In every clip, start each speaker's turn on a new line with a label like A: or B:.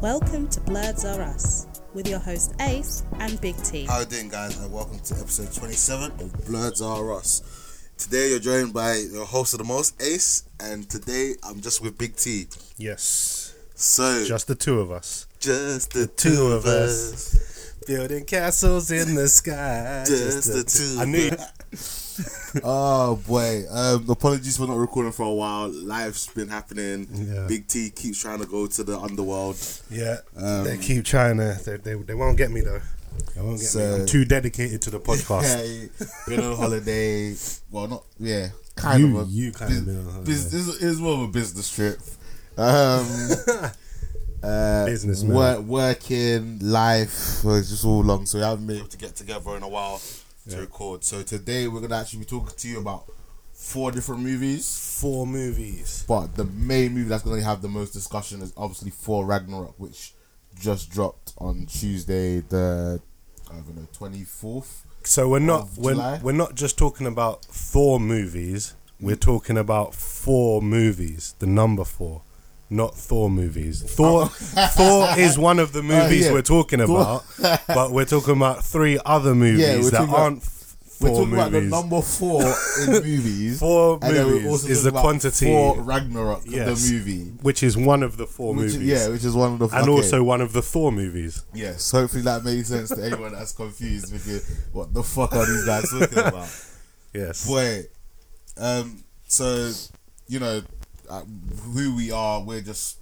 A: Welcome to Bloods Are Us with your host Ace and Big T.
B: How you doing, guys? And welcome to episode 27 of Bloods R Us. Today, you're joined by your host of the most, Ace, and today I'm just with Big T.
C: Yes.
B: So,
C: Just the two of us.
B: just the
C: two
B: two
C: of
B: of us.
C: Building castles in the sky.
B: Just the two.
C: I knew.
B: oh boy! Um, apologies for not recording for a while. Life's been happening.
C: Yeah.
B: Big T keeps trying to go to the underworld.
C: Yeah.
B: Um,
C: they keep trying to. They, they, they won't get me though. They won't get
B: So-
C: me. I'm too dedicated to the podcast.
B: Hey, been on holiday. Well, not yeah, kind
C: You-
B: of. A,
C: you kind of
B: bus-
C: been on holiday.
B: bus- this is- is more of a business trip. Um, uh,
C: Businessman.
B: wor- working life was just all long, so we haven't been able to get together in a while
C: Yeah.
B: to record. So today we're gonna actually be talking to you about four different movies.
C: Four movies.
B: But the main movie that's gonna have the most discussion is obviously Thor Ragnarok, which just dropped on Tuesday, the I don't know twenty fourth.
C: So we're not
B: Of July?
C: we're, we're not just talking about Thor movies. We're talking about four movies. The number four, not Thor movies. Thor Thor is one of the movies
B: Oh. yeah.
C: we're talking
B: Thor.
C: about, but we're talking about three other movies
B: Yeah, we're
C: that
B: talking about-
C: aren't f-
B: We're
C: Thor
B: talking about the
C: movies.
B: number four in movies.
C: Four
B: then we're
C: movies
B: also
C: is
B: talking
C: the
B: about
C: quantity.
B: Thor Ragnarok,
C: Yes.
B: the movie.
C: which is one of the four
B: Which,
C: movies.
B: yeah, which is one of the
C: and
B: okay.
C: also one of the Thor movies.
B: yes. Hopefully that made sense to anyone that's confused because what the fuck are these guys talking about?
C: Yes.
B: Boy, um, so you know uh, who we are. We're just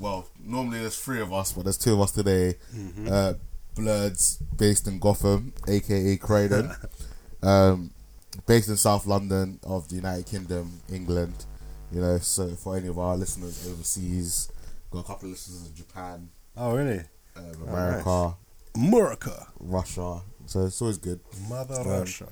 B: well, normally there's three of us, but there's two of us today. Uh, Bloods, based in Gotham, aka Croydon, um, based in South London of the United Kingdom, England. You know, so for any of our listeners overseas, got a couple of listeners in Japan,
C: Oh, really?
B: um, America,
C: America.
B: Russia. So it's always good.
C: Mother
B: Russia.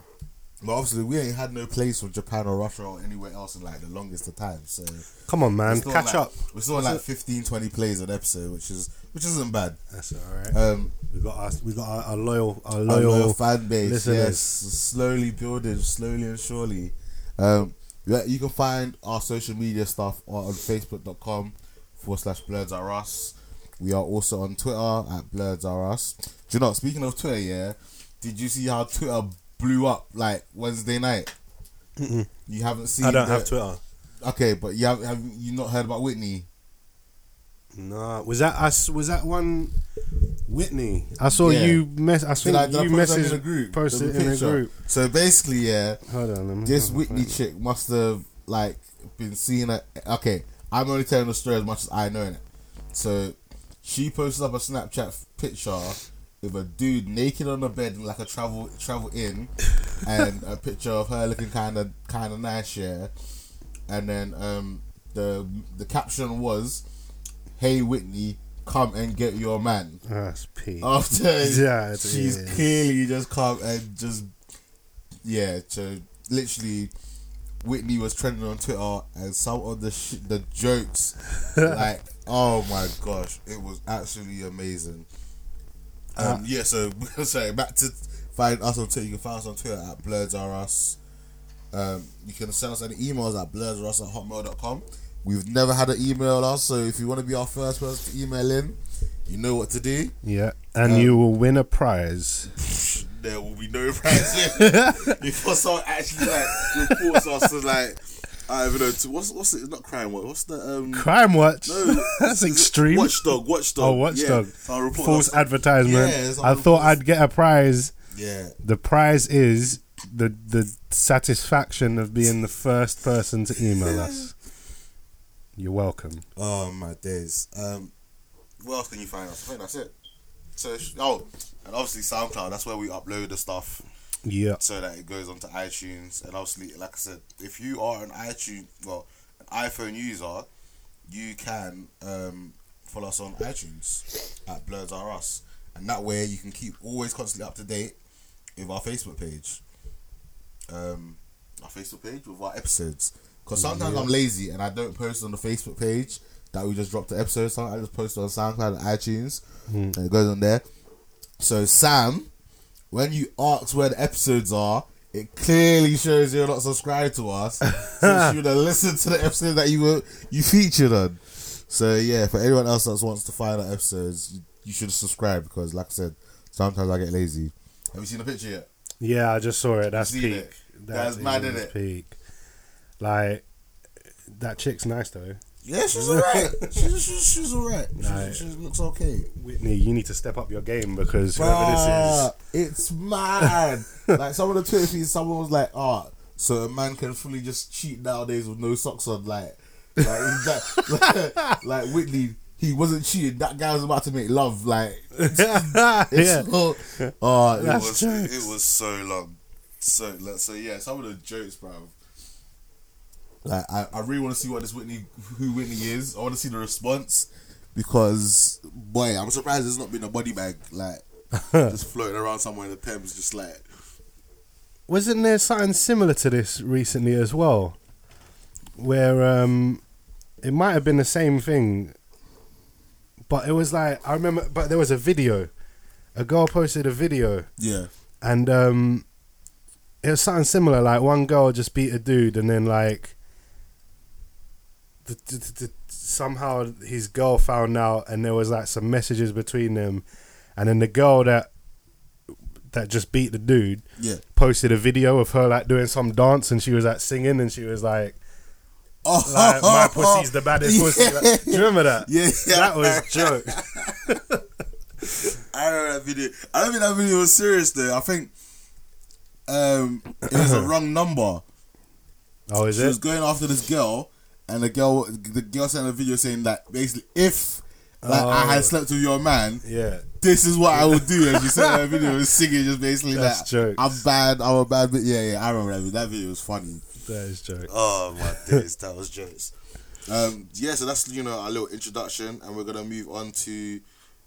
B: But obviously, we ain't had no plays from Japan or Russia or anywhere else in like the longest of time. So
C: Come on,
B: we're
C: man.
B: still on, like,
C: Catch up.
B: We're still on like 15, 20 plays an episode, which is which isn't bad.
C: That's all right.
B: Um,
C: we got our, we got our, our loyal, our
B: our
C: loyal,
B: loyal, fan base,
C: listeners.
B: yes, slowly building, slowly and surely. Um, yeah, you can find our social media stuff on, on Facebook.com forward slash Blurs Are Us. We are also on Twitter at Blurs Are Us. Do you know? Speaking of Twitter, yeah, did you see how Twitter blew up like Wednesday night? You haven't seen.
C: I don't
B: the-
C: have Twitter.
B: Okay, but you have, have you not heard about Whitney?
C: Nah, was that us? Was that one? Whitney, I saw
B: Yeah.
C: you mess. I saw
B: Did I, did I post
C: you
B: that
C: message
B: in the group?
C: Posted
B: The
C: in a
B: picture?
C: group.
B: So basically, yeah,
C: Hold on, let me
B: this
C: hold on,
B: Whitney
C: wait.
B: chick must have like been seeing a okay. I'm only telling the story as much as I know in it. So she posted up a Snapchat f- picture with a dude naked on the bed in like a travel travel inn, and a picture of her looking kind of kind of nice, yeah. And then um the the caption was, "Hey Whitney, come and get your man."
C: That's Pete.
B: After
C: Yeah, it
B: she's
C: is.
B: clearly just come and just yeah, so literally Whitney was trending on Twitter and some of the sh- the jokes like oh my gosh, it was absolutely amazing. Um, yeah, so sorry, back to find us on Twitter. You can find us on Twitter at Blurs R Us. Um, you can send us any emails at blurrus at hotmail.com. We've never had an email us, so if you want to be our first person to email in, you know what to do.
C: yeah, and
B: Um,
C: you will win a prize.
B: there will be no prize yet. before someone actually like reports us as like I don't know to, what's what's it not crime what what's the um
C: Crime watch.
B: no,
C: That's extreme.
B: watchdog watchdog
C: Oh, watchdog.
B: yeah, so I report
C: False
B: us-
C: advertisement.
B: Yeah, it's
C: I thought
B: unreported.
C: I'd get a prize.
B: yeah
C: The prize is the the satisfaction of being the first person to email us. You're welcome.
B: oh my days um where else can you find us I think that's it so sh- oh and obviously SoundCloud that's where we upload the stuff
C: Yeah.
B: so that it goes onto iTunes. And obviously, like I said, if you are an iTunes, well, an iPhone user, you can um, follow us on iTunes at Blurs R Us, and that way you can keep always constantly up to date with our Facebook page, um, our Facebook page with our episodes. Because sometimes I'm lazy and I don't post on the Facebook page that we just dropped the episode. Sometimes I just post it on SoundCloud and iTunes, and it goes on there. So Sam, when you ask where the episodes are, it clearly shows you're not subscribed to us. so you should have listened to the episode that you were you featured on. So yeah, for anyone else that wants to find our episodes, you, you should subscribe because, like I said, sometimes I get lazy. Have you seen the picture yet?
C: Yeah, I just saw it. That's
B: Seen
C: peak.
B: it. That's mad,
C: is
B: innit?
C: Peak. Like that chick's nice though.
B: Yeah, she's alright. she's, she's she's alright.
C: Right.
B: She, she looks okay.
C: Whitney, you need to step up your game because whoever this
B: Bruh, It's mad. like some of the Twitter feeds, someone was like, "Ah, so a man can fully just cheat nowadays with no socks on." Like, like, is that- like, like Whitney, he wasn't cheating. That guy was about to make love. Like,
C: is, yeah,
B: it's all- oh, it
C: That's
B: was
C: jokes.
B: it was so long. So like, so yeah, some of the jokes, bro. Like, I, I really want to see what this Whitney, who Whitney is. I want to see the response because boy, I'm surprised there's not been a body bag like just floating around somewhere in the Thames, just like
C: wasn't there something similar to this recently as well, where um, it might have been the same thing, but it was like I remember. But there was a video. A girl posted a video
B: yeah,
C: and um it was something similar like one girl just beat a dude and then like the, the, the, the- somehow his girl found out and there was like some messages between them and then the girl that that just beat the dude
B: yeah.
C: posted a video of her like doing some dance and she was like singing and she was like
B: Oh,
C: like my pussy's the baddest pussy
B: Yeah.
C: like, do you remember that
B: Yeah.
C: that was joke
B: I remember that video. I don't think that video was serious though. I think um, it was a wrong number.
C: oh is
B: she was
C: it
B: going after this girl, and the girl, the girl sent a video saying that basically, if like I
C: Oh.
B: had slept with your man,
C: yeah
B: this is what I would do. And she sent her video and singing, just basically
C: That's
B: like,
C: jokes.
B: I'm bad, I'm a bad bitch. Yeah, yeah, I remember that. Video. That video was funny.
C: that is joke
B: Oh my days, that was jokes. Um, yeah, so that's you know our little introduction, and we're gonna move on to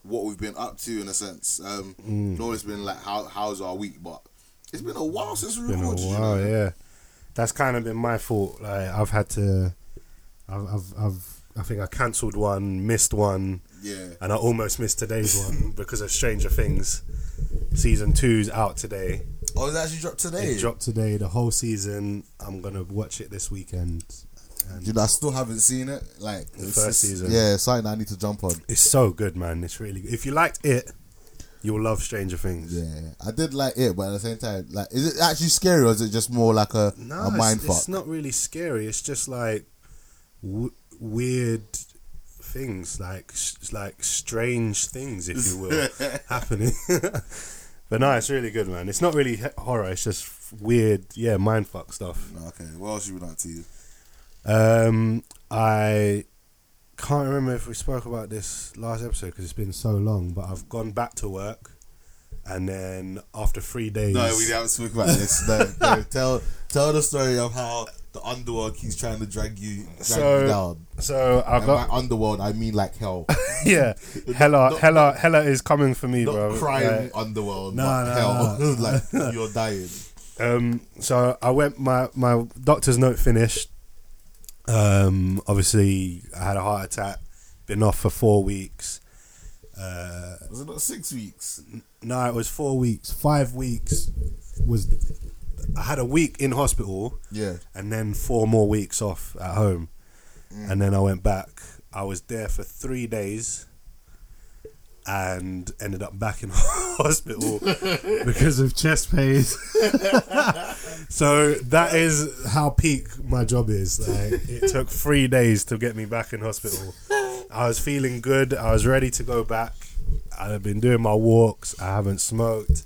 B: what we've been up to in a sense. Um,
C: Mm.
B: normally it's been like how how's our week, but it's been a while since we
C: been a
B: recorded. you
C: while,
B: know?
C: yeah. That's kind of been my fault. Like I've had to, I've, I've, I've I think I cancelled one, missed one,
B: yeah.
C: and I almost missed today's one because of Stranger Things. Season two's out today.
B: Oh, it actually dropped today.
C: It dropped today. The whole season. I'm gonna watch it this weekend.
B: Dude, I still haven't seen it. Like the
C: first season.
B: Yeah, it's something I need to jump on.
C: It's so good, man. It's really. Good. If you liked it, you'll love Stranger Things.
B: Yeah, I did like it, but at the same time, like, is it actually scary or is it just more like a
C: No,
B: a
C: it's-
B: mind
C: it's,
B: fuck?
C: not really scary. It's just like w- weird things, like s like strange things, if you will, happening. but no, it's really good, man. It's not really he- horror. It's just f- weird, yeah, mind fuck stuff.
B: Okay, what else you would like to you?
C: Um, I can't remember if we spoke about this last episode because it's been so long. But I've gone back to work, and then after three days,
B: No, we haven't spoken about this. No, no, tell tell the story of how the underworld keeps trying to drag you, drag
C: So-
B: you down.
C: so I
B: And
C: got
B: by underworld, I mean like hell,
C: yeah, Hella, Hella, Hella is coming for me,
B: not
C: bro.
B: crime
C: Like,
B: underworld,
C: No,
B: but
C: no,
B: hell. like you're dying.
C: um, so I went. My my doctor's note finished. Um, obviously, I had a heart attack. Been off for four weeks. Uh,
B: Was it not six weeks?
C: no, it was four weeks. Five weeks was. I had a week in hospital.
B: Yeah.
C: and then four more weeks off at home.
B: Mm.
C: And then I went back. I was there for three days and ended up back in hospital because of chest pain. so that is how peak my job is. Like it took three days to get me back in hospital. I was feeling good. I was ready to go back. I've been doing my walks. I haven't smoked.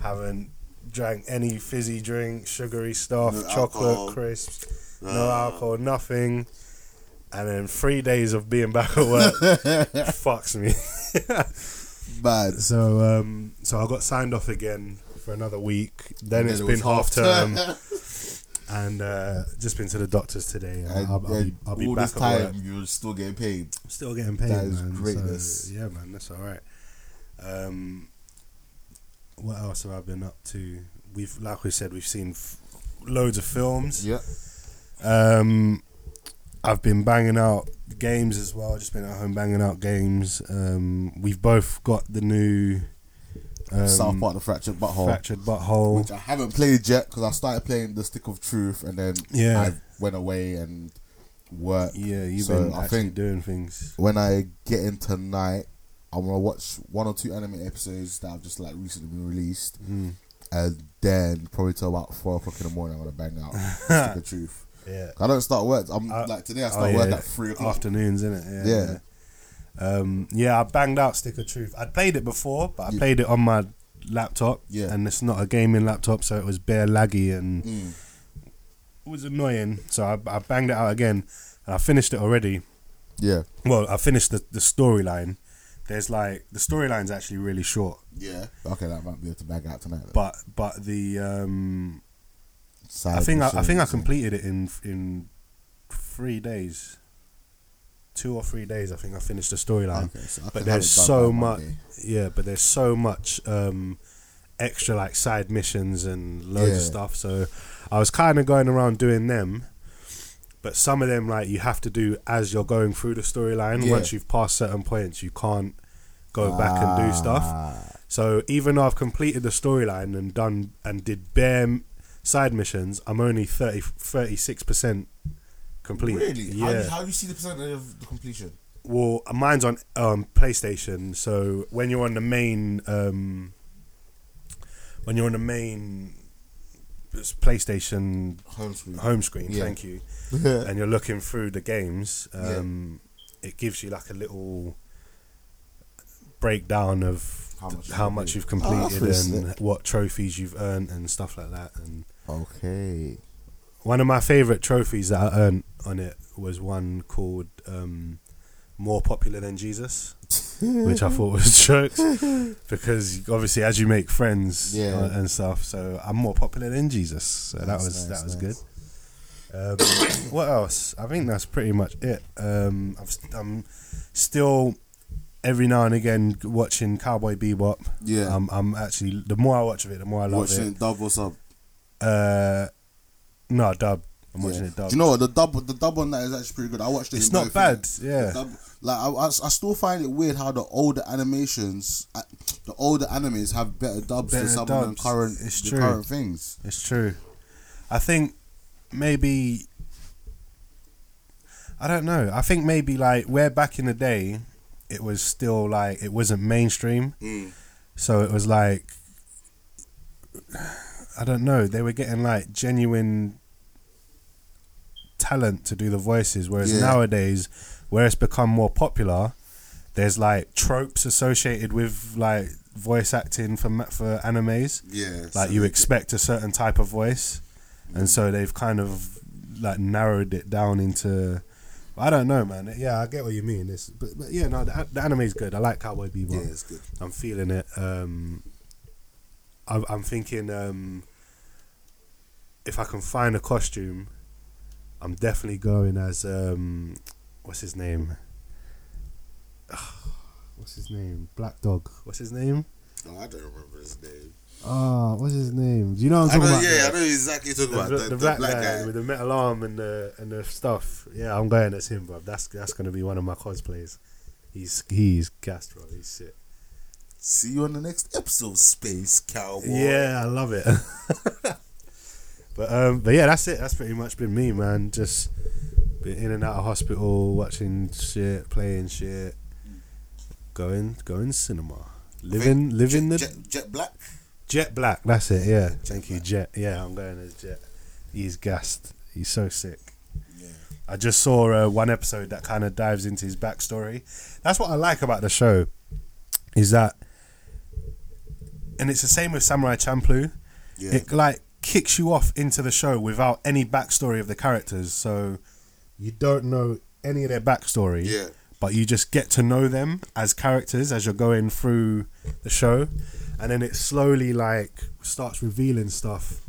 C: Haven't drank any fizzy drink, sugary stuff,
B: No
C: chocolate,
B: alcohol.
C: crisps, no alcohol, nothing. And then three days of being back at work fucks me.
B: Bad.
C: so um, so I got signed off again for another week. Then
B: And
C: it's
B: it
C: been
B: was
C: half
B: half-term.
C: term, and uh, just been to the doctors today. And
B: And,
C: I'll, I'll be,
B: and
C: I'll be
B: all
C: back
B: this
C: at work.
B: time, you're still getting paid.
C: Still getting paid,
B: That is
C: man. so,
B: greatness.
C: yeah, man, that's all right. Um, what else have I been up to? We've, like we said, we've seen f- loads of films.
B: Yeah.
C: Um, I've been banging out games as well. Just been at home banging out games. Um, we've both got the new um,
B: South Park, the fractured butthole.
C: fractured butthole.
B: which I haven't played yet because I started playing the Stick of Truth and then
C: Yeah.
B: I went away and work.
C: Yeah, you've
B: So,
C: been
B: I
C: actually
B: think-
C: doing things.
B: When I get in tonight, I'm gonna watch one or two anime episodes that have just like recently been released,
C: Mm.
B: and then probably till about four o'clock in the morning, I'm gonna bang out. Stick the truth.
C: Yeah.
B: I don't start work. I'm
C: Uh,
B: like today. I
C: oh,
B: start
C: yeah,
B: work
C: yeah.
B: at three o'clock.
C: Afternoons, innit? Yeah.
B: Yeah.
C: yeah. Um, yeah, I banged out Stick of Truth. I played it before, but I
B: Yeah.
C: played it on my laptop.
B: Yeah.
C: And it's not a gaming laptop, so it was bare laggy and
B: Mm.
C: it was annoying. So I, I banged it out again and I finished it already.
B: Yeah,
C: Well, I finished the, the storyline. There's like the storyline's actually really short,
B: yeah. Okay, that might be able to bang out tonight. then.
C: but but the um,
B: Side
C: I think I, I think I
B: missions and-
C: completed it in in three days, two or three days. I think I finished the storyline.
B: Okay, so I could have
C: but
B: it
C: there's
B: done
C: so
B: by
C: much
B: Monday.
C: yeah but there's so much um extra like side missions and loads of
B: Yeah.
C: stuff so i was kind of going around doing them but some of them like you have to do as you're going through the storyline
B: Yeah.
C: once you've passed certain points you can't go back and do stuff
B: Ah,
C: so even though i've completed the storyline and done and did bare m- side missions i'm only 30 36% complete
B: Really?
C: yeah
B: How, do you- how do you see the percentage of the completion?
C: well, mine's on um, PlayStation, so when you're on the main, um, when you're on the main s- PlayStation
B: Home screen.
C: home screen,
B: Yeah.
C: thank you, and you're looking through the games, um, it gives you like a little breakdown of
B: How
C: th-
B: much
C: how
B: you've
C: much you've
B: completed. Oh, that's
C: completed
B: really
C: and what trophies you've earned and stuff like that. And
B: okay.
C: one of my favorite trophies that I earned on it was one called um, "More Popular Than Jesus," which I thought was jokes because obviously, as you make friends
B: Yeah.
C: uh, and stuff, so I'm more popular than Jesus. So that
B: Nice,
C: was
B: nice,
C: that was
B: nice.
C: good. Um, what else? I think that's pretty much it. Um, I've, st- I'm still every now and again watching Cowboy Bebop.
B: Yeah.
C: I'm, I'm actually the more I watch of it, the more Um, I love
B: Watching dub or sub.
C: it. Uh, no, dub. I'm watching
B: Yeah.
C: it dub.
B: Do you know what the dub? The dub on that is actually pretty good. I watched it.
C: It's
B: in
C: not
B: both,
C: bad,
B: innit?
C: yeah.
B: The dub- like I, I, I still find it weird how the older animations, uh, the older animes have better dubs
C: Better
B: than some of
C: dubs.
B: the current,
C: It's
B: the
C: true.
B: current things.
C: It's true. I think maybe I don't know. I think maybe like where back in the day it was still like it wasn't mainstream.
B: Mm.
C: So it was like I don't know, they were getting like genuine talent to do the voices whereas
B: Yeah.
C: nowadays where it's become more popular there's like tropes associated with like voice acting for ma- for animes
B: Yeah.
C: like
B: so-
C: you expect a certain type of voice and so they've kind of like narrowed it down into I don't know man yeah I get what you mean it's, but, but yeah no the, the anime's good I like Cowboy Bebop
B: Yeah, it's good.
C: I'm feeling it um I, I'm thinking um if I can find a costume I'm definitely going as um what's his name Ah, what's his name Black Dog what's his name
B: Oh, I don't remember his name.
C: Oh, what's his name? Do you know what I'm talking about?
B: I know exactly what you're
C: the, the, the black guy with the metal arm and the and the stuff. Yeah, I'm going as him, bro. That's that's gonna be one of my cosplays. He's he's gassed, bro. He's sick.
B: See you on the next episode, Space Cowboy.
C: Yeah, I love it. but um, but yeah, that's it. That's pretty much been me, man. Just been in and out of hospital, watching shit, playing shit, going going cinema, living living the
B: Jet, Jet Black.
C: Jet Black, that's it, yeah. Thank you, Jet. Yeah, I'm going as Jet. He's gassed. He's so sick.
B: Yeah.
C: I just saw uh, one episode that kind of dives into his backstory. That's what I like about the show, is that, and it's the same with Samurai Champloo.
B: Yeah.
C: It like kicks you off into the show without any backstory of the characters, so you don't know any of their backstory.
B: Yeah.
C: But you just get to know them as characters as you're going through the show, and then it slowly like starts revealing stuff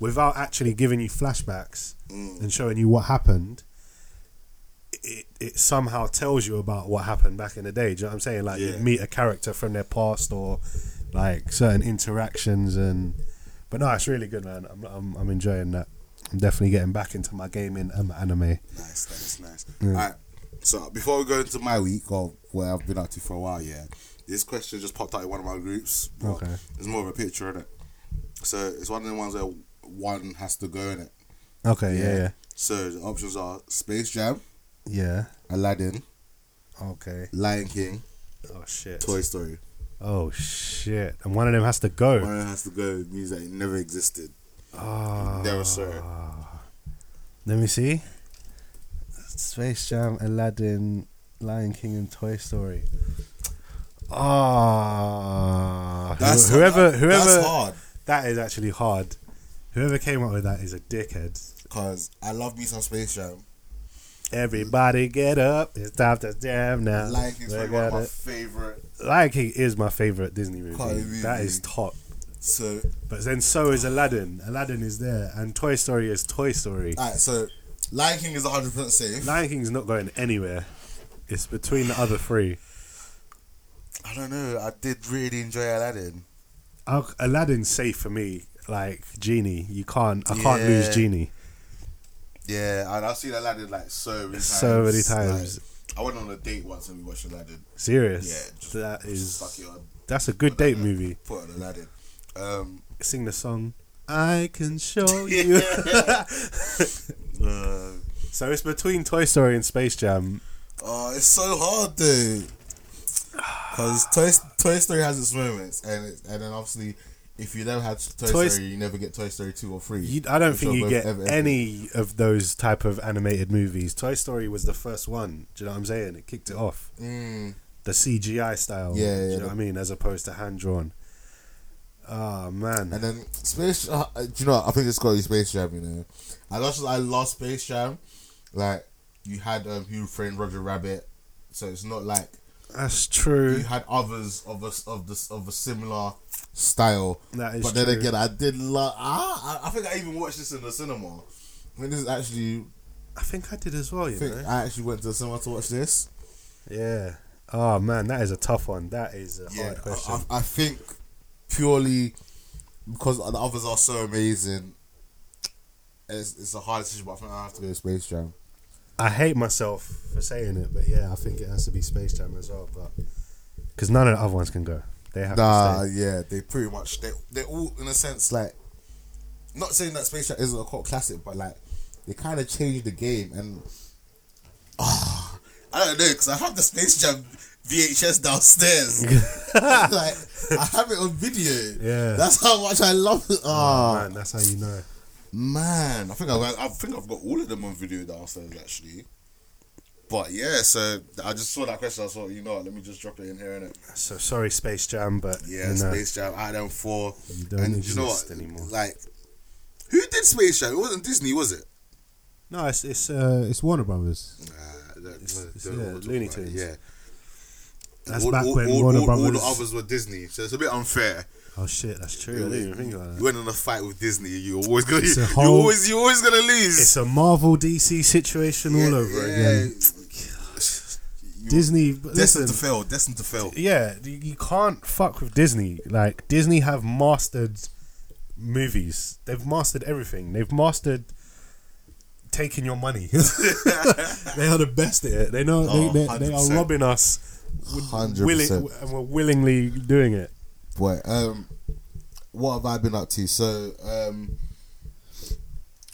C: without actually giving you flashbacks
B: Mm.
C: and showing you what happened it, it somehow tells you about what happened back in the day. Do you know what I'm saying? Like you
B: Yeah.
C: meet a character from their past or like certain interactions and. But no, it's really good, man. I'm I'm, I'm enjoying that. I'm definitely getting back into my gaming and my anime.
B: Nice, nice, nice. All right. So before we go into my week or where I've been up to for a while, yeah, this question just popped out in one of my groups. Well,
C: Okay.
B: It's more of a picture, is it? So it's one of the ones where one has to go in it.
C: Okay, yeah, yeah.
B: So the options are Space Jam,
C: Yeah.
B: Aladdin,
C: Okay.
B: Lion King,
C: Oh shit.
B: Toy Story.
C: Oh shit. And one of them has to
B: One
C: go.
B: of them has to go with music that never existed.
C: Oh.
B: Never saw it.
C: Let me see. Space Jam, Aladdin, Lion King, and Toy Story. Ah,
B: That's
C: whoever, whoever,
B: That's hard
C: that is actually hard. Whoever came up with that is a dickhead.
B: because I love me some Space Jam.
C: Everybody get up! It's time to jam now.
B: Lion King's
C: We
B: probably one
C: got
B: of my
C: it.
B: favorite.
C: Lion King is my favorite Disney movie.
B: Can't even
C: That
B: be.
C: is top.
B: So,
C: But then so is Aladdin. Aladdin is there, and Toy Story is Toy Story.
B: alright, so Lion King is 100% safe.
C: Lion King's not going anywhere. It's between the other three.
B: I don't know. I did really enjoy Aladdin.
C: I'll, Aladdin's safe for me. Like Genie, you can't. I can't lose
B: Yeah.
C: Genie.
B: Yeah, and I've seen Aladdin like so many times.
C: So many times.
B: Like, I went on a date once and we watched Aladdin.
C: Serious.
B: Yeah, just,
C: that is.
B: Just stuck it on.
C: that's a good date movie.
B: Put on Aladdin. Um,
C: Sing the song. I can show you.
B: uh,
C: so it's between Toy Story and Space Jam.
B: oh, it's so hard, dude. Because Toy, Toy Story has its moments, and it, and then obviously, if you never had Toy,
C: Toy-
B: Story, you never get Toy Story two or three.
C: You, I don't
B: Which
C: think
B: are
C: you
B: both
C: get
B: ever- ever-
C: any of those type of animated movies. Toy Story was the first one. Do you know what I'm saying? It kicked it off.
B: Mm,
C: The CGI style.
B: Yeah, yeah,
C: Do you know
B: the-
C: what I mean? As opposed to hand drawn. Oh man.
B: and then Space. Uh, do you know? what? I think it's called Space Jam. You know, I lost. I lost Space Jam. Like you had um, Who Framed Roger Rabbit, so it's not like
C: That's
B: you
C: true.
B: had others of us of this of a similar style.
C: That is
B: but then
C: true.
B: again, I did love. I, I I think I even watched this in the cinema. I mean, this is actually.
C: I think I did as well.
B: I
C: You
B: think
C: know.
B: I actually went to the cinema to watch this.
C: Yeah. Oh man, that is a tough one. That is a hard
B: I,
C: question.
B: I- I think purely because the others are so amazing. It's, it's a hard decision, but I think I have to go to Space Jam.
C: I, hate myself for saying it, but yeah, I think it has to be Space Jam as well. But because none of the other ones can go, they have
B: Nah,
C: to stay.
B: yeah, they pretty much they they all in a sense like not saying that Space Jam isn't a cult classic, but like they kind of changed the game and ah, I don't know because I have the Space Jam VHS downstairs. like I have it on video.
C: Yeah.
B: that's how much I love it.
C: Oh,
B: Ah,
C: man, that's how you know.
B: man. I think I I think I've got all of them on video downstairs actually. But yeah, so I just saw that question. I thought, you know, what, let me just drop it in here and
C: So sorry, Space Jam, but
B: Yeah,
C: you know,
B: Space Jam, Adam Four,
C: You don't
B: and you know
C: exist
B: what?
C: anymore.
B: Like, who did Space Jam? It wasn't Disney, was it?
C: no, it's it's uh, it's Warner Brothers.
B: Nah, that-
C: It's-
B: that-
C: it's,
B: that-
C: yeah,
B: we'll talk
C: Looney
B: about it,
C: Tunes.
B: Yeah,
C: That's
B: all,
C: back
B: all,
C: when
B: all,
C: Warner
B: all, all
C: Brothers.
B: the others were Disney, so it's a bit unfair.
C: oh shit, that's true. I didn't even think about
B: You
C: that.
B: went in a fight with Disney, you always gonna,
C: It's a
B: you
C: whole-
B: always, you always gonna lose.
C: It's a Marvel DC situation all over again.
B: You-
C: Disney,
B: destined
C: listen,
B: to fail, destined to fail.
C: yeah, you you can't fuck with Disney. Like Disney have mastered movies. They've mastered everything. They've mastered taking your money. they are the best at it. They know
B: Oh,
C: they, they, they are
B: 100%.
C: robbing us,
B: Hundred
C: willi- and we're willingly doing it.
B: Boy, um, what have I been up to? So, um,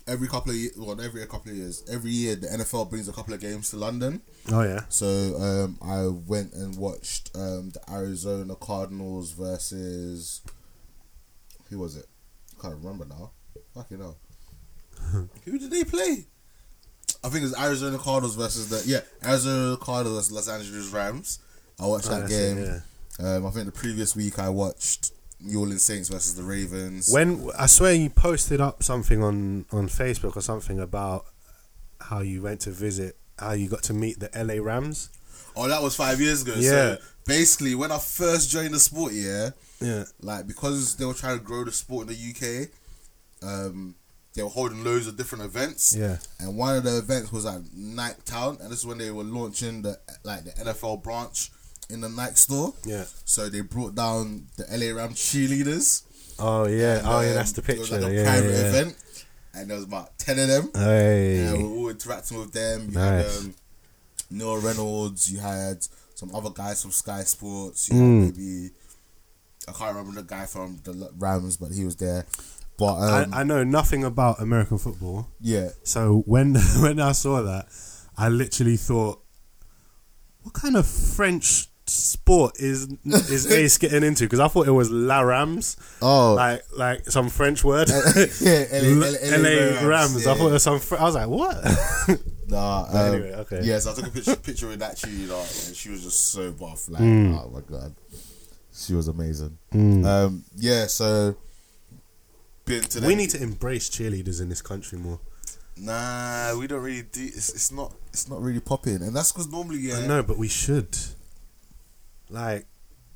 B: every couple of years, well, not every couple of years, every year the NFL brings a couple of games to London.
C: Oh yeah,
B: So, um, I went and watched um, the Arizona Cardinals versus who was it? I can't remember now. Fucking hell. who did they play? I think it's Arizona Cardinals versus the yeah Arizona Cardinals versus Los Angeles Rams. I watched
C: Oh,
B: that
C: that's it,
B: game.
C: yeah.
B: Um, I think the previous week I watched New Orleans Saints versus the Ravens.
C: When I swear you posted up something on on Facebook or something about how you went to visit, how you got to meet the LA Rams.
B: oh, that was five years ago.
C: Yeah.
B: So basically, when I first joined the sport, yeah,
C: Yeah.
B: like because they were trying to grow the sport in the UK, um, they were holding loads of different events.
C: Yeah.
B: And one of the events was at Nike Town, and this is when they were launching the like the NFL branch in the Nike store.
C: Yeah.
B: So they brought down the LA Rams cheerleaders.
C: Oh yeah.
B: And,
C: oh yeah.
B: um,
C: That's the
B: it
C: picture.
B: was like a
C: yeah,
B: private
C: yeah, yeah.
B: event, and there was about ten of them.
C: Hey.
B: Yeah, we we're all interacting with them. You
C: Nice.
B: had um, Neil Reynolds. You had some other guys from Sky Sports. You
C: Mm.
B: had maybe I can't remember the guy from the L- Rams, but he was there. But um,
C: I, I know nothing about American football,
B: yeah,
C: so when when I saw that, I literally thought, what kind of French sport is is Ace getting into? Because I thought it was La Rams,
B: oh
C: like like some French word.
B: yeah,
C: L-
B: LA,
C: LA, Rams. I thought it was some. Fr- I was like, what?
B: Nah, um,
C: But anyway, okay.
D: Yes, I took a picture, picture with that cheerleader, and she was just so buff. Like,
C: Mm.
B: Oh my god, she was amazing. Um, yeah, so
D: been to
C: we
D: them-
C: need to embrace cheerleaders in this country more.
D: Nah, we don't really do. It's, it's not.
B: it's not really popping, and
D: And that's because normally, yeah,
C: No, but we should. Like,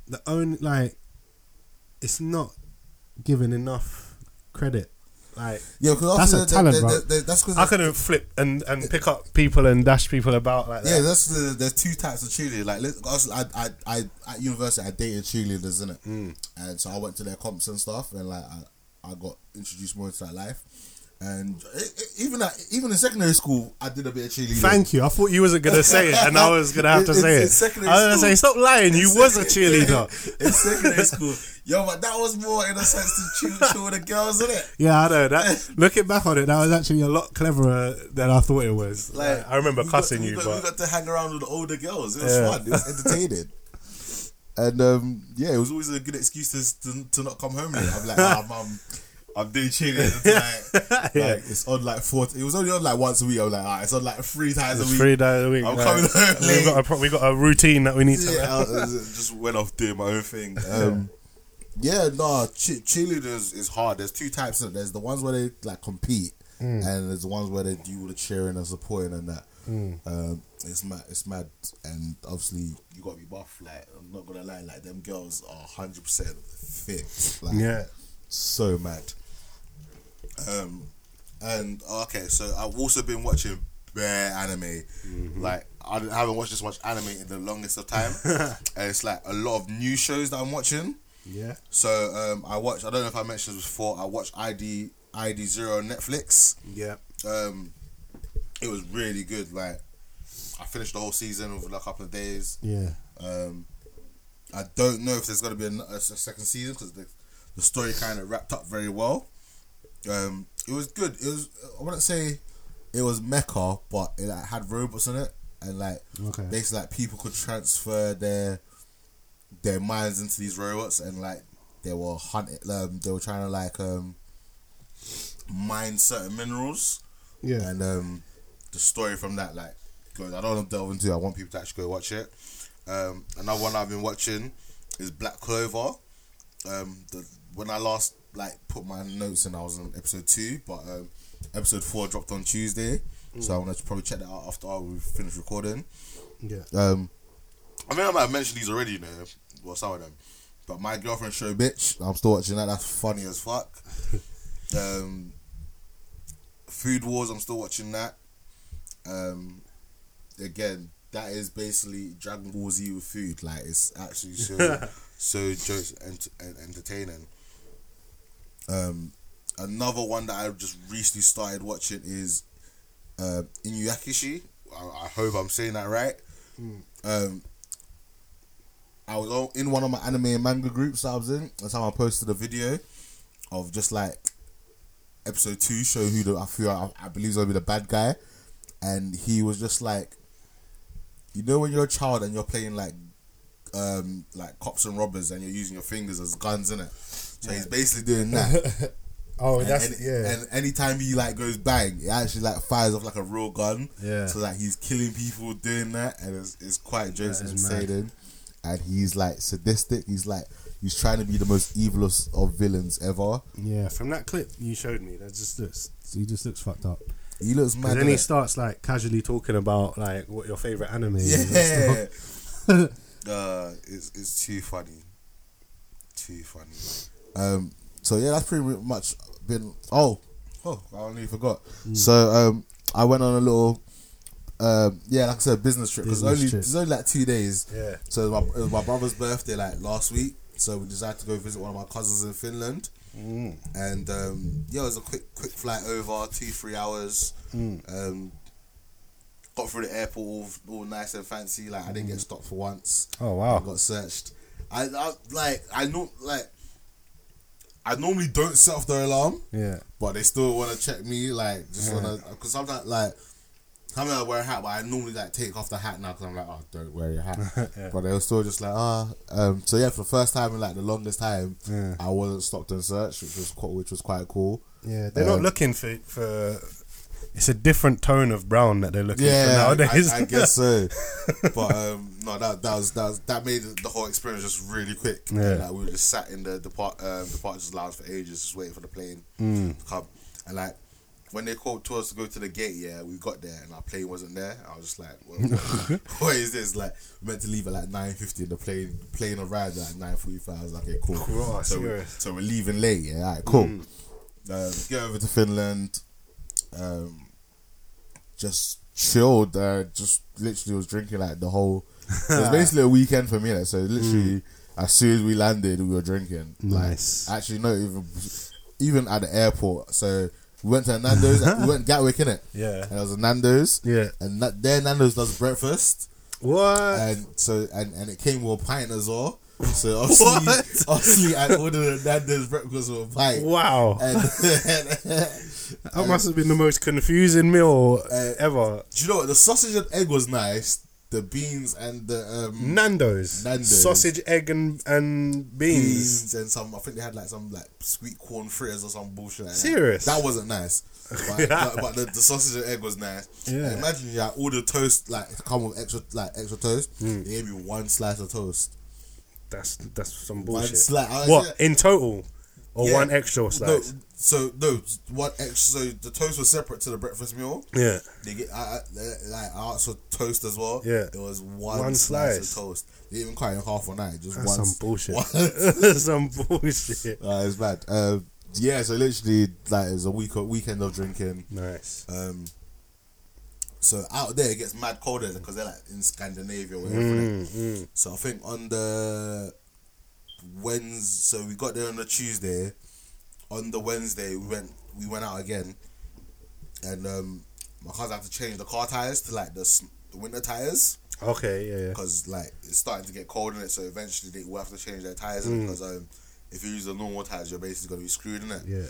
C: the only like, it's not given enough credit. Like,
B: yeah, because
C: That's
B: after
C: a
B: the, the-
C: talent,
B: the-
C: bro.
B: the- the- that's because
C: I couldn't flip and and pick up people and dash people about like
B: yeah,
C: that.
B: that's the there's two types of cheerleaders. Like, let- us- I, I, I at university I dated cheerleaders in it, mm. and so I went to their comps and stuff, and like I, I got introduced more into that life. And e- e- even at, even in secondary school, I did a bit of cheerleading.
C: Thank you. I thought you wasn't gonna say it, and I was gonna have to
B: It's-
C: say
B: it's-
C: it.
B: it's secondary
C: I was
B: school.
C: gonna say, stop lying. You was a cheerleader.
B: in secondary school, yo, but that was more in a sense to chill, chill with the girls, in it.
C: Yeah, I know that. Looking back on it, that was actually a lot cleverer than I thought it was. Like, I remember
B: we
C: cussing
B: got,
C: you,
B: we got,
C: but
B: we got to hang around with the older girls. It was
C: Yeah.
B: fun. It was entertaining. And um, yeah, it was always a good excuse to to, to not come home. Late. I'm like, ah, mum, I'm doing cheerleading tonight. like,
C: Yeah.
B: it's on like four. It was only on like once a week. I'm like, ah, it's on like three times a
C: it's
B: week.
C: three days a week.
B: I'm
C: like,
B: coming home
C: we
B: late.
C: got a pro- we got a routine that we need to.
B: Yeah, I was-
D: just went off doing my own thing.
B: um, yeah, no, che- cheerleaders is hard. There's two types of. There's the ones where they like compete, and there's the ones where they do all the cheering and supporting and that. Um, it's mad. It's mad, and obviously you gotta be buff. Like I'm not gonna lie, like them girls are hundred percent fit. Like,
C: Yeah.
B: so mad.
D: Um, and okay, so I've also been watching bare anime. Like I don't- haven't watched this much anime in the longest of time, and it's like a lot of new shows that I'm watching.
C: Yeah.
D: So um, I watched. I don't know if I mentioned this before. I watched ID ID Zero on Netflix.
C: Yeah.
D: Um, it was really good. Like I finished the whole season with like a couple of days.
C: Yeah.
D: Um, I don't know if there's going to be a, a s- a second season because the, the story kind of wrapped up very well. Um, it was good. It was. I wouldn't say
B: It was mecha, but it like, had robots in it, and like
C: Okay.
B: basically like people could transfer their their minds into these robots, and like they were hunting. Um, they were trying to like um mine certain minerals.
C: Yeah.
B: and um,
D: the story from that like goes. I don't want to delve into. it. I want people to actually go watch it. Um, another one I've been watching is Black Clover. Um, the, when I last like put my notes in, I was on episode two, but um, episode four dropped on Tuesday, so I'm gonna probably check that out after we finish recording.
C: Yeah.
B: um,
D: I mean, I might have mentioned these already, you know, well, some of them. But my girlfriend show bitch,
B: I'm still watching that. That's funny.
D: funny as fuck. um, Food Wars, I'm still watching that. Um, again, that is basically Dragon Ball Z with food. Like it's actually so so just ent- en- entertaining. Um, another one that I just recently started watching is uh, Inuyasha. I, I hope I'm saying that right. Um,
B: I was all- in one of my anime and manga groups that I was in. That's how I posted a video of just like episode two, show who the I feel I, I believe is gonna be the bad guy, and he was just like, you know, when you're a child and you're playing like, um, like cops and robbers, and you're using your fingers as guns in it. So he's basically doing that.
C: Oh,
B: And, any, and anytime he like goes bang, it actually like fires off like a real gun.
C: Yeah.
B: So like he's killing people doing that, and it's, it's quite jokes
C: is
B: and
C: mad.
B: entertaining. And he's like sadistic. He's like he's trying to be the most evilest of villains ever.
C: yeah. From that clip you showed me, that just looks. He just looks fucked up.
B: He looks
C: And
B: mad.
C: then he
B: innit?
C: starts like casually talking about like what your favorite anime is. and stuff.
B: Yeah.
D: uh, it's, it's too funny. Too funny.
B: Um. So yeah, that's pretty much been. Oh, oh, I only forgot.
C: Hmm.
B: So um, I went on a little. Um, yeah, like I said, business trip because
C: Business
B: only
C: trip.
B: it's only like two days.
C: Yeah.
B: So it was, my, it was my brother's birthday like last week, so we decided to go visit one of my cousins in Finland. And um, yeah, it was a quick quick flight over, two three hours. Um, got through the airport all, all nice and fancy. Like I didn't get stopped for once.
C: Oh wow.
B: I got searched. I, I like I know like I normally don't set off the alarm,
C: Yeah.
B: but they still want to check me. Like just want to because I'm not like. Sometimes I wear a hat, but I normally like take off the hat now because I'm like, oh, don't wear your hat.
C: Yeah.
B: But they were still just like, ah. Um, so yeah, for the first time in like the longest time,
C: Yeah.
B: I wasn't stopped and searched, which was quite, which was quite cool.
C: Yeah, they're not
B: Um,
C: looking for for. It's a different tone of brown that they're looking
B: Yeah,
C: for nowadays.
B: I, I guess so. but um, no, that that was that was, that made the whole experience just really quick.
C: Yeah.
B: like, we were just sat in the depart um, departures lounge for ages, just waiting for the plane
C: Mm.
B: to come. And like when they called to us to go to the gate, yeah, we got there and our plane wasn't there. I was just like, well, what- what is this? Like we meant to leave at like nine fifty, and the plane plane arrived at nine forty five. I was like, okay, cool.
C: Wow,
B: so, we,
C: serious. Mm.
B: so we're leaving late. Yeah, all right, cool. Um, get over to Finland. Um, just chilled. Uh, just literally was drinking like the whole. It was basically a weekend for me. Like, so
C: Mm.
B: literally, as soon as we landed, we were drinking.
C: Nice.
B: Like, actually, no, even even at the airport. So we went to Nando's. we went Gatwick in it.
C: Yeah.
B: And it was a Nando's.
C: Yeah.
B: And that, there Nando's does breakfast.
C: What?
B: And so and, and it came with a pint as well. So obviously, obviously, I ordered a Nando's breakfast with a pint.
C: Wow.
B: And
C: That must have been the most confusing meal
B: Uh,
C: ever.
B: Do you know what? The sausage and egg was nice. The beans and the um,
C: Nando's.
B: Nando's.
C: Sausage, egg, and, and beans.
B: beans and some. I think they had like some like sweet corn fritters or some bullshit. Like that.
C: Serious?
B: That wasn't nice. But, but- but the, the sausage and egg was nice.
C: Yeah.
B: And imagine yeah, all the toast like come with extra like extra toast.
C: Hmm.
B: They gave me one slice of toast.
C: That's that's some
B: One
C: bullshit.
B: slice. I was
C: What
B: like,
C: in total,
B: oh,
C: or
B: yeah.
C: one extra slice?
B: No, so no, one extra. So the toast was separate to the breakfast meal.
C: Yeah.
B: They get I, I, they- like I asked for toast as well.
C: Yeah.
B: it was one,
C: One
B: slice.
C: slice.
B: of toast. They even cut it in half or night. Just
C: That's
B: one.
C: some bullshit.
B: one-
C: some bullshit.
B: Uh, it's bad. Uh, yeah, so literally, like, it was a week weekend of drinking.
C: Nice.
B: Um, so out there, it gets mad colder because they're like in Scandinavia or whatever.
C: Mm, mm.
B: So I think on the Wednesday, so we got there on the Tuesday. On the Wednesday, we went we went out again, and um, my cousin had to change the car tires to like the, s- the winter tires
C: Okay. Yeah. yeah.
B: because like it's starting to get cold in it. So eventually they will have to change their tires in it because um, if you use the normal tires, you're basically gonna be screwed in it.
C: Yeah.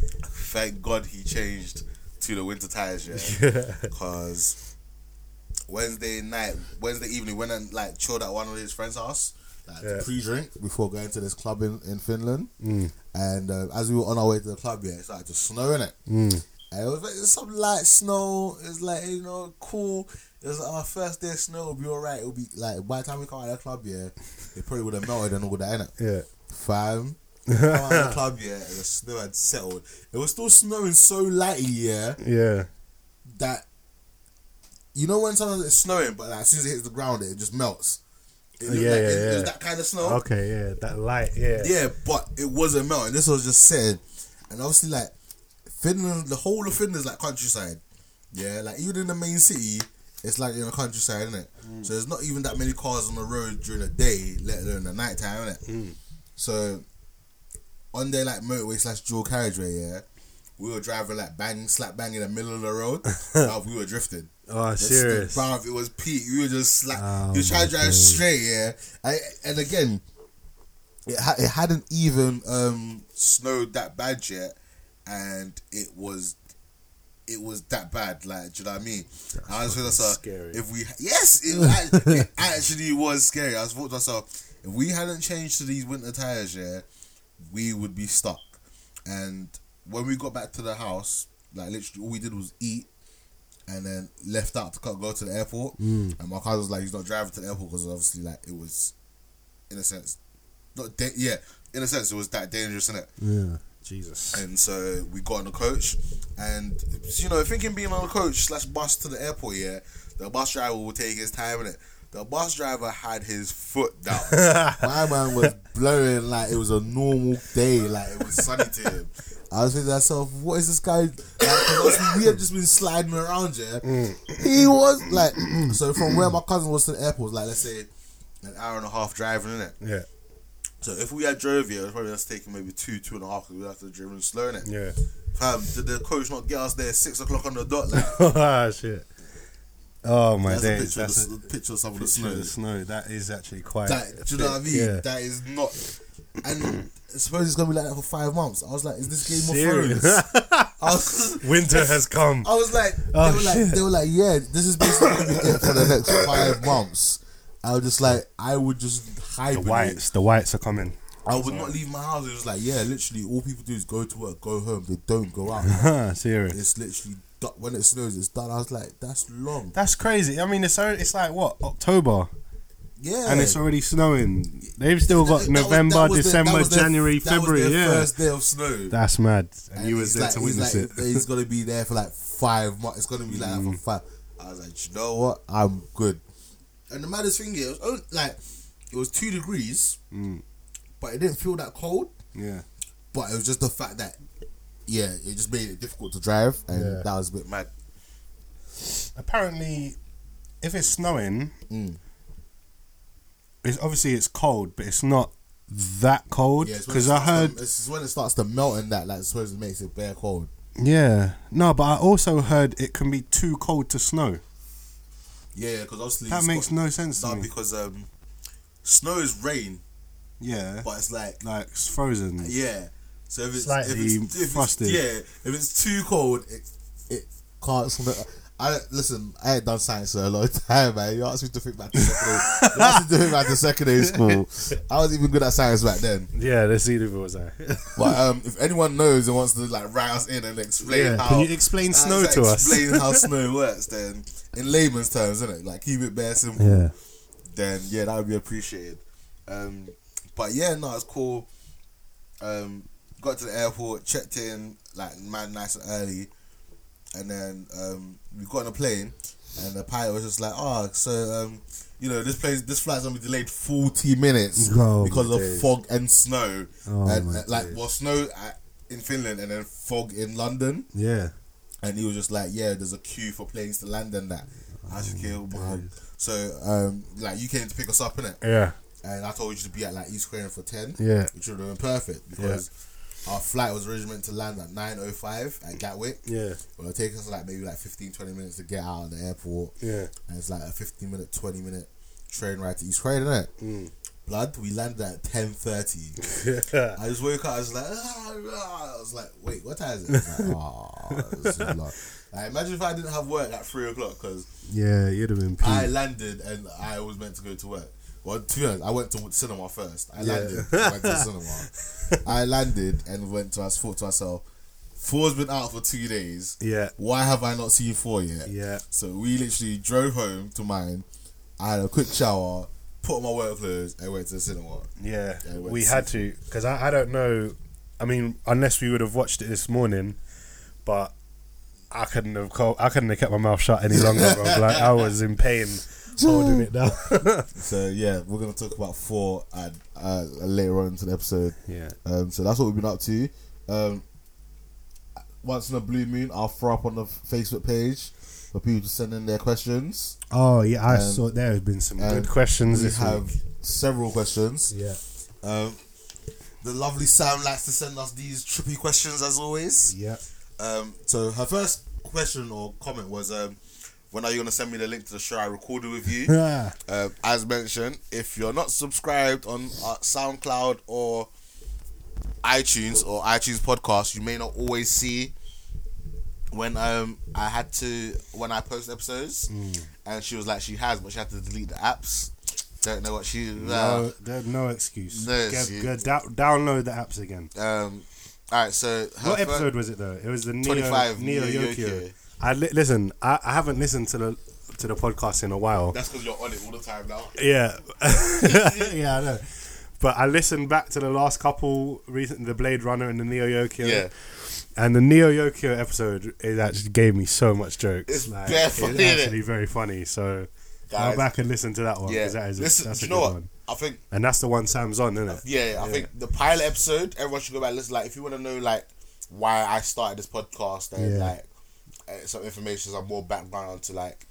B: Thank God he changed to the winter tires, yeah.
C: Yeah.
B: Because Wednesday night, Wednesday evening, went and like chilled at one of his friends' house, like
C: Yeah.
B: pre-drink before going to this club in, in Finland. And uh, as we were on our way to the club, yeah, it started to snow in it. And it was like it's some light snow. It's like you know, cool. It was like, our first day of snow. It'll be alright. It'll be like by the time we come out of the club, yeah, it probably would have melted and all that, innit?
C: Yeah.
B: fam. Come out of the club, yeah, and the snow had settled. It was still snowing so lightly, yeah,
C: Yeah.
B: that you know when sometimes it's snowing, but like, as soon as it hits the ground, it just melts. It looked
C: Yeah,
B: like,
C: yeah,
B: it, it was
C: yeah.
B: that kind of snow.
C: Okay. Yeah. That light. Yeah.
B: Oh. Yeah, but it wasn't melting. This was just sitting, and obviously, like Finland, the whole of Finland is like countryside. Yeah, like even in the main city, it's like in the countryside, isn't it?
C: Mm.
B: So there's not even that many cars on the road during the day, let alone the nighttime, isn't it?
C: Mm.
B: So on their like motorway slash dual carriageway, yeah, we were driving like bang, slap bang in the middle of the road. bruv, we were drifting.
C: Oh,
B: It's
C: serious.
B: the- bruv, it was peak. We were just slap.
C: Oh,
B: you try to
C: my
B: drive
C: days.
B: straight, yeah. I, and again, it ha- it hadn't even um snowed that bad yet, and it was. It was that bad, like, do you know what I mean? I was thinking to myself,
C: scary.
B: if we, yes, it, was- it actually was scary. I was thought to myself, if we hadn't changed to these winter tires, yeah, we would be stuck. And when we got back to the house, like literally all we did was eat and then left out to co- go to the airport. And my cousin was like, he's not driving to the airport because obviously, like, it was, in a sense, not da- yeah, in a sense, it was that dangerous, innit?
C: Yeah. Jesus.
B: And so we got on the coach, and you know, thinking being on a coach slash bus to the airport, yeah, the bus driver will take his time in it. The bus driver had his foot down. My man was blowing like it was a normal day, like it was sunny to him. I was thinking to myself, what is this guy? Like, 'cause obviously we have just been sliding around, yeah. He was like, so from where my cousin was to the airport, was like let's say an hour and a half driving in it.
C: Yeah.
B: So if we had drove here, it would probably us taking maybe two, two and a half, because we'd have to driven slow in it.
C: Yeah.
B: Fam, did the coach not get us there at six o'clock on the dot? Like,
C: oh shit. Oh my
B: that's a
C: days.
B: picture, of
C: That's
B: the, picture of some of the
C: picture
B: snow.
C: of the snow. That is actually quite.
B: That, do you know what I mean?
C: Yeah.
B: That is not. And I suppose it's gonna be like that for five months. I was like, is this Game of
C: Serious?
B: Thrones? I was,
C: Winter has come.
B: I was like,
C: Oh,
B: they were like,
C: shit.
B: they were like, yeah, this is basically gonna be it for the next five months. I was just like, I would just
C: The
B: hibernate.
C: whites, the whites are coming.
B: I would not leave my house. It was like, yeah, literally, all people do is go to work, go home. They don't go out.
C: Serious.
B: it's literally du- when it snows, it's done. I was like, that's long.
C: That's crazy. I mean, it's already, it's like what October,
B: Yeah,
C: and it's already snowing. They've still
B: That-
C: got
B: that was-
C: November,
B: that was their- that
C: December,
B: was their- that
C: January,
B: was their
C: February. Yeah,
B: first day of snow.
C: that's mad. And, you
B: he's
C: was there
B: like-
C: to
B: he's
C: witness
B: like,
C: it. Mm.
B: He's gonna be there for like five months. It's gonna be like that for five. I was like, you know what? I'm good. And the maddest thing is, it was only, like it was two degrees,
C: Mm.
B: but it didn't feel that cold.
C: Yeah,
B: But it was just the fact that, yeah, it just made it difficult to drive, and
C: Yeah.
B: that was a bit mad.
C: apparently, if it's snowing,
B: Mm.
C: it's obviously it's cold, but it's not that cold
B: Yeah, it's when
C: because
B: it
C: I
B: starts to-
C: heard
B: it's when it starts to melt and that, like, I suppose it makes it bare cold.
C: yeah no, but I also heard it can be too cold to snow.
B: Yeah, because obviously
C: That
B: it's
C: makes
B: got-
C: no sense to
B: No,
C: me.
B: because um, snow is rain,
C: yeah,
B: but it's like
C: like it's frozen.
B: yeah. So if it's if
C: Slightly
B: it's, if
C: frosted.
B: It's, yeah, if it's too cold, it it can't. Snow. I listen. I ain't done science for a long time, man. You asked me to think back to secondary. you asked me to think back to secondary school. I was even good at science back then.
C: Yeah, that's either was I.
B: But um, if anyone knows and wants to like write us in and explain
C: Yeah,
B: how
C: can you explain
B: how
C: snow
B: like,
C: to us?
B: explain how snow works, then in layman's terms, isn't it? Like keep it bare simple.
C: Yeah.
B: then yeah, that would be appreciated. Um, but yeah, no, it's cool. Um, got to the airport, checked in like man, nice and early, and then um, we got on a plane, and the pilot was just like, "Oh, so um, you know, this plane, this flight's gonna be delayed forty minutes
C: Oh,
B: because
C: my
B: of
C: days.
B: fog and snow,
C: Oh,
B: and
C: my
B: uh, like
C: days.
B: well, snow at, in Finland and then fog in London."
C: Yeah.
B: and he was just like, "Yeah, there's a queue for planes to land and that." I should
C: Mm,
B: kill man. So, um, like you came to pick us up in it,
C: Yeah.
B: and I told you to be at like East Korean for ten,
C: Yeah.
B: which would have been perfect because our flight was originally meant to land at nine oh five at Gatwick.
C: Yeah.
B: Well, it takes us like maybe like 15, 20 minutes to get out of the airport,
C: Yeah.
B: and it's like a fifteen minute, twenty minute train ride to East Korean, isn't it?
C: Mm.
B: Blood, we landed at ten thirty. I just woke up. I was like, "Ah, ah." I was like, wait, what time is it? I was like, "Ah, this is long." Like, imagine if I didn't have work at three o'clock because
C: yeah, you'd have been
B: I landed and I was meant to go to work. Well, to be honest, I went to cinema first. I
C: Yeah.
B: landed, went to cinema. I landed and went to. I thought to myself, four's been out for two days.
C: Yeah.
B: Why have I not seen four yet?
C: Yeah.
B: So we literally drove home to mine. I had a quick shower, put on my work clothes, and went to the cinema.
C: Yeah.
B: Yeah, it went
C: we
B: to
C: had to because I, I don't know. I mean, unless we would have watched it this morning, but I couldn't have called, I couldn't have kept my mouth shut any longer, bro. Like I was in pain holding it down.
B: So yeah, we're gonna talk about four and uh, later on into the episode.
C: yeah.
B: Um, so that's what we've been up to. Um, once in a blue moon, I'll throw up on the Facebook page for people to send in their questions.
C: Oh yeah, I
B: Um,
C: saw there have been some
B: um,
C: good questions
B: We
C: this
B: have
C: week.
B: several questions.
C: Yeah.
B: Um, the lovely Sam likes to send us these trippy questions as always.
C: Yeah.
B: Um, so her first question or comment was, um, "When are you gonna send me the link to the show I recorded with you?"
C: Ah,
B: Um, as mentioned, if you're not subscribed on uh, SoundCloud or iTunes or iTunes podcast, you may not always see when um I had to when I post episodes,
C: Mm.
B: and she was like she has, but she had to delete the apps. Don't know what she. uh,
C: no, there's no excuse.
B: No
C: Get-
B: excuse.
C: get- dou- download the apps again.
B: Um. All right. So her
C: What
B: fir-
C: episode was it though? It was the Neo,
B: 25,
C: Neo,
B: Neo
C: Yokio.
B: Yokio.
C: I li- listen. I, I haven't listened to the to the podcast in a while.
B: That's because you're on it all the time now.
C: yeah, yeah, I know. But I listened back to the last couple recent, the Blade Runner and the Neo Yokio.
B: Yeah.
C: And the Neo Yokio episode, it actually gave me so much jokes.
B: It's bare funny,
C: it's
B: innit?
C: actually very funny. So
B: Guys.
C: go back and listen to that one.
B: Yeah.
C: 'cause That is a,
B: Listen,
C: that's
B: do
C: a
B: you know
C: good
B: what?
C: one.
B: I think
C: And that's the one Sam's on, isn't it?
B: Yeah, I think the pilot episode, everyone should go back and listen. Like, if you want to know, like, why I started this podcast and,
C: Yeah.
B: like, uh, some information, some more background onto, like,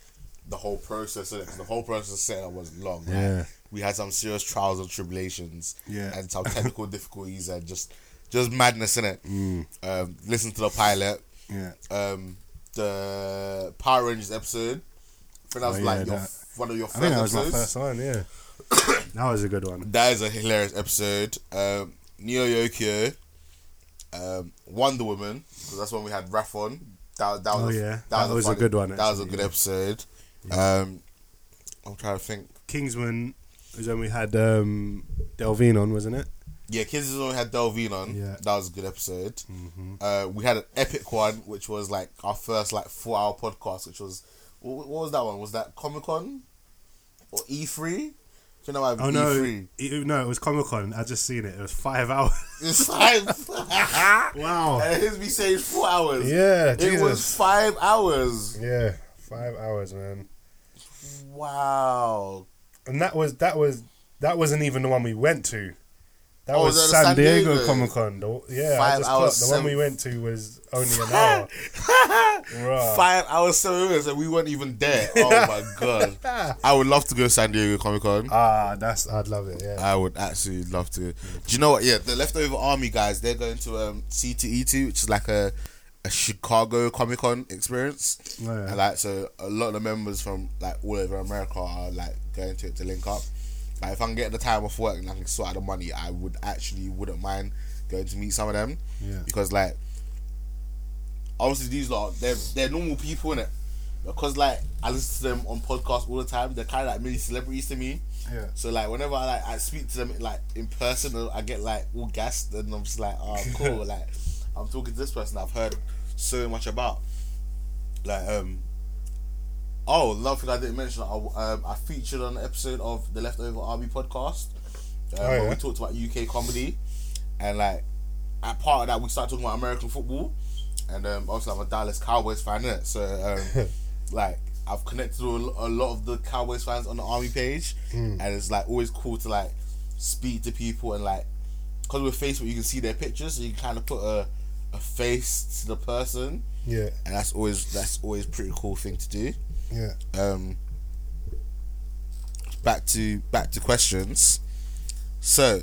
B: the whole process of it. 'cause the whole process of setting up was long. like,
C: Yeah.
B: we had some serious trials and tribulations.
C: Yeah.
B: And some technical difficulties and just just madness in it.
C: Mm.
B: Um, listen to the pilot.
C: Yeah.
B: Um, the Power Rangers episode. I think that was,
C: Oh, yeah,
B: like, your,
C: that-
B: f- one of your first
C: I think that was my
B: episodes.
C: first one. Yeah. that was a good one.
B: That is a hilarious episode. Um, Neo Yokio, um, Wonder Woman, because that's when we had Raph on. That, that was,
C: Oh,
B: a-
C: yeah.
B: that was, a, funny-
C: good one,
B: That was a
C: actually,
B: good
C: yeah.
B: episode. Um, I'm trying to think.
C: Kingsman was when we had um, Delvine on, wasn't it?
B: Yeah, Kids is when we had Delvine on.
C: Yeah. Mm-hmm.
B: That was a good episode. Uh, we had an epic one, which was like our first like four hour podcast, which was what, what was that one? Was that Comic Con or E three? Do you know what I
C: Oh
B: mean? E
C: no,
B: E3.
C: it- no, it was Comic Con. I just seen it. It was five hours.
B: It's like
C: wow.
B: And here's me saying four hours.
C: Yeah,
B: It
C: Jesus.
B: was five hours.
C: Yeah, five hours, man.
B: Wow.
C: And that was that was that wasn't even the one we went to. That
B: Oh,
C: was,
B: was that the San
C: San, Diego,
B: Diego?
C: Comic Con. The- Yeah,
B: Five
C: I just
B: hours,
C: clocked. The one
B: seven-
C: we went to was only an hour. Bruh.
B: Five hours, seven minutes, and we weren't even there. Oh my god. I would love to go to San Diego Comic Con.
C: Ah, that's I'd love it. Yeah.
B: I would absolutely love to. Do you know what? Yeah, the leftover army guys, they're going to um, C2E2, which is like a, a Chicago Comic Con experience.
C: Oh, yeah.
B: And like, so a lot of the members from like all over America are like going to it to link up. Like, if I can get the time off work and I can sort out the money, I would actually wouldn't mind going to meet some of them.
C: Yeah.
B: Because like, obviously these lot, they're they're normal people in it. Because like I listen to them on podcasts all the time, they're kind of like mini celebrities to me.
C: Yeah.
B: So like whenever I like I speak to them like in person, I get like all gassed and I'm just like, oh cool, like I'm talking to this person I've heard so much about. Like um, oh love thing I didn't mention, I um, I featured on an episode of the Leftover Army podcast um,
C: Oh,
B: where
C: yeah.
B: we talked about UK comedy, and like at part of that we started talking about American football, and um, obviously I'm a Dallas Cowboys fan, innit? so um, like I've connected with a lo- a lot of the Cowboys fans on the Army page, and it's like always cool to like speak to people and like because with Facebook you can see their pictures, so you can kind of put a a face to the person,
C: Yeah.
B: and that's always that's always a pretty cool thing to do
C: Yeah.
B: um back to back to questions so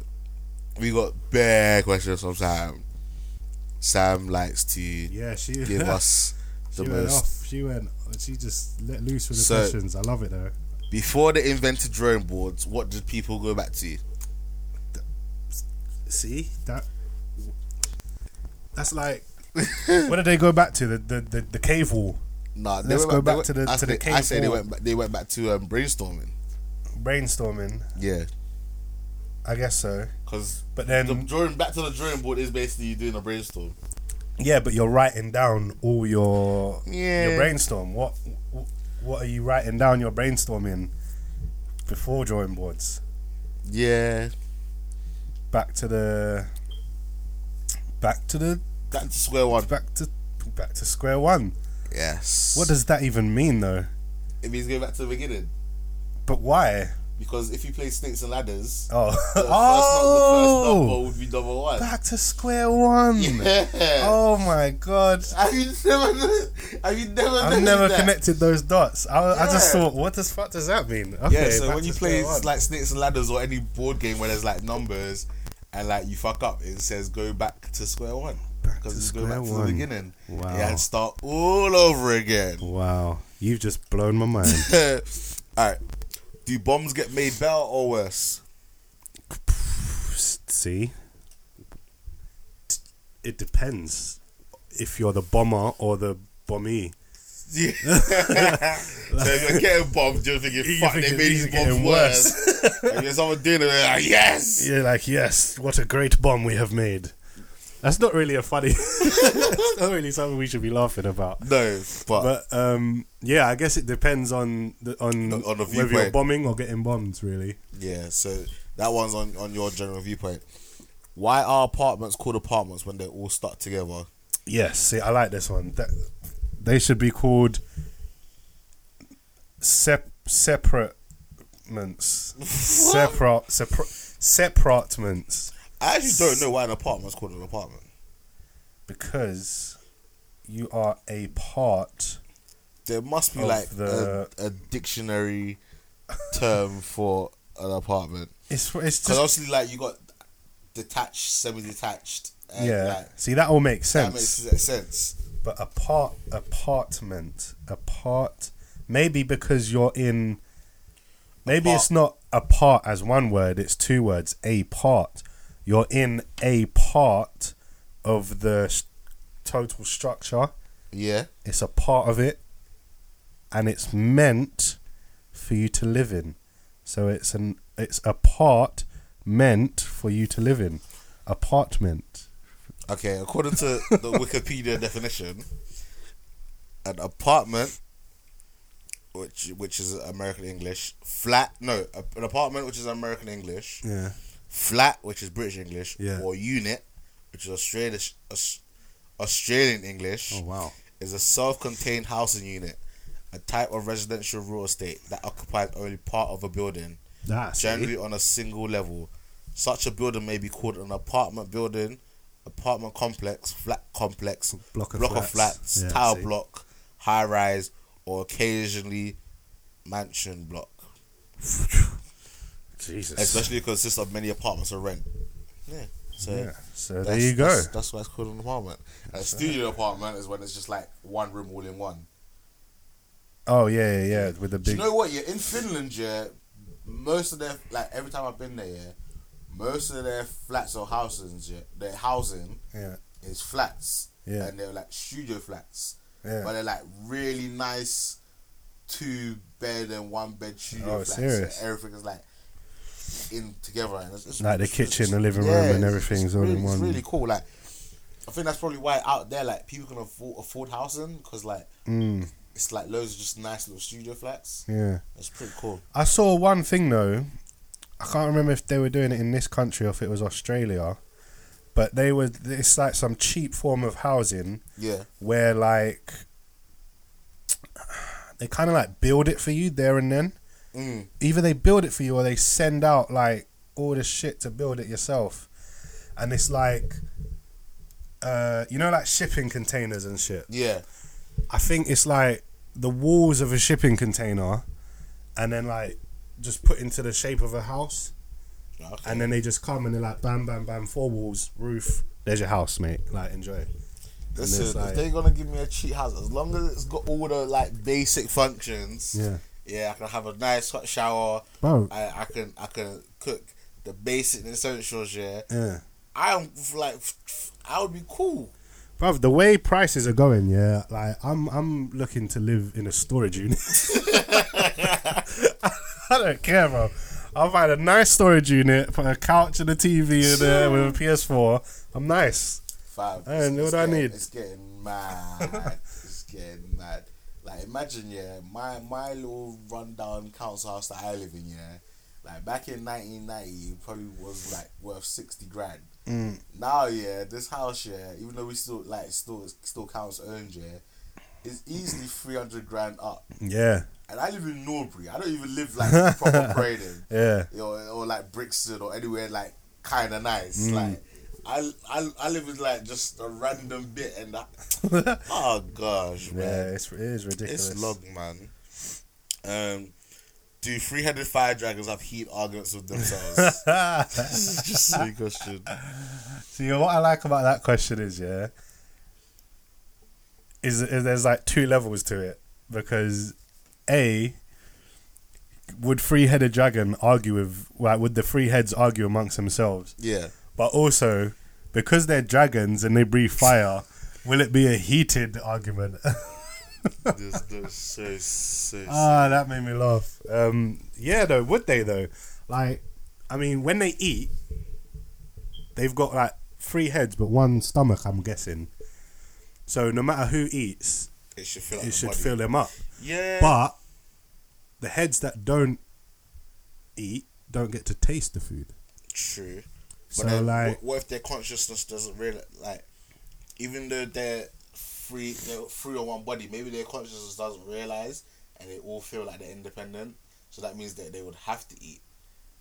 B: we got bare questions from sam sam likes to
C: Yeah. She
B: give us the
C: she went
B: most
C: off. She went. She just let loose with the
B: So-
C: questions. I love it though.
B: before they invented drawing boards what did people go back to
C: See that? That's like. what did they go back to? The the, the, the cave wall,
B: nah, they
C: Let's
B: went
C: go
B: they
C: back
B: went-
C: to the-
B: I
C: to the
B: think- I
C: cave
B: say they
C: wall.
B: went back, they went back to um, brainstorming
C: brainstorming.
B: yeah
C: I guess so.
B: because
C: But then,
B: the drawing back to the drawing board is basically you doing a brainstorm
C: yeah, but you're writing down all your
B: Yeah.
C: your brainstorm. What wh- what are you writing down? Your brainstorming before drawing boards.
B: yeah
C: Back to the back to the
B: back to square one
C: back to back to square one.
B: yes
C: What does that even mean though?
B: it means go back to the beginning
C: But why?
B: Because if you play snakes and ladders,
C: Oh,
B: the, first, num- the first number
C: oh,
B: would be number one.
C: back to square one.
B: Yeah.
C: Oh my god.
B: Have you never? Have you never?
C: I've
B: noticed
C: never
B: that?
C: connected those dots. I, I just
B: Yeah.
C: thought, what the fuck does that mean?
B: Yeah.
C: Okay,
B: so
C: back
B: when
C: to
B: you
C: square
B: play
C: one.
B: like snakes and ladders or any board game where there's like numbers, and like you fuck up, it says go back to square one.
C: Back to
B: Because you go
C: square
B: back to
C: one.
B: the beginning.
C: Wow.
B: Yeah, and start all over again.
C: Wow, you've just blown my mind.
B: all right. Do bombs get made better or worse?
C: See, T- it depends if you're the bomber or the bombee.
B: Yeah. so if you're getting bombed, you're thinking,
C: You're
B: fuck,
C: thinking
B: they made
C: these
B: these
C: are getting
B: bombs worse. and if someone doing it, they're like, yes!
C: You're like, yes, what a great bomb we have made. That's not really a funny. that's not really something we should be laughing about.
B: No, but,
C: But um, yeah, I guess it depends on the, on,
B: On- on the
C: whether you're
B: viewpoint.
C: bombing or getting bombed. Really,
B: yeah, so that one's on, on your general viewpoint. Why are apartments called apartments when they're all stuck together?
C: yes. See, I like this one. That they should be called sep- separatements. separate separ- separatements
B: I actually don't know why an apartment's called an apartment.
C: because you are a part.
B: There must be
C: Of
B: like
C: the-
B: a, a dictionary term for an apartment.
C: It's
B: Because
C: it's just
B: obviously, like, you got detached, semi detached.
C: yeah. see, that all makes
B: That
C: sense.
B: makes sense.
C: but apart apartment apart maybe because you're in maybe
B: Apart.
C: it's not apart as one word it's two words a part you're in a part of the s- total structure.
B: Yeah.
C: It's a part of it, and it's meant for you to live in. So it's an it's a part meant for you to live in. Apartment.
B: Okay, according to the Wikipedia definition, an apartment, which which is American English, flat no, a- an apartment which is American English,
C: Yeah.
B: flat which is British English,
C: Yeah.
B: or unit, which is Australish, Aus- Australian English,
C: Oh, wow.
B: is a self-contained housing unit, a type of residential real estate that occupies only part of a building
C: That's
B: generally on a single level. Such a building may be called an apartment building, apartment complex, flat complex,
C: Block of
B: of
C: flats.
B: flats,
C: Yeah,
B: tower
C: see.
B: block, high rise, or occasionally mansion block.
C: Jesus.
B: Especially consists of many apartments for rent. Yeah. So
C: yeah. So there
B: that's-
C: you go.
B: That's, that's why it's called an apartment. A studio apartment is when it's just like one room all in one.
C: oh yeah, yeah, yeah. With the
B: Do
C: big
B: you know what? Yeah, in Finland, yeah, most of their like every time I've been there, yeah, most of their flats or houses, yeah, their housing
C: yeah,
B: is flats.
C: Yeah.
B: And they're like studio flats.
C: yeah.
B: But they're like really nice two bed and one bed studio
C: Oh,
B: flats.
C: serious?
B: So everything is like in together. And it's, it's,
C: Like the
B: it's-
C: kitchen,
B: it's-
C: the living room, and
B: it's-
C: everything's
B: it's
C: all in
B: really,
C: one.
B: It's really cool. Like, I think that's probably why out there, like, people can afford, afford housing because, like,
C: Mm,
B: it's like loads of just nice little studio flats.
C: yeah.
B: It's pretty cool.
C: I saw one thing though. I can't remember if they were doing it in this country or if it was Australia, but they were. It's like some cheap form of housing
B: Yeah.
C: where like they kind of like build it for you there and then.
B: Mm.
C: Either they build it for you or they send out like all the shit to build it yourself, and it's like. Uh, you know, like shipping containers and shit.
B: Yeah.
C: I think it's like the walls of a shipping container, and then like just put into the shape of a house,
B: Okay.
C: and then they just come and they're like bam, bam, bam, four walls, roof. There's your house, mate. Like enjoy.
B: Listen,
C: like-
B: if they're gonna give me a cheap house, as long as it's got all the like basic functions,
C: Yeah.
B: yeah, I can have a nice hot shower.
C: Bro.
B: I, I can I can cook the basic essentials. Yeah,
C: Yeah,
B: I'm like, I would be cool.
C: bro. The way prices are going, yeah. Like I'm, I'm looking to live in a storage unit. I don't care, bro. I'll find a nice storage unit, put a couch and a TV in there with a PS4. I'm nice.
B: Five.
C: I don't know
B: it's
C: what I
B: getting-
C: need.
B: It's getting mad. it's getting mad. Like imagine, yeah, my my little rundown council house that I live in, yeah. Like back in 1990, it probably was like worth sixty grand.
C: Mm.
B: Now, yeah, this house, yeah, even though we still like still still council owned, yeah, is easily three hundred grand up.
C: Yeah,
B: And I live in Norbury. I don't even live like proper Croydon
C: yeah,
B: you know, or like Brixton or anywhere like kind of nice.
C: Mm.
B: Like I, I I live in like just a random bit and I, oh gosh,
C: yeah.
B: man,
C: It's it is ridiculous.
B: it's log man. Um, do three-headed fire dragons have heat arguments with themselves? this is just silly question.
C: See, what I like about that question is, yeah, is, is there's like two levels to it because, a, would three-headed dragon argue with like would the three heads argue amongst themselves?
B: Yeah,
C: But also, because they're dragons and they breathe fire, will it be a heated argument?
B: this, this is so so.
C: ah, that made me laugh. Um, yeah, though, would they though? Like, I mean, when they eat, they've got like three heads but one stomach. I'm guessing. So no matter who eats,
B: it should feel like
C: it
B: a
C: should
B: body.
C: fill them up.
B: Yeah,
C: But the heads that don't eat don't get to taste the food.
B: true.
C: So
B: But then,
C: like,
B: what, what if their consciousness doesn't really like, even though they're free, they're free on one body. Maybe their consciousness doesn't realize, and they all feel like they're independent. So that means that they would have to eat,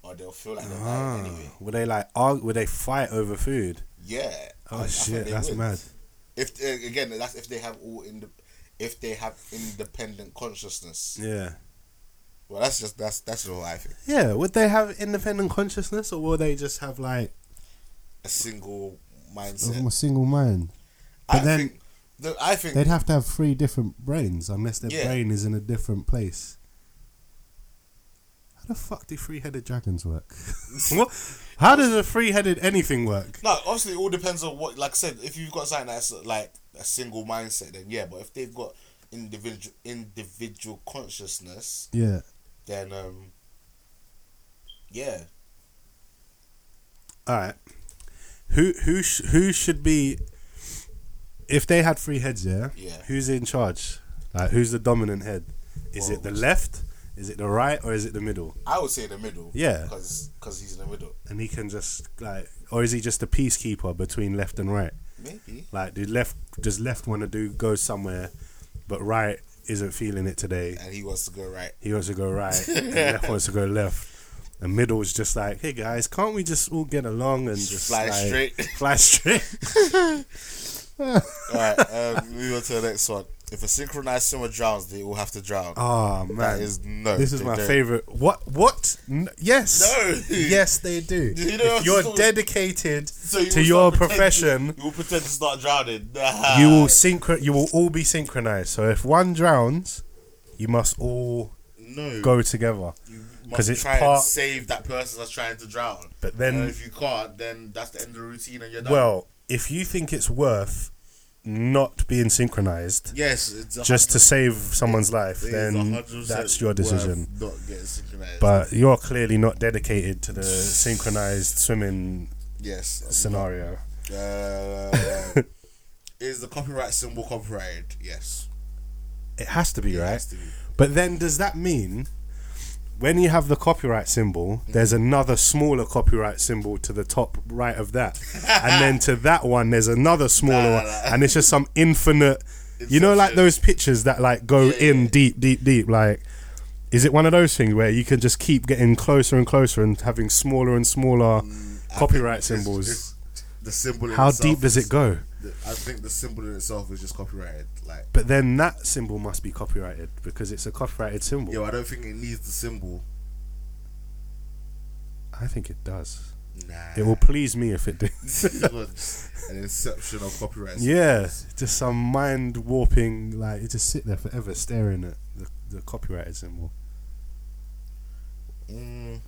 B: or they'll feel like they're
C: ah,
B: dying anyway.
C: would they like? Argue, would they fight over food?
B: Yeah.
C: Oh
B: I- I think
C: shit,
B: they
C: that's
B: would.
C: mad.
B: If uh, again, that's if they have all in if they have independent consciousness.
C: Yeah.
B: Well, that's just that's that's all I think.
C: Yeah, would they have independent consciousness, or will they just have like
B: A single mindset.
C: a single mind?
B: I
C: but then-
B: think, no, I think
C: They'd have to have three different brains unless their
B: Yeah.
C: brain is in a different place. How the fuck do three-headed dragons work? what? How does a three-headed anything work?
B: No, obviously it all depends on what. Like I said, if you've got something that's like a single mindset, then yeah. But if they've got individual individual consciousness,
C: Yeah.
B: then um, yeah,
C: All right. Who who sh- who should be? If they had three heads, yeah.
B: Yeah.
C: Who's in charge? Like, who's the dominant head? Is it the left? Is it the right? Or is it the middle?
B: I would say the middle.
C: Yeah.
B: because he's in the middle.
C: And he can just like, or is he just a peacekeeper between left and right?
B: Maybe.
C: Like, do left does left want to do go somewhere, but right isn't feeling it today.
B: And he wants to go right.
C: He wants to go right, and left wants to go left. And middle is just like, hey guys, can't we just all get along and just
B: Fly
C: like,
B: straight."
C: fly straight?
B: all right, um, move on to the next one. If a synchronized swimmer drowns, they all have to drown.
C: Oh man,
B: that is no.
C: This is
B: they
C: my
B: don't.
C: favorite. What? What? N- yes.
B: No.
C: Yes, they do.
B: You know,
C: if you're
B: so-
C: dedicated
B: So you
C: to
B: will
C: your
B: start pretending-
C: profession,
B: you will pretend to start drowning.
C: you will synchro. You will all be synchronized. So if one drowns, you must all
B: no
C: go together.
B: You
C: 'Cause
B: must
C: it's
B: try
C: part-
B: and save that person that's trying to drown.
C: But then-
B: and if you can't, then that's the end of the routine, and you're done.
C: Well, if you think it's worth not being synchronized
B: yes, it's a
C: just to
B: hundred-
C: save someone's life,
B: it is a
C: then
B: hundred percent
C: that's your
B: worth
C: decision.
B: Not getting synchronized.
C: But you're clearly not dedicated to the synchronized swimming
B: yes,
C: scenario.
B: uh, is the copyright symbol copyrighted? Yes,
C: It has to be,
B: It
C: right?
B: has to be.
C: But then does that mean when you have the copyright symbol,
B: Mm.
C: there's another smaller copyright symbol to the top right of that. and then to that one there's another smaller
B: Nah,
C: one.
B: nah,
C: And it's just some infinite you know like
B: Inception.
C: those pictures that like go
B: Yeah, yeah,
C: in
B: yeah.
C: deep, deep, deep, like is it one of those things where you can just keep getting closer and closer and having smaller and smaller
B: Mm, I
C: copyright
B: think it's-
C: symbols?
B: it's- the symbol. in
C: How
B: itself
C: deep does
B: is-
C: it go?
B: the- I think the symbol in itself is just copyrighted. Like,
C: But then that symbol must be copyrighted because it's a copyrighted symbol.
B: yo, I don't think it needs the symbol.
C: I think it does.
B: Nah,
C: It will please me if it did.
B: an inception of copyright.
C: Yeah, just some mind warping. Like you just sit there forever staring at the, the copyrighted symbol.
B: Mm,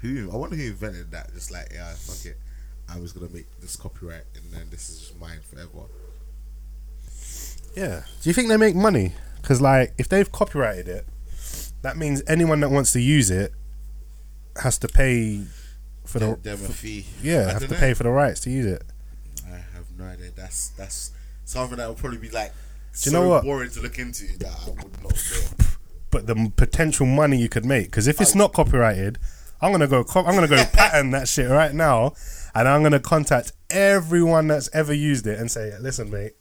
B: who I wonder who invented that. Just like yeah, fuck it. I'm just gonna make this copyright, and then this is just mine forever.
C: Yeah. Do you think they make money? Because like, if they've copyrighted it, that means anyone that wants to use it has to pay for the
B: Give them a fee.
C: yeah
B: I
C: have
B: don't
C: to
B: know.
C: pay for the rights to use it.
B: I have no idea. That's that's something that would probably be like.
C: Do you
B: so
C: know what?
B: Boring to look into that I would not. Do.
C: But the m- potential money you could make, because if it's not copyrighted, I'm gonna go. Co- I'm gonna go patent that shit right now, and I'm gonna contact everyone that's ever used it and say, "Listen, mate,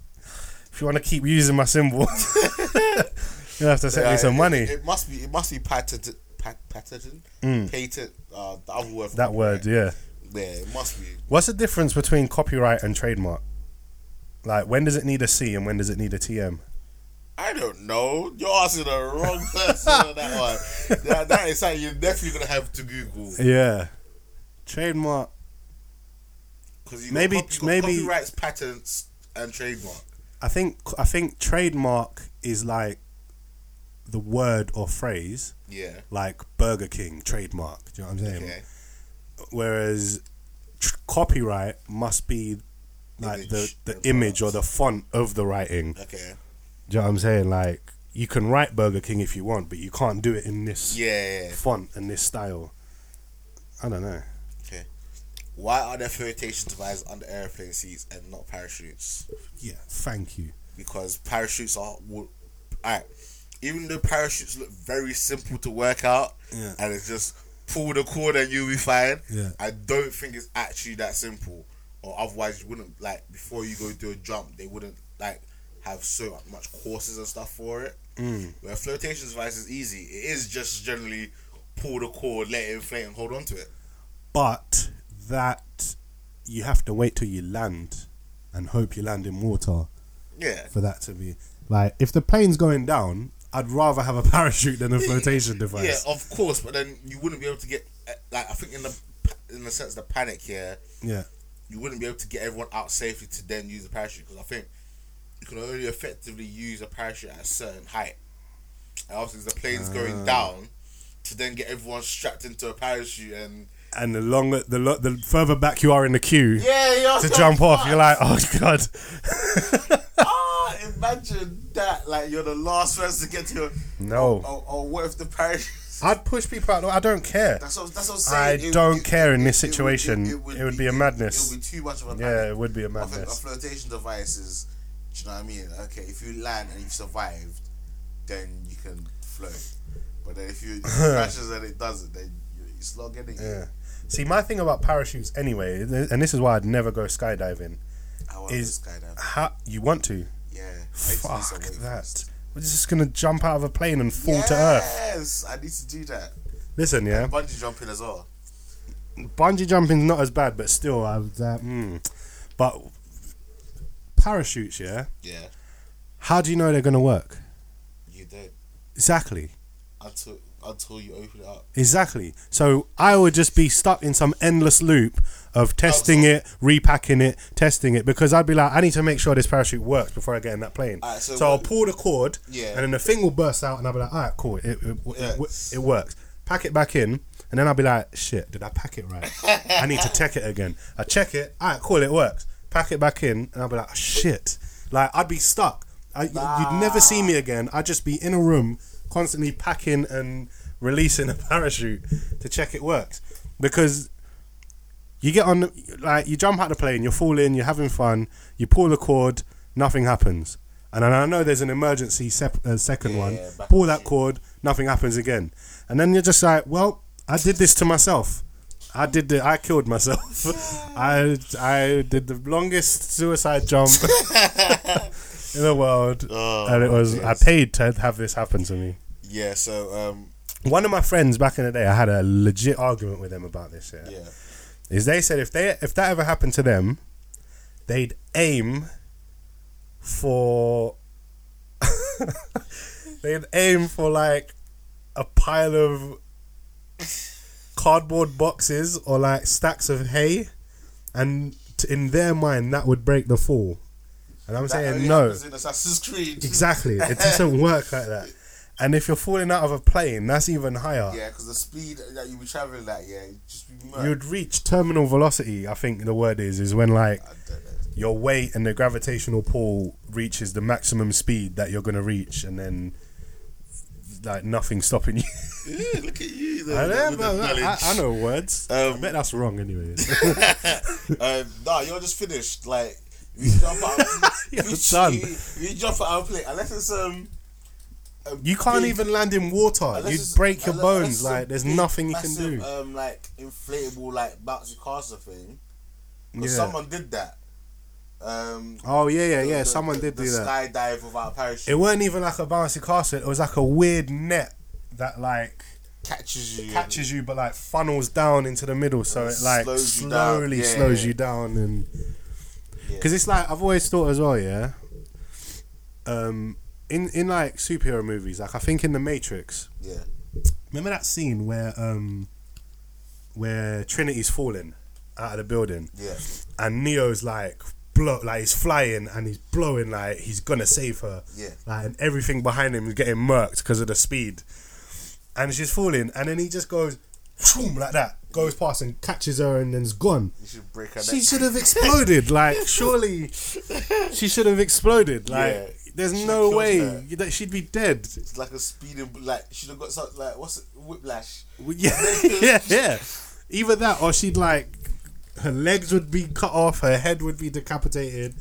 C: if you want to keep using my symbol, you have to send me
B: Yeah,
C: some
B: it,
C: money."
B: Uh, It, it must be. It must be patented. Pat, patented. Patent. Uh, the other word. for
C: Mm. that word,
B: copyright.
C: yeah.
B: Yeah, it must be.
C: What's the difference between copyright and trademark? Like, when does it need a C and when does it need a TM?
B: I don't know. You're asking the wrong person on that one. That, that is something you're definitely gonna have to Google.
C: Yeah, trademark.
B: Because you
C: Maybe-
B: maybe got, cop- you got
C: maybe-
B: copyrights, patents, and trademark.
C: I think I think trademark is like the word or phrase.
B: Yeah.
C: like Burger King trademark. Do you know what I'm saying?
B: Okay.
C: Whereas tr- copyright must be like
B: Image
C: the,
B: and
C: the image or
B: words.
C: the font of the writing.
B: Okay.
C: Do you know what I'm saying? Like you can write Burger King if you want, but you can't do it in this
B: Yeah. yeah.
C: font and this style. I don't know.
B: Why are there flotation devices under airplane seats and not parachutes?
C: Yeah, thank you.
B: Because parachutes are. All right. Even though parachutes look very simple to work out,
C: Yeah.
B: and it's just pull the cord and you'll be fine.
C: Yeah.
B: I don't think it's actually that simple. Or otherwise, you wouldn't like before you go do a jump, they wouldn't like have so much courses and stuff for it.
C: Mm.
B: Where flotation device is easy. It is just generally pull the cord, let it inflate, and hold on to it.
C: But that you have to wait till you land and hope you land in water
B: Yeah.
C: for that to be like if the plane's going down, I'd rather have a parachute than a flotation device.
B: Yeah, of course, but then you wouldn't be able to get uh, like I think in the in the sense of the panic here,
C: Yeah.
B: you wouldn't be able to get everyone out safely to then use the parachute because I think you can only
C: Ah.
B: effectively use a parachute at a certain height. And obviously, as the plane's going down, to then get everyone strapped into a parachute and
C: And the longer, the lo- the further back you are in the queue
B: yeah, yeah
C: to jump off, you're like, oh god.
B: ah, imagine that like you're the last person to get to your
C: No.
B: or, or what if the parachute
C: I'd push people out. the way. I don't care.
B: That's what, that's what I'm
C: I
B: saying.
C: don't care in this situation. It would be a madness.
B: It would be too much of a
C: Yeah,
B: panic.
C: it would be a
B: I think a
C: madness.
B: flirtation device is, do you know what I mean? Okay, if you land and you've survived, then you can float. But then if you it crashes and it doesn't, then you- it's not getting
C: Yeah. See, my thing about parachutes, anyway, and this is why I'd never go skydiving.
B: I want
C: Is-
B: to skydive.
C: How you want to?
B: Yeah. I need to do some
C: Fuck
B: weight
C: that.
B: first.
C: We're just gonna jump out of a plane and fall
B: yes,
C: to earth.
B: I need to do that.
C: Listen, yeah,
B: Bungee jumping as well.
C: bungee jumping's not as bad, but still, I was uh,
B: Hmm.
C: mm. But parachutes, yeah.
B: Yeah.
C: How do you know they're gonna work?
B: You don't
C: Exactly.
B: until until you open it up.
C: Exactly. So I would just be stuck in some endless loop of testing
B: so-
C: it, repacking it, testing it, because I'd be like, I need to make sure this parachute works before I get in that plane.
B: Alright, so
C: so I'll
B: what-
C: pull the cord,
B: Yeah.
C: and then the thing will burst out, and I'll be like, all right, cool, it, it, it,
B: Yes.
C: it works. Pack it back in, and then I'll be like, shit, did I pack it right? I need to check it again. I check it, all right, cool, it works. Pack it back in, and I'll be like, shit. Like, I'd be stuck. I, You'd never see me again. I'd just be in a room constantly packing and releasing a parachute to check it works. Because you get on, the- like, you jump out the plane, you're falling, you're having fun, you pull the cord, nothing happens. And then I know there's an emergency sep- uh, second
B: Yeah,
C: one.
B: yeah, back
C: Pull
B: on
C: that
B: shit.
C: cord, nothing happens again. And then you're just like, well, I did this to myself. I did the, I killed myself. I I did the longest suicide jump in the world,
B: Oh,
C: and it was I
B: yes.
C: paid to have this happen to me.
B: Yeah, so um
C: One of my friends back in the day, I had a legit argument with them about this. Yeah,
B: yeah.
C: is they said if they if that ever happened to them, they'd aim for they'd aim for like a pile of cardboard boxes or like stacks of hay, and t- in their mind that would break the fall. And I'm
B: That
C: saying
B: only
C: no.
B: happens in Assassin's Creed.
C: Exactly. It doesn't work like that. And if you're falling out of a plane, that's even higher.
B: Yeah, because the speed that you be traveling at, yeah, you just be mad.
C: You'd reach terminal velocity, I think the word is, is when like
B: I don't know.
C: your weight and the gravitational pull reaches the maximum speed that you're gonna reach and then like nothing stopping you.
B: Yeah, look at you. Though,
C: I, know,
B: with
C: but-
B: the
C: but I,
B: knowledge.
C: I know words. I
B: Um,
C: bet that's wrong anyway.
B: Um, nah, you're just finished. Like you jump out.
C: You're
B: you,
C: done.
B: You, you jump out of plate unless it's um. a
C: you can't
B: big-
C: even land in water.
B: unless
C: You'd
B: it's-
C: break your
B: unless- unless
C: bones.
B: it's a
C: Like there's
B: big,
C: nothing you can
B: massive,
C: do.
B: Um, like inflatable, like bouncy castle thing. 'Cause
C: Yeah.
B: someone did that. Um.
C: Oh yeah, yeah,
B: the-
C: yeah.
B: the-
C: Someone did
B: the
C: do that.
B: Skydive without a parachute
C: It weren't even like a bouncy castle. It was like a weird net that like
B: catches you.
C: catches you, but like funnels down into the middle, so it like
B: Slows you down.
C: slowly
B: Yeah,
C: slows
B: yeah.
C: you down, and
B: Yeah.
C: because it's like I've always thought as well, yeah. Um, in in like superhero movies, like I think in the Matrix,
B: Yeah.
C: remember that scene where um, where Trinity's falling out of the building,
B: Yeah.
C: and Neo's like blow like he's flying and he's blowing like he's gonna save her.
B: Yeah.
C: Like and everything behind him is getting murked because of the speed. And she's falling and then he just goes shoom, like that. Goes past and catches her and then's gone.
B: You should break her
C: She
B: neck.
C: should have exploded. Like surely she should have exploded. Like
B: Yeah.
C: there's
B: She
C: no
B: killed
C: way
B: her.
C: that she'd be dead.
B: It's like a speeding, like she'd have got something like what's it, whiplash.
C: Well, Yeah, yeah, yeah. Either that, or she'd like her legs would be cut off, her head would be decapitated,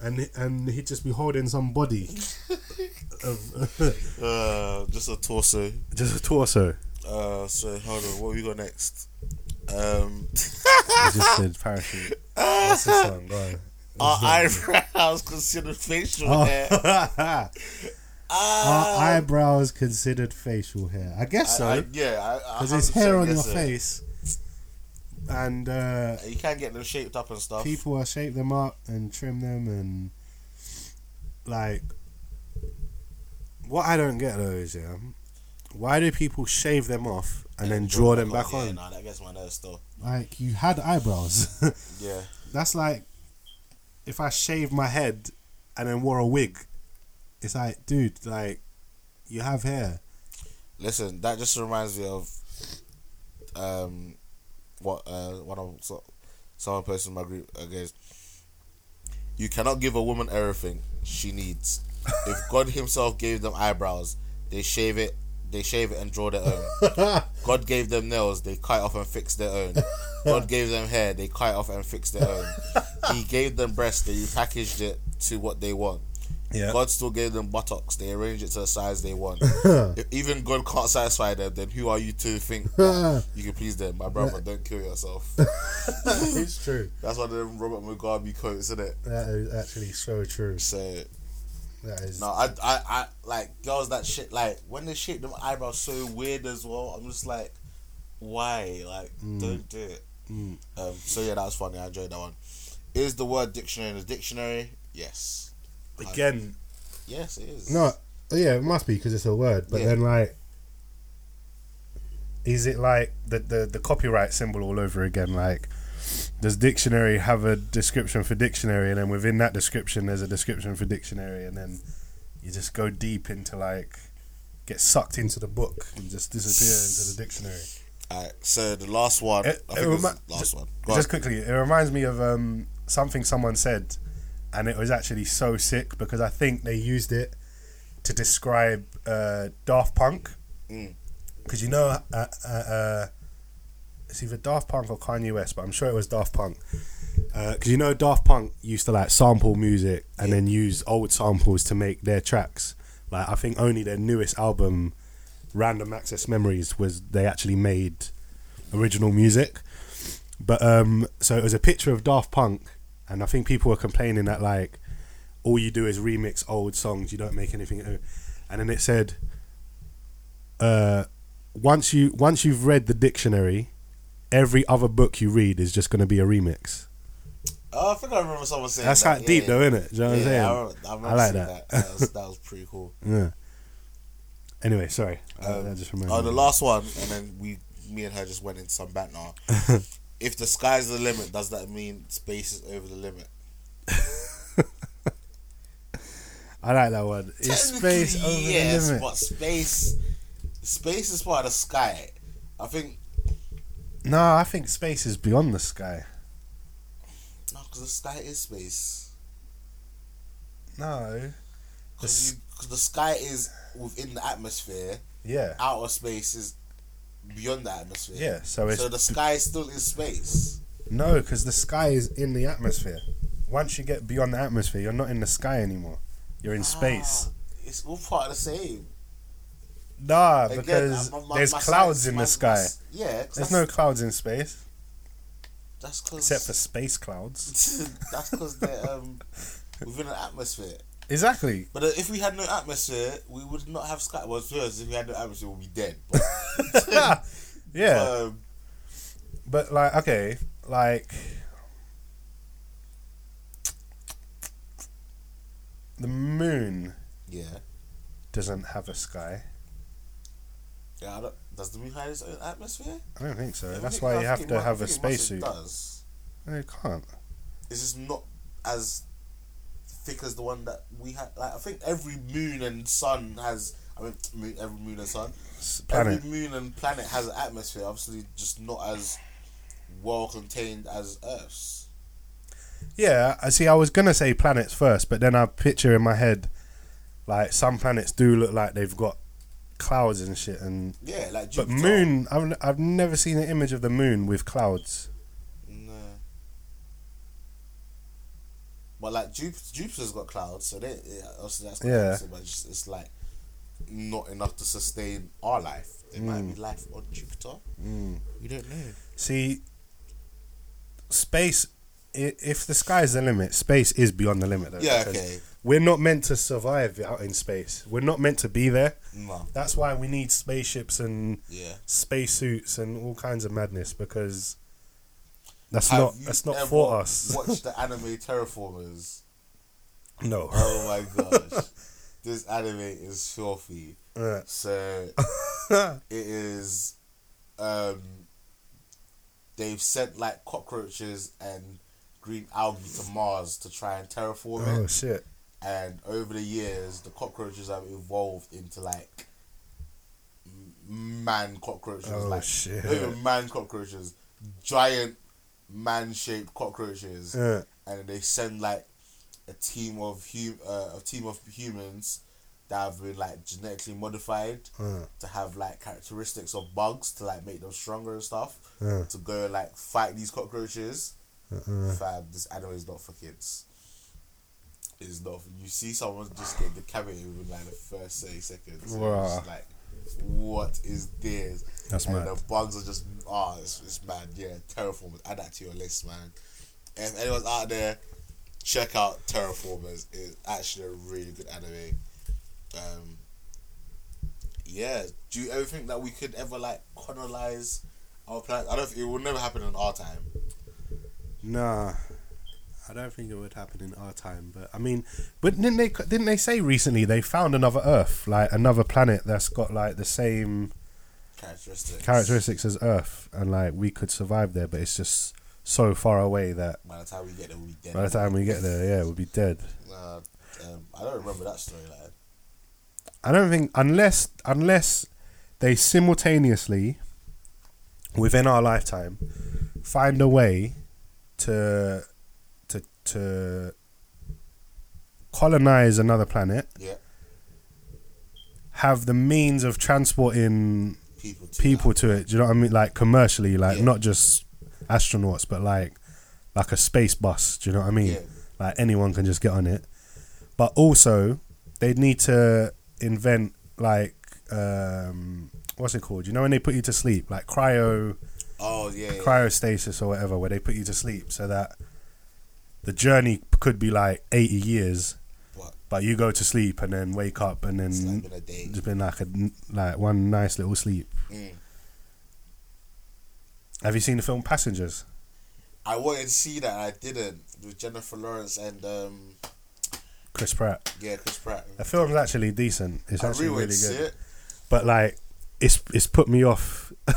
C: and and he'd just be holding some body, of,
B: Uh, just a torso.
C: just a torso.
B: Uh, so hold on, what we got next? Um,
C: I just said parachute. What's this song? Go on.
B: our eyebrows considered facial hair.
C: Oh. Are
B: Ah,
C: eyebrows considered facial hair? I guess
B: I- I-
C: so,
B: yeah, I- I
C: because it's
B: 100%
C: hair on
B: yes,
C: your
B: sir.
C: face, and uh,
B: You can get them shaped up and stuff.
C: people will shape them up and trim them and like what I don't get though is yeah why do people shave them off and then draw them back
B: Yeah,
C: on
B: nah, that gets my nerves still.
C: like you had eyebrows
B: Yeah,
C: that's like if I shaved my head and then wore a wig it's like dude like you have hair
B: Listen, that just reminds me of um what uh one of so, someone posted in my group uh, goes You cannot give a woman everything she needs. if God himself gave them eyebrows, they shave it they shave it and draw their own. God gave them nails, they cut off and fix their own. God gave them hair, they cut off and fix their own. he gave them breasts, they repackaged it to what they want.
C: Yeah.
B: God still gave them buttocks. They arranged it to the size they want. if even God can't satisfy them, then who are you to think that you can please them? My brother, don't kill yourself.
C: it's true.
B: That's one of them Robert Mugabe quotes, isn't it?
C: That is actually so true.
B: So
C: That is.
B: no, I, I, I like girls that shit. Like when they shape them eyebrows so weird as well. I'm just like, why? Like don't do it.
C: Mm.
B: Um, so yeah, that was funny. I enjoyed that one. Is the word dictionary in the dictionary? Yes.
C: Again,
B: Yes, it is.
C: No, yeah, it must be because it's a word. But
B: Yeah.
C: then, like, is it like the, the the copyright symbol all over again? Like, does dictionary have a description for dictionary, and then within that description, there's a description for dictionary, and then you just go deep into like get sucked into the book and just disappear into the dictionary.
B: Alright, so the last one.
C: It-
B: I
C: it
B: think it was
C: remi-
B: the last one. Go on.
C: Just quickly, it reminds me of um, something someone said, and it was actually so sick because I think they used it to describe uh, Daft Punk.
B: Mm.
C: Because you know, uh, uh, uh, it's either Daft Punk or Kanye West, but I'm sure it was Daft Punk. Because you know, Daft Punk used to like sample music and then use old samples to make their tracks. Like I think only their newest album, Random Access Memories, was they actually made original music. But um, so it was a picture of Daft Punk, and I think people were complaining that like all you do is remix old songs, you don't make anything. new. And then it said, uh, once you once you've read the dictionary, every other book you read is just going to be a remix.
B: Oh, I think I remember someone saying
C: That's
B: that.
C: how deep
B: yeah.
C: though, isn't it? Do you know what I'm saying?
B: I remember, I remember
C: I like
B: seeing
C: that.
B: that. That, was, that was pretty cool.
C: Yeah. Anyway, sorry. Uh, that just reminded
B: Oh, the
C: me.
B: last one, and then we, me and her just went into some bat now. if the sky's the limit, does that mean space is over the limit?
C: I like that one. Is space over
B: Technically,
C: the limit?
B: but space, space is part of the sky. I think
C: No, I think space is beyond the sky.
B: no, because the sky is space.
C: No. The s-
B: Because the sky is within the atmosphere.
C: Yeah.
B: Outer space is beyond the atmosphere.
C: Yeah. So it's
B: So the sky still is space.
C: No, because the sky is in the atmosphere. Once you get beyond the atmosphere, you're not in the sky anymore. You're in space.
B: Ah, It's all part of the same.
C: Nah,
B: Again,
C: Uh, because
B: my- my-
C: there's
B: my
C: clouds
B: science-
C: in
B: my-
C: the
B: my
C: sky.
B: s- yeah, 'cause
C: there's
B: that's,
C: no clouds in space
B: That's cause,
C: except for space clouds.
B: that's because they're um, within an atmosphere.
C: Exactly.
B: But uh, if we had no atmosphere, we would not have sky. Well, to be honest, if we had no atmosphere, we'd be dead. But,
C: yeah.
B: um,
C: But like, okay, like the moon
B: yeah.
C: doesn't have a sky.
B: Yeah, I don't, does the moon have its own atmosphere?
C: I don't think so.
B: I
C: Uh, That's
B: think-
C: why
B: I
C: you
B: think
C: have
B: it
C: to
B: must- I
C: have a
B: think it must- it
C: spacesuit.
B: does.
C: No, you can't.
B: It's just not as thick as the one that we had. Like I think every moon and sun has. I mean, moon, every moon and sun.
C: It's planet.
B: Every moon and planet has an atmosphere, obviously just not as well contained as Earth's.
C: Yeah, I see. I was gonna say planets first, but then I picture in my head, like some planets do look like they've got clouds and shit. And
B: Yeah, like
C: but
B: Jupiter.
C: moon, I've I've never seen an image of the moon with clouds.
B: No. But like Jupiter, Jupiter's got clouds, so they yeah, obviously that's got
C: Yeah.
B: atmosphere, but just, it's like not enough to sustain our life. There might
C: Mm.
B: be life on Jupiter. We don't know.
C: See, space. i- If the sky is the limit, space is beyond the limit. Though,
B: Yeah,
C: because
B: okay.
C: We're not meant to survive out in space. We're not meant to be there.
B: No.
C: That's why we need spaceships and
B: Yeah.
C: spacesuits and all kinds of madness because that's
B: Have
C: not
B: you
C: that's not
B: ever
C: for us.
B: Watch the anime Terraformers.
C: No.
B: Oh my gosh. this anime is filthy.
C: Uh,
B: So it is um they've sent like cockroaches and green algae to Mars to try and terraform
C: oh
B: it.
C: shit!
B: And over the years the cockroaches have evolved into like m- man cockroaches.
C: Oh,
B: like,
C: shit.
B: Not even man cockroaches. Giant man shaped cockroaches.
C: Yeah.
B: And they send like a team of hum- uh, a team of humans that have been like genetically modified
C: Uh,
B: to have like characteristics of bugs to like make them stronger and stuff.
C: Yeah.
B: To go and like fight these cockroaches.
C: uh,
B: Fam, this anime is not for kids. It's not. For, you see someone just get decapitated within like the first thirty seconds. and you're just
C: Wow.
B: like, what is this?
C: That's
B: and
C: mad.
B: The bugs are just ah, it's, it's mad. Yeah, Terraformers. Add that to your list, man. If anyone's out there, check out Terraformers. It's actually a really good anime. Um, yeah, do you ever think that we could ever like colonize our planet? I don't. It will never happen in our time.
C: nah, I don't think it would happen in our time. But I mean, but didn't they didn't they say recently they found another Earth, like another planet that's got like the same
B: Characteristics.
C: characteristics as Earth, and like we could survive there, but it's just so far away that
B: By the time we get there, we'll be dead.
C: by the time we get there, yeah, we'll be dead.
B: Uh, um, I don't remember that storyline.
C: I don't think unless unless they simultaneously within our lifetime find a way to to to colonize another planet,
B: Yeah,
C: have the means of transporting
B: people. To
C: people to it. Do you know what I mean? Like commercially, like
B: Yeah.
C: not just astronauts, but like like a space bus. Do you know what I mean?
B: Yeah.
C: Like anyone can just get on it. But also, they'd need to invent like um, what's it called? You know when they put you to sleep, like cryo
B: Oh yeah. yeah.
C: cryostasis or whatever, where they put you to sleep so that the journey could be like eighty years.
B: What?
C: But you go to sleep and then wake up and then
B: It's like been a day.
C: just been like a like one nice little sleep.
B: Mm.
C: Have you seen the film Passengers?
B: I wanted to see that and I didn't with Jennifer Lawrence and um
C: Chris Pratt.
B: yeah Chris Pratt.
C: The film's actually decent. It's
B: I
C: actually
B: really wanted
C: really
B: to see
C: good.
B: it.
C: But like, it's it's put me off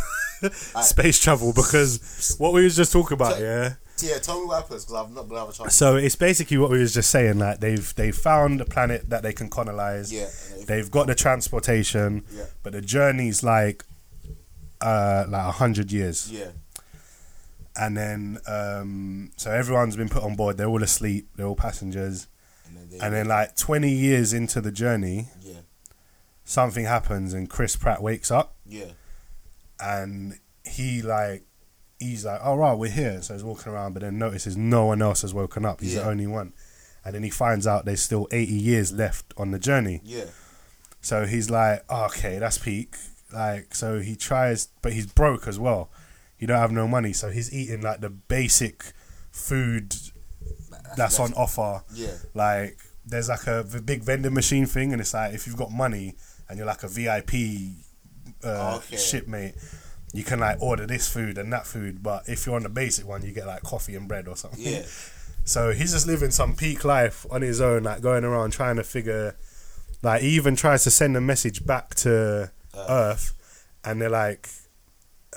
C: space travel because what we was just talking about,
B: So-
C: yeah.
B: Yeah, tell me what happens because I'm not gonna have a chance.
C: So it's basically what we was just saying. Like they've they found a planet that they can colonize.
B: Yeah. and if-
C: They've got the transportation,
B: Yeah.
C: but the journey's like uh like a hundred years.
B: Yeah.
C: And then um so everyone's been put on board. They're all asleep. They're all passengers.
B: And then,
C: And then like twenty years into the journey,
B: yeah,
C: something happens and Chris Pratt wakes up
B: yeah,
C: and he like he's like, "All right, we're here." So he's walking around, but then notices no one else has woken up. He's
B: Yeah.
C: the only one, and then he finds out there's still eighty years left on the journey.
B: yeah,
C: So he's like, "Okay, that's peak." Like, so he tries, but he's broke as well. He don't have no money, so he's eating like the basic food that's on offer.
B: yeah,
C: Like, there's like a v- big vending machine thing, and it's like if you've got money and you're like a VIP uh,
B: Okay.
C: shipmate, you can like order this food and that food. But if you're on the basic one, you get like coffee and bread or something.
B: yeah,
C: So he's just living some peak life on his own, like going around trying to figure. Like he even tries to send a message back to Earth, and they're like,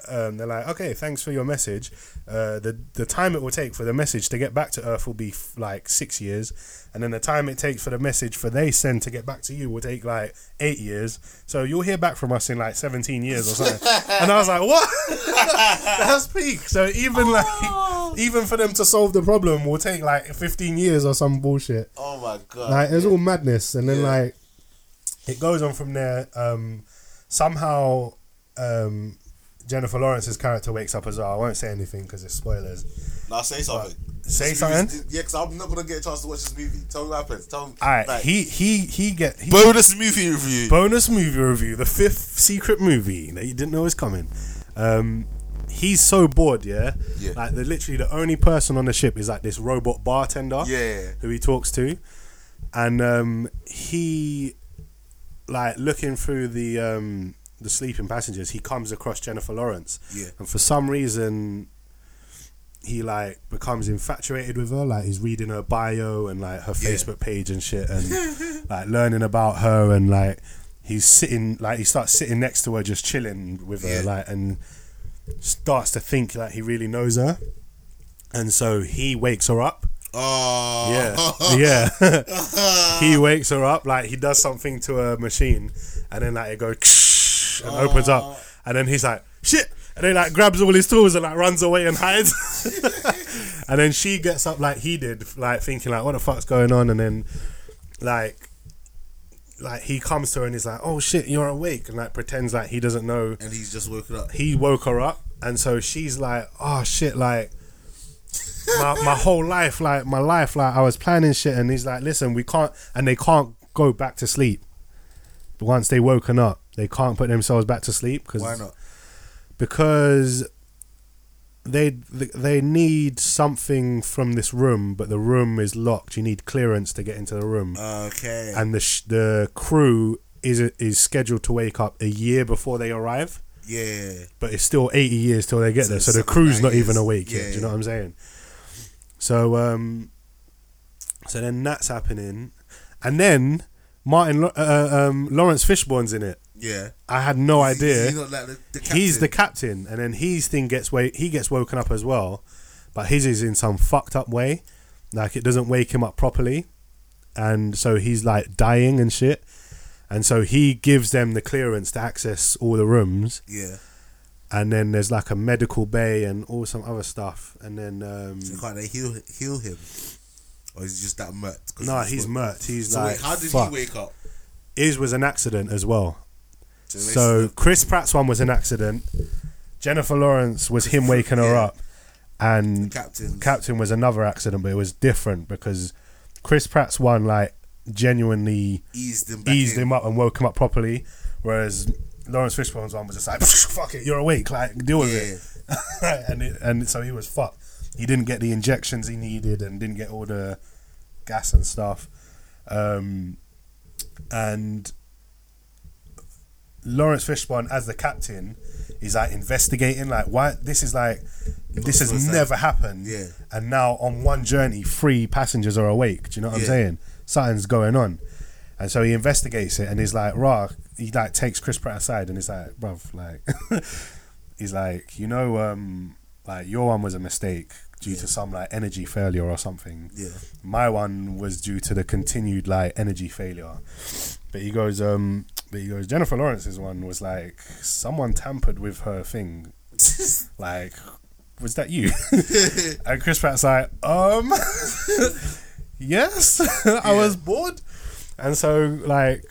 C: um, they're like, okay, thanks for your message. Uh, the the time it will take for the message to get back to Earth will be f- like six years, and then the time it takes for the message for they send to get back to you will take like eight years. So you'll hear back from us in like seventeen years or something. and I was like, what? That's peak. So even like even for them to solve the problem will take like fifteen years or some bullshit.
B: Oh my god.
C: Like it's all madness, and then
B: Yeah.
C: like it goes on from there. Um, somehow, um, Jennifer Lawrence's character wakes up as well. I won't say anything because it's spoilers.
B: Now say something.
C: Say
B: This
C: something?
B: movie's- Yeah, because I'm not gonna get a chance to watch this movie. Tell me what happens. Tell me.
C: All right,
B: like,
C: he he he get he,
B: bonus movie review.
C: bonus movie review, the fifth secret movie that you didn't know was coming. Um, he's so bored, yeah.
B: Yeah.
C: Like the literally the only person on the ship is like this robot bartender.
B: Yeah.
C: Who he talks to, and um, he like looking through the um, the sleeping passengers, he comes across Jennifer Lawrence.
B: Yeah.
C: And for some reason, he like becomes infatuated with her. Like he's reading her bio and like her
B: Yeah.
C: Facebook page and shit, and like learning about her. And like he's sitting, like he starts sitting next to her, just chilling with her,
B: Yeah.
C: like and starts to think like he really knows her. And so he wakes her up.
B: Oh.
C: Yeah, yeah. he wakes her up, like he does something to a machine, and then like it goes, and opens up, and then he's like shit, and then like grabs all his tools and like runs away and hides, and then she gets up like he did, like thinking like what the fuck's going on, and then like like he comes to her and he's like oh shit you're awake and like pretends like he doesn't know
E: and he's just woken up.
C: he woke her up, and so she's like, "Oh shit!" Like my my whole life, like my life, like I was planning shit, and he's like, "Listen, we can't," and they can't go back to sleep. Once they woken up, they can't put themselves back to sleep because
E: Why not?
C: because they they need something from this room, but the room is locked. You need clearance to get into the room
E: Uh, Okay.
C: and the sh- the crew is is scheduled to wake up a year before they arrive.
E: yeah.
C: But it's still eighty years till they get
E: So
C: there, so the
E: seven,
C: crew's
E: nine
C: not even
E: years.
C: awake yet.
E: Yeah,
C: Do you
E: yeah.
C: know what I'm saying? So um, so then that's happening, and then Martin Lo- uh, um, Lawrence Fishburne's in it.
E: Yeah.
C: I had no idea.
E: He's not like the, the
C: He's the
E: captain?
C: captain, and then his thing gets wa- he gets woken up as well, but his is in some fucked up way, like it doesn't wake him up properly, and so he's like dying and shit, and so he gives them the clearance to access all the rooms,
E: Yeah.
C: and then there's like a medical bay and all some other stuff, and then um,
E: So can't they heal heal him? Or is he just that murked? 'Cause
C: nah,
E: he
C: he's
E: smoked?
C: murked. He's
E: So
C: like,
E: wait, how did
C: fuck.
E: he wake up?
C: His was an accident as well.
E: So, they
C: So
E: said-
C: Chris Pratt's one was an accident. Jennifer Lawrence was him waking her
E: Yeah.
C: up, and
E: captain.
C: Captain was another accident, but it was different because Chris Pratt's one like genuinely
E: eased him. Back
C: eased
E: in.
C: him up and woke him up properly, whereas Lawrence Fishburne's one was just like, "Fuck it, you're awake, like deal with it," and it, and so he was fucked. He didn't get the injections he needed and didn't get all the gas and stuff, um, and Lawrence Fishburne as the captain is like investigating like why this is like this
E: so it's
C: has
E: like-
C: never happened
E: Yeah.
C: and now on one journey three passengers are awake do you know what I'm
E: Yeah.
C: saying something's going on and so he investigates it and he's like rah he like takes Chris Pratt aside and he's like bruv like he's like you know um like your one was a mistake due to some like energy failure or something
E: Yeah.
C: my one was due to the continued like energy failure but he goes um but he goes jennifer lawrence's one was like someone tampered with her thing like was that you and chris pratt's like um yes i was bored and so like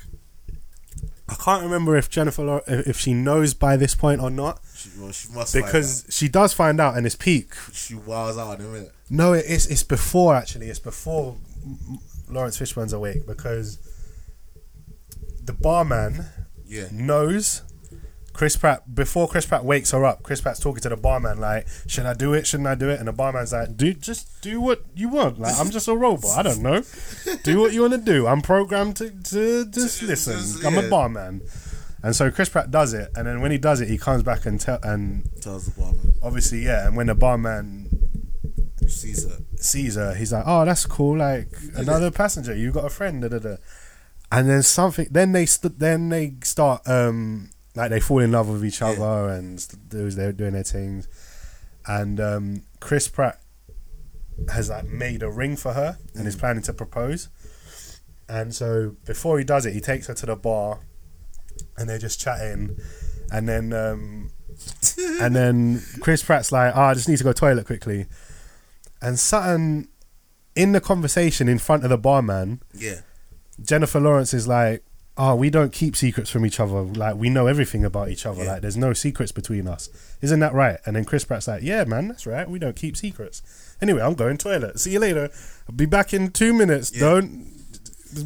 C: i can't remember if jennifer Law- if if she knows by this point or not
E: She, well, she must find
C: because she does find out and it's peak
E: out. she wows out in a minute.
C: no, it- it's it's before actually. It's before M- M- Lawrence Fishburne's awake because the barman
E: Yeah.
C: knows Chris Pratt before Chris Pratt wakes her up. Chris Pratt's talking to the barman like, "Should I do it? Shouldn't I do it?" And the barman's like, "Do just do what you want. Like I'm just a robot. I don't know. Do what you want to do. I'm programmed to to just listen.
E: just-
C: I'm a
E: yeah."
C: barman." And so Chris Pratt does it, and then when he does it, he comes back and tell and
E: Tells the barman.
C: obviously yeah. And when the barman
E: Sees her.
C: sees her, he's like, "Oh, that's cool. Like another passenger. You got a friend." Da, da, da. And then something. Then they st- then they start um like they fall in love with each other and st- does they're doing their things. And um, Chris Pratt has like made a ring for her and is planning to propose. And so before he does it, he takes her to the bar, and they're just chatting, and then um, and then Chris Pratt's like, oh, I just need to go toilet quickly. And Sutton, in the conversation in front of the barman,
E: Yeah.
C: Jennifer Lawrence is like, oh, we don't keep secrets from each other. Like, we know everything about each other.
E: Yeah.
C: Like, there's no secrets between us. Isn't that right? And then Chris Pratt's like, yeah, man, that's right. We don't keep secrets. Anyway, I'm going toilet. See you later. I'll be back in two minutes. Don't.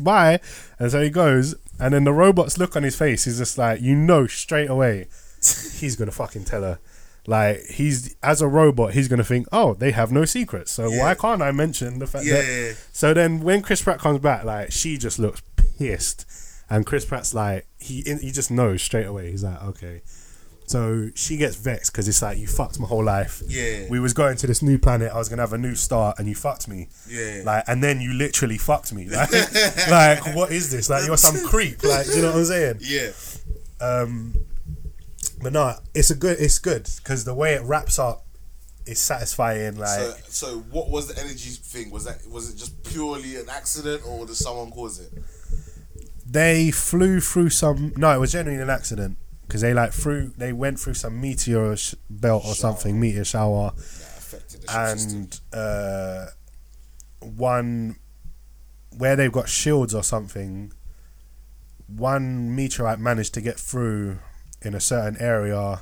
C: Bye. And so he goes. And then the robot's look on his face is just like, you know, straight away, he's going to fucking tell her. Like, he's, as a robot, he's going to think, oh, they have no secrets. So
E: Yeah.
C: why can't I mention the fact
E: Yeah,
C: that.
E: yeah, yeah.
C: So then when Chris Pratt comes back, like she just looks pissed, and Chris Pratt's like he he just knows straight away. He's like, okay. So she gets vexed because it's like you fucked my whole life.
E: Yeah.
C: we was going to this new planet. I was gonna have a new start, and you fucked me.
E: Yeah.
C: like and then you literally fucked me. Like, like what is this? Like you're some creep. Like you know what I'm saying?
E: Yeah.
C: Um, but no, it's a good. It's good because the way it wraps up is satisfying. Like
E: So, so what was the energy thing? Was that was it just purely an accident, or did someone cause it?
C: they flew through some. No, it was genuinely an accident because they like through they went through some meteor sh- belt or something meteor shower
F: that affected the ship system.
C: and uh, one where they've got shields or something, one meteorite managed to get through in a certain area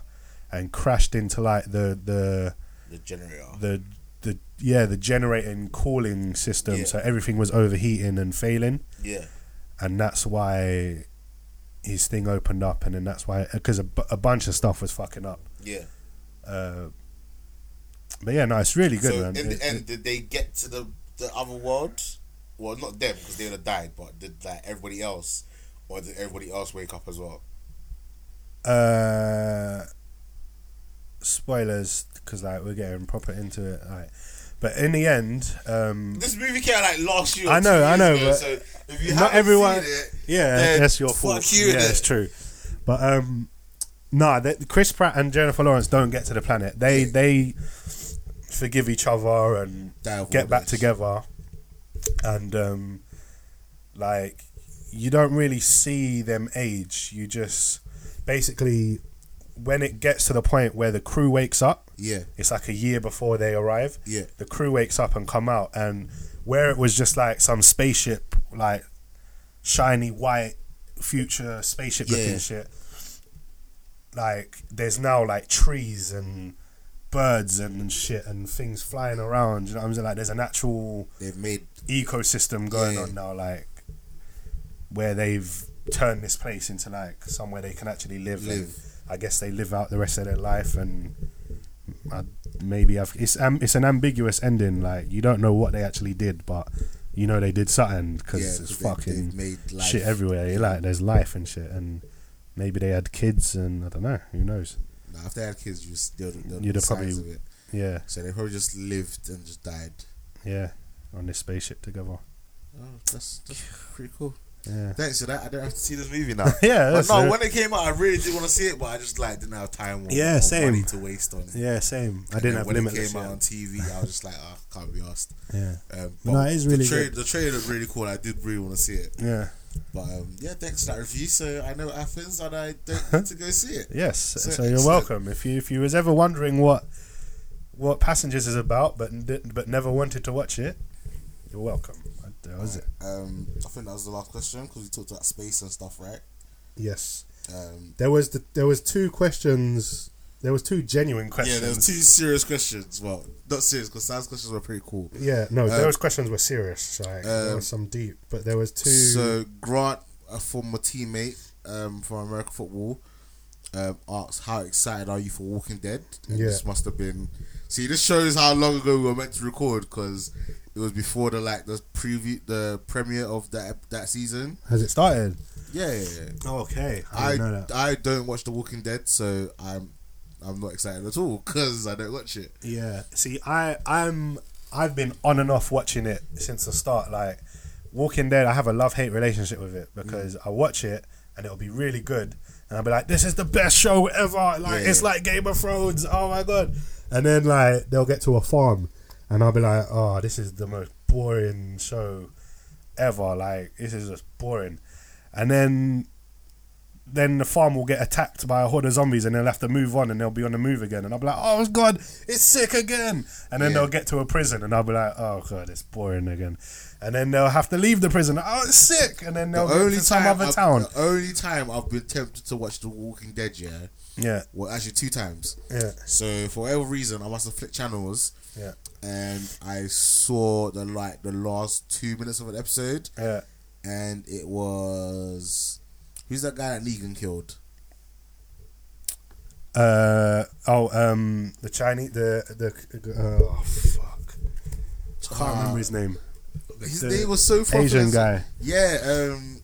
C: and crashed into like the the
F: the generator.
C: the the yeah the generating cooling system,
F: Yeah.
C: so everything was overheating and failing,
F: Yeah,
C: and that's why his thing opened up, and then that's why because a, bu- a bunch of stuff was fucking up.
F: yeah.
C: Uh, but yeah, no, it's really good,
F: so
C: man.
F: in
C: It-
F: the end, did they get to the the other world? Well, not them because they would have died, but did like everybody else, or did everybody else wake up as well?
C: uh spoilers because like we're getting proper into it like but in the end um
F: This movie came out like last year. or
C: I know,
F: two
C: I
F: years
C: know,
F: ago,
C: but
F: so if you
C: not
F: haven't
C: everyone
F: seen it,
C: yeah
F: then
C: that's your
F: fuck
C: fault
F: you,
C: yeah
F: innit?
C: it's true but um nah that Chris Pratt and Jennifer Lawrence don't get to the planet they they forgive each other and
B: Dive
C: get back
B: waters.
C: together and um like you don't really see them age you just basically when it gets to the point where the crew wakes up
B: Yeah,
C: It's like a year before they arrive.
B: Yeah.
C: The crew wakes up and come out, and where it was just like some spaceship, like shiny white future spaceship looking
B: Yeah.
C: shit. Like there's now like trees and birds and shit and things flying around. You know what I'm saying? Like there's an actual
B: they've made
C: ecosystem going
B: Yeah.
C: on now, like where they've turned this place into like somewhere they can actually live. and
B: Live.
C: I guess they live out the rest of their life, and I, maybe I've, it's um, it's an ambiguous ending. Like you don't know what they actually did, but you know they did something because
B: yeah,
C: it's
B: 'cause they-
C: fucking
B: they've made life.
C: shit everywhere. Like there's life and shit, and maybe they had kids, and I don't know. Who knows?
B: Nah, if they had kids, you still don't
C: You'd
B: know
C: have
B: the signs
C: probably-
B: of it.
C: Yeah,
B: So they probably just lived and just died.
C: yeah, on this spaceship together.
B: Oh, that's, that's pretty cool.
C: Yeah,
B: Thanks for that. I don't have to see this movie now.
C: yeah,
B: But
C: that's
B: no,
C: it.
B: when it came out, I really did want to see it, but I just like didn't have time or,
C: Yeah,
B: or
C: same.
B: money to waste on it.
C: yeah, same. I
B: And
C: didn't
B: then
C: have
B: when
C: limitless.
B: it came out
C: yet.
B: on TV. I was just like, oh, I can't be asked.
C: Yeah.
B: Um,
C: No,
B: but
C: it is
B: the
C: really
B: trailer-
C: good.
B: The trailer looked really cool. I did really want to see it.
C: Yeah.
B: But um, yeah, thanks for that review. So I know Athens, and I don't need to go see it.
C: Yes.
B: So
C: So, you're
B: excellent.
C: welcome. If you if you was ever wondering what what Passengers is about, but n- but never wanted to watch it, you're welcome. I- That was it.
B: Um, I think that was the last question because we talked about space and stuff, right?
C: Yes.
B: Um,
C: There was the, there was two questions. There was two genuine
B: yeah,
C: questions.
B: there was two serious questions. Well, not serious because Sam's questions were pretty cool.
C: Yeah, no,
B: Um,
C: those questions were serious. Like there
B: um,
C: was some deep, but there was two.
B: So Grant, a former teammate um, from American football, um, asks, "How excited are you for Walking Dead?" And
C: Yeah.
B: This must have been. See, this shows how long ago we were meant to record because it was before the like the preview, the premiere of that that season.
C: Has it started?
B: Yeah, yeah, yeah.
C: Oh, okay,
B: I
C: didn't know that.
B: I don't watch The Walking Dead, so I'm I'm not excited at all because I don't watch it.
C: Yeah. See, I I'm I've been on and off watching it since the start. Like Walking Dead, I have a love hate relationship with it because I watch it and it'll be really good, and I'll be like, "This is the best show ever!" Like
B: Yeah.
C: it's like Game of Thrones. Oh my god! And then like they'll get to a farm, and I'll be like, "Oh, this is the most boring show ever. Like this is just boring." And then then the farm will get attacked by a horde of zombies and they'll have to move on and they'll be on the move again. And I'll be like, oh god, it's sick again. And then
B: Yeah.
C: they'll get to a prison and I'll be like, oh god, it's boring again. And then they'll have to leave the prison. Oh, it's sick. And then they'll
B: The
C: go to some other
B: I've-
C: town.
B: The only time I've been tempted to watch The Walking Dead, yeah.
C: Yeah,
B: Well, actually, two times.
C: yeah,
B: So for whatever reason, I must have flipped channels,
C: yeah,
B: and I saw the like the last two minutes of an episode,
C: yeah.
B: and it was who's that guy that Negan killed?
C: Uh, oh, um, the Chinese, the, the, oh, fuck. can't remember his name.
B: Ah. His
C: The
B: name was so fucking-
C: Asian guy.
B: Yeah. Um.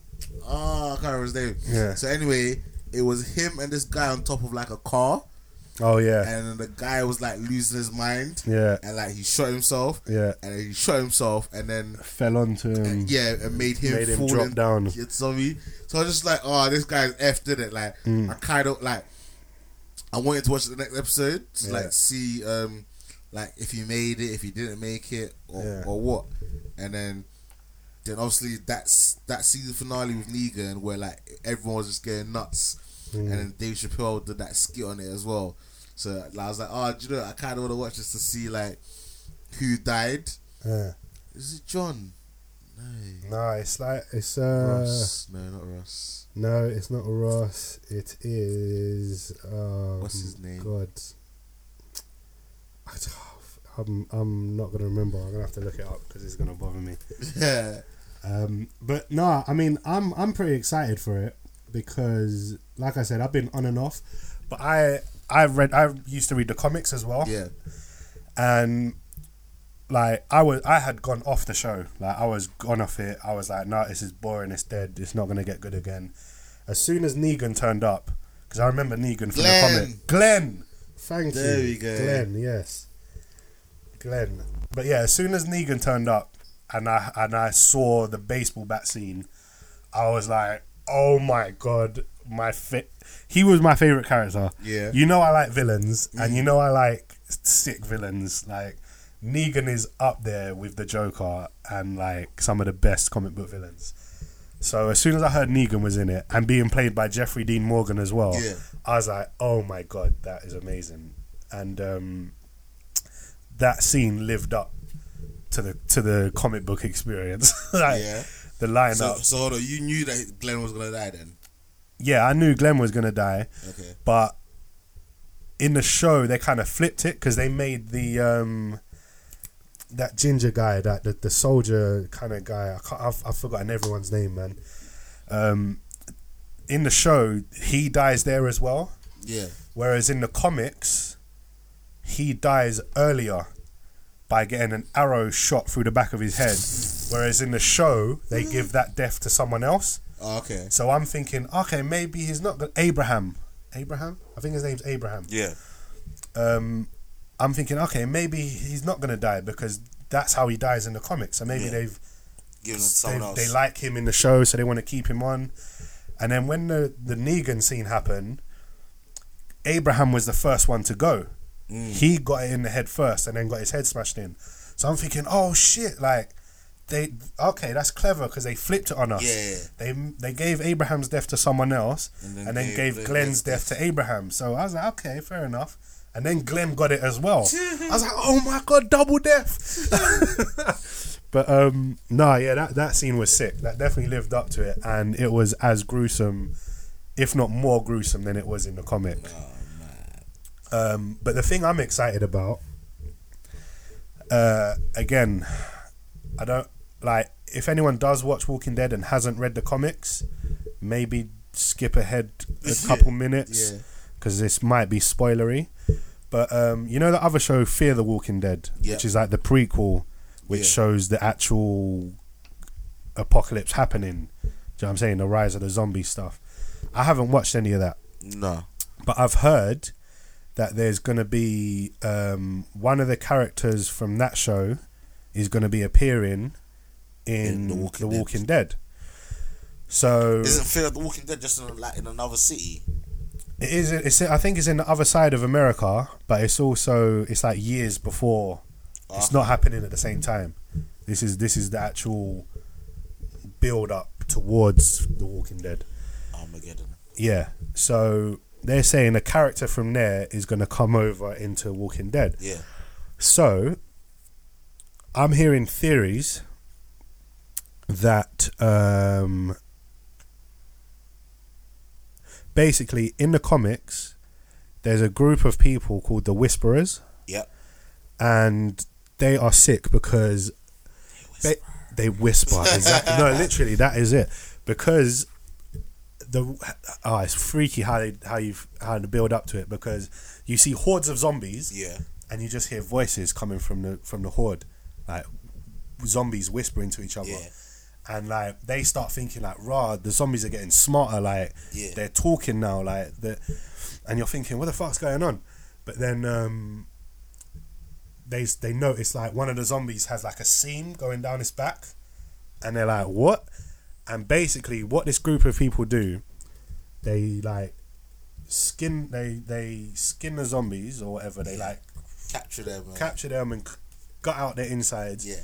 B: Ah, I can't remember his name.
C: Yeah.
B: So anyway, it was him and this guy on top of like a car,
C: Oh, yeah.
B: and the guy was like losing his mind,
C: Yeah,
B: and like he shot himself,
C: yeah.
B: and then he shot himself, and then
C: Fell onto him.
B: yeah, and made him
C: Made him
B: fall
C: drop
B: in-
C: down.
B: Yeah, sorry. So I was just like, oh, this guy's effed in it. Like,
C: Mm.
B: I kind of like, I wanted to watch the next episode, to,
C: Yeah.
B: like see, um, like if he made it, if he didn't make it, or,
C: Yeah.
B: or what. And then, then obviously that's that season finale with Negan, where like everyone was just going nuts.
C: Mm.
E: and then Dave Chappelle did that skit on it as well. So like, I was like, oh, do you know, I kind of want to watch this to see like who died.
C: Yeah.
E: Is it John? No.
C: No, it's like it's uh
E: Ross? No, not Ross.
C: no, it's not Ross. It is um,
E: What's his name?
C: God, I d- I'm I'm not gonna remember. I'm gonna have to look it up because it's gonna bother me.
E: yeah.
C: Um, but no, I mean, I'm I'm pretty excited for it because, like I said, I've been on and off. But I I read I used to read the comics as well,
E: Yeah.
C: and like I was I had gone off the show. Like I was gone off it. I was like, no, this is boring. It's dead. It's not gonna get good again. As soon as Negan turned up, because I remember Negan from
E: Glenn.
C: the comic. Glenn, thank you.
E: There we go.
C: Glenn, yes, Glenn. But yeah, as soon as Negan turned up, and I and I saw the baseball bat scene, I was like, oh my god, my fit. He was my favorite character.
E: Yeah. Mm.
C: You know I like villains, and you know I like sick villains. Like Negan is up there with the Joker and like some of the best comic book villains. So as soon as I heard Negan was in it and being played by Jeffrey Dean Morgan as well,
E: Yeah.
C: I was like, "Oh my god, that is amazing!" And um, that scene lived up to the to the comic book experience. like,
E: Yeah.
C: The lineup,
E: So, so hold on, you knew that Glenn was gonna die then.
C: yeah, I knew Glenn was gonna die,
E: Okay.
C: but in the show they kind of flipped it because they made the um that ginger guy, that the, the soldier kind of guy. I can't, I've, I've forgotten everyone's name, man. Um, in the show, he dies there as well,
E: Yeah.
C: whereas in the comics, he dies earlier by getting an arrow shot through the back of his head. Whereas in the show, they give that death to someone else.
E: Oh, okay.
C: So I'm thinking, okay, maybe he's not go- Abraham. Abraham, I think his name's Abraham.
E: Yeah.
C: Um, I'm thinking, okay, maybe he's not gonna die because that's how he dies in the comics. So maybe
E: Yeah.
C: they've
E: Giving it to someone
C: they,
E: else.
C: they like him in the show, so they want to keep him on. And then when the the Negan scene happened, Abraham was the first one to go.
E: Mm.
C: He got it in the head first, and then got his head smashed in. So I'm thinking, oh shit, like they okay, that's clever because they flipped it on us.
E: Yeah.
C: They they gave Abraham's death to someone else, and
E: And
C: then,
E: then gave
C: gave,
E: Glenn
C: Glenn's death
E: Glenn's
C: to Abraham. So I was like, okay, fair enough. And then Glenn got it as well. I was like, oh my god, double death. but um, no, yeah, that that scene was sick. That definitely lived up to it, and it was as gruesome, if not more gruesome, than it was in the comic. Um, but the thing I'm excited about, uh, again, I don't like if anyone does watch Walking Dead and hasn't read the comics, maybe skip ahead a couple minutes
E: Yeah.
C: because this might be spoilery. But um, you know the other show, Fear the Walking Dead,
E: Yeah.
C: which is like the prequel, which
E: Yeah.
C: shows the actual apocalypse happening. Do you know what I'm saying? The rise of the zombie stuff. I haven't watched any of that
E: No.
C: but I've heard that there's going to be um, one of the characters from that show is going to be appearing in,
E: In
C: The
E: The
C: Walking,
E: Walking
C: Dead. So
E: Isn't Fear of the Walking Dead just in like in another city?
C: it is. It's, I think it's in the other side of America, but it's also it's like years before. It's not happening at the same time. This is this is the actual build up towards The Walking Dead.
E: Armageddon.
C: Yeah. So they're saying a character from there is going to come over into Walking Dead.
E: Yeah.
C: So, I'm hearing theories that um, basically in the comics, there's a group of people called the Whisperers.
E: Yep.
C: And they are sick because they, they whisper. Exactly. no, literally, that is it. Because the oh, it's freaky how they how you how to build up to it because you see hordes of zombies
E: Yeah.
C: and you just hear voices coming from the from the horde, like zombies whispering to each other.
E: Yeah.
C: And like they start thinking like, rah, the zombies are getting smarter. Like
E: Yeah.
C: they're talking now. Like the, and you're thinking, what the fuck's going on? But then um, they they notice like one of the zombies has like a seam going down his back, and they're like, what? And basically, what this group of people do, they like skin they they skin the zombies or whatever. They like
E: Capture them. Man.
C: capture them and c- gut out their insides.
E: Yeah.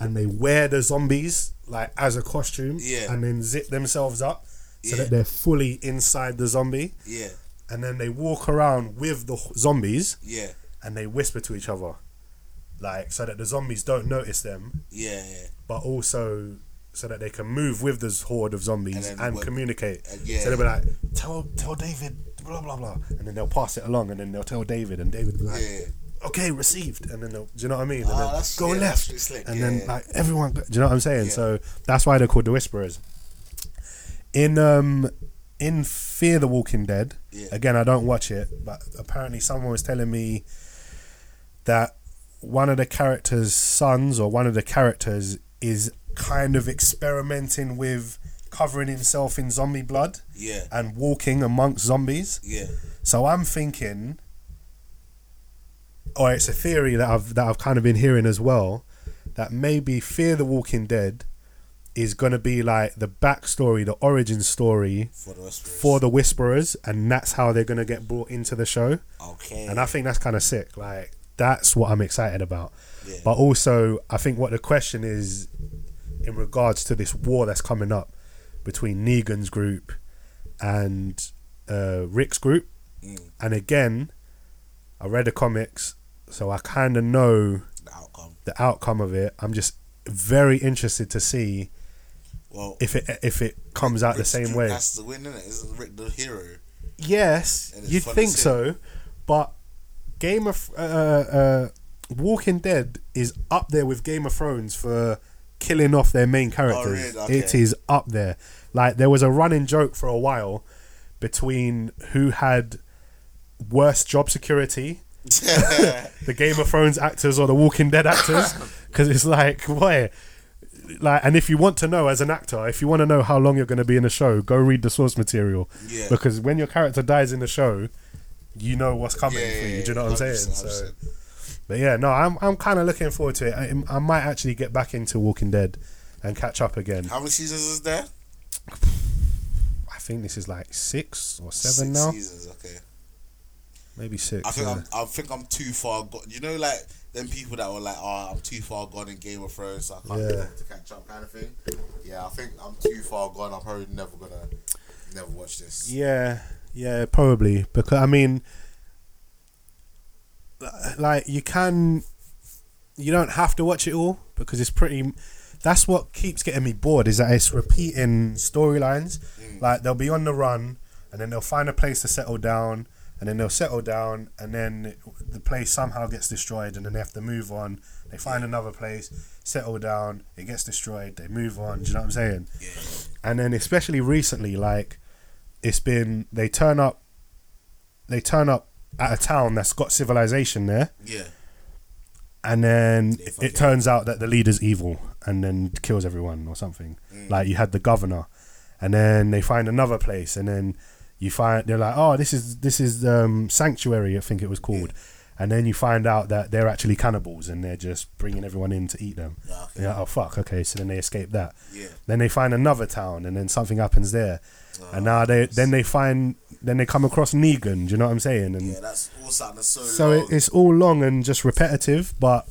C: And they wear the zombies like as a costume.
E: Yeah.
C: And then zip themselves up
B: Yeah.
C: so that they're fully inside the zombie,
B: Yeah,
C: and then they walk around with the h- zombies
B: yeah,
C: and they whisper to each other, like so that the zombies don't notice them,
B: yeah, yeah.
C: but also so that they can move with this horde of zombies
B: And
C: and,
B: then what-
C: communicate.
B: uh, yeah.
C: So they'll be like, tell tell David, blah blah blah, and then they'll pass it along, and then they'll tell David, and David will be like, okay, received, and then they'll, do you know what I mean? And
B: Ah,
C: then
B: that's-
C: go
B: yeah, that's
C: left,
B: really slick,
C: and
B: yeah,
C: then
B: yeah.
C: like everyone, go- do you know what I'm saying?
B: Yeah.
C: So that's why they're called the Whisperers. In um in Fear the Walking Dead,
B: Yeah.
C: again, I don't watch it, but apparently someone was telling me that one of the characters' sons or one of the characters is kind of experimenting with covering himself in zombie blood
B: yeah,
C: and walking amongst zombies.
B: yeah,
C: So I'm thinking, or it's a theory that I've that I've kind of been hearing as well, that maybe Fear the Walking Dead is going to be like the backstory, the origin story
B: for the Whisperers.
C: for the Whisperers, and that's how they're going to get brought into the show.
B: okay,
C: And I think that's kind of sick. Like that's what I'm excited about.
B: Yeah.
C: But also, I think what the question is in regards to this war that's coming up between Negan's group and uh, Rick's group.
B: Mm.
C: And again, I read the comics, so I kind of know
B: the outcome.
C: the outcome of it. I'm just very interested to see
B: Well,
C: if it if it comes out the
B: Rick's
C: same
B: Duke
C: way.
B: Has to win, innit? Isn't Rick the hero?
C: Yes,
B: And it's
C: you'd
B: fun
C: think
B: to see.
C: so, but Game of uh, uh, Walking Dead is up there with Game of Thrones for killing off their main characters.
B: Oh, really?
C: It
B: Okay.
C: is up there. Like there was a running joke for a while between who had worse job security, the Game of Thrones actors or the Walking Dead actors, because it's like what. Like, and if you want to know as an actor, if you want to know how long you're going to be in a show, go read the source material
B: Yeah.
C: because when your character dies in the show, you know what's coming
B: Yeah,
C: for
B: yeah,
C: you.
B: yeah,
C: do you know what I'm saying?
B: 100%,
C: So, but yeah, no, I'm I'm kind of looking forward to it. I, I might actually get back into Walking Dead and catch up again.
B: How many seasons is there?
C: I think this is like six or seven
B: Six
C: now,
B: seasons. Okay.
C: maybe six.
B: I think
C: yeah.
B: I'm. I think I'm too far gone. You know, like them people that were like, "Oh, I'm too far gone in Game of Thrones, so I can't
C: Yeah.
B: get to catch up," kind of thing. Yeah, I think I'm too far gone. I'm probably never gonna, never watch this.
C: Yeah, yeah, probably because I mean, li- like you can, you don't have to watch it all because it's pretty. That's what keeps getting me bored is that it's repeating storylines. Like they'll be on the run, and then they'll find a place to settle down, and then they'll settle down, and then the place somehow gets destroyed, and then they have to move on. They find another place, settle down, it gets destroyed, they move on. Do you know what I'm saying?
B: Yeah.
C: and then especially recently like it's been they turn up they turn up at a town that's got civilization there
B: Yeah.
C: and then
B: They
C: it,
B: fuck it.
C: it turns out that the leader's evil and then kills everyone or something
B: Mm.
C: like you had the governor and then they find another place and then you find they're like oh this is this is um sanctuary i think it was called and then you find out that they're actually cannibals and they're just bringing everyone in to eat them
B: Ah, okay.
C: yeah oh fuck okay so then they escape that
B: Yeah.
C: then they find another town, and then something happens there.
B: Ah,
C: and now they then they find then they come across Negan. Do you know what I'm saying? And
B: Yeah, that's all sounding so.
C: so it,
B: long.
C: it's all long and just repetitive, but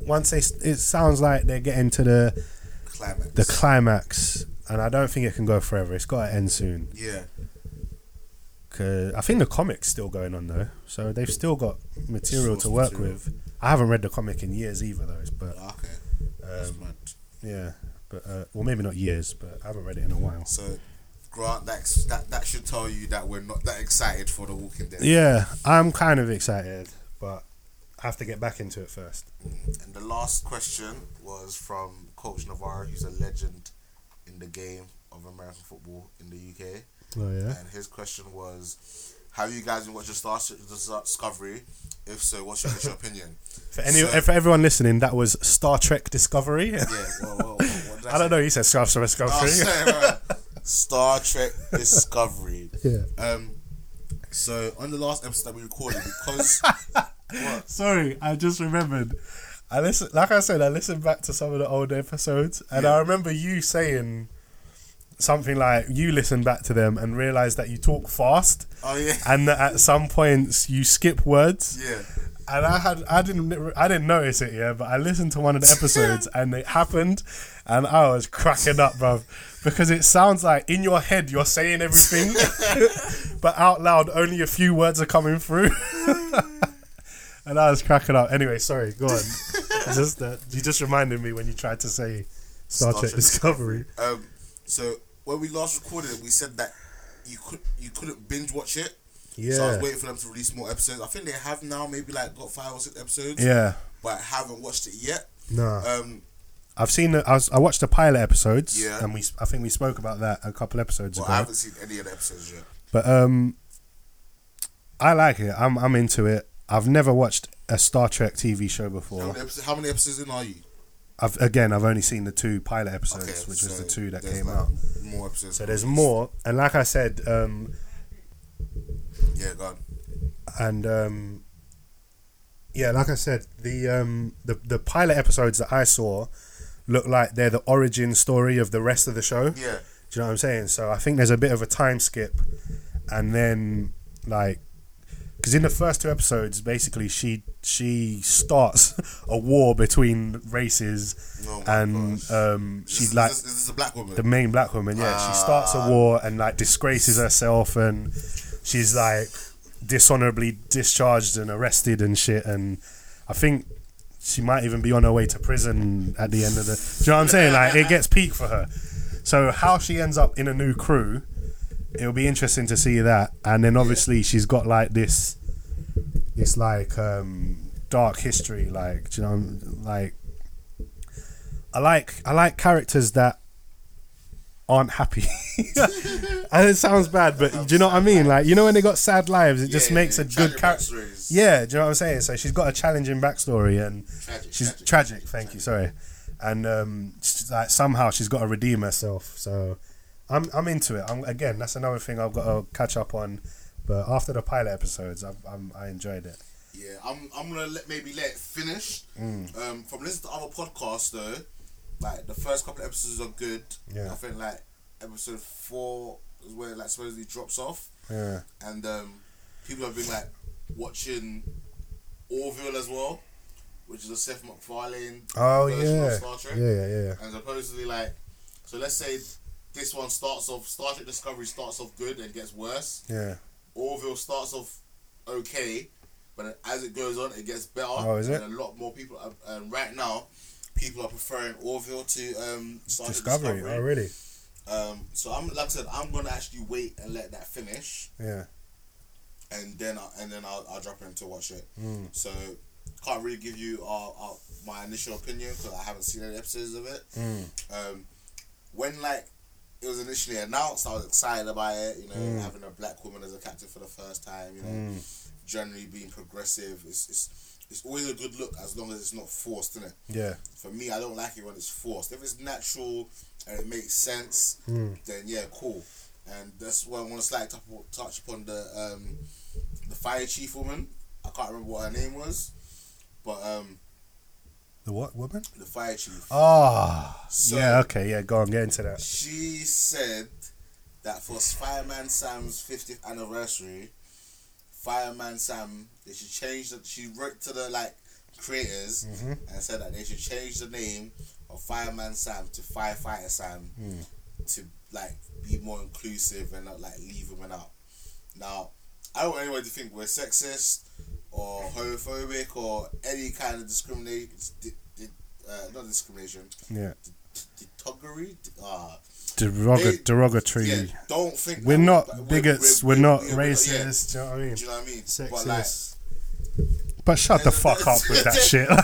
C: once they s- it sounds like they're getting to the
B: climax.
C: the climax, and I don't think it can go forever. It's got to end soon.
B: yeah.
C: 'Cause I think the comic's still going on though, so they've still got material
B: Source
C: to work
B: material.
C: with. I haven't read the comic in years either, though. But
B: Ah, Okay.
C: Um,
B: that's mad.
C: yeah, but uh, well, maybe not years, but I haven't read it in a while.
B: So, Grant, that's, that that should tell you that we're not that excited for The Walking Dead.
C: Yeah, I'm kind of excited, but I have to get back into it first.
B: And the last question was from Coach Navarro, who's a legend in the game of American football in the UK.
C: Oh yeah.
B: And his question was, "Have you guys been watching Star Star Discovery? If so, what's your initial opinion?"
C: For any
B: So-
C: for everyone listening, that was Star Trek Discovery.
B: Yeah, well, well, what did
C: I don't know. You said Star Trek
B: Oh,
C: Discovery.
B: sorry, man. Star Trek Discovery.
C: Yeah.
B: Um. So on the last episode that we recorded, because what?
C: Sorry, I just remembered. I listen, like I said, I listened back to some of the old episodes, and I remember you saying something like you listened back to them and realized that you talk fast,
B: Oh yeah.
C: and that at some points you skip words.
B: Yeah.
C: and I had I didn't I didn't notice it yeah, but I listened to one of the episodes and it happened, and I was cracking up, bruv, because it sounds like in your head you're saying everything, but out loud only a few words are coming through. and I was cracking up. Anyway, sorry, go on. just that you just reminded me when you tried to say Star,
B: Star
C: Trek,
B: Trek
C: Discovery.
B: Um, so when we last recorded it, we said that you could you couldn't binge watch it. So I
C: Yeah.
B: was waiting for them to release more episodes. I think they have now, maybe like got five or six episodes.
C: Yeah,
B: But I haven't watched it yet.
C: no.
B: Um,
C: I've seen. The, I, was, I watched the pilot episodes,
B: Yeah.
C: and we. I think we spoke about that a couple episodes
B: well,
C: ago.
B: I haven't seen any of the episodes yet.
C: But um, I like it. I'm I'm into it. I've never watched a Star Trek TV show
B: How
C: before.
B: many, episodes, how many episodes in are you?
C: I've again, I've only seen the two pilot episodes, which was
B: so
C: the two that
B: there's
C: came
B: like
C: out.
B: More episodes.
C: So there's more, and like I said, um,
B: Yeah, go on.
C: and um, yeah, like I said, the um, the the pilot episodes that I saw look like they're the origin story of the rest of the show.
B: Yeah.
C: Do you know what I'm saying? So I think there's a bit of a time skip, and then like, because in the first two episodes, basically she she starts a war between races,
B: Oh my
C: and
B: gosh.
C: um,
B: Is
C: she
B: this-
C: like
B: Is this, is this a black woman?
C: the main black woman. Yeah, she starts a war and like disgraces herself, and she's like dishonorably discharged and arrested and shit. And I think she might even be on her way to prison at the end of the. Do you know what I'm saying? Like it gets peak for her. So how she ends up in a new crew, it'll be interesting to see that. And then obviously she's got like this, this like um, dark history. Like do you know, like I like I like characters that aren't happy. and it sounds bad, but do you know what I mean? Like you know when they got sad lives, it just
B: Yeah,
C: makes
B: yeah,
C: a good
B: tragic
C: character.
B: backstories.
C: Yeah, do you know what I'm saying? So she's got a challenging backstory and
B: Tragic,
C: she's tragic.
B: tragic,
C: thank you, sorry. And um, she's like somehow she's got to redeem herself. So I'm I'm into it. I'm again. That's another thing I've got to catch up on. But after the pilot episodes, I've, I'm, I enjoyed it.
B: Yeah, I'm. I'm gonna let maybe let it finish.
C: Mm.
B: Um, from listening to other podcasts though, like the first couple of episodes are good.
C: Yeah.
B: I think like episode four is where it, like supposedly drops off,
C: Yeah,
B: and um, people have been like watching Orville as well, which is a Seth MacFarlane
C: Oh,
B: version
C: yeah.
B: of Star Trek,
C: yeah, yeah, yeah.
B: and supposedly like, so let's say this one starts off Star Trek Discovery starts off good and gets worse.
C: yeah.
B: Orville starts off okay, but as it goes on, it gets better.
C: Oh, is it?
B: And a lot more people. Are, um, right now, people are preferring Orville to um, Star Trek
C: Discovery. Oh, really?
B: Um, so I'm like I said, I'm gonna actually wait and let that finish,
C: Yeah.
B: and then I, and then I'll, I'll drop in to watch it. So can't really give you our, our, my initial opinion because I haven't seen any episodes of it. Um, when like it was initially announced, I was excited about it. You know, having a black woman as a captain for the first time. You know, generally being progressive. It's, it's it's always a good look as long as it's not forced, is it?
C: Yeah.
B: For me, I don't like it when it's forced. If it's natural and it makes sense, then yeah, cool. And that's why I want to slightly touch- touch upon the um, the fire chief woman. I can't remember what her name was, but um,
C: The what woman?
B: the fire chief.
C: Oh,
B: So-
C: yeah. Okay, yeah. Go on, get into that.
B: She said that for Fireman Sam's 50th anniversary, Fireman Sam, they should change the. She wrote to the like creators and said that they should change the name of Fireman Sam to Firefighter Sam to like be more inclusive and not like leave women out. Now, I don't want anyone to think we're sexist or homophobic or any kind of discrimination. Uh, not discrimination,
C: Yeah.
B: detoggery. Uh,
C: Derog-
B: They-
C: derogatory.
B: yeah, don't think
C: We're
B: that-
C: not
B: that
C: bigots. We're, not racist. Do you know what I mean?
B: yeah, do you know what I mean? But like,
C: Sexist. But, shut the fuck up with that shit.
B: they're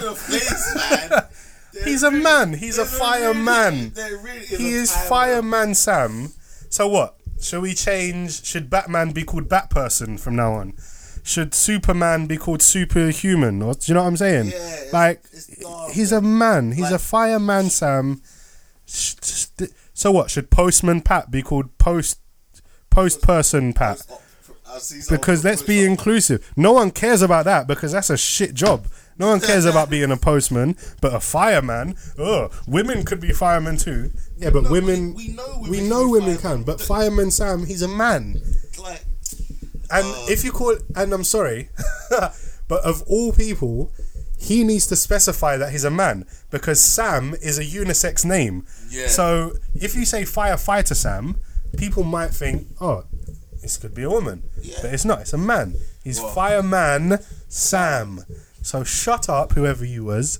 B: the place, man. They're
C: He's a
B: really-
C: man. He's a
B: they're
C: fireman.
B: Really, they're really
C: He
B: a
C: is Fireman Sam. So what? Shall we change? Should Batman be called Batperson from now on? Should Superman be called Superhuman? Or do you know what I'm saying?
B: Yeah, it's-
C: like
B: it's dark,
C: he's a man. He's a
B: Like-
C: fireman, Sam. Sh- sh- th- So what? Should Postman Pat be called Post Postperson Pat?
B: I'll see someone
C: Because
B: put
C: let's be
B: post-
C: inclusive. No one cares about that because that's a shit job. No one cares about being a postman, but a fireman. Ugh, women could be firemen too. Yeah, but
B: No, we-
C: women.
B: we know women
C: we
B: can
C: know
B: be
C: women
B: firemen.
C: can. But fireman Sam, he's a man.
B: Like, Oh.
C: And if you call, and I'm sorry, but of all people, he needs to specify that he's a man because Sam is a unisex name.
B: Yeah.
C: So if you say firefighter Sam, people might think, oh, this could be a woman.
B: Yeah.
C: But it's not, it's a man. He's
B: Well-
C: fireman Sam. So shut up, whoever you was.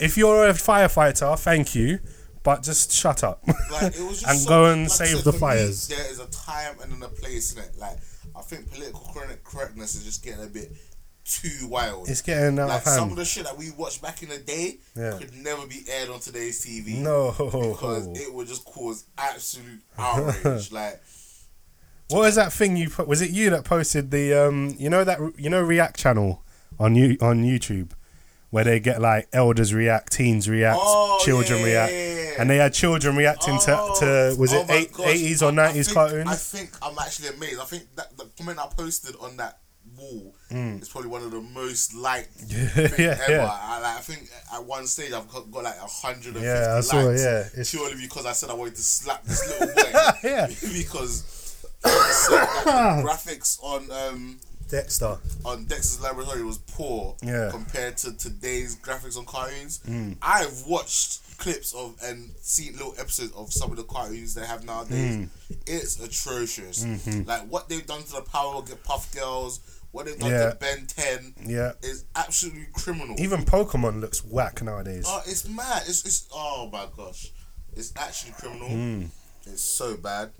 C: If you're a firefighter, thank you, but just shut up.
B: Like, it was just
C: and
B: so-
C: go and
B: like I
C: save
B: said,
C: the
B: for me,
C: fires.
B: there is a time and then a place in it. Like I think political correct- correctness is just getting a bit too wild.
C: It's getting out
B: like
C: of hand.
B: some of the shit that we watched back in the day
C: Yeah.
B: could never be aired on today's TV.
C: No.
B: because it would just cause absolute outrage. like
C: What was that thing you put? Was it you that posted the um? You know that you know React channel on you on YouTube, where they get like elders react, teens react,
B: Oh,
C: children
B: yeah,
C: react,
B: yeah, yeah, yeah.
C: and they had children reacting to, to was
B: oh
C: it
B: my
C: eight,
B: gosh.
C: 80s or
B: I- I
C: nineties
B: think-
C: cartoons?
B: I think I'm actually amazed. I think that the comment I posted on that wall is probably one of the most liked
C: Mm. Yeah,
B: thing
C: yeah,
B: ever.
C: yeah.
B: I, like, I think at one stage I've got, got like 150
C: Yeah, I
B: likes
C: saw it, yeah. It's-
B: purely because I said I wanted to slap this little boy
C: Yeah.
B: because so, like, the graphics on um,
C: Dexter.
B: on Dexter's Laboratory was poor
C: Yeah. Hmm.
B: compared to today's graphics on cartoons. I've watched clips of and seen little episodes of some of the cartoons they have nowadays.
C: Hmm.
B: It's atrocious.
C: Mm-hmm.
B: Like what they've done to the Power Puff Girls, what they've done
C: Yeah.
B: to Ben Ten,
C: Yeah.
B: is absolutely criminal.
C: Even Pokemon looks whack nowadays.
B: oh, it's mad. It's, it's oh my gosh, it's actually criminal.
C: Hmm.
B: It's so bad.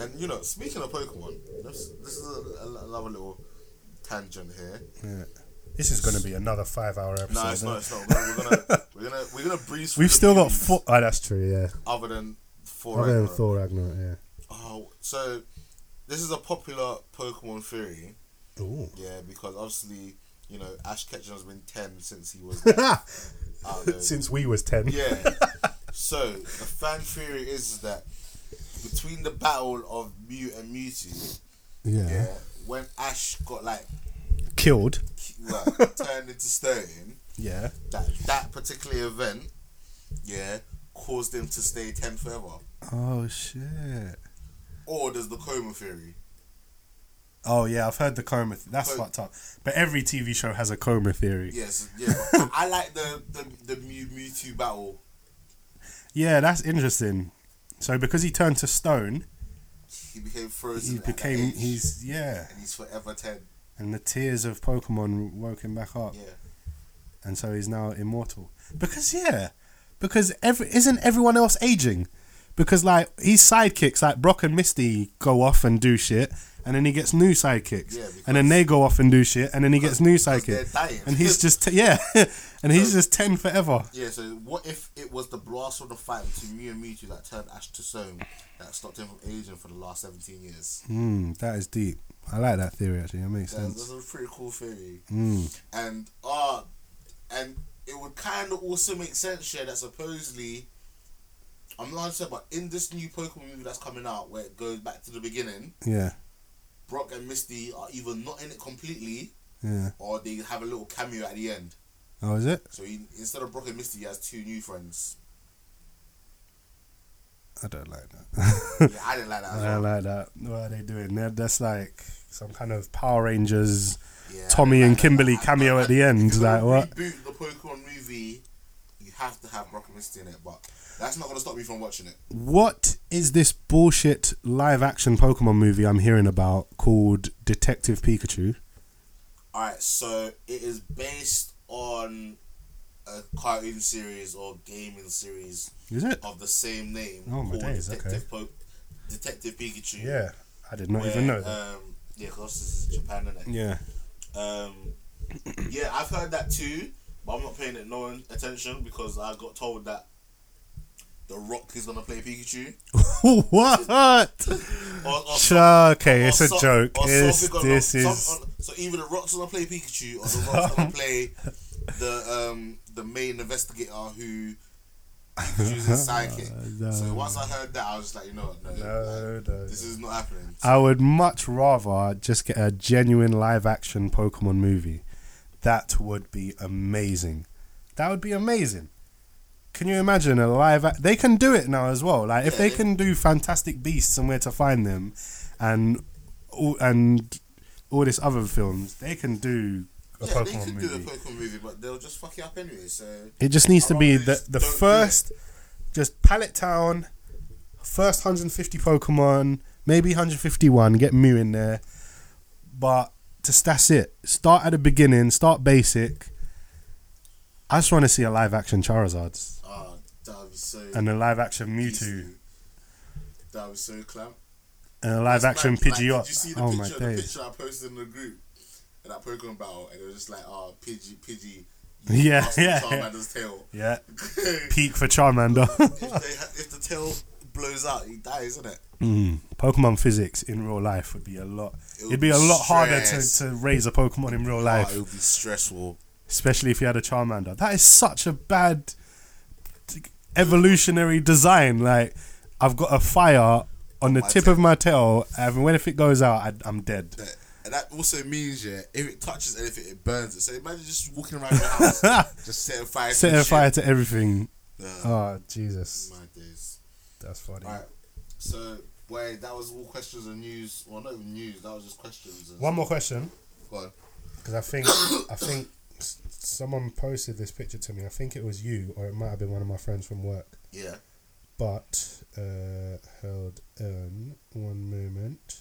B: And you know, speaking of Pokemon, this, this is a, a- another little tangent here.
C: This is going to be another five-hour episode.
B: No, it's
C: isn't
B: not.
C: it?
B: It's not. We're, we're gonna we're gonna we're gonna breeze. through
C: We've
B: the
C: still got
B: movies
C: four. Oh, that's true. Yeah.
B: Other than four.
C: Other than
B: Ragnarok.
C: Thor Ragnarok. Yeah.
B: Oh, so this is a popular Pokemon theory.
C: Ooh.
B: Yeah, because obviously you know Ash Ketchum's been ten since he was. I don't know,
C: Since we was ten.
B: yeah. So the fan theory is that between the battle of Mew and Mewtwo,
C: Yeah.
B: yeah, when Ash got like,
C: Killed.
B: like turned into stone,
C: Yeah.
B: that that particular event, yeah, caused him to stay ten forever.
C: Oh shit.
B: Or there's the coma theory.
C: Oh yeah, I've heard the coma. Th- that's
B: Co-
C: fucked up. But every TV show has a coma theory. Yeah,
B: Yes, yeah. but I like the the the Mew Mewtwo battle.
C: that's interesting. So because he turned to stone,
B: He became frozen.
C: he
B: at that
C: became
B: age,
C: he's yeah,
B: and he's forever ten.
C: and the tears of Pokemon woke him back up,
B: Yeah,
C: and so he's now immortal. Because yeah, because every isn't everyone else aging? Because like his sidekicks like Brock and Misty go off and do shit. And then he gets new sidekicks,
B: Yeah,
C: and then they go off and do shit, and then he gets new
B: they're
C: sidekicks,
B: dying.
C: and he's just t- yeah, and he's just ten forever.
B: yeah. So what if it was the blast of the fight between Mew and Mewtwo that turned Ash to stone that stopped him from aging for the last seventeen years?
C: Mm, that is deep. I like that theory actually. That makes
B: That's,
C: sense.
B: that's a pretty cool theory.
C: Mm.
B: and uh and it would kind of also make sense yeah that supposedly I'm not sure but in this new Pokemon movie that's coming out where it goes back to the beginning
C: Yeah,
B: Brock and Misty are either not in it completely
C: yeah.
B: or they have a little cameo at the end
C: Oh, is it?
B: so he, instead of Brock and Misty he has two new friends
C: I don't like that.
B: yeah I didn't like that as
C: I don't
B: well.
C: like that. What are they doing? They're, that's like some kind of Power Rangers.
B: yeah,
C: Tommy
B: I didn't
C: and
B: like that.
C: Kimberly
B: I- I-
C: cameo
B: I-
C: at the
B: if
C: end,
B: you're gonna
C: like, what?
B: reboot the Pokemon movie you have to have Brock and Misty in it but that's not gonna stop me from watching it
C: What is this bullshit live action Pokemon movie I'm hearing about called Detective Pikachu?
B: Alright, so it is based on a cartoon series or gaming series
C: Is it?
B: of the same name
C: Oh, my days,
B: Detective, po- Detective Pikachu.
C: Yeah, I did not even
B: where,
C: know that.
B: Um, yeah, because this is Japan, isn't it?
C: Yeah,
B: Um, yeah, I've heard that too, but I'm not paying it no attention because I got told that The Rock is going to play Pikachu.
C: what?
B: Or, or
C: Okay, it's
B: or
C: a
B: so-
C: joke.
B: or
C: It's,
B: something on
C: this
B: the-
C: is
B: some- on- so either the Rock's gonna play Pikachu or the Rock's gonna play the um the main investigator who Pikachu's his sidekick.
C: No.
B: So once I heard that, I was just like, you know, what, no, like,
C: no, no.
B: this is not happening.
C: I would much rather just get a genuine live action Pokemon movie. That would be amazing. That would be amazing. Can you imagine a live? Ac- they can do it now as well. Like if
B: Yeah,
C: they
B: they-
C: can do Fantastic Beasts and Where to Find Them, and all and all this other films, they can do a
B: yeah, they could
C: Pokemon
B: do a
C: movie.
B: Pokemon movie, but they'll just fuck it up anyway. So
C: It just needs
B: I'd
C: to be
B: rather
C: the
B: just
C: the
B: don't do it.
C: first, just Pallet Town, first 150 Pokemon, maybe 151. Get Mew in there, but just that's it. Start at the beginning. Start basic. I just want to see a live action Charizard
B: ah, that would be so.
C: and a live action Mewtwo
B: decent. That would be so clamp.
C: and a live
B: It's
C: action
B: like- like, did
C: Pidgeot.
B: you see the
C: oh my
B: picture, the
C: days!
B: picture I posted in the group in that Pokemon battle, and it was just like, oh, Pidgey, Pidgey.
C: Yeah,
B: lost to
C: yeah,
B: Charmander's tail.
C: Yeah,
B: if,
C: peak for Charmander.
B: they, ha- if the tail blows out, he dies, isn't it?
C: Mm. Pokemon physics in real life would be a lot.
B: It
C: It'd
B: would
C: be a
B: be
C: lot harder to,
B: stress.
C: to raise a Pokemon in real
B: Oh,
C: life,
B: it would be stressful.
C: especially if you had a Charmander. That is such a bad t- evolutionary design. Like, I've got a fire on the
B: my
C: tip
B: tail.
C: of my tail, and when if it goes out, I, I'm dead.
B: That- And that also means, yeah, if it touches anything, it burns it. So imagine just walking around your house, just setting fire.
C: Setting
B: to
C: fire to everything.
B: Shit. Uh,
C: Oh Jesus,
B: my days.
C: that's funny.
B: Right. So, wait, that was all questions and news. Well, not even news. That was just questions. And
C: One more question,
B: Go on.
C: because I think I think s- someone posted this picture to me. I think it was you, or it might have been one of my friends from work.
B: Yeah.
C: but uh, hold on one moment.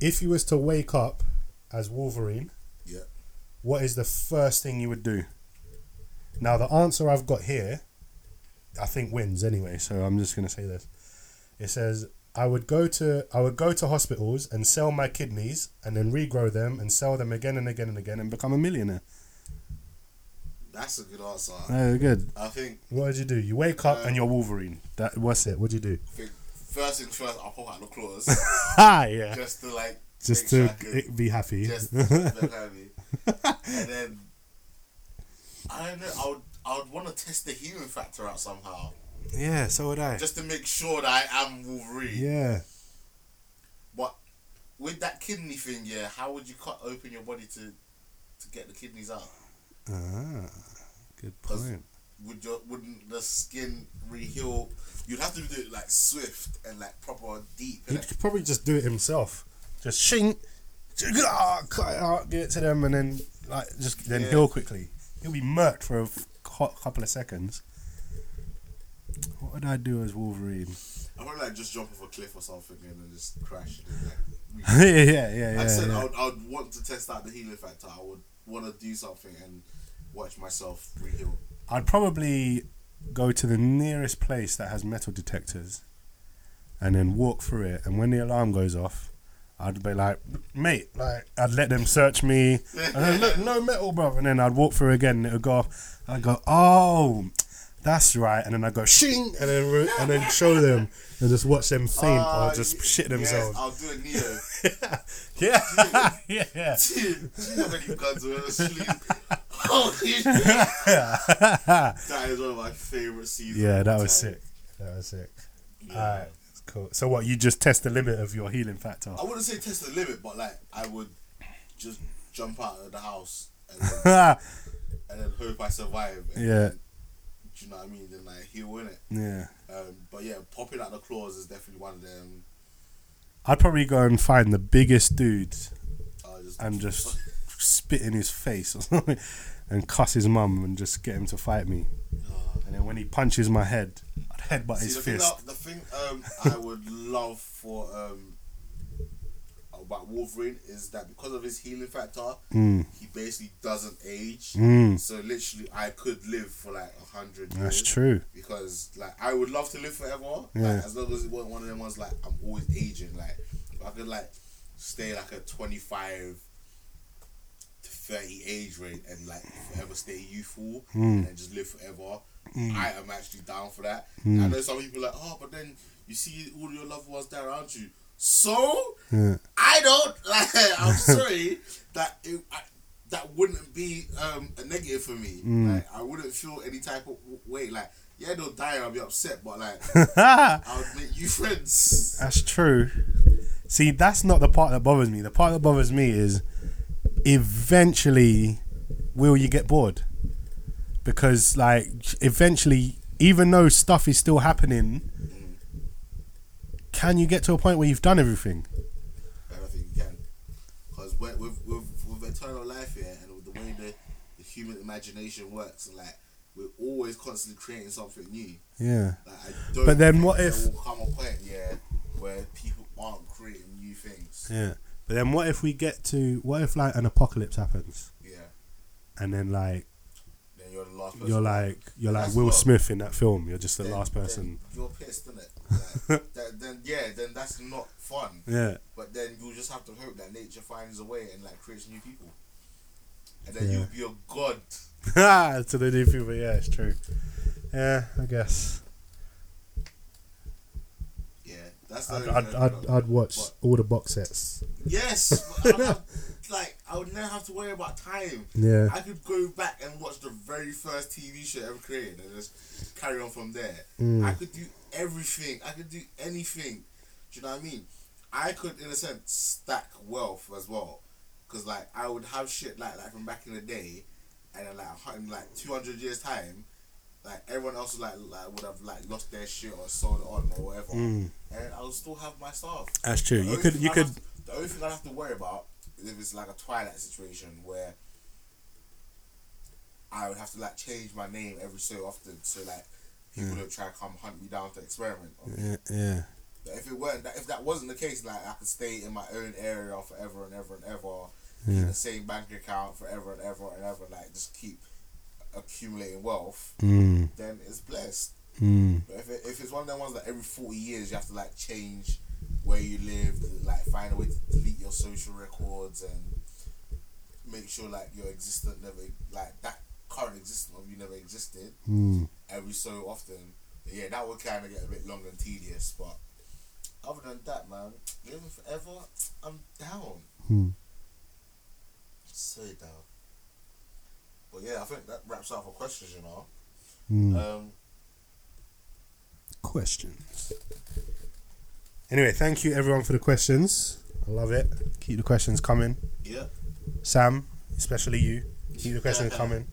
C: If you was to wake up as Wolverine,
B: Yeah.
C: what is the first thing you would do? Now the answer I've got here, I think wins anyway. So I'm just gonna say this. It says I would go to I would go to hospitals and sell my kidneys and then regrow them and sell them again and again and again and become a millionaire.
B: That's a good answer.
C: Oh, good.
B: I think,
C: What did you do? You wake up and you're Wolverine. That what's it? What do you do?
B: I think first things first, I'll pull out the claws
C: Ah, yeah.
B: just to like.
C: just to
B: make sure I can-
C: it- be happy.
B: just look at me. And then I don't know. I would I would want to test the human factor out somehow,
C: yeah, so would I.
B: just to make sure that I am Wolverine.
C: yeah,
B: But with that kidney thing, yeah, how would you cut open your body to to get the kidneys out?
C: ah, good
B: Does-
C: point.
B: Would your wouldn't the skin reheal? You'd have to do it like swift and like proper deep.
C: He
B: innit?
C: could probably just do it himself. Just shink, ah, cut it out, give it to them, and then like just then
B: Yeah.
C: heal quickly. He'll be murked for a f- hot couple of seconds. What would I do as Wolverine?
B: I would like just jump off a cliff or something and then just crash. Like,
C: yeah, yeah, yeah,
B: I
C: yeah.
B: said I,
C: yeah.
B: would, I would want to test out the healing factor. I would want to do something and watch myself reheal.
C: I'd probably go to the nearest place that has metal detectors, and then walk through it. And when the alarm goes off, I'd be like, mate, like I'd let them search me. And then, look, no metal, bro. And then I'd walk through again, and it would go off. I'd go, oh, that's right. And then I'd go, shing, and then re- and then show them, and just watch them faint
B: Ah,
C: or just
B: y-
C: shit
B: yes,
C: themselves.
B: I'll do a Neo.
C: Yeah, yeah, yeah.
B: Do you have any guns or sleep? Oh, that is one of my favorite seasons.
C: Yeah,
B: of
C: that
B: all
C: was
B: time.
C: sick. That was sick.
B: Yeah.
C: Alright, cool. So what? You just test the limit of your healing factor.
B: I wouldn't say test the limit, but like I would just jump out of the house and then,
C: yeah,
B: and then hope I survive. And,
C: yeah,
B: Do you know what I mean? Then like heal in it.
C: yeah.
B: Um, but yeah, popping out the claws is definitely one of them.
C: I'd probably go and find the biggest dude
B: I Uh, just
C: and just spit in his face or something, and cuss his mum and just get him to fight me.
B: Ah.
C: And then when he punches my head, I'd headbutt his
B: the
C: fist.
B: Thing, that- the thing um, I would love for um, about Wolverine is that because of his healing factor,
C: Mm.
B: he basically doesn't age.
C: Mm.
B: So literally, I could live for like a hundred.
C: That's
B: years
C: true.
B: Because like I would love to live forever,
C: Yeah.
B: like, as long as it wasn't one of them ones like I'm always aging. Like if I could like stay like a twenty five. to Thirty age rate and like forever stay youthful
C: Mm.
B: and just live forever. I am actually down for that. I know some people are like, oh, but then you see all your loved ones die around you. So
C: Yeah.
B: I don't like. I'm sorry that it, I, that wouldn't be um, a negative for me. Like I wouldn't feel any type of w- way. Like yeah, they'll die. and I'll be upset, but like I'll make you friends.
C: That's true. See, that's not the part that bothers me. The part that bothers me is eventually will you get bored? Because like eventually even though stuff is still happening, can you get to a point where you've done everything?
B: I don't think you can. Because with, with, with, with eternal life, human imagination works. And like we're always constantly creating something new.
C: Yeah.
B: Like, I don't
C: But then
B: think
C: what
B: there
C: if-
B: will come a point, yeah, where people aren't creating new things.
C: Yeah. But then what if we get to what if like an apocalypse happens
B: Yeah.
C: and then like
B: Then you're the last person.
C: you're like you're like
B: That's
C: Will
B: what-
C: Smith in that film, you're just the
B: then-
C: last
B: then
C: person.
B: you're pissed, innit? Like, that, then yeah, then that's not fun.
C: Yeah.
B: But then you'll just have to hope that nature finds a way and like creates new people. And then
C: Yeah.
B: you'll be a god.
C: to the new people, yeah, it's true. Yeah, I guess.
B: Yeah, that's the.
C: I'd,
B: only
C: I'd,
B: thing I
C: I'd,
B: could-
C: I'd watch
B: What?
C: all the box sets.
B: Yes, but I'd have, like I would never have to worry about time.
C: Yeah.
B: I could go back and watch the very first TV show ever created and just carry on from there.
C: Mm.
B: I could do everything. I could do anything. Do you know what I mean? I could, in a sense, stack wealth as well, because like I would have shit like like from back in the day, and then like a hun- like two hundred years time, like everyone else like like would have like lost their shit or sold it on or whatever,
C: Mm.
B: and I would still have my stuff.
C: That's true.
B: The
C: You
B: only
C: could
B: thing
C: you
B: I'd
C: could
B: have to- the only thing I'd have to worry about is if it's like a Twilight situation where I would have to like change my name every so often so like people don't try to come hunt me down to experiment. on me.
C: Mm. yeah, yeah.
B: But If it weren't that if that wasn't the case, like I could stay in my own area forever and ever and ever, keep
C: Yeah.
B: the same bank account forever and ever and ever, like just keep accumulating wealth,
C: Mm,
B: then it's blessed.
C: mm,
B: But if, it, if it's one of them ones that every 40 years you have to like change where you live, like find a way to delete your social records and make sure like your existence never, like that current existence of you never existed
C: mm.
B: every so often, yeah, that would kind of get a bit long and tedious. But other than that, man, living forever, I'm down.
C: Hmm.
B: So down. But yeah, I think that wraps up our questions, you know.
C: Mm.
B: Um,
C: questions. Anyway, thank you everyone for the questions. I love it. Keep the questions coming.
B: yeah.
C: Sam, especially you. Keep the questions coming.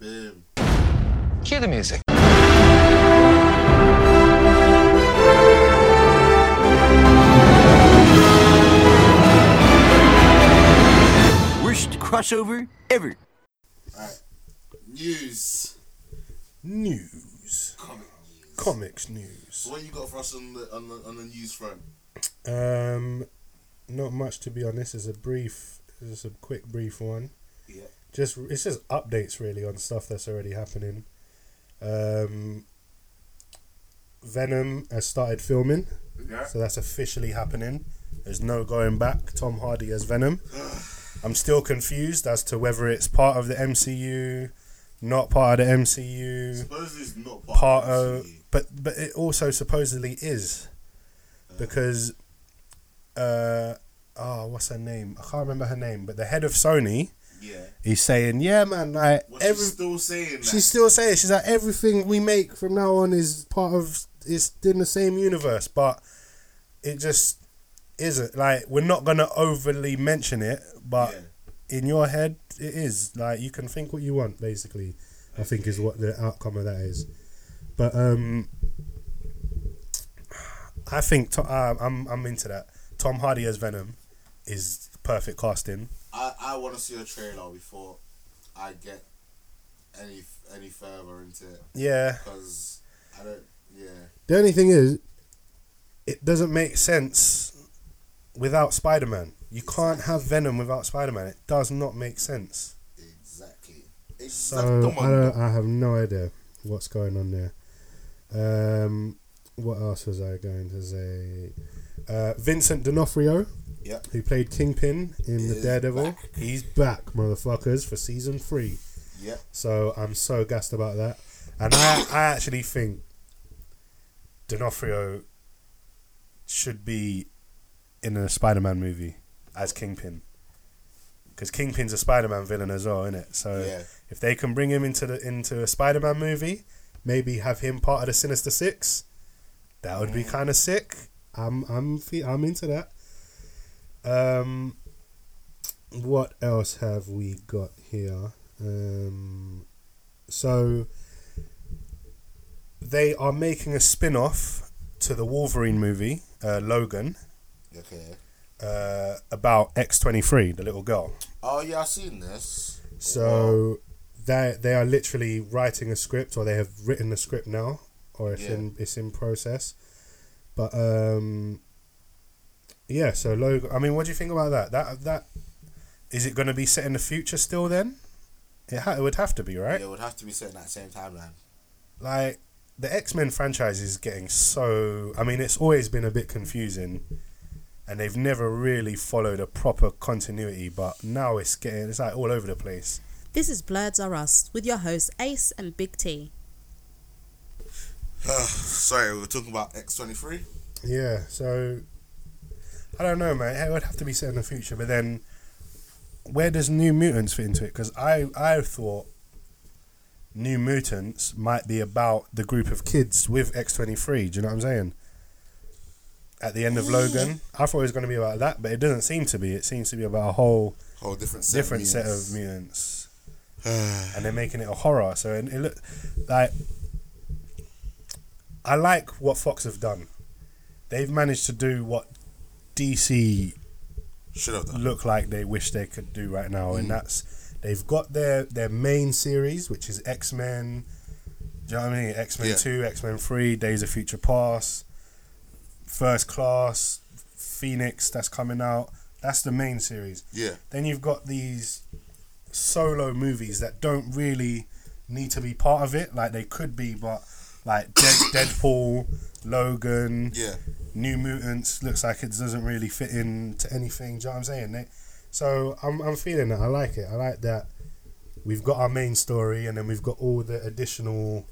B: Boom.
G: Cue the music.
H: Worst crossover ever.
B: News.
C: News.
B: Comic news.
C: Comics news.
B: What you got for us on the on the, on the news front?
C: Um not much to be honest, it's a brief it's a quick brief one.
B: Yeah.
C: Just it's just updates really on stuff that's already happening. Um Venom has started filming.
B: Yeah.
C: So that's officially happening. There's no going back. Tom Hardy as Venom. I'm still confused as to whether it's part of the MCU, not part of the MCU,
B: Supposedly it's not part,
C: part
B: of
C: of.
B: MCU.
C: But but it also supposedly is, because, uh, oh, what's her name? I can't remember her name. But the head of Sony,
B: Yeah.
C: he's saying, yeah, man, like
B: What
C: every.
B: she's still saying that.
C: She's still saying she's like everything we make from now on is part of is in the same universe, but it just isn't. Like we're not gonna overly mention it, but
B: Yeah.
C: in your head it is. Like you can think what you want, basically. I think is what the outcome of that is. But um, I think to, uh, I'm I'm into that. Tom Hardy as Venom is perfect casting.
B: I, I want to see a trailer before I get any any further into it
C: Yeah.
B: because I don't. Yeah.
C: The only thing is, it doesn't make sense without Spider Man. You can't have Venom without Spider Man. It does not make sense.
B: Exactly.
C: So
B: Exactly.
C: I, don't, I have no idea what's going on there. Um, what else was I going to say? Uh, Vincent D'Onofrio,
B: Yep.
C: who played Kingpin in The
B: Is
C: Daredevil,
B: back.
C: he's back, motherfuckers, for season three.
B: Yep.
C: So I'm so gassed about that. And I, I actually think D'Onofrio should be in a Spider Man movie as Kingpin. Because Kingpin's a Spider Man villain as well, isn't it? So
B: Yeah.
C: if they can bring him into the into a Spider Man movie, maybe have him part of the Sinister Six, that would be kind of sick. I'm I'm fe- I'm into that. Um, what else have we got here? Um, so they are making a spin-off to the Wolverine movie, uh, Logan,
B: Okay.
C: uh, about X twenty three, the little girl.
B: Oh yeah, I've seen this.
C: So they they are literally writing a script, or they have written a script now, or it's
B: Yeah.
C: in it's in process. But um, yeah. So logo. I mean, what do you think about that? That that is it going to be set in the future still? Then it ha- it would have to be right.
B: Yeah, it would have to be set in that same timeline.
C: Like the X Men franchise is getting so. I mean, it's always been a bit confusing, and they've never really followed a proper continuity. But now it's getting it's like all over the place.
A: This is Blurds Are Us with your hosts Ace and Big T.
B: Sorry, we were talking about X twenty three.
C: Yeah, so I don't know, man. It would have to be set in the future, but then where does New Mutants fit into it? Because I I thought New Mutants might be about the group of kids with X twenty three. Do you know what I'm saying? At the end of Logan, I thought it was going to be about that, but it doesn't seem to be. It seems to be about a whole
B: Whole different set
C: different set of mutants, and they're making it a horror. So it, it look like I like what Fox have done. They've managed to do what DC
B: should have done. Mm.
C: look like they wish they could do right now, and that's they've got their their main series, which is X Men. Do you know what I mean? X Men
B: Yeah.
C: Two, X Men Three, Days of Future Past, First Class, Phoenix. That's coming out. That's the main series.
B: Yeah.
C: Then you've got these solo movies that don't really need to be part of it. Like they could be, but like Dead, Deadpool, Logan,
B: Yeah.
C: New Mutants looks like it doesn't really fit into anything. Do you know what I'm saying? They, so I'm I'm feeling that. I like it. I like that we've got our main story and then we've got all the additional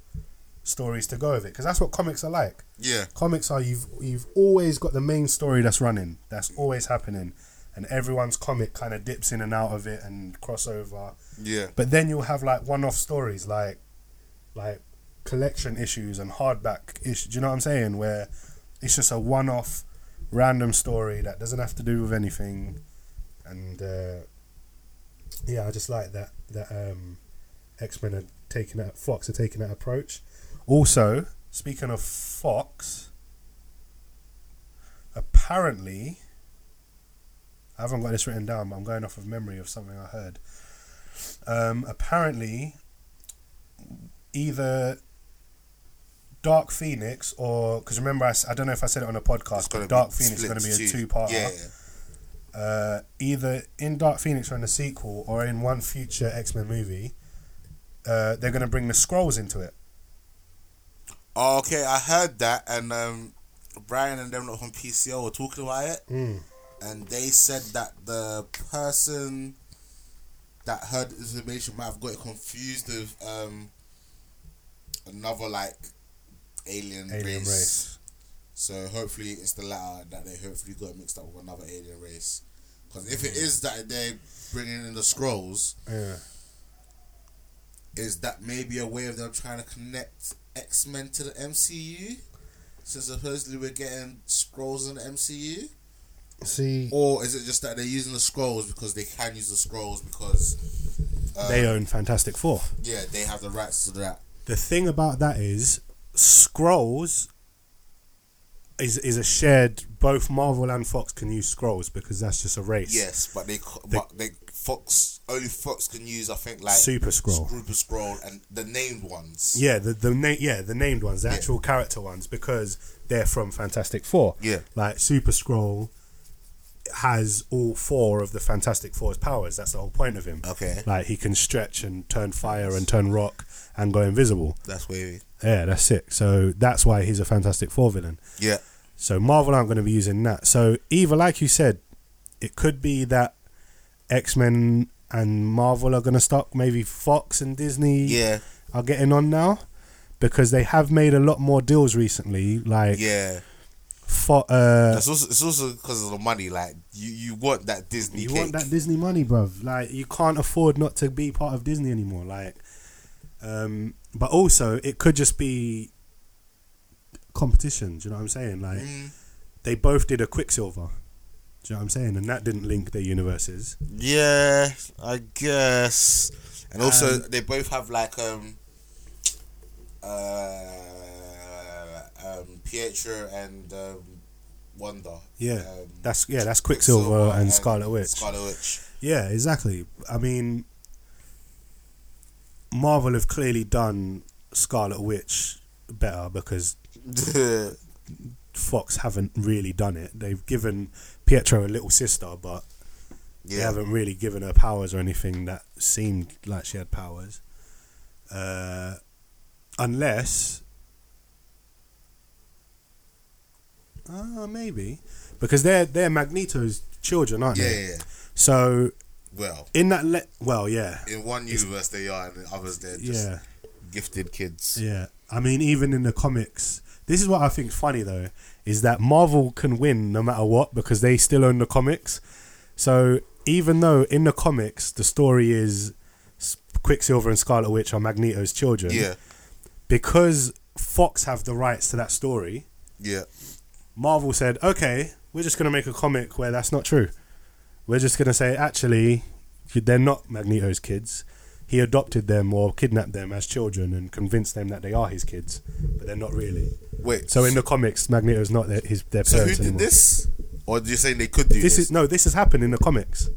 C: stories to go with it because that's what comics are like
B: Yeah.
C: comics are you've you've always got the main story that's running, that's always happening, and everyone's comic kind of dips in and out of it and crossover.
B: Yeah.
C: But then you'll have like one-off stories, like like collection issues and hardback issues. Do you know what I'm saying? Where it's just a one-off, random story that doesn't have to do with anything, and uh, yeah, I just like that that um, X Men are taking that Fox are taking that approach. Also, speaking of Fox, apparently, I haven't got this written down, but I'm going off of memory of something I heard. Um, apparently, either Dark Phoenix or because remember I, s- I don't know if I said it on a podcast,
B: gonna
C: but Dark
B: be
C: Phoenix is
B: split
C: going to be a
B: into two.
C: two-parter
B: Yeah.
C: uh, either in Dark Phoenix or in the sequel or in one future X Men movie, uh, they're going to bring the scrolls into it.
B: Oh, okay, I heard that, and um, Brian and them lot from PCO were talking about it,
C: Mm.
B: and they said that the person that heard this information might have got it confused with um, another like alien,
C: Alien
B: race.
C: race.
B: So hopefully it's the latter that they hopefully got mixed up with another alien race. Because if it
C: Hmm.
B: is that they're bringing in the scrolls,
C: Yeah.
B: is that maybe a way of them trying to connect X Men to the MCU? Since supposedly we're getting scrolls in the MCU,
C: See,
B: or is it just that they're using the scrolls because they can use the scrolls because uh,
C: they own Fantastic Four.
B: yeah they have the rights to that.
C: The thing about that is, scrolls is is a shared. Both Marvel and Fox can use scrolls because that's just a race.
B: Yes, but they, c- but they Fox only Fox can use I think like
C: Super Skrull.
B: Super Scroll, and the named ones.
C: Yeah, the the na- yeah the named ones, the actual character ones, because they're from Fantastic Four.
B: Yeah.
C: like Super Scroll has all four of the Fantastic Four's powers. That's the whole point of him.
B: Okay.
C: like he can stretch and turn fire and turn rock and go invisible.
B: That's wavy.
C: Yeah, that's sick. So that's why he's a Fantastic Four villain.
B: Yeah,
C: So Marvel aren't going to be using that. So either, like you said, it could be that X Men and Marvel are going to stop. Maybe Fox and Disney
B: yeah,
C: are getting on now because they have made a lot more deals recently. Like
B: yeah.
C: Fo- uh,
B: That's also it's also because of the money. Like you, you want that Disney.
C: you
B: cake.
C: want that Disney money, bruv. Like you can't afford not to be part of Disney anymore. Like, um, but also it could just be competition. Do you know what I'm saying? Like they both did a Quicksilver. Do you know what I'm saying? And that didn't link their universes.
B: Yeah, I guess. And also, they both have like um, uh, um, Pietro and um, Wanda.
C: Yeah,
B: um,
C: that's yeah, that's Quicksilver, and Scarlet Witch.
B: Scarlet Witch.
C: Yeah, exactly. I mean, Marvel have clearly done Scarlet Witch better because Fox haven't really done it. They've given Pietro a little sister, but they haven't really given her powers or anything that seemed like she had powers. Uh, unless. Uh, maybe. Because they're, they're Magneto's children, aren't
B: yeah,
C: they?
B: yeah.
C: So,
B: Well,
C: in that. Le- well, yeah.
B: in one universe they are, and in others they're just
C: Yeah.
B: gifted kids.
C: Yeah, I mean, even in the comics, this is what I think's funny though, is that Marvel can win no matter what because they still own the comics. So even though in the comics the story is S- Quicksilver and Scarlet Witch are Magneto's children,
B: Yeah,
C: because Fox have the rights to that story,
B: yeah,
C: Marvel said, okay, we're just gonna make a comic where that's not true. We're just gonna say actually they're not Magneto's kids. He adopted them or kidnapped them as children and convinced them that they are his kids, but they're not really.
B: Wait.
C: So in the comics, Magneto's not their, his their
B: so who
C: parents
B: did
C: anymore.
B: this? Or you're saying they could do this?
C: This is no, this has happened in the comics.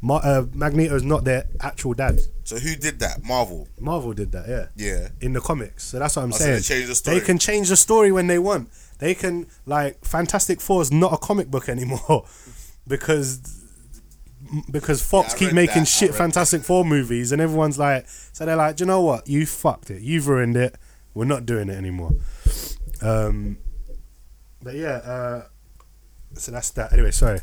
C: Ma- uh, Magneto's not their actual dad.
B: so who did that? Marvel.
C: Marvel did that, yeah.
B: Yeah.
C: In the comics, so that's what I'm
B: Oh, so they
C: saying.
B: changed the story.
C: They can change the story when they want. They can like Fantastic Four is not a comic book anymore because because Fox
B: I
C: keep
B: read
C: making
B: that, I
C: shit
B: read
C: Fantastic Four movies, and everyone's like, so they're like, Do you know what? You fucked it. You've ruined it. We're not doing it anymore. Um, but yeah, uh, so that's that. Anyway, sorry.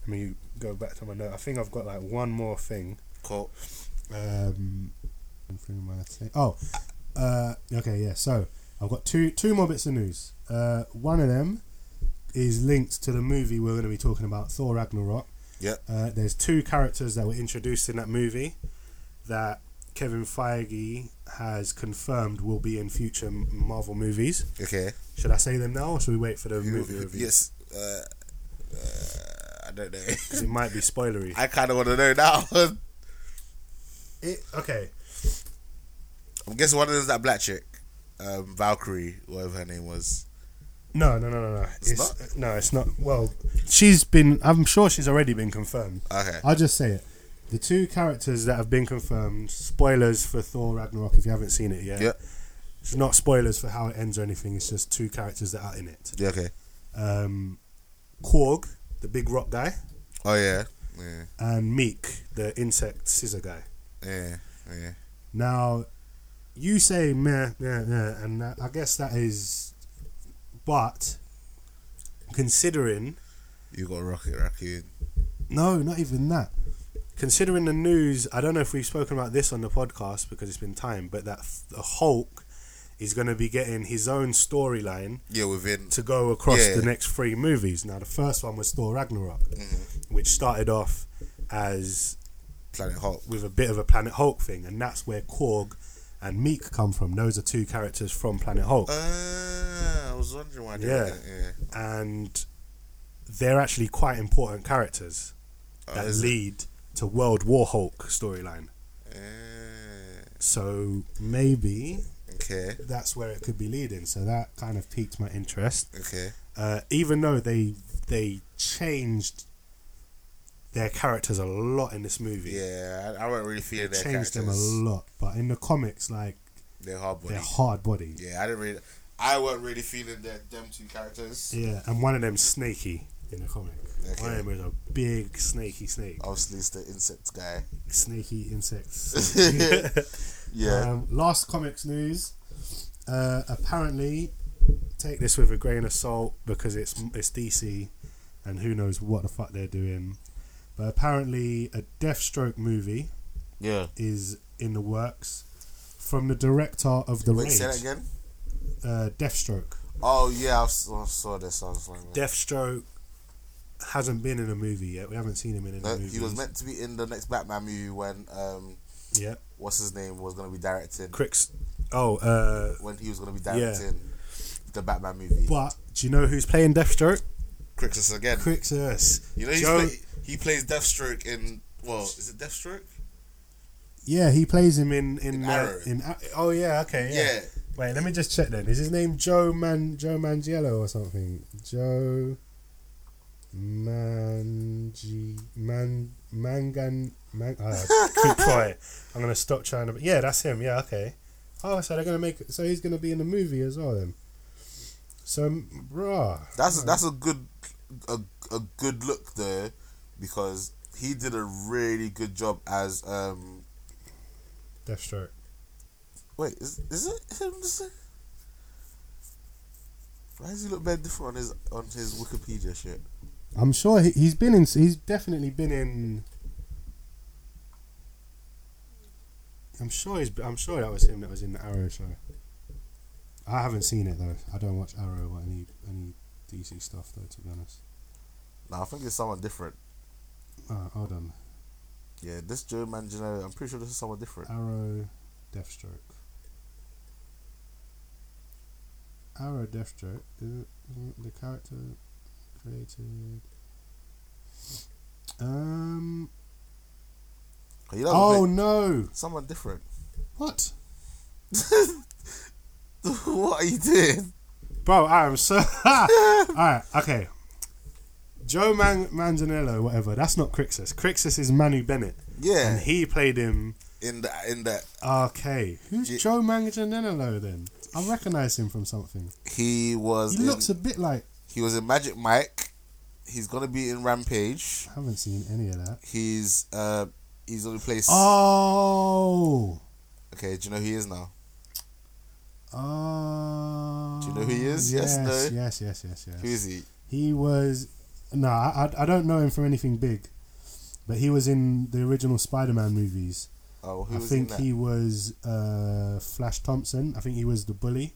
C: Let me go back to my note. I think I've got like one more thing.
B: Cool.
C: Um, I'm thinking about that. oh, uh, okay, yeah. So I've got two two more bits of news. Uh, one of them is linked to the movie we're going to be talking about, Thor Ragnarok.
B: Yep.
C: Uh, there's two characters that were introduced in that movie that Kevin Feige has confirmed will be in future M- Marvel movies.
B: Okay.
C: Should I say them now, or should we wait for the movie review?
B: Yes. Uh, uh, I don't know.
C: 'Cause it might be spoilery.
B: I kind of want to know now. I'm
C: It- okay,
B: guessing one of them's that black chick, um, Valkyrie, whatever her name was.
C: No, no, no, no, no. It's,
B: not?
C: No, it's not. Well, she's been. I'm sure she's already been confirmed.
B: Okay.
C: I'll just say it. The two characters that have been confirmed. Spoilers for Thor Ragnarok if you haven't seen it yet.
B: Yeah.
C: It's not spoilers for how it ends or anything. It's just two characters that are in it.
B: Yeah. Okay.
C: Um, Korg, the big rock guy,
B: Oh yeah. Yeah.
C: and Meek, the insect scissor guy.
B: Yeah. Yeah.
C: Now, you say meh, meh, meh, and that, I guess that is, but considering
B: You got Rocket Raccoon.
C: No, not even that. Considering the news, I don't know if we've spoken about this on the podcast because it's been time, but that f- the Hulk is going to be getting his own storyline
B: Yeah, within.
C: to go across
B: Yeah.
C: the next three movies. Now, the first one was Thor Ragnarok, which started off as
B: Planet Hulk.
C: with a bit of a Planet Hulk thing, and that's where Korg and Meek come from. Those are two characters from Planet Hulk.
B: Uh, I was wondering why. They
C: Yeah.
B: Oh, yeah. Did yeah.
C: and they're actually quite important characters
B: Oh,
C: that
B: is it?
C: lead to World War Hulk storyline.
B: Uh,
C: So maybe
B: okay.
C: that's where it could be leading. So that kind of piqued my interest.
B: Okay.
C: Uh, even though they they changed their characters a lot in this movie,
B: Yeah, I, I wasn't really feeling their
C: changed
B: characters.
C: them a lot. But in the comics, like
B: They're hard body.
C: they're hard body.
B: Yeah, I didn't really. I wasn't really feeling that them two characters.
C: Yeah, and one of them's snaky in the comic. One
B: Okay.
C: of them is a big snaky snake,
B: Obviously, it's the insect guy.
C: snaky insects.
B: Yeah.
C: Um, last comics news. Uh, apparently, take this with a grain of salt because it's it's DC, and who knows what the fuck they're doing. But apparently, a Deathstroke movie
B: yeah.
C: is in the works from the director of the
B: Wait,
C: Raid,
B: say that again.
C: Uh, Deathstroke.
B: Oh yeah, I saw, I saw this. I was like,
C: Deathstroke hasn't been in a movie yet. We haven't seen him in any
B: no,
C: movie.
B: Uh, he was meant to be in the next Batman movie when um,
C: Yeah,
B: what's his name was gonna be directing.
C: Cricks. Oh, uh,
B: When he was gonna be
C: Yeah.
B: directing the Batman movie.
C: but do you know who's playing Deathstroke?
B: Crixus again.
C: Crixus.
B: you know he's
C: Joe-
B: play, he plays Deathstroke in well, is it Deathstroke?
C: Yeah, he plays him in in,
B: In
C: uh,
B: Arrow.
C: in Ar- oh yeah, okay, yeah.
B: Yeah.
C: Wait, let me just check then. Is his name Joe Man Joe Mangiello or something? Joe Manji Man Mangan Man. ah, keep quiet. I'm gonna stop trying to. Yeah, that's him. Yeah, okay. Oh, so they're gonna make. So he's gonna be in the movie as well then. So, bruh.
B: That's a, that's a good a, a good look though, because he did a really good job as um.
C: Deathstroke.
B: Wait, is is it him? Is it- Why does he look very different on his on his Wikipedia shit?
C: I'm sure he, he's been in. He's definitely been in. I'm sure he's. I'm sure that was him that was in the Arrow show. I haven't seen it though. I don't watch Arrow or any any DC stuff though. To be honest.
B: Nah, I think it's someone different.
C: Oh, hold on.
B: Yeah, this Joe Mangino, I'm pretty sure this is someone different.
C: Arrow, Deathstroke. Arrow, Deathstroke. The, the character created. Um.
B: He doesn't
C: Oh
B: look-
C: no!
B: someone different.
C: What?
B: what are you doing?
C: Bro, I am so. Alright, okay. Joe Man- Manganiello, whatever. That's not Crixus. Crixus is Manu Bennett. And
B: Yeah,
C: he played him.
B: in the in the
C: Okay. Who's
B: Yeah.
C: Joe Manganiello then? I recognize him from something.
B: he was
C: He
B: in,
C: looks a bit like.
B: he was in Magic Mike. He's gonna be in Rampage.
C: I haven't seen any of that.
B: He's uh he's only placed.
C: Ah. Oh!
B: Okay, do you know who he is now?
C: Oh.
B: Do you know who he is? Yes,
C: yes,
B: no?
C: yes, yes, yes, yes.
B: Who is he?
C: He was no, I, I I don't know him from anything big, but he was in the original Spider-Man movies.
B: Oh, who
C: I
B: was in
C: think
B: that?
C: he was uh, Flash Thompson. I think he was the bully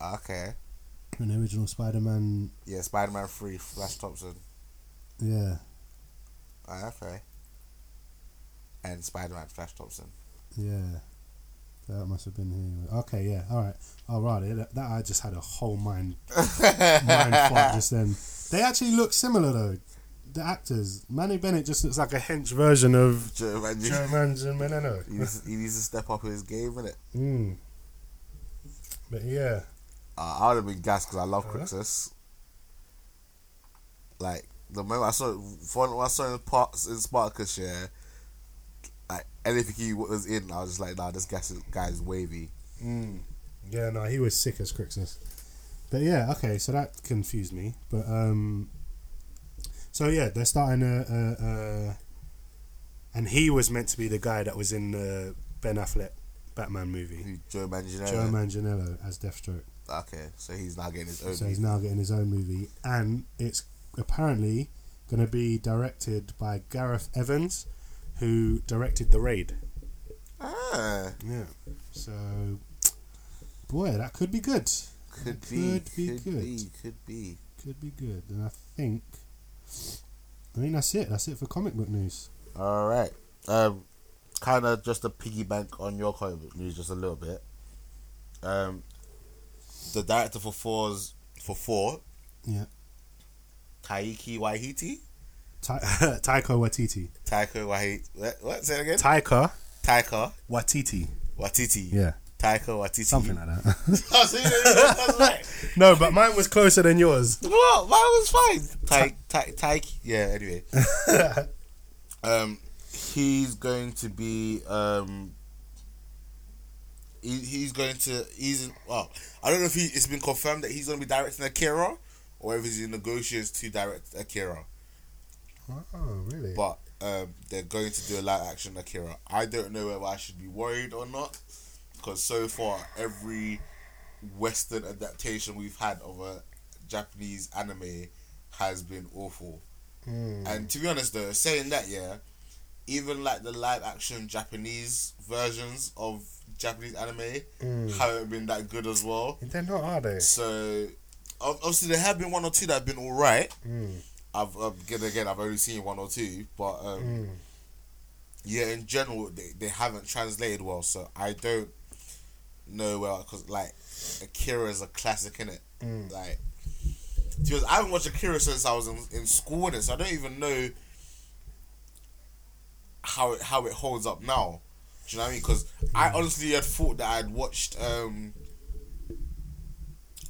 B: Ah, Okay,
C: in the original Spider-Man.
B: yeah, Spider Man Three, Flash Thompson.
C: Yeah,
B: Ah, okay, and Spider Man Flash Thompson.
C: yeah. That must have been him. Okay, yeah. All right. All right. yeah, That, that I just had a whole mind mind fuck just then. They actually look similar though. The actors. Manny Bennett just looks like a hench version of
B: Joe Mangino.
C: Joe Manganiello.
B: He needs, he needs to step up his game, innit?
C: Mm. But yeah,
B: Uh, I would have been gassed because I love
C: Uh-huh.
B: Crixus. Like the moment I saw when I saw him in parts in Spartacus, yeah, like anything he was in, I was just like, nah, this guy's guy's wavy.
C: yeah, no, he was sick as Crixus. But yeah, okay, so that confused me. But um, so yeah, they're starting a, a, a and he was meant to be the guy that was in the Ben Affleck Batman movie,
B: Who Joe Manganiello?
C: Joe Manganiello as Deathstroke.
B: Okay, so he's now getting his own.
C: So he's now getting his own movie, and it's apparently going to be directed by Gareth Evans, who directed The Raid.
B: ah,
C: Yeah. So, boy, that could be good.
B: could
C: That
B: be,
C: could be
B: could
C: good.
B: be, could be.
C: Could be good. And I think, I mean, that's it. That's it for comic book news.
B: All right, um, kind of just a piggy bank on your comic book news, just a little bit. Um, the director for fours for four,
C: Yeah.
B: Taiki Waititi.
C: Ta- Taiko Watiti.
B: Taika Waititi. What, what? Say it again.
C: Taika
B: Taika
C: Watiti.
B: Watiti.
C: Yeah.
B: Taika Watiti.
C: Something like that.
B: Oh, so you know, that's right.
C: no, but mine was closer than yours.
B: Well, mine was fine. Taik, Taik, Taik. Yeah. Anyway, um, he's going to be um. He, he's going to. He's. Well, I don't know if he. It's been confirmed that he's going to be directing Akira, or if he's in negotiations to direct Akira.
C: Oh, really?
B: but um, they're going to do a live action Akira. I don't know whether I should be worried or not, because so far every Western adaptation we've had of a Japanese anime has been awful.
C: Hmm.
B: And to be honest, though, saying that, yeah, even like the live action Japanese versions of Japanese anime haven't been that good as well.
C: Hmm. They're not, are they?
B: So ob- obviously there have been one or two that have been all right.
C: Mm.
B: I've um, again, again, I've only seen one or two, but um,
C: Mm.
B: yeah, in general, they, they haven't translated well. So I don't know well because like Akira is a classic in it.
C: Mm.
B: Like, because I haven't watched Akira since I was in, in school, and so I don't even know how it how it holds up now. Do you know Mm. what I mean? Because I honestly had thought that I'd watched um,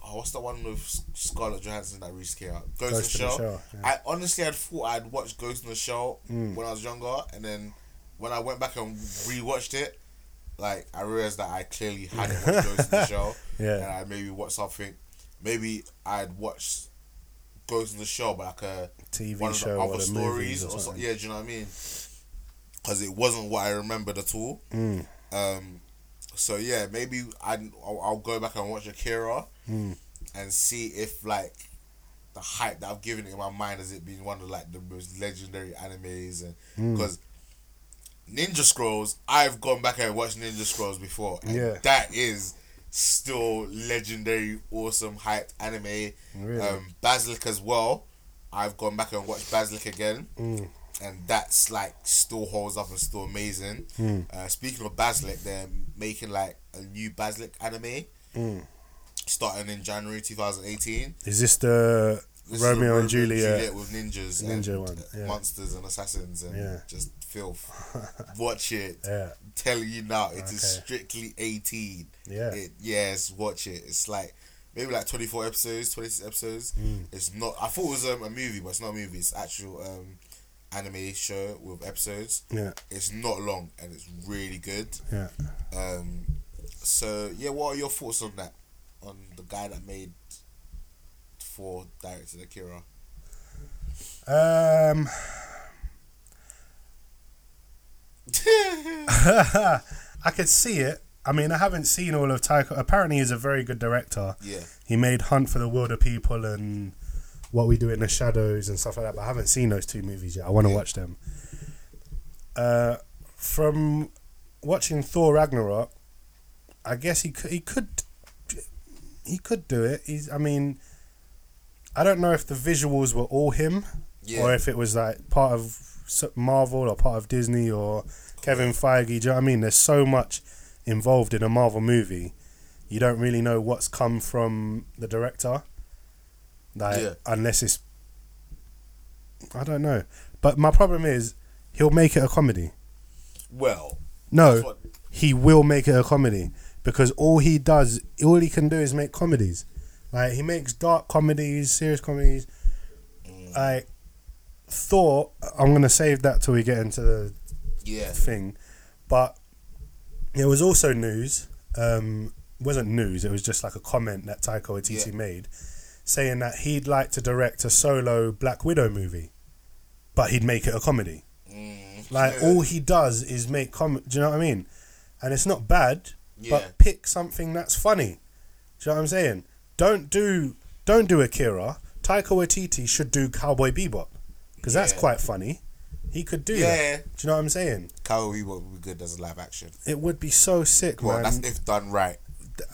B: oh, what's the one with S- Scarlett Johansson that recently came out? Ghost,
C: Ghost
B: in
C: in
B: the
C: the
B: Shell. Mm.
C: Shell, yeah.
B: I honestly had thought I'd watched Ghost in the Shell when I was younger, and then when I went back and rewatched it, like I realized that I clearly hadn't watched Ghost in the Shell,
C: Yeah.
B: and I maybe watched something. Maybe I'd watched Ghost in the Shell, but like a
C: TV
B: one of the
C: show
B: other
C: or the
B: stories
C: movies
B: or
C: or
B: so,
C: something.
B: yeah, do you know what I mean? Because it wasn't what I remembered at all.
C: Mm.
B: Um, so yeah, maybe I I'll, I'll go back and watch Akira
C: Hmm.
B: and see if like the hype that I've given it in my mind has it been one of like the most legendary animes
C: Hmm.
B: and because. Ninja Scrolls, I've gone back and watched Ninja Scrolls before. And
C: Yeah.
B: That is still legendary, awesome, hyped anime.
C: Really?
B: Um, Basilic as well. I've gone back and watched Basilic again.
C: Hmm.
B: And that's like still holds up and still amazing.
C: Hmm.
B: Uh, speaking of Basilic, they're making like a new Basilic anime starting in January 2018.
C: Is this the
B: This is a
C: Romeo and Juliet?
B: with ninjas,
C: Ninja
B: and
C: one, yeah.
B: monsters and assassins, and
C: Yeah.
B: just filth. Watch it.
C: Yeah.
B: I'm telling you now, it is
C: Okay.
B: strictly eighteen.
C: Yeah.
B: It, yes, watch it. It's like maybe like twenty four episodes, twenty six episodes.
C: Mm.
B: It's not. I thought it was um, a movie, but it's not a movie. It's actual um, anime show with episodes.
C: Yeah,
B: It's not long and it's really good.
C: yeah.
B: Um, so yeah, what are your thoughts on that? On the guy that made for directed Akira.
C: Um, I could see it. I mean, I haven't seen all of Taika. Apparently, he's a very good director.
B: Yeah.
C: He made Hunt for the Wilder People and What We Do in the Shadows and stuff like that. But I haven't seen those two movies yet. I want to watch them. Uh, from watching Thor Ragnarok, I guess he could. He could. He could do it. He's. I mean, I don't know if the visuals were all him
B: Yeah.
C: or if it was like part of s- Marvel or part of Disney or Kevin Feige. Do you know what I mean? There's so much involved in a Marvel movie. You don't really know what's come from the director, like
B: Yeah.
C: unless it's. I don't know, but my problem is he'll make it a comedy.
B: Well,
C: No,
B: That's what-
C: he will make it a comedy because all he does, all he can do is make comedies. Like he makes dark comedies, serious comedies. Like Thor, I'm gonna save that till we get into the
B: yeah.
C: thing, but it was also news. Um, it wasn't news. It was just like a comment that Taika Waititi
B: Yeah.
C: made, saying that he'd like to direct a solo Black Widow movie, but he'd make it a comedy.
B: Mm,
C: Like
B: yeah.
C: all he does is make comment. Do you know what I mean? And it's not bad,
B: Yeah.
C: but pick something that's funny. Do you know what I'm saying? Don't do don't do Akira. Taika Waititi should do Cowboy Bebop because that's
B: Yeah.
C: quite funny. He could do
B: Yeah.
C: that. Do you know what I'm saying?
B: Cowboy Bebop would be good as a live action.
C: It would be so sick,
B: Well, that's
C: man.
B: if done right.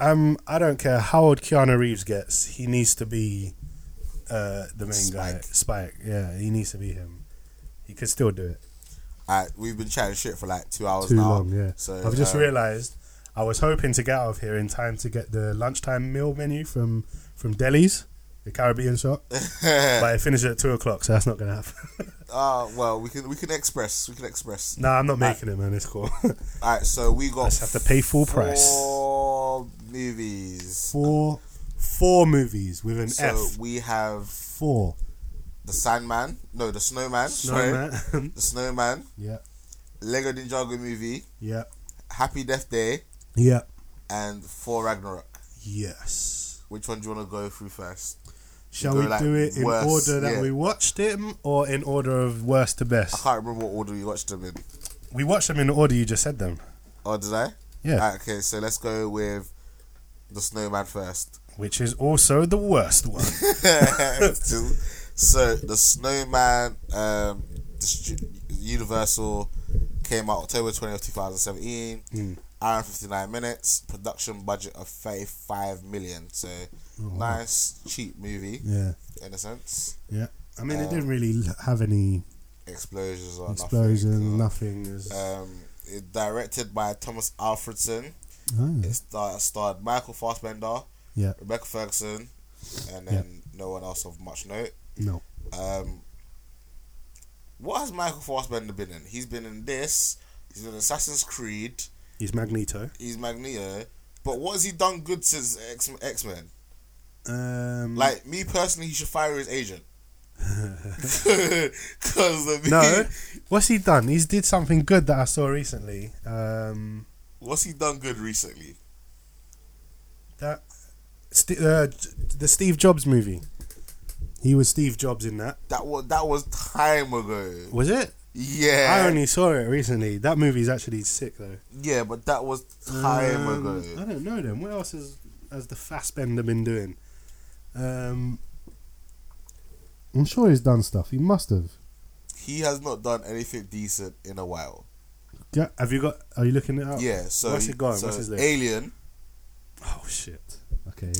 C: um, I don't care how old Keanu Reeves gets. He needs to be uh, the main guy.
B: Spike.
C: Spike. Yeah, he needs to be him. He could still do it.
B: Alright, Uh, we've been chatting shit for like two hours
C: too
B: now.
C: long. Yeah,
B: So
C: I've just
B: um,
C: realised I was hoping to get out of here in time to get the lunchtime meal menu from from Delhi's, the Caribbean shop, but it finished at two o'clock, so that's not gonna happen.
B: Ah, well, we can we can express. We can express.
C: no, I'm not making it, man. It's cool.
B: Alright, so we got.
C: Let's have to pay full price.
B: Four movies.
C: four, four movies with an
B: So
C: F.
B: we have
C: Four.
B: the Sandman. No, the Snowman. Sorry,
C: Snowman.
B: the Snowman.
C: yeah,
B: Lego Ninjago movie.
C: yeah,
B: Happy Death Day
C: yeah.
B: and Thor Ragnarok.
C: Yes.
B: Which one do you want to go through first?
C: Shall
B: go
C: we
B: like
C: do it in
B: worst,
C: order that
B: yeah. Uh-huh.
C: we watched them, or in order of worst to
B: I
C: best?
B: can't remember what order we watched them in.
C: We watched them in the order you just said them.
B: Oh, did I?
C: Yeah.
B: Alright, okay, so let's go with the Snowman first.
C: which is also the worst one.
B: so the Snowman um, distri- Universal came out October twentieth, two 2017.
C: Hmm.
B: Hour and 59 minutes, production budget of 35 million. So nice, cheap movie
C: Oh, yeah,
B: in a sense.
C: yeah. I mean, it didn't really l- have any
B: Explosions or
C: explosion,
B: Um, nothing. uh,
C: nothing. Is,
B: Um, it's directed by Thomas Alfredson.
C: Oh,
B: It star- starred Michael Fassbender,
C: yeah,
B: Rebecca Ferguson, and then no one else of much note.
C: no.
B: Um, what has Michael Fassbender been in? He's been in this. He's been in Assassin's Creed.
C: He's Magneto.
B: He's Magneto. But what has he done good since X X Men?
C: Um,
B: Like me personally, he should fire his agent. Because
C: no, what's he done? He's did something good that I saw recently. Um,
B: what's he done good recently?
C: that St- uh, J- the Steve Jobs movie. He was Steve Jobs in that.
B: That was that was time ago.
C: Was it?
B: Yeah,
C: I only saw it recently. That movie's actually sick though.
B: yeah, but that was time
C: Um,
B: ago.
C: I don't know then. What else has has the Fassbender been doing? Um, I'm sure he's done stuff. He must have.
B: He has not done anything decent in a while.
C: Yeah, have you got? Are you looking it up?
B: Yeah, so
C: Oh. where's it going?
B: so
C: What's his name?
B: Alien,
C: Oh shit. Okay.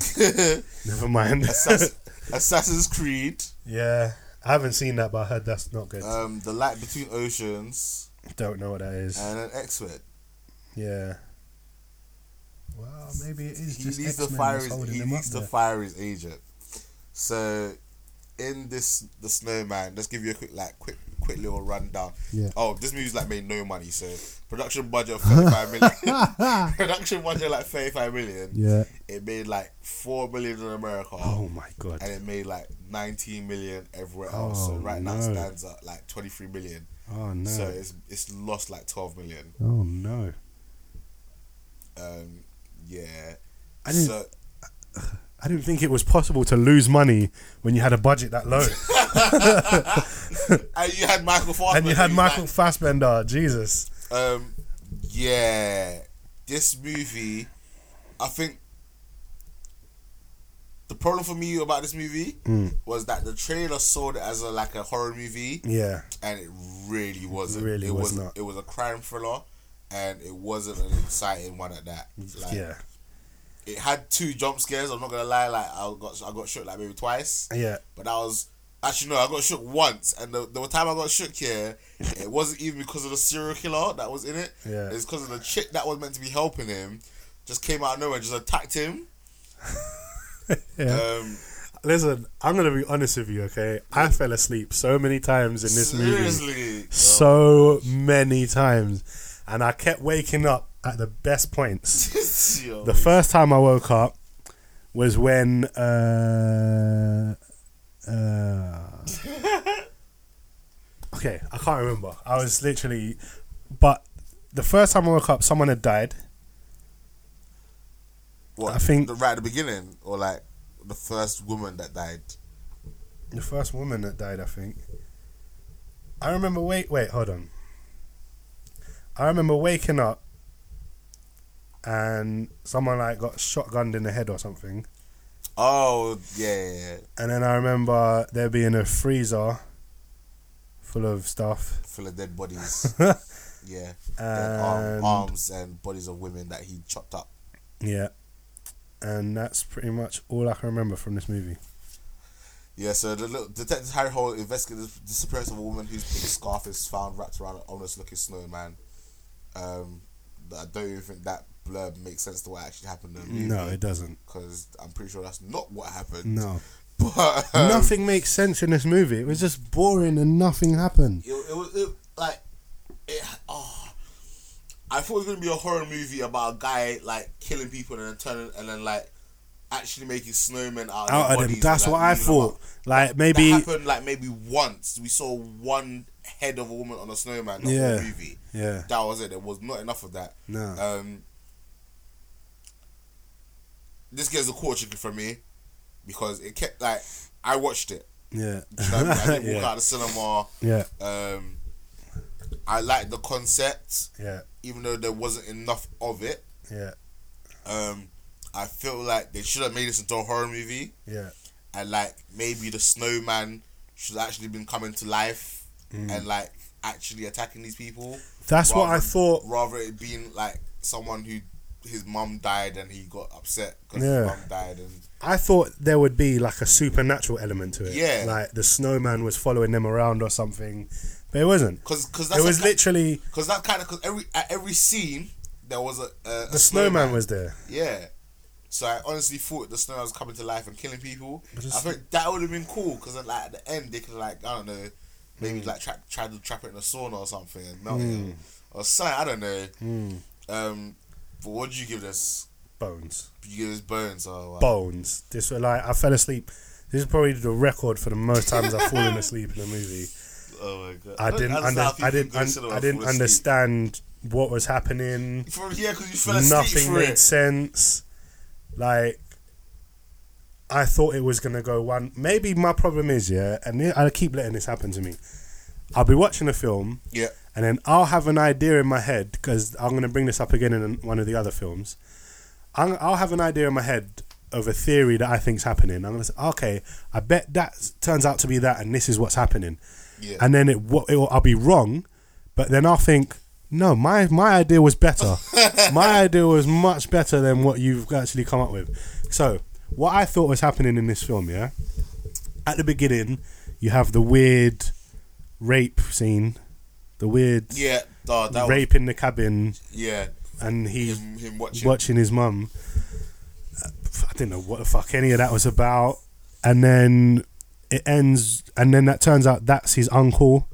C: Never mind.
B: Assass- Assassin's Creed,
C: yeah, I haven't seen that, but I heard that's not good.
B: um, The Light Between Oceans,
C: Don't know what that is.
B: and an X Men.
C: yeah. Well, maybe it is
B: He
C: just
B: needs to
C: X-Men
B: fire
C: that's
B: his
C: holding
B: he
C: them up
B: needs to
C: there.
B: fire his agent. So in this the snowman, let's give you a quick like quick quick little rundown.
C: Yeah.
B: Oh, this movie's like made no money, so production budget of thirty five million production budget like thirty five million.
C: Yeah.
B: It made like four million in America.
C: Oh my god.
B: And it made like 19 million everywhere
C: Oh,
B: else. so right now it
C: no.
B: stands at like 23 million.
C: Oh no.
B: So it's it's lost like 12 million.
C: oh no.
B: Um, yeah.
C: I didn't-
B: so
C: I didn't think it was possible to lose money when you had a budget that low,
B: Oh, and you had Michael Fassbender.
C: and you had
B: who's,
C: Michael
B: like,
C: Fassbender. Jesus.
B: Um, yeah, this movie, I think the problem for me about this movie
C: Hmm.
B: was that the trailer sold it as a like a horror movie,
C: Yeah.
B: and it really wasn't.
C: really
B: it
C: was
B: was
C: not.
B: It was a crime thriller, and it wasn't an exciting one at that. Like,
C: yeah.
B: it had two jump scares. I'm not gonna lie, like I got I got shook like maybe twice.
C: Yeah.
B: But I was actually no, I got shook once, and the, the time I got shook here, it wasn't even because of the serial killer that was in it.
C: Yeah.
B: it's because of the chick that was meant to be helping him, just came out of nowhere, and just attacked him.
C: Yeah.
B: Um,
C: Listen, I'm gonna be honest with you, okay? I fell asleep so many times in this movie,
B: seriously,
C: so many times, and I kept waking up at the best points.
B: Yo.
C: the first time I woke up was when uh, uh, okay, I can't remember. I was literally, but the first time I woke up, someone had died.
B: what,
C: I think-
B: the, right at the beginning, or like the first woman that died.
C: The first woman that died, I think. I remember. Wait, wait, hold on. I remember waking up, and someone like got shotgunned in the head or something.
B: Oh yeah, yeah, yeah.
C: And then I remember there being a freezer full of stuff.
B: full of dead bodies. yeah, dead
C: And-
B: arm, arms and bodies of women that he chopped up.
C: Yeah. And that's pretty much all I can remember from this movie.
B: Yeah, so the little detective Harry Hole investigated the disappearance of a woman whose pink scarf is found wrapped around an ominous-looking snowman. Um, but I don't even think that blurb makes sense to what actually happened in the movie.
C: No, it doesn't.
B: because I'm pretty sure that's not what happened.
C: No.
B: but um,
C: nothing makes sense in this movie. It was just boring and nothing happened.
B: It, it was it, like, it, oh, I thought it was gonna be a horror movie about a guy like killing people and then turning and then like actually making snowmen out of, their
C: Out of them.
B: bodies
C: That's
B: and,
C: what
B: like,
C: I
B: moving them
C: thought.
B: up.
C: Like
B: that
C: maybe
B: happened like maybe once. We saw one head of a woman on a snowman in
C: Yeah.
B: the whole movie.
C: Yeah.
B: That was it. There was not enough of that.
C: No.
B: Um, this gets a quarter chicken from me because it kept like I watched it.
C: Yeah.
B: Do you know what I, mean? I didn't walk
C: yeah.
B: out of the cinema.
C: Yeah.
B: Um, I liked the concept,
C: Yeah.
B: even though there wasn't enough of it.
C: Yeah.
B: Um, I feel like they should have made this into a horror movie
C: Yeah.
B: and like maybe the snowman should have actually been coming to life and like actually attacking these people.
C: Mm. That's what
B: rather-
C: I thought.
B: Rather it being like someone who his mum died and he got upset because
C: Yeah.
B: his mum died and
C: I thought there would be like a supernatural element to it.
B: Yeah.
C: Like the snowman was following them around or something, but it wasn't.
B: because because
C: It
B: that's
C: was literally
B: because that kind of because every at every scene there was a, a, a
C: the snowman was there.
B: yeah. So I honestly thought the snowman was coming to life and killing people. I
C: it's-
B: think that would have been cool because then like at the end they could like I don't know maybe
C: Mm.
B: like try, try to trap it in a sauna or something
C: Mm.
B: and melt it or something I don't know. Um, but what do you give this?
C: bones.
B: You get his bones. Oh, wow.
C: Bones. This was like I fell asleep. This is probably the record for the most times I've fallen asleep in a movie.
B: oh my god.
C: I didn't
B: understand
C: under,
B: how people
C: I didn't
B: go to
C: un-
B: cinema
C: I
B: and
C: didn't
B: fall asleep.
C: understand what was happening.
B: From- yeah, because you fell asleep
C: Nothing
B: for
C: made
B: it.
C: sense. Like I thought it was gonna go one. Maybe my problem is yeah, and I keep letting this happen to me. I'll be watching a film,
B: Yeah.
C: and then I'll have an idea in my head because I'm going to bring this up again in one of the other films. I'm, I'll have an idea in my head of a theory that I think's happening. I'm going to say, okay, I bet that turns out to be that, and this is what's happening.
B: Yeah.
C: And then it, wa- it will, I'll be wrong, but then I'll think, no, my my idea was better. my idea was much better than what you've actually come up with. So, what I thought was happening in this film, yeah, at the beginning, you have the weird rape scene, the weird
B: Yeah. Oh, that
C: rape in the cabin,
B: Was, yeah.
C: and he's
B: Him, him watching.
C: watching his mum. Uh, I didn't know what the fuck any of that was about, and then it ends, and then that turns out that's his uncle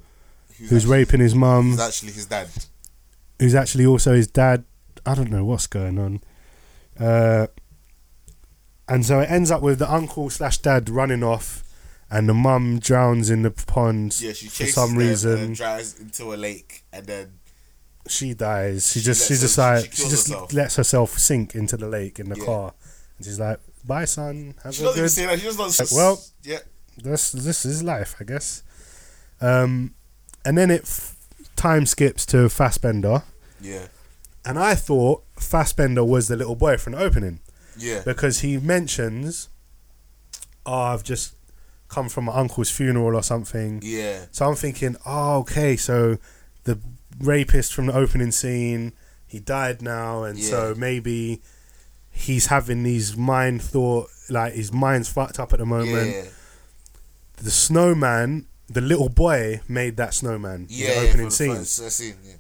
B: Who's
C: who's
B: actually-
C: raping his mum,
B: It's actually his dad.
C: who's actually also his dad. I don't know what's going on. Uh, and so it ends up with the uncle slash dad running off, and the mum drowns in the pond
B: Yeah, she
C: for
B: chases
C: some
B: them uh, and then
C: reason.
B: drives into a lake and then
C: she dies. She,
B: She
C: just she
B: lets
C: just
B: her-
C: like
B: she
C: she,
B: kills
C: just
B: herself.
C: lets herself sink into the lake in the
B: Yeah.
C: car, and she's like, "Bye, son. Have
B: she
C: a
B: doesn't even
C: good."
B: say that. She just does.
C: Like, well-
B: yeah,
C: This this is life, I guess. Um, and then it f- time skips to Fassbender,
B: yeah,
C: and I thought Fassbender was the little boy from the opening
B: yeah.
C: because he mentions, "Oh, I've just come from my uncle's funeral or something."
B: Yeah,
C: So I'm thinking, oh, okay, so the rapist from the opening scene, he died now, and so
B: Yeah.
C: maybe he's having these mind thought, like his mind's fucked up at the moment.
B: yeah,
C: The snowman, the little boy made that snowman. in
B: yeah.
C: the opening
B: for the
C: scene.
B: first- first scene, yeah.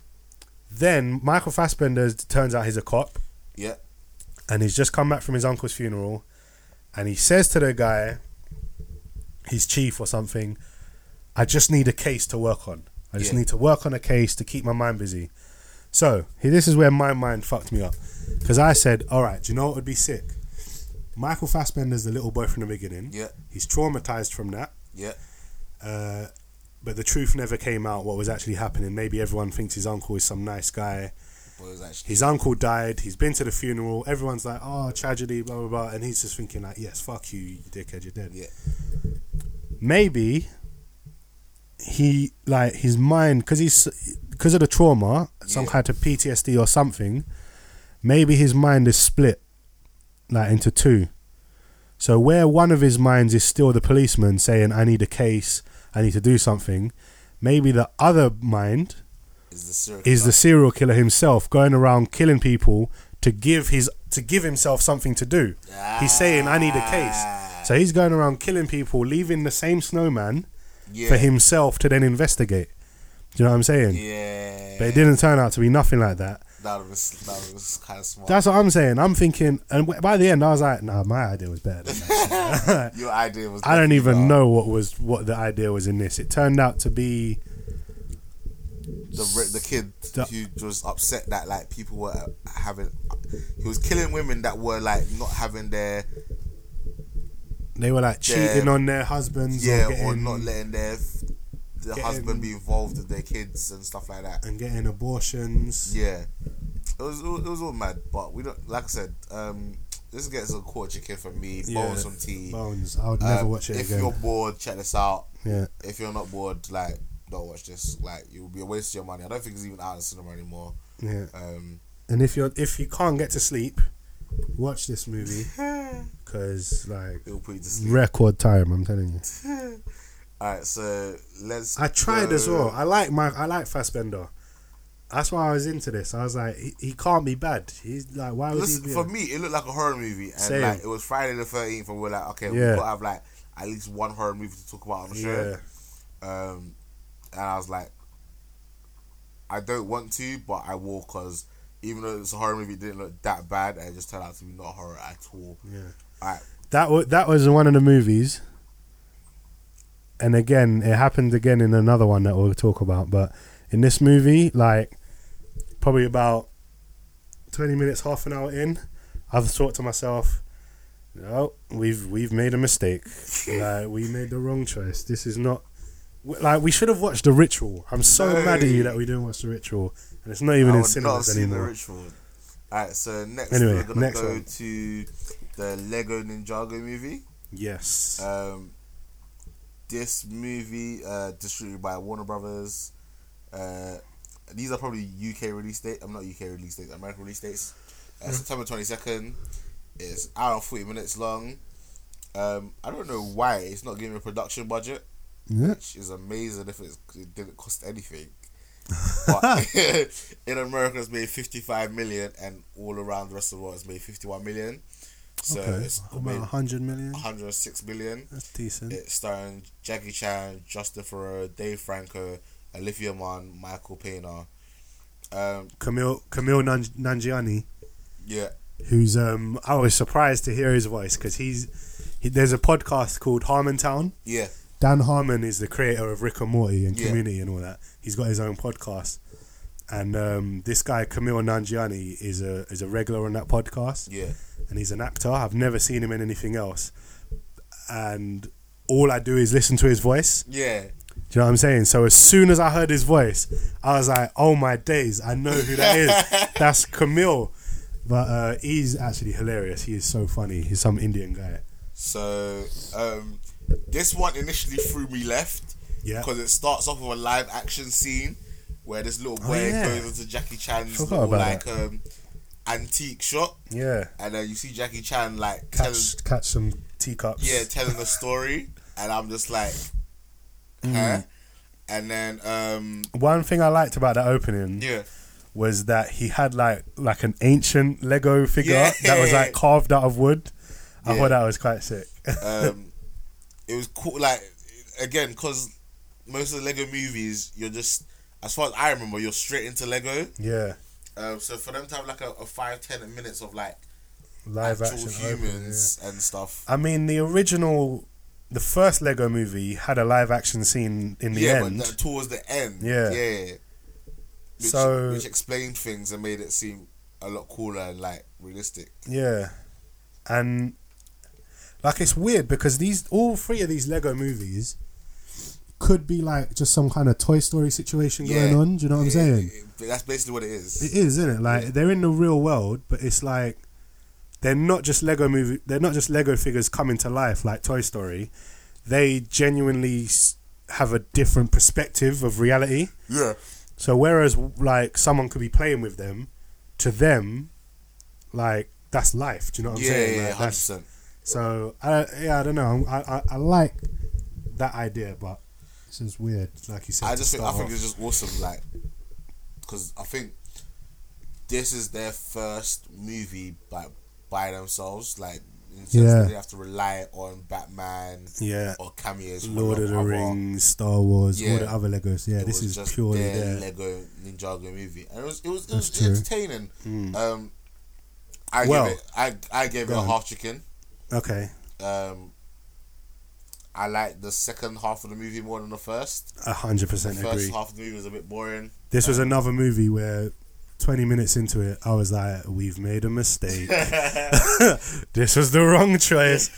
C: Then Michael Fassbender turns out he's a cop,
B: yeah,
C: and he's just come back from his uncle's funeral, and he says to the guy, his chief or something, I just need a case to work on. I just
B: Yeah.
C: need to work on a case to keep my mind busy. So here, this is where my mind fucked me up because I said, "All right, do you know what would be sick? Michael Fassbender's the little boy from the beginning.
B: Yeah.
C: he's traumatized from that.
B: Yeah.
C: uh, but the truth never came out. What was actually happening? Maybe everyone thinks his uncle is some nice guy."
B: But it was actually
C: his uncle died. He's been to the funeral. Everyone's like, "Oh, tragedy," blah blah blah, and he's just thinking like, "Yes, fuck you, you dickhead, you're dead."
B: Yeah.
C: Maybe he like his mind because he's because of the trauma, some
B: Yeah.
C: kind of PTSD or something. Maybe his mind is split like into two. So where one of his minds is still the policeman saying, "I need a case. I need to do something." Maybe the other mind
B: is the serial
C: is the
B: killer.
C: serial killer himself going around killing people to give his to give himself something to do. He's saying, "I need a case," so he's going around killing people, leaving the same snowman
B: yeah.
C: for himself to then investigate. Do you know what I'm saying?
B: Yeah,
C: But it didn't turn out to be nothing like that.
B: that was that was kind of smart.
C: That's what I'm saying. I'm thinking, and w- by the end, I was like, "Nah, my idea was better." Than that.
B: Your idea was.
C: I don't
B: definitely
C: even
B: better.
C: know what was what the idea was in this. It turned out to be
B: the re- the kid
C: The-
B: who was upset that like people were having. He was killing women that were like not having their
C: they were like cheating on their husbands,
B: yeah
C: or, getting,
B: or not letting their their
C: getting-
B: husband be involved with their kids and stuff like that.
C: and getting abortions.
B: Yeah, it was all- it was all mad, but we don't. Like I said, um, this gets a quarter chicken from me. Bones from tea.
C: Bones. I would never
B: Um,
C: watch it
B: If
C: again.
B: you're bored, check this out.
C: Yeah.
B: If you're not bored, like don't watch this. Like it will be a waste of your money. I don't think it's even out in the cinema anymore.
C: Yeah.
B: Um,
C: And if you're if you can't get to sleep, watch this movie because like
B: it will put you to sleep.
C: record time. I'm telling you.
B: All right, so let's.
C: I tried
B: go-
C: as well. I like my I like Fassbender. That's why I was into this. I was like, he, he can't be bad. He's like, why would
B: Listen,
C: he be?
B: for me, it looked like a horror movie, and
C: Same.
B: like it was Friday the thirteenth, and we are like, okay,
C: Yeah.
B: we've got to have like at least one horror movie to talk about on the
C: yeah,
B: show. Um, and I was like, I don't want to, but I will, cause even though it's a horror movie, it didn't look that bad, and it just turned out to be not horror at all.
C: yeah.
B: Alright.
C: That was that was one of the movies. And again, it happened again in another one that we'll talk about. But in this movie, like probably about twenty minutes, half an hour in, I've thought to myself, no, we've we've made a mistake. like we made the wrong choice. This is not w- like we should have watched the ritual. I'm so mad at you that we didn't watch the ritual, and it's not even
B: I
C: in
B: would love to
C: cinemas
B: see the
C: anymore.
B: ritual. Alright, so next
C: Anyway,
B: we're gonna
C: next
B: go
C: one.
B: to the Lego Ninjago movie.
C: Yes,
B: Um, this movie uh, distributed by Warner Brothers. Uh, these are probably UK release date. I'm not UK release dates. American release dates. Uh, September twenty second. It's hour and forty minutes long. Um, I don't know why it's not giving a production budget,
C: Yeah.
B: which is amazing if it's, it didn't cost anything. But in America, it's made fifty five million, and all around the rest of the world, it's made fifty one million. So
C: okay,
B: it's
C: about
B: made
C: hundred million.
B: one hundred six million.
C: That's decent.
B: It's starring Jackie Chan, Justin Theroux, Dave Franco, Olivia Munn, Michael Pena. Um,
C: Camille Camille Nan- Nanjiani,
B: yeah,
C: who's um, I was surprised to hear his voice because he's he, there's a podcast called Harmontown.
B: yeah,
C: Dan Harmon is the creator of Rick and Morty and
B: Yeah.
C: Community and all that. He's got his own podcast, and um, this guy Camille Nanjiani is a is a regular on that podcast,
B: yeah.
C: and he's an actor. I've never seen him in anything else, and all I do is listen to his voice.
B: Yeah.
C: Do you know what I'm saying? So as soon as I heard his voice, I was like, "Oh my days! I know who that is. That's Camille." But uh, he's actually hilarious. He is so funny. He's some Indian guy.
B: So um, this one initially threw me left
C: Yeah.
B: because it starts off with a live action scene where this little boy
C: Oh, yeah.
B: goes into Jackie Chan's
C: Forgot
B: little, like
C: about
B: um, antique shop,
C: Yeah,
B: and then you see Jackie Chan like telling,
C: catch catch some teacups.
B: yeah, telling a story, and I'm just like,
C: Mm.
B: huh? And then um,
C: One thing I liked about that opening
B: yeah.
C: was that he had like like an ancient Lego figure
B: Yeah.
C: that was like carved out of wood. I
B: Yeah.
C: thought that was quite sick.
B: um, it was cool. Like again, because most of the Lego movies, you're just as far as I remember, you're straight into Lego.
C: yeah,
B: Um, so for them to have like a, a five ten minutes of like
C: live
B: actual
C: action opening, yeah.
B: humans and stuff.
C: I mean, the original, the first Lego movie had a live action scene in the
B: yeah,
C: end.
B: but the, towards the end,
C: Yeah.
B: yeah. Which,
C: So-
B: which explained things and made it seem a lot cooler and like realistic.
C: yeah, and like it's weird because these all three of these Lego movies could be like just some kind of Toy Story situation
B: Yeah.
C: going on. Do you know what I'm
B: It-
C: saying?
B: it- that's basically what it is.
C: It is, isn't it? Like they're in the real world, but it's like they're not just Lego movie. They're not just Lego figures coming to life like Toy Story. They genuinely s- have a different perspective of reality.
B: yeah,
C: So whereas like someone could be playing with them, to them, like that's life. Do you know what I'm
B: yeah,
C: saying?
B: yeah,
C: Like,
B: hundred
C: that's-
B: percent.
C: so I, yeah, I don't know. I, I I like that idea, but it's just weird. Like you said,
B: I
C: to
B: just think, I
C: start
B: think
C: off.
B: it's just awesome, like, because I think this is their first movie by by themselves, like, in the sense
C: Yeah.
B: that they have to rely on Batman,
C: Yeah.
B: or cameos, from
C: Lord of the
B: other-
C: Rings, Star Wars, all
B: Yeah.
C: the other Legos. Yeah,
B: It
C: this
B: was
C: is
B: just
C: purely
B: their
C: there.
B: Lego Ninjago movie, and it was it was it
C: That's
B: was
C: true. Hmm.
B: entertaining. Um, I
C: Well,
B: gave it, I I gave it
C: go
B: a
C: on.
B: half chicken.
C: Okay,
B: Um, I like the second half of the movie more than the first.
C: a hundred
B: The
C: percent
B: first
C: agree.
B: half of the movie was a bit boring.
C: This was another movie where. 20 minutes into it, I was like, we've made a mistake. this was the wrong choice.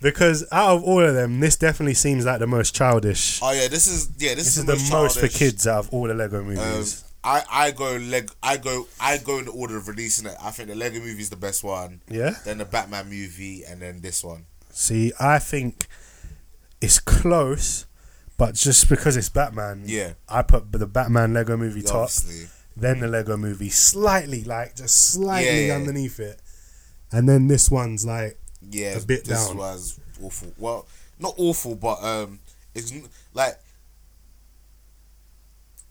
C: Because out of all of them, this definitely seems like the most childish.
B: Oh yeah, this is yeah, this,
C: This
B: is
C: is the most for
B: childish.
C: kids out of all the Lego
B: Um,
C: movies.
B: I I go leg I go I go in the order of releasing it. I think the Lego movie is the best one.
C: Yeah?
B: Then the Batman movie, and then this one.
C: See, I think it's close, but just because it's Batman,
B: Yeah.
C: I put the Batman Lego movie
B: Yeah,
C: top.
B: Obviously,
C: then the Lego movie, slightly like just slightly
B: Yeah.
C: underneath it, and then this one's like
B: yeah,
C: A bit
B: this
C: down.
B: was awful. Well, not awful, but um, it's n- like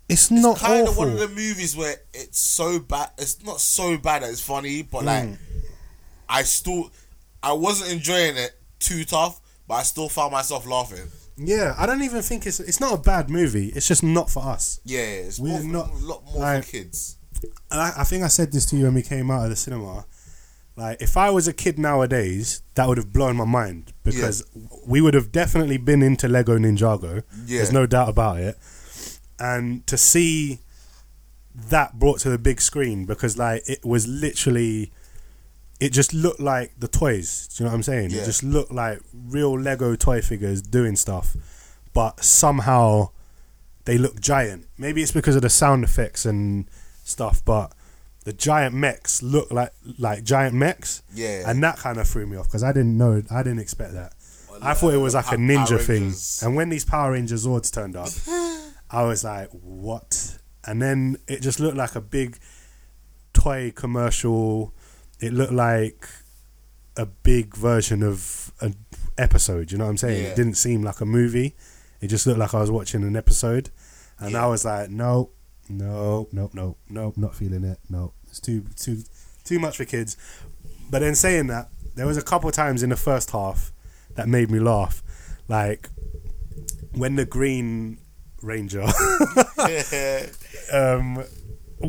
C: it's not
B: kind of
C: awful.
B: one of the movies where it's so bad. It's not so bad that it's funny,
C: Hmm.
B: but like I still I wasn't enjoying it too tough, but I still found myself laughing.
C: yeah, I don't even think it's it's not a bad movie. It's just not for us.
B: Yeah, it's
C: We're
B: more,
C: not-
B: a lot more
C: like-
B: for kids.
C: And I, I think I said this to you when we came out of the cinema. Like, if I was a kid nowadays, that would have blown my mind because we would have definitely been into Lego Ninjago.
B: Yeah.
C: There's no doubt about it. And to see that brought to the big screen because, like, it was literally it just looked like the toys. Do you know what I'm saying? It
B: Yeah.
C: just looked like real Lego toy figures doing stuff, but somehow they look giant. Maybe it's because of the sound effects and stuff, but the giant mechs look like like giant mechs.
B: Yeah.
C: and that kind of threw me off because I didn't know, I didn't expect that. I thought it was like
B: Power
C: a ninja thing.
B: Rangers.
C: And when these Power Ranger Zords turned up, I was like, what? And then it just looked like a big toy commercial. It looked like a big version of an episode. You know what I'm saying?
B: Yeah.
C: It didn't seem like a movie. It just looked like I was watching an episode. And I was like, no, no, no, no, no, not feeling it. No, it's too, too, too much for kids. But then saying that, there was a couple times in the first half that made me laugh. Like when the Green Ranger um,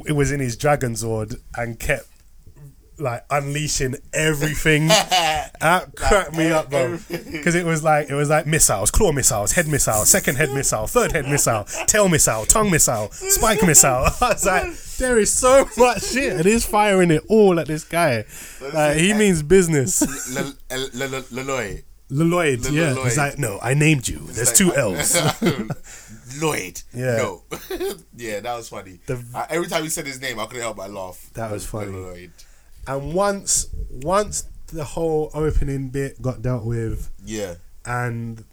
C: it was in his Dragon Zord and kept like unleashing everything. that cracked me up, bro, because it was like it was like missiles, claw missiles, head missile, second head missile, third head missile, tail missile, tongue missile, spike missile. I was like, there is so much shit, and he's firing it all at this guy. Like, he means business.
B: L- L- L- L- Lloyd.
C: Lloyd,
B: L-
C: yeah,
B: Lloyd.
C: he's like, no, I named you. There's two L's.
B: Lloyd.
C: Yeah.
B: No. yeah, that was funny.
C: The-
B: Uh, every time he said his name, I couldn't help but laugh.
C: That was funny.
B: Lloyd.
C: And once, once the whole opening bit got dealt with.
B: Yeah.
C: and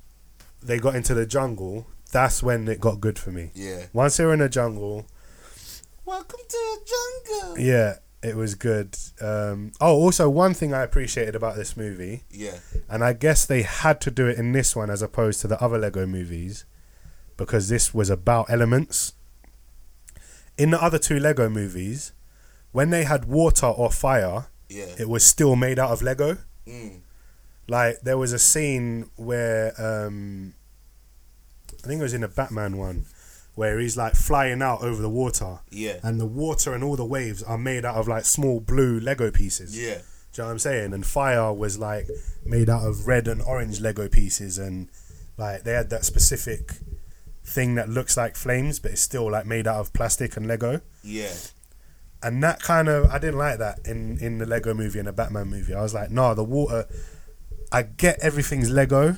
C: they got into the jungle, that's when it got good for me.
B: Yeah.
C: Once they were in the jungle,
B: Welcome to the jungle.
C: yeah, it was good. Um, oh, also one thing I appreciated about this movie,
B: Yeah.
C: and I guess they had to do it in this one as opposed to the other Lego movies, because this was about elements. In the other two Lego movies, when they had water or fire,
B: Yeah.
C: it was still made out of Lego.
B: Mm.
C: Like there was a scene where um I think it was in the Batman one where he's like flying out over the water.
B: Yeah.
C: And the water and all the waves are made out of like small blue Lego pieces.
B: Yeah.
C: Do you know what I'm saying? And fire was like made out of red and orange Lego pieces and like they had that specific thing that looks like flames but it's still like made out of plastic and Lego
B: Yeah.
C: and that kind of I didn't like that in in the Lego movie and the Batman movie. I was like, nah, the water. I get everything's Lego,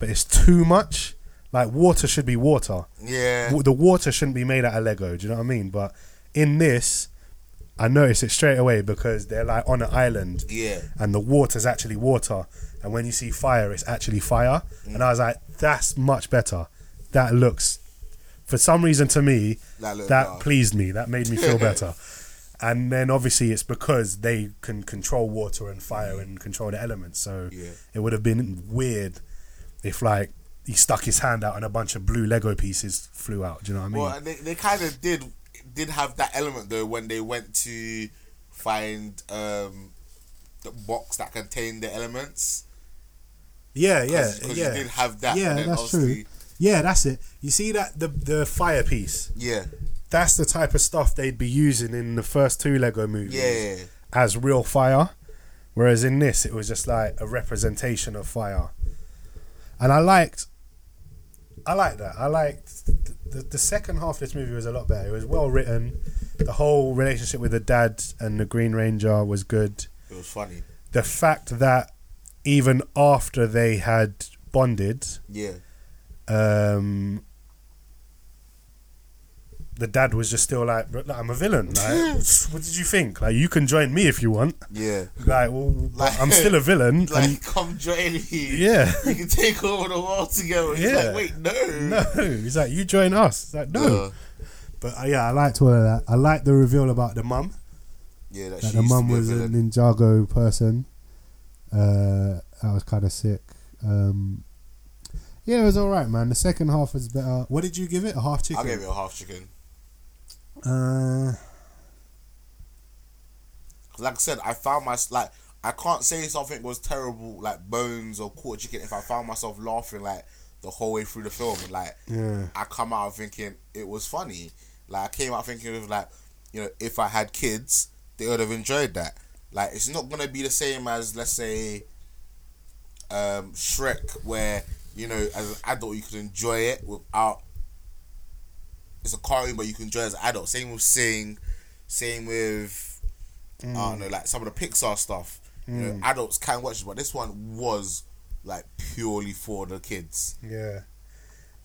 C: but it's too much. Like water should be water.
B: Yeah.
C: W- The water shouldn't be made out of Lego. Do you know what I mean? But in this, I noticed it straight away because they're like on an island,
B: Yeah.
C: and the water's actually water, and when you see fire, it's actually fire. And I was like, that's much better. That looks, for some reason to me,
B: That
C: that,
B: looked dark.
C: pleased me. That made me feel better. And then obviously it's because they can control water and fire and control the elements. So
B: Yeah.
C: it would have been weird if like he stuck his hand out and a bunch of blue Lego pieces flew out. Do you know what I mean?
B: Well, they, they kind of did did have that element though when they went to find um the box that contained the elements.
C: yeah, yeah,
B: 'Cause- 'cause
C: yeah.
B: You did have that.
C: yeah,
B: and then
C: that's true.
B: obviously-
C: Yeah, that's it. You see that the the fire piece.
B: Yeah.
C: that's the type of stuff they'd be using in the first two Lego movies
B: Yeah.
C: as real fire, whereas in this it was just like a representation of fire. And I liked, I liked that. I liked the, the, the second half of this movie was a lot better. It was well written. The whole relationship with the dad and the Green Ranger was good.
B: It was funny.
C: The fact that even after they had bonded,
B: Yeah.
C: um, the dad was just still like, "Look, I'm a villain. Like, what did you think? Like, you can join me if you want.
B: Yeah.
C: Like, well, but
B: Like-
C: I'm still a villain.
B: Like,
C: and
B: come join me.
C: Yeah.
B: We can take over the world together. It's
C: Yeah.
B: like, wait, no.
C: no, he's like, you join us. It's like, no.
B: Uh,
C: But uh, yeah, I liked all of that. I liked the reveal about the mum.
B: yeah, that
C: That
B: she
C: the
B: used to
C: mum
B: be a
C: was a
B: villain.
C: Ninjago person. Uh, that was kind of sick. Um, yeah, it was all right, man. The second half was better. What did you give it? A half chicken.
B: I gave it a half chicken.
C: Uh,
B: 'Cause Like I said, I found my like I can't say something was terrible like bones or quarter chicken if I found myself laughing like the whole way through the film. Like
C: yeah.
B: I come out thinking it was funny. Like I came out thinking of like, you know, if I had kids, they would have enjoyed that. Like it's not gonna be the same as let's say, um, Shrek, where you know as an adult you could enjoy it without. It's a cartoon, but you can enjoy it as an adult.
C: Mm.
B: Same with Sing, same with I don't know, like some of the Pixar stuff. You know, adults can watch it, but this one was like purely for the kids.
C: Yeah,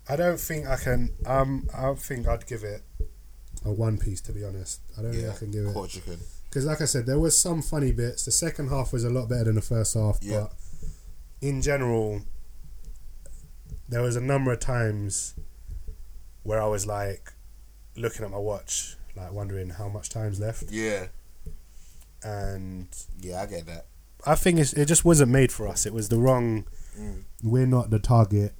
C: I don't think I can. Um, I don't think I'd give it a one piece. To be honest, I don't think I can give it
B: Quarter chicken.
C: because, like I said, there was some funny bits. The second half was a lot better than the first half,
B: Yeah.
C: but in general, there was a number of times where I was like looking at my watch, like wondering how much time's left,
B: Yeah,
C: and
B: yeah, I get that.
C: I think it's, it just wasn't made for us. It was the wrong. We're not the target.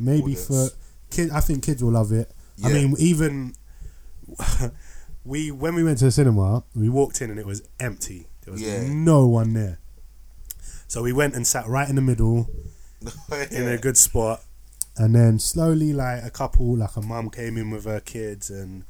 C: Maybe for
B: Mm. Audience.
C: kid, I think kids will love it. I
B: Yeah.
C: mean, even we when we went to the cinema, we walked in and it was empty. There was
B: Yeah.
C: no one there. So we went and sat right in the middle in a
B: Yeah.
C: good spot, and then slowly, like a couple, like a mum came in with her kids, and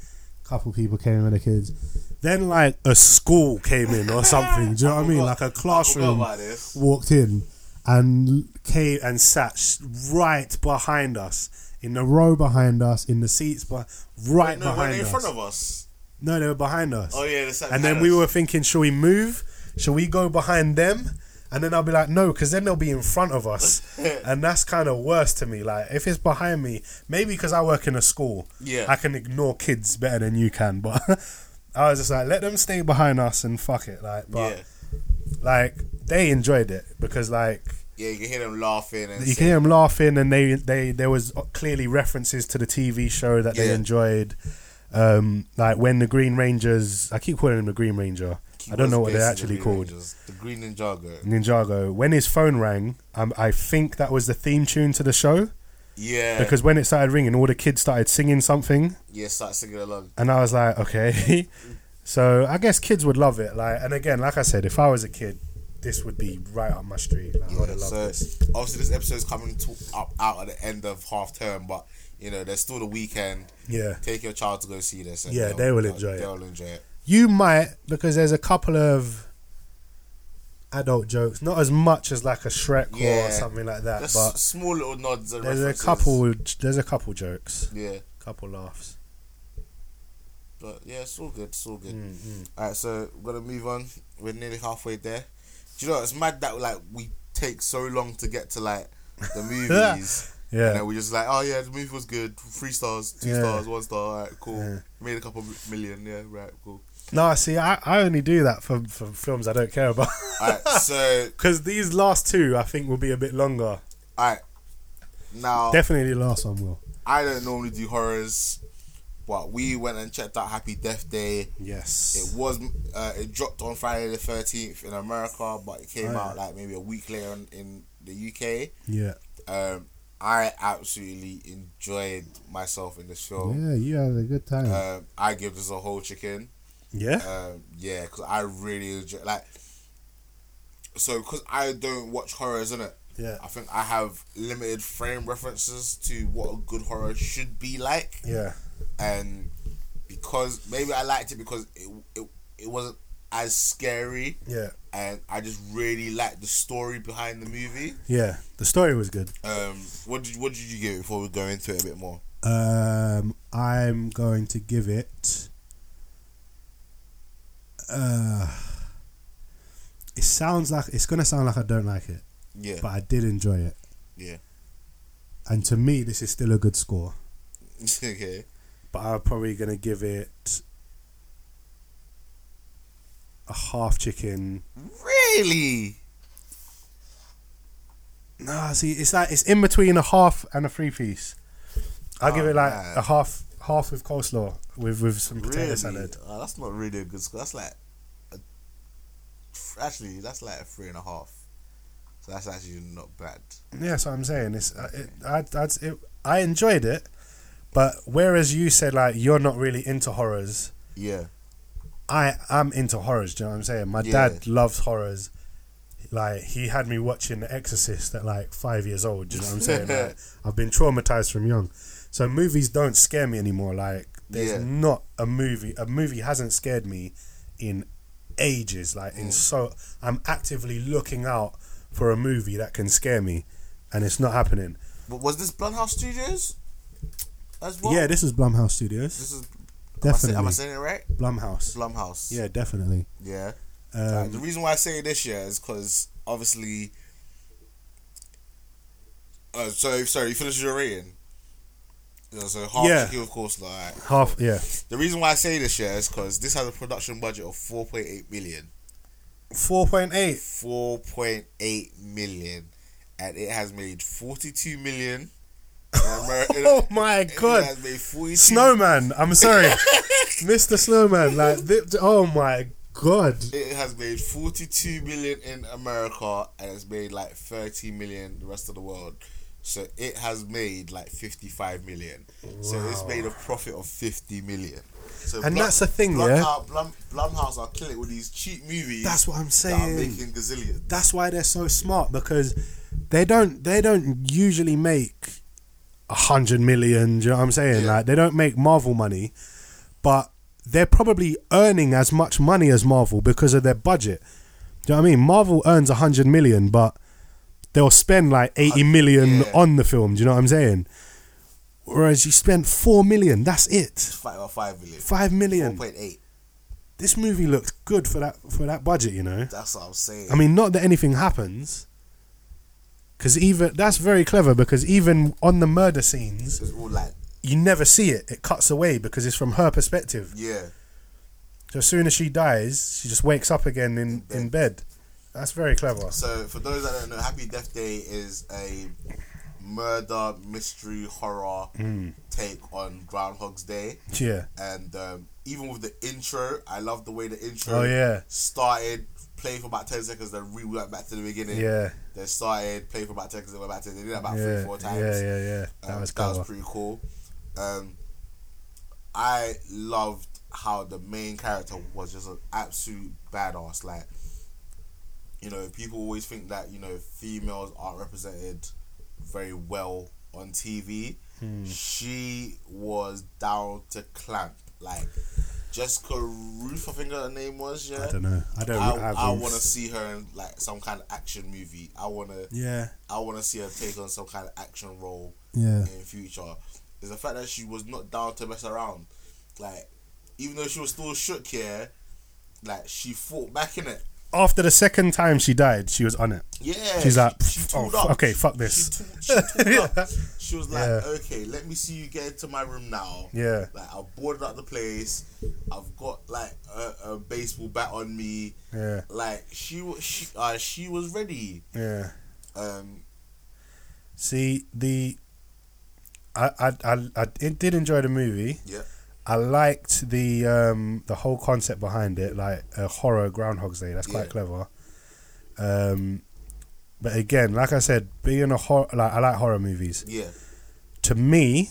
C: a couple people came in with their kids. Then like a school came in or something. Do you know what I mean? Like
B: forgot-
C: a
B: I forgot
C: classroom
B: about this.
C: walked in and came and sat s- right behind us in the row behind us in the seats, but right
B: No, were
C: behind
B: they in
C: us.
B: front of us.
C: No, they were behind us.
B: Oh, yeah, they sat
C: and
B: behind
C: then we
B: us.
C: were thinking, shall we move? Shall we go behind them? And then I'll be like, no, because then they'll be in front of us, and that's kind of worse to me. Like if it's behind me, maybe because I work in a school,
B: Yeah.
C: I can ignore kids better than you can. But I was just like, let them stay behind us and fuck it. Like, but
B: yeah,
C: like they enjoyed it because like
B: yeah, you can hear them laughing and
C: you can hear them laughing and they, they there was uh, clearly references to the tv show that they
B: Yeah.
C: enjoyed um like when the green rangers i keep calling him the green ranger i don't know what they're
B: Basically,
C: actually
B: the
C: called
B: Rangers, The Green Ninjago.
C: ninjago when his phone rang um, i think that was the theme tune to the show
B: Yeah,
C: because when it started ringing all the kids started singing something
B: yeah, start singing along.
C: and I was like, okay. so I guess kids would love it. Like, and again, like I said, if I was a kid, this would be right up my street. Like, I would have loved
B: so
C: this.
B: obviously this episode is coming to, up out at the end of half term, but you know there's still the weekend.
C: Yeah.
B: take your child to go see this. and
C: Yeah,
B: they'll-
C: they will
B: they'll-
C: enjoy it.
B: They'll enjoy it.
C: You might because there's a couple of adult jokes, not as much as like a Shrek or
B: Yeah.
C: something like that,
B: Just
C: but
B: small little nods. And
C: there's
B: references.
C: a couple. There's a couple jokes,
B: Yeah,
C: couple laughs.
B: but yeah, it's all good. It's all good.
C: Mm,
B: All right, so we're gonna move on. We're nearly halfway there. Do you know it's mad that like we take so long to get to like the movies.
C: Yeah.
B: And then we just like, oh yeah, the movie was good. Three stars, two
C: Yeah.
B: stars, one star. All right, cool.
C: Yeah.
B: Made a couple million. Yeah, right, cool.
C: No, see, I, I only do that for, for films I don't care about
B: All right, so
C: because these last two I think will be a bit longer.
B: all right. Now,
C: Definitely the last one will.
B: I don't normally do horrors, but we went and checked out Happy Death Day. It
C: Yes.
B: was uh, it dropped on Friday the thirteenth in America, but it came
C: Oh, yeah.
B: out like maybe a week later in, in the
C: Yeah.
B: UK. Um, I absolutely enjoyed myself in this film.
C: Yeah, you had a good time.
B: Um, I give this a whole chicken.
C: yeah.
B: Um, yeah, because I really enjoy like. So, because I don't watch horrors, innit?
C: Yeah.
B: I think I have limited frame references to what a good horror should be like.
C: Yeah.
B: and because maybe I liked it because it it, it wasn't as scary,
C: Yeah.
B: and I just really liked the story behind the movie.
C: Yeah. The story was good.
B: Um, what did what did you give it before we go into it a bit more?
C: Um, I'm going to give it. Uh, it sounds like it's gonna sound like I don't like it,
B: Yeah,
C: but I did enjoy it.
B: Yeah.
C: And to me, this is still a good score.
B: okay,
C: But I'm probably gonna give it a half chicken.
B: really?
C: No, see, it's like it's in between a half and a three piece. I'll give
B: Oh,
C: it like
B: man.
C: a half, half with coleslaw with with some potato
B: Really?
C: salad.
B: Oh, that's not really a good score. That's like, a, actually, that's like a three and a half. So that's actually not bad.
C: Yeah, that's what I'm saying. It's uh, it, I, that's it. I enjoyed it, but whereas you said like you're not really into horrors,
B: Yeah,
C: I am into horrors. Do you know what I'm saying? My
B: Yeah.
C: dad loves horrors. Like he had me watching The Exorcist at like five years old. Do you know what I'm saying? Like, I've been traumatized from young, so movies don't scare me anymore. Like there's
B: Yeah.
C: not a movie. A movie hasn't scared me in ages. Like
B: Mm.
C: in so, I'm actively looking out for a movie that can scare me, and it's not happening.
B: but was this Blumhouse Studios? As well.
C: Yeah, this is Blumhouse Studios.
B: This is am I say-
C: Definitely
B: Am I saying it right?
C: Blumhouse.
B: Blumhouse.
C: Yeah, definitely.
B: Yeah.
C: Um,
B: Like, the reason why I say this year is because obviously. Uh, so sorry, you finished your rating. Yeah, so half
C: Yeah.
B: Shaquille, of course. Like
C: Half, yeah.
B: the reason why I say this year is because this has a production budget of four point eight million.
C: 4.8.
B: Four point eight million, and it has made forty two million.
C: Oh my
B: It
C: god.
B: has made 42
C: Snowman, I'm sorry. Mr. Snowman, like, thi- oh my god.
B: It has made 42 million in America and it's made like 30 million the rest of the world. So it has made like 55 million. So it's made a profit of 50 million. So
C: And that's the thing,
B: Blum,
C: yeah?
B: Blum, Blumhouse are killing it with these cheap movies.
C: That's what I'm
B: That are
C: saying.
B: making gazillion.
C: that's why they're so smart because they don't they don't usually make a hundred million. Do you know what I'm saying?
B: Yeah.
C: Like they don't make Marvel money, but they're probably earning as much money as Marvel because of their budget. Do you know what I mean? Marvel earns a hundred million, but they'll spend like eighty million
B: Uh, yeah.
C: on the film. Do you know what I'm saying? Whereas you spent four million, that's it.
B: Five or five million.
C: Five million.
B: 4.8.
C: This movie looked good for that for that budget, you know.
B: That's what I'm saying.
C: I mean, not that anything happens. Because even that's very clever. Because even on the murder scenes,
B: it's all like,
C: you never see it. It cuts away because it's from her perspective.
B: yeah.
C: So as soon as she dies, she just wakes up again in in bed. That's very clever.
B: So for those that don't know, Happy Death Day is a murder, mystery, horror take on Groundhog's Day.
C: Mm. Yeah,
B: and um, even with the intro, I love the way the intro
C: Oh, yeah.
B: started, played for about ten seconds, then re went back to the beginning.
C: yeah,
B: Then started, played for about ten seconds, then went back to they did that about
C: yeah,
B: three, four
C: yeah,
B: times.
C: yeah, yeah. That
B: Um,
C: was clever.
B: pretty cool. Um, I loved how the main character was just an absolute badass. Like, you know, people always think that you know females aren't represented very well on TV.
C: Hmm.
B: She was down to clamp. Like, Jessica Ruth, I think her name was. Yeah.
C: I don't know. I don't.
B: I, I
C: haven't-
B: want to see her in like some kind of action movie. I want to.
C: Yeah,
B: I want to see her take on some kind of action role
C: yeah,
B: in future is the fact that she was not down to mess around. Like, even though she was still shook here, like she fought back in it.
C: After the second time she died, she was on it.
B: Yeah,
C: She's
B: she-
C: like,
B: she
C: "Pff, oh,
B: tooled
C: f-
B: up.
C: okay, fuck
B: She-
C: this.
B: She, tool- she tooled up. She was like,
C: Yeah.
B: okay, let me see you get into my room now.
C: Yeah.
B: like I've boarded up the place. I've got like a, a baseball bat on me.
C: Yeah.
B: like she was she uh, she was ready.
C: Yeah.
B: Um,
C: See the. I I I, I did enjoy the movie.
B: yeah,
C: I liked the um, the whole concept behind it, like a horror Groundhog's Day. That's quite
B: Yeah.
C: clever. Um, but again, like I said, being a horror, like I like horror movies.
B: yeah,
C: To me,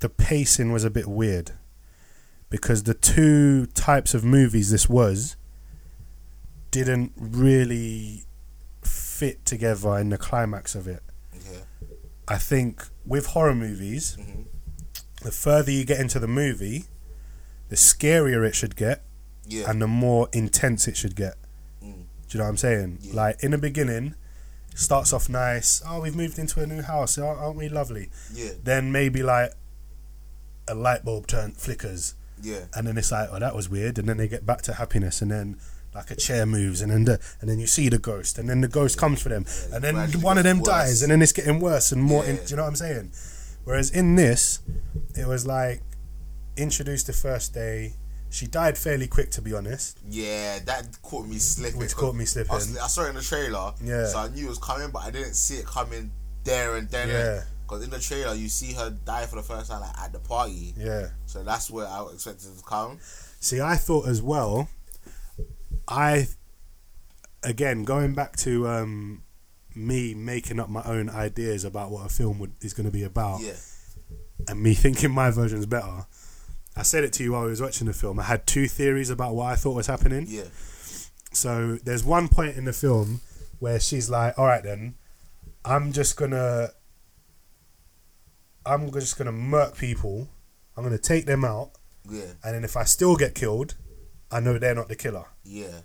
C: the pacing was a bit weird because the two types of movies this was didn't really fit together in the climax of it.
B: yeah,
C: I think with horror movies,
B: Mm-hmm.
C: the further you get into the movie, the scarier it should get
B: yeah,
C: and the more intense it should get.
B: Mm.
C: Do you know what I'm saying? Like in the beginning, starts off nice. Oh, we've moved into a new house. Aren't aren't we lovely?
B: yeah,
C: Then maybe like a light bulb turn flickers,
B: yeah,
C: and then it's like, oh, that was weird. And then they get back to happiness, and then like a chair moves, and then the, and then you see the ghost, and then the ghost comes for them, and then
B: gradually
C: one of them
B: gets worse.
C: dies, and then it's getting worse and more. In,
B: Yeah.
C: do you know what I'm saying? Whereas in this, it was like introduced the first day. She died fairly quick, to be honest.
B: yeah. That caught me slipping.
C: Which caught me
B: I, was-
C: slipping.
B: I saw it in the trailer,
C: Yeah.
B: so I knew it was coming, but I didn't see it coming there and then.
C: Yeah.
B: Because in the trailer, you see her die for the first time like, at the party,
C: Yeah.
B: so that's where I expected it to come.
C: See, I thought as well. I, again, going back to um, me making up my own ideas about what a film would, is going to be about,
B: Yeah,
C: and me thinking my version's better. I said it to you while I was watching the film. I had two theories about what I thought was happening.
B: yeah,
C: So there's one point in the film where she's like, "All right, then, I'm just gonna, I'm just gonna murk people. I'm gonna take them out,
B: yeah,
C: and then if I still get killed, I know they're not the killer."
B: yeah,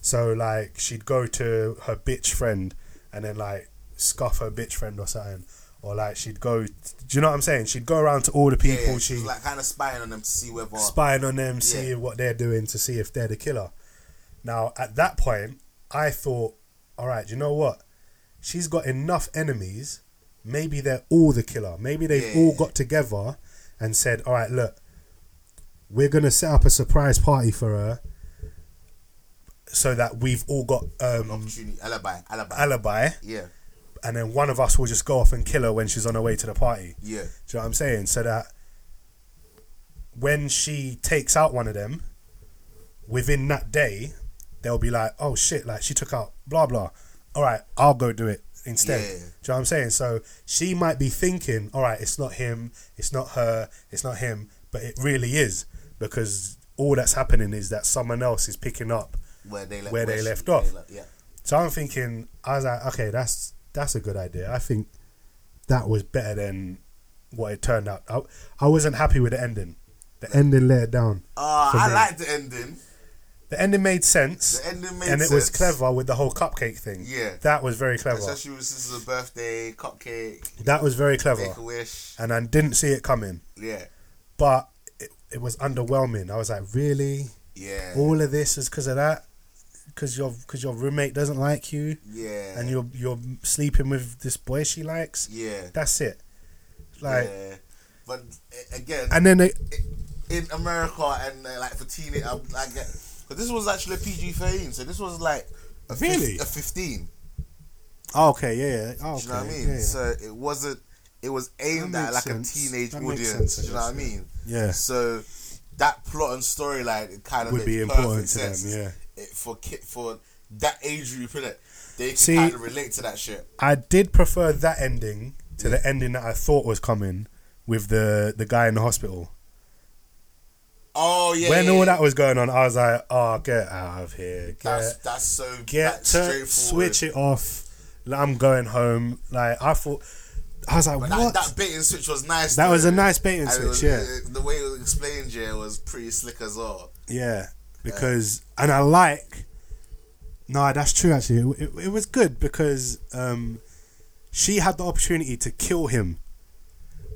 C: So like she'd go to her bitch friend and then like scuff her bitch friend or something. or like she'd go. Do you know what I'm saying? She'd go around to all the people.
B: yeah,
C: she
B: she's like kind of spying on them to see whether
C: spying on them, seeing
B: Yeah.
C: what they're doing to see if they're the killer. Now, at that point, I thought, all right, you know what? She's got enough enemies. Maybe they're all the killer. Maybe they've
B: Yeah.
C: all got together and said, all right, look, we're going to set up a surprise party for her so that we've all got um,
B: opportunity alibi, alibi.
C: alibi
B: yeah,
C: and then one of us will just go off and kill her when she's on her way to the party.
B: yeah,
C: Do you know what I'm saying? So that when she takes out one of them, within that day, they'll be like, oh shit, like she took out blah blah. All right, I'll go do it instead.
B: Yeah.
C: Do you know what I'm saying? So she might be thinking, all right, it's not him, it's not her, it's not him, but it really is because all that's happening is that someone else is picking up
B: where they left,
C: Where they left
B: where
C: off.
B: le- yeah,
C: so I'm thinking, I was like, okay, that's that's a good idea. I think that was better than what it turned out. I, I wasn't happy with the ending. The ending let it down.
B: oh,
C: For
B: I
C: me.
B: like the ending.
C: The ending made sense.
B: The ending made
C: and it was
B: sense.
C: clever with the whole cupcake thing.
B: Yeah.
C: That was very clever.
B: Especially with Sister's birthday, cupcake,
C: That was very clever.
B: make a wish.
C: And I didn't see it coming.
B: Yeah,
C: But it, it was underwhelming. I was like, really?
B: yeah,
C: All of this is because of that? Because your, cause your roommate doesn't like you?
B: yeah,
C: And you're, you're sleeping with this boy she likes?
B: yeah,
C: That's it. Like,
B: yeah. But a- again,
C: and then they,
B: in America and uh, like for teenage, I'm like, but this was actually a PG thirteen, so this was like a fif-
C: Really?
B: a fifteen.
C: oh, okay, yeah, yeah, oh,
B: Do
C: okay,
B: you know what I mean?
C: yeah, yeah.
B: So it wasn't. It was aimed
C: That
B: at like
C: makes
B: a
C: sense.
B: teenage
C: That makes
B: audience.
C: sense, I
B: do you know
C: guess,
B: what I mean?
C: yeah.
B: So that plot and storyline it kind of
C: Would
B: would
C: be
B: be
C: important
B: perfect
C: to them,
B: sense.
C: yeah.
B: It, for kid for that age group, innit? They can
C: See-
B: kind of relate to that shit.
C: I did prefer that ending to the ending that I thought was coming with the the guy in the hospital.
B: Oh yeah.
C: when
B: yeah,
C: all
B: yeah.
C: that was going on, I was like, "Oh, get out of here!
B: that's
C: Get,
B: that's so
C: get
B: that's
C: to
B: straightforward.
C: switch it off. Like, I'm going home." Like I thought, I was like,
B: But
C: "What?"
B: that, that bait and switch was nice.
C: That
B: though.
C: was a nice bait and
B: it
C: switch,
B: was-
C: yeah.
B: it- the way it was explained, yeah, was pretty slick as well.
C: yeah, because and I like. No, that's true. Actually, it, it, it was good because um, she had the opportunity to kill him,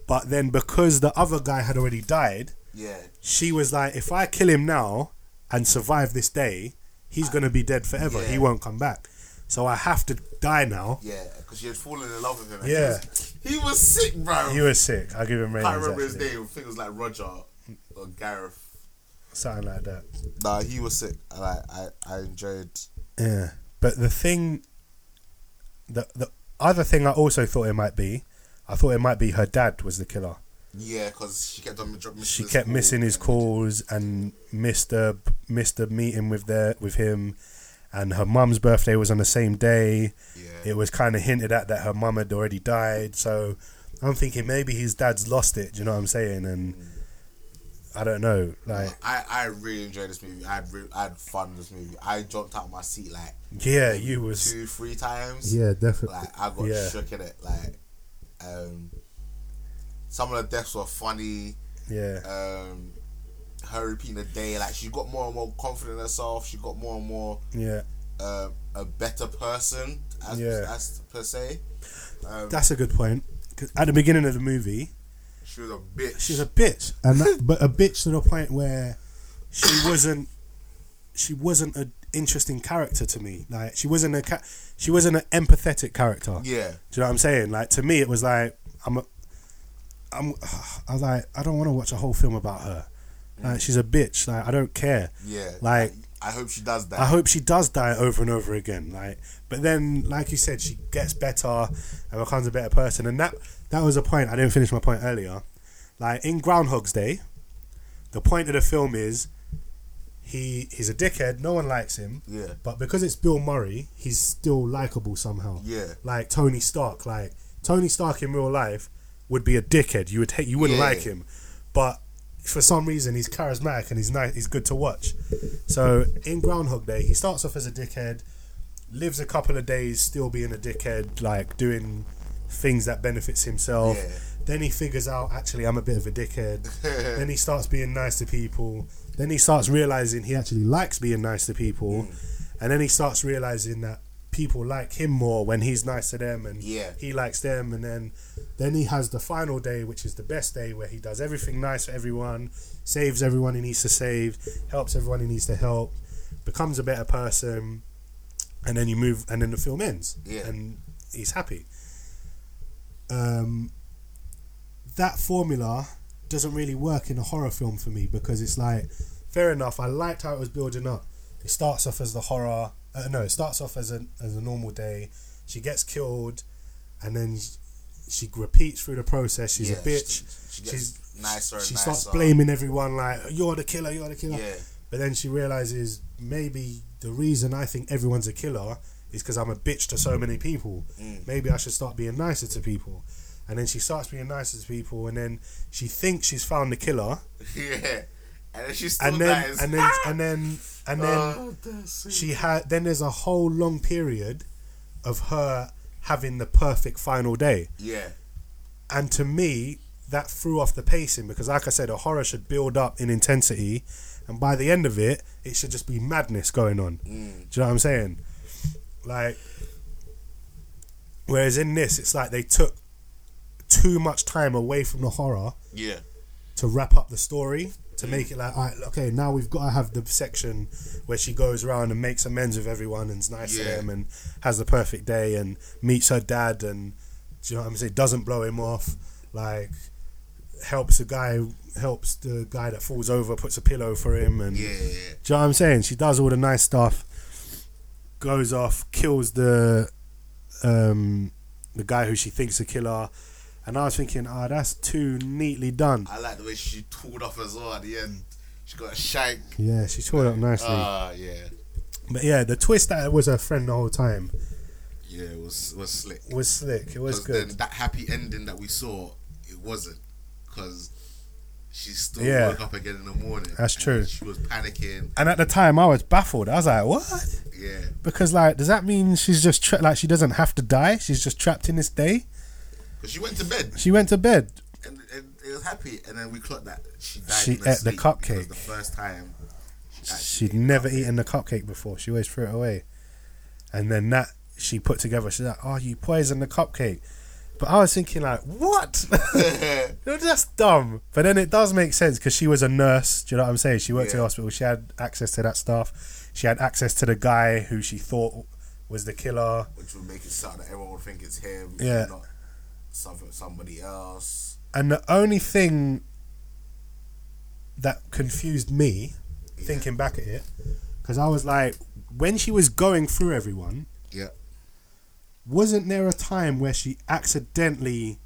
C: but then because the other guy had already died,
B: Yeah,
C: she was like, if I kill him now and survive this day, he's gonna be dead forever.
B: Yeah.
C: He won't come back. So I have to die now.
B: yeah, because she had fallen in love with him. and
C: Yeah.
B: he was, he was sick, bro.
C: He was sick. I give him
B: I
C: ratings.
B: can't remember his
C: actually.
B: name. I think it was like Roger or Gareth.
C: Something like that.
B: Nah, he was sick. And I, I, I enjoyed.
C: Yeah. But the thing, the the other thing I also thought it might be, I thought it might be her dad was the killer.
B: Yeah, because she kept on missing.
C: She
B: his
C: kept
B: call.
C: missing his calls and missed the missed the meeting with their with him, and her mum's birthday was on the same day.
B: Yeah.
C: it was kind of hinted at that her mum had already died. So I'm thinking maybe his dad's lost it. Do you know what I'm saying? And I don't know. Like,
B: I, I really enjoyed this movie. I had, re- I had fun with this movie. I jumped out of my seat like
C: yeah, you was
B: two, three times.
C: yeah, definitely.
B: Like I got
C: yeah,
B: shook in it. Like um, some of the deaths were funny.
C: yeah,
B: Um, her repeating the day, like she got more and more confident in herself. She got more and more
C: yeah.
B: uh, a better person, as,
C: Yeah.
B: as per se. Um,
C: That's a good point. 'Cause at the beginning of the movie,
B: she was a bitch.
C: she's a bitch, and that, but a bitch to the point where she wasn't. She wasn't an interesting character to me. Like she wasn't a ca- she wasn't an empathetic character.
B: yeah,
C: Do you know what I'm saying? Like to me, it was like I'm, a, I'm, I was like I don't want to watch a whole film about her. Like she's a bitch. Like I don't care.
B: Mm. yeah.
C: Like
B: I hope she does that.
C: I hope she does die over and over again. Like, but then, like you said, she gets better and becomes a better person. And that that was a point I didn't finish my point earlier. Like in Groundhog's Day, the point of the film is he he's a dickhead. No one likes him.
B: Yeah.
C: But because it's Bill Murray, he's still likable somehow.
B: Yeah.
C: Like Tony Stark. Like Tony Stark in real life would be a dickhead. You would hate. You wouldn't
B: Yeah.
C: like him. But for some reason, he's charismatic and he's nice. He's good to watch. So in Groundhog Day, he starts off as a dickhead, lives a couple of days still being a dickhead, like doing things that benefits himself.
B: Yeah.
C: Then he figures out actually I'm a bit of a dickhead. then he starts being nice to people. Then he starts realizing he actually likes being nice to people,
B: Mm.
C: and then he starts realizing that people like him more when he's nice to them, and
B: Yeah.
C: he likes them, and then Then he has the final day, which is the best day, where he does everything nice for everyone, saves everyone he needs to save, helps everyone he needs to help, becomes a better person, and then you move, and then the film ends,
B: Yeah.
C: and he's happy. Um, that formula doesn't really work in a horror film for me because it's like, fair enough. I liked how it was building up. It starts off as the horror. Uh, no, it starts off as a as a normal day. She gets killed, and then she, she repeats through the process. She's a
B: Yeah,
C: bitch.
B: she- she gets
C: She's
B: nicer and
C: She starts
B: nicer.
C: blaming everyone like, "You're the killer. You're the killer."
B: Yeah.
C: But then she realizes maybe the reason I think everyone's a killer is because I'm a bitch to so many people.
B: Mm.
C: Maybe I should start being nicer to people. And then she starts being nicer to people, and then she thinks she's found the killer,
B: yeah. And then she's still
C: and then
B: nice. Oh.
C: and then and then and then she had. Then there's a whole long period of her having the perfect final day,
B: yeah.
C: and to me, that threw off the pacing because, like I said, a horror should build up in intensity, and by the end of it, it should just be madness going on. Do you know what I'm saying? Like, whereas in this, it's like they took too much time away from the horror
B: Yeah.
C: to wrap up the story to make it like, all right, okay, now we've got to have the section where she goes around and makes amends with everyone and's nice to
B: Yeah.
C: them and has the perfect day and meets her dad and do you know what I'm saying? Doesn't blow him off, like helps the guy, helps the guy that falls over, puts a pillow for him, and
B: Yeah. Yeah.
C: do you know what I'm saying? She does all the nice stuff, goes off, kills the um, the guy who she thinks is a killer, and I was thinking, ah, that's too neatly done.
B: I like the way she pulled off as well at the end. She got a shank.
C: Yeah, she tore it up nicely.
B: Ah, yeah.
C: but yeah, the twist that it was her friend the whole time
B: Yeah, it was was slick.
C: was slick. It was
B: 'Cause
C: good.
B: Then that happy ending that we saw, it wasn't because she still
C: Yeah.
B: woke up again in the morning.
C: That's
B: and
C: true.
B: She was panicking.
C: and at the time, I was baffled. I was like, what?
B: Yeah,
C: Because like, does that mean she's just tra- like she doesn't have to die? She's just trapped in this day.
B: because she went to bed
C: She went to bed.
B: and, and it was happy, and then we clocked that she died.
C: She
B: in her
C: ate the
B: sleep. It was
C: cupcake.
B: the first time.
C: She'd never eaten the cupcake before. She always threw it away. And then that she put together. She's like, oh, you poisoned the cupcake. But I was thinking like, what? That's dumb. But then it does make sense because she was a nurse. Do you know what I'm saying? She worked in
B: Yeah.
C: hospital. She had access to that stuff. She had access to the guy who she thought was the killer.
B: which would make it sound that everyone would think it's him.
C: Yeah.
B: not something somebody else.
C: And the only thing that confused me, thinking back at it, because I was like, when she was going through everyone,
B: Yeah,
C: wasn't there a time where she accidentally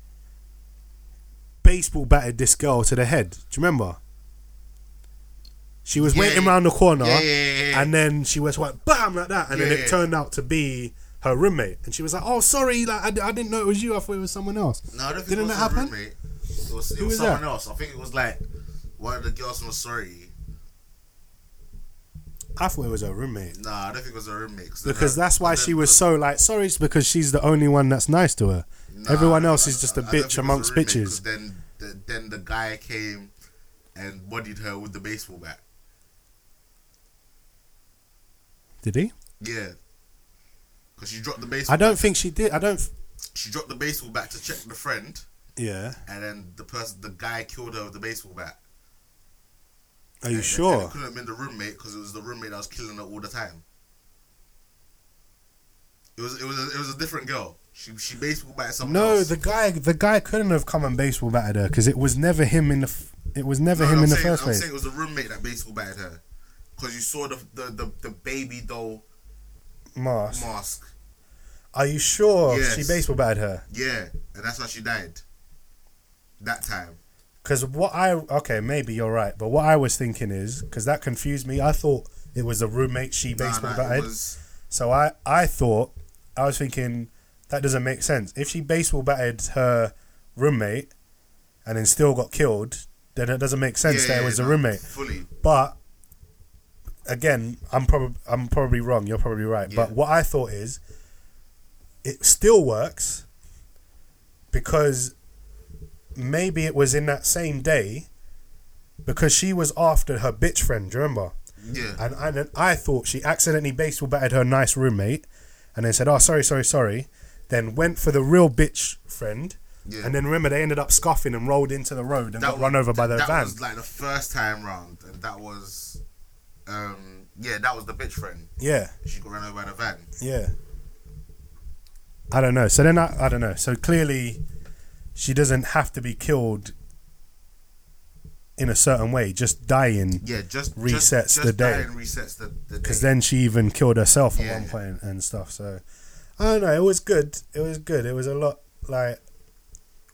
C: baseball batted this girl to the head? Do you remember? She was
B: Yeah,
C: waiting
B: yeah.
C: around the corner,
B: Yeah, yeah, yeah, yeah.
C: and then she was like, "Bam!" like that, and
B: Yeah,
C: then it
B: yeah.
C: turned out to be her roommate, and she was like, "Oh, sorry, like I, d- I didn't know it was you. I thought it was someone else."
B: no, I don't think
C: Didn't
B: it was
C: that
B: her
C: happen?
B: Roommate. It was, it
C: Who
B: was
C: was
B: someone
C: that?
B: else. I think it was like one of the girls from Sorry.
C: I thought it was her roommate
B: Nah, I don't think it was her roommate. 'cause then
C: because
B: her-
C: that's why
B: then
C: she was
B: the-
C: so like, "Sorry," it's because she's the only one that's nice to her.
B: Nah,
C: Everyone
B: nah,
C: else
B: nah,
C: is just
B: nah,
C: a
B: I don't think it
C: bitch
B: was
C: amongst
B: a roommate, 'cause
C: bitches.
B: Then, the, then the guy came and bodied her with the baseball bat.
C: Did he?
B: Yeah, because she dropped the baseball.
C: I don't
B: bat-
C: think she did. I don't. f-
B: she dropped the baseball bat to check the friend,
C: Yeah.
B: and then the person, the guy, killed her with the baseball bat.
C: Are you
B: And- And
C: sure?
B: it couldn't have been the roommate because it was the roommate that was killing her all the time. It was it was a, it was a different girl. She she baseball batted someone
C: No,
B: else.
C: the guy, the guy couldn't have come and baseball batted her because it was never him in the, f- it was never
B: No,
C: him
B: I'm
C: in the
B: saying,
C: 1st
B: I'm
C: place.
B: saying it was the roommate that baseball batted her because you saw the the, the the baby doll
C: Mars,
B: mask.
C: are you sure
B: Yes.
C: she baseball batted her?
B: Yeah, and that's how she died. That time.
C: Because what I, okay, maybe you're right, but what I was thinking is because that confused me. I thought it was the roommate she
B: Nah,
C: baseball
B: nah, it
C: batted.
B: was-
C: So I, I thought, I was thinking that doesn't make sense. If she baseball batted her roommate and then still got killed, then it doesn't make sense
B: yeah,
C: that
B: yeah,
C: it was
B: nah,
C: the roommate.
B: Fully.
C: But again, I'm probably I'm probably wrong. You're probably right. But
B: Yeah.
C: what I thought is, it still works because maybe it was in that same day because she was after her bitch friend. Do you remember?
B: Yeah.
C: And I, and I thought she accidentally baseball batted her nice roommate, and then said, "Oh, sorry, sorry, sorry." Then went for the real bitch friend,
B: Yeah.
C: And then remember, they ended up scuffing and rolled into the road and got run over by their
B: that
C: van.
B: was like the first time round, and that was, um, yeah, that was the bitch friend.
C: yeah,
B: She got run over by the van.
C: yeah. I don't know. So then I, I don't know. So clearly, she doesn't have to be killed in a certain way. Just dying,
B: Yeah, just just,
C: Resets
B: just
C: the day.
B: dying resets the the day.
C: because then she even killed herself at
B: Yeah.
C: one point and stuff. So I don't know. It was good. It was good. It was a lot like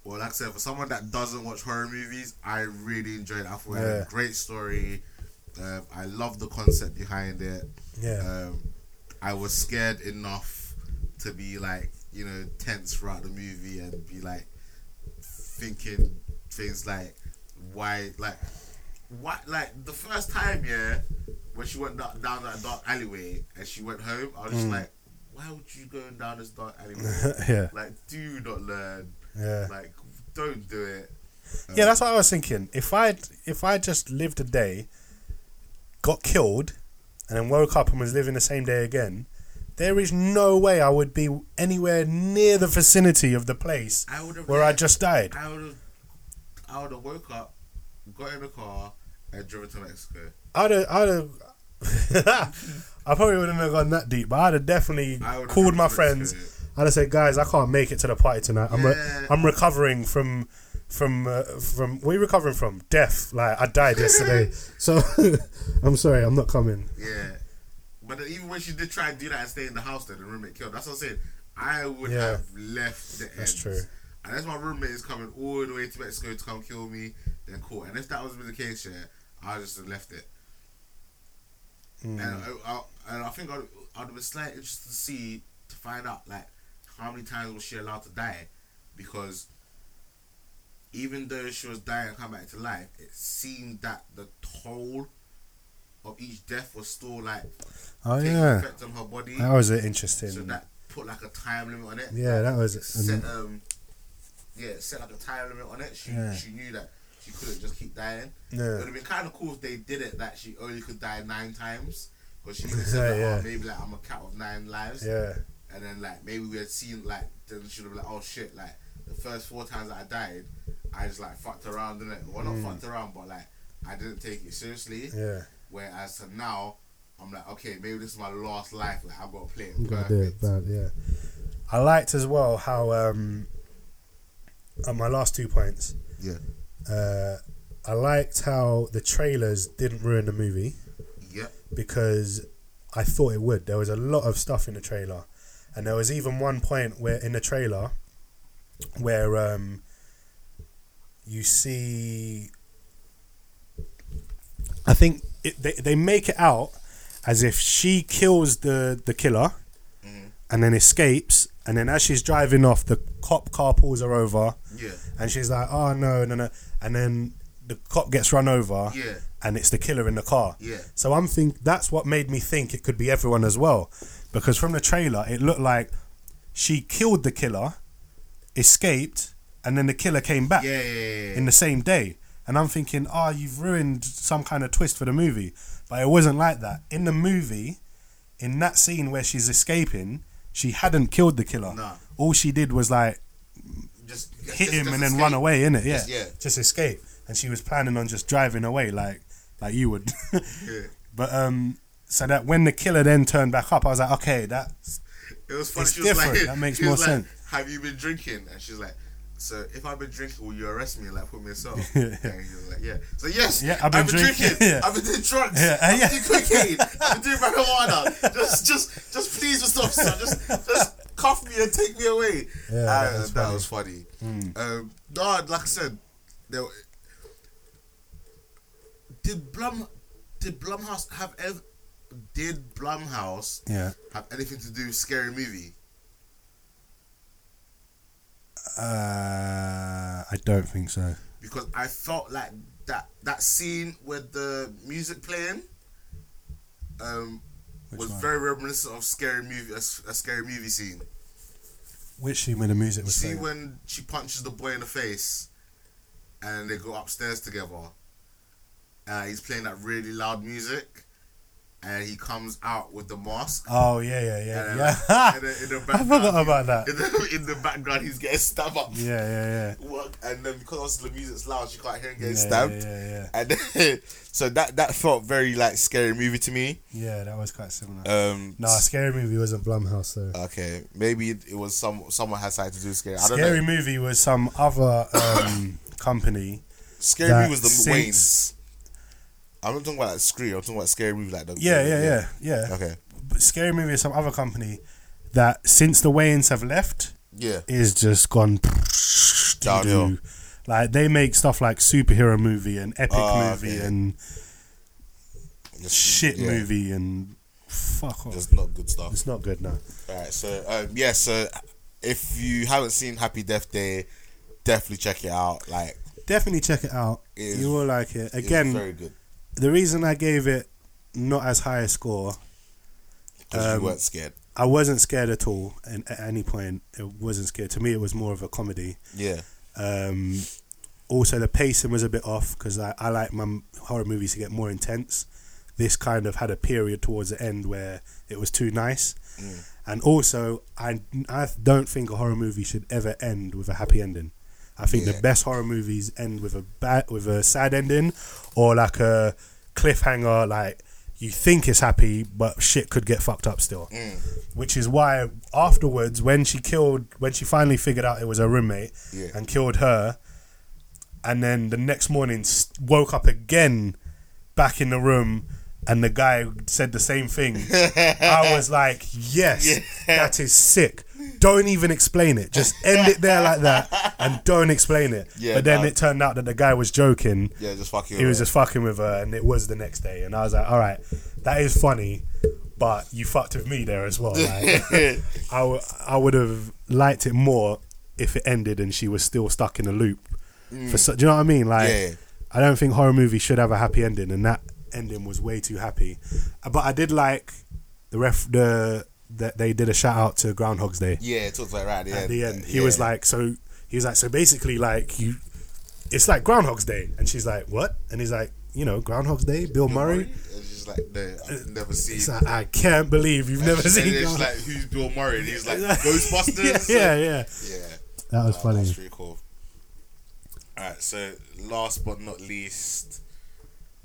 B: Well, like I said, for someone that doesn't watch horror movies, I really enjoyed it. I thought it
C: Yeah.
B: had a great story. Um, I love the concept behind it.
C: yeah,
B: Um, I was scared enough to be like, you know, tense throughout the movie and be like thinking things like, why, like, what, like the first time, yeah, when she went da- down that dark alleyway and she went home, I was just like, why would you go down this dark alleyway?
C: Mm. yeah,
B: like, do not learn.
C: yeah.
B: Like, don't do it.
C: Yeah, that's what I was thinking. If I if I just lived a day, got killed, and then woke up and was living the same day again, there is no way I would be anywhere near the vicinity of the place
B: I would have
C: where I just died.
B: I would have, I would have woke up, got in the car, and driven to Mexico.
C: I'd have, I'd have, I probably wouldn't have gone that deep, but I'd have definitely
B: I would have
C: called
B: driven
C: my
B: to
C: friends.
B: Mexico.
C: I'd have said, guys, I can't make it to the party tonight. I'm
B: Yeah.
C: re- I'm recovering from. From uh, from what are you recovering from? Death. Like I died yesterday, so I'm sorry, I'm not coming.
B: Yeah. But then even when she did try and do that and stay in the house, then the roommate killed. That's what I'm saying. I would
C: Yeah.
B: have left the end.
C: That's true.
B: Unless my roommate is coming all the way to Mexico to come kill me, then cool. And if that was the case, yeah, I just have left it.
C: Hmm.
B: And, I, I, and I think I'd, I'd be slightly interested to see, to find out, like, how many times was she allowed to die? Because even though she was dying and come back to life, it seemed that the toll of each death was still like
C: Oh
B: taking
C: yeah,
B: effect on her body.
C: That was an interesting.
B: So that put like a time limit on it.
C: yeah, that was.
B: Set um yeah, set like a time limit on it. She
C: Yeah.
B: she knew that she couldn't just keep dying. It would
C: yeah,
B: have been kind of cool if they did it that she only could die nine times. Because she even said that,
C: Yeah, yeah.
B: oh, maybe like I'm a cat of nine lives.
C: yeah,
B: And then like maybe we had seen like then she'd have been like, oh shit, like the first four times that I died, I just like fucked around in it. Well, not fucked around, but like I didn't take it seriously.
C: Mm. yeah.
B: Whereas to now, I'm like, okay, maybe this is my last life. Like I've got to play it
C: You gotta do it
B: perfect.
C: bad, yeah. I liked as well how um, on my last two points.
B: Yeah.
C: Uh, I liked how the trailers didn't ruin the movie
B: Yep.
C: because I thought it would. There was a lot of stuff in the trailer, and there was even one point where in the trailer where um, you see. I think it, they they make it out as if she kills the the killer,
B: Mm-hmm.
C: and then escapes, and then as she's driving off, the cop car pulls her over,
B: Yeah.
C: and she's like, "Oh no, no, no," and then the cop gets run over,
B: Yeah.
C: and it's the killer in the car.
B: Yeah.
C: So I'm think that's what made me think it could be everyone as well, because from the trailer it looked like she killed the killer, escaped, and then the killer came back
B: Yeah. yeah, yeah, yeah.
C: in the same day. And I'm thinking, oh, you've ruined some kind of twist for the movie. But it wasn't like that. In the movie, in that scene where she's escaping, she hadn't killed the killer.
B: No.
C: All she did was like
B: Just
C: hit
B: just-
C: him
B: just
C: and then
B: escape.
C: run away, innit? Yeah.
B: Just- yeah.
C: Just escape. And she was planning on just driving away like like you would. But um so that when the killer then turned back up, I was like, okay, that
B: It was funny.
C: It's
B: she was like,
C: different. That makes
B: she was
C: more
B: like,
C: sense.
B: Have you been drinking? And she's like, so if I've been drinking, will you arrest me and like put me in cell?
C: Yeah.
B: And he was like, yeah. So yes,
C: Yeah,
B: I've been, drinking.
C: yeah.
B: I've been doing drugs.
C: Yeah,
B: I've
C: yeah.
B: been doing cocaine. I've been doing marijuana. Just, just, just please yourself, son. Just, just cuff me and take me away.
C: Yeah, that Hmm.
B: Uh,
C: was
B: that was funny. Um, no, like I said, there, were- did Blum, did Blumhouse have ever? Did Blumhouse
C: Yeah.
B: have anything to do with scary movie?
C: Uh I don't think so.
B: because I felt like that that scene with the music playing um, was
C: one?
B: very reminiscent of scary movie a, s- a scary movie scene.
C: Which scene when the music was
B: See
C: playing?
B: when she punches the boy in the face, and they go upstairs together. Uh, he's playing that really loud music, and he comes out with the mask.
C: Oh yeah, yeah,
B: And
C: yeah,
B: then,
C: yeah.
B: in the- in the
C: I
B: background,
C: forgot about that.
B: In the, in the background, he's getting stabbed up.
C: Yeah, yeah, yeah.
B: Work, and then because obviously the music's loud, you can't hear him getting
C: Yeah,
B: stabbed.
C: yeah, yeah, yeah.
B: And then- so that that felt very like scary movie to me.
C: Yeah, that was quite similar.
B: Um,
C: no, scary movie wasn't Blumhouse though.
B: Okay, maybe it, it was some someone had something to do with scary. I don't
C: Scary
B: know.
C: movie was some other um, company.
B: Scary
C: that
B: movie was the
C: since-
B: Wayne's. I'm not talking about like Scream. I'm talking about scary movie like the
C: Yeah, yeah, yeah, yeah.
B: Okay.
C: But scary movie is some other company that since the Wayans have left
B: Yeah.
C: is just gone
B: Downhill.
C: doo-doo. Like they make stuff like superhero movie and epic
B: Ah,
C: movie
B: okay.
C: and
B: Just-
C: shit
B: yeah,
C: movie and fuck off.
B: Just not good stuff.
C: it's not good now.
B: Alright, so um, yeah, so if you haven't seen Happy Death Day, definitely check it out. Like
C: Definitely check it out.
B: It is-
C: you will like it.
B: it's
C: Again,
B: very good
C: the reason I gave it not as high a score,
B: because
C: um,
B: you weren't scared.
C: I wasn't scared at all. And at any point, it wasn't scared. To me, it was more of a comedy.
B: Yeah,
C: Um, also, the pacing was a bit off because I, I like my m- horror movies to get more intense. This kind of had a period towards the end where it was too nice.
B: Mm.
C: And also, I, I don't think a horror movie should ever end with a happy ending. I think
B: Yeah.
C: the best horror movies end with a bad, with a sad ending, or like a cliffhanger. Like you think it's happy, but shit could get fucked up still.
B: Mm.
C: Which is why afterwards, when she killed, when she finally figured out it was her roommate
B: Yeah.
C: and killed her, and then the next morning s- woke up again, back in the room. And the guy said the same thing. I was like, "Yes, that is sick. Don't even explain it. Just end it there like that, and don't explain it."
B: Yeah,
C: but then
B: nah.
C: it turned out that the guy was joking.
B: yeah, just fucking.
C: He was just fucking with her, and it was the next day. And I was like, all right, that is funny, but you fucked with me there as well. Like, I, w- I would have liked it more if it ended and she was still stuck in a loop. For so, do you know what I mean? Like,
B: Mm. Yeah.
C: I don't think horror movies should have a happy ending, and that ending was way too happy. Uh, But I did like the ref the that they did a shout out to Groundhog's Day
B: yeah, it talks like right at the
C: at
B: end.
C: the end. He
B: Yeah.
C: was like, so he was like, so basically, like you, it's like Groundhog's Day, and she's like, what? And he's like, you know, Groundhog's Day, Bill Murray.
B: and she's like, no, I've never seen.
C: He's like, I can't believe you've never
B: and
C: seen.
B: it's
C: Groundhog-
B: like, who's Bill Murray? And he's like, Ghostbusters.
C: yeah, yeah, yeah.
B: yeah.
C: That was
B: Oh,
C: funny.
B: That's pretty cool. Alright, so last but not least,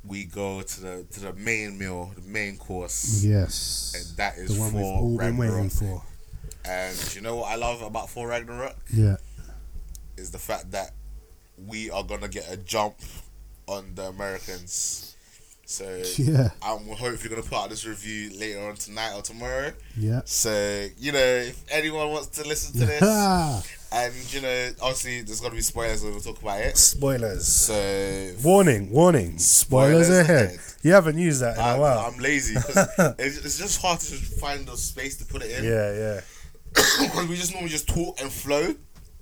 B: we go to the to the main meal, the main course.
C: Yes,
B: And that is
C: the one we've
B: for
C: all been waiting
B: Ragnarok.
C: for.
B: And you know what I love about Thor Ragnarok
C: Yeah,
B: is the fact that we are gonna get a jump on the Americans. So
C: yeah,
B: I'm hopefully gonna put out this review later on tonight or tomorrow.
C: yeah.
B: So you know, if anyone wants to listen to this, and you know, obviously there's gonna be spoilers when we talk about it.
C: Spoilers.
B: So
C: Warning, warning. Spoilers,
B: Spoilers
C: ahead.
B: ahead.
C: You haven't used that in
B: I'm,
C: a while.
B: I'm lazy because it's, it's just hard to just find the space to put it in.
C: yeah, yeah,
B: we just normally just talk and flow,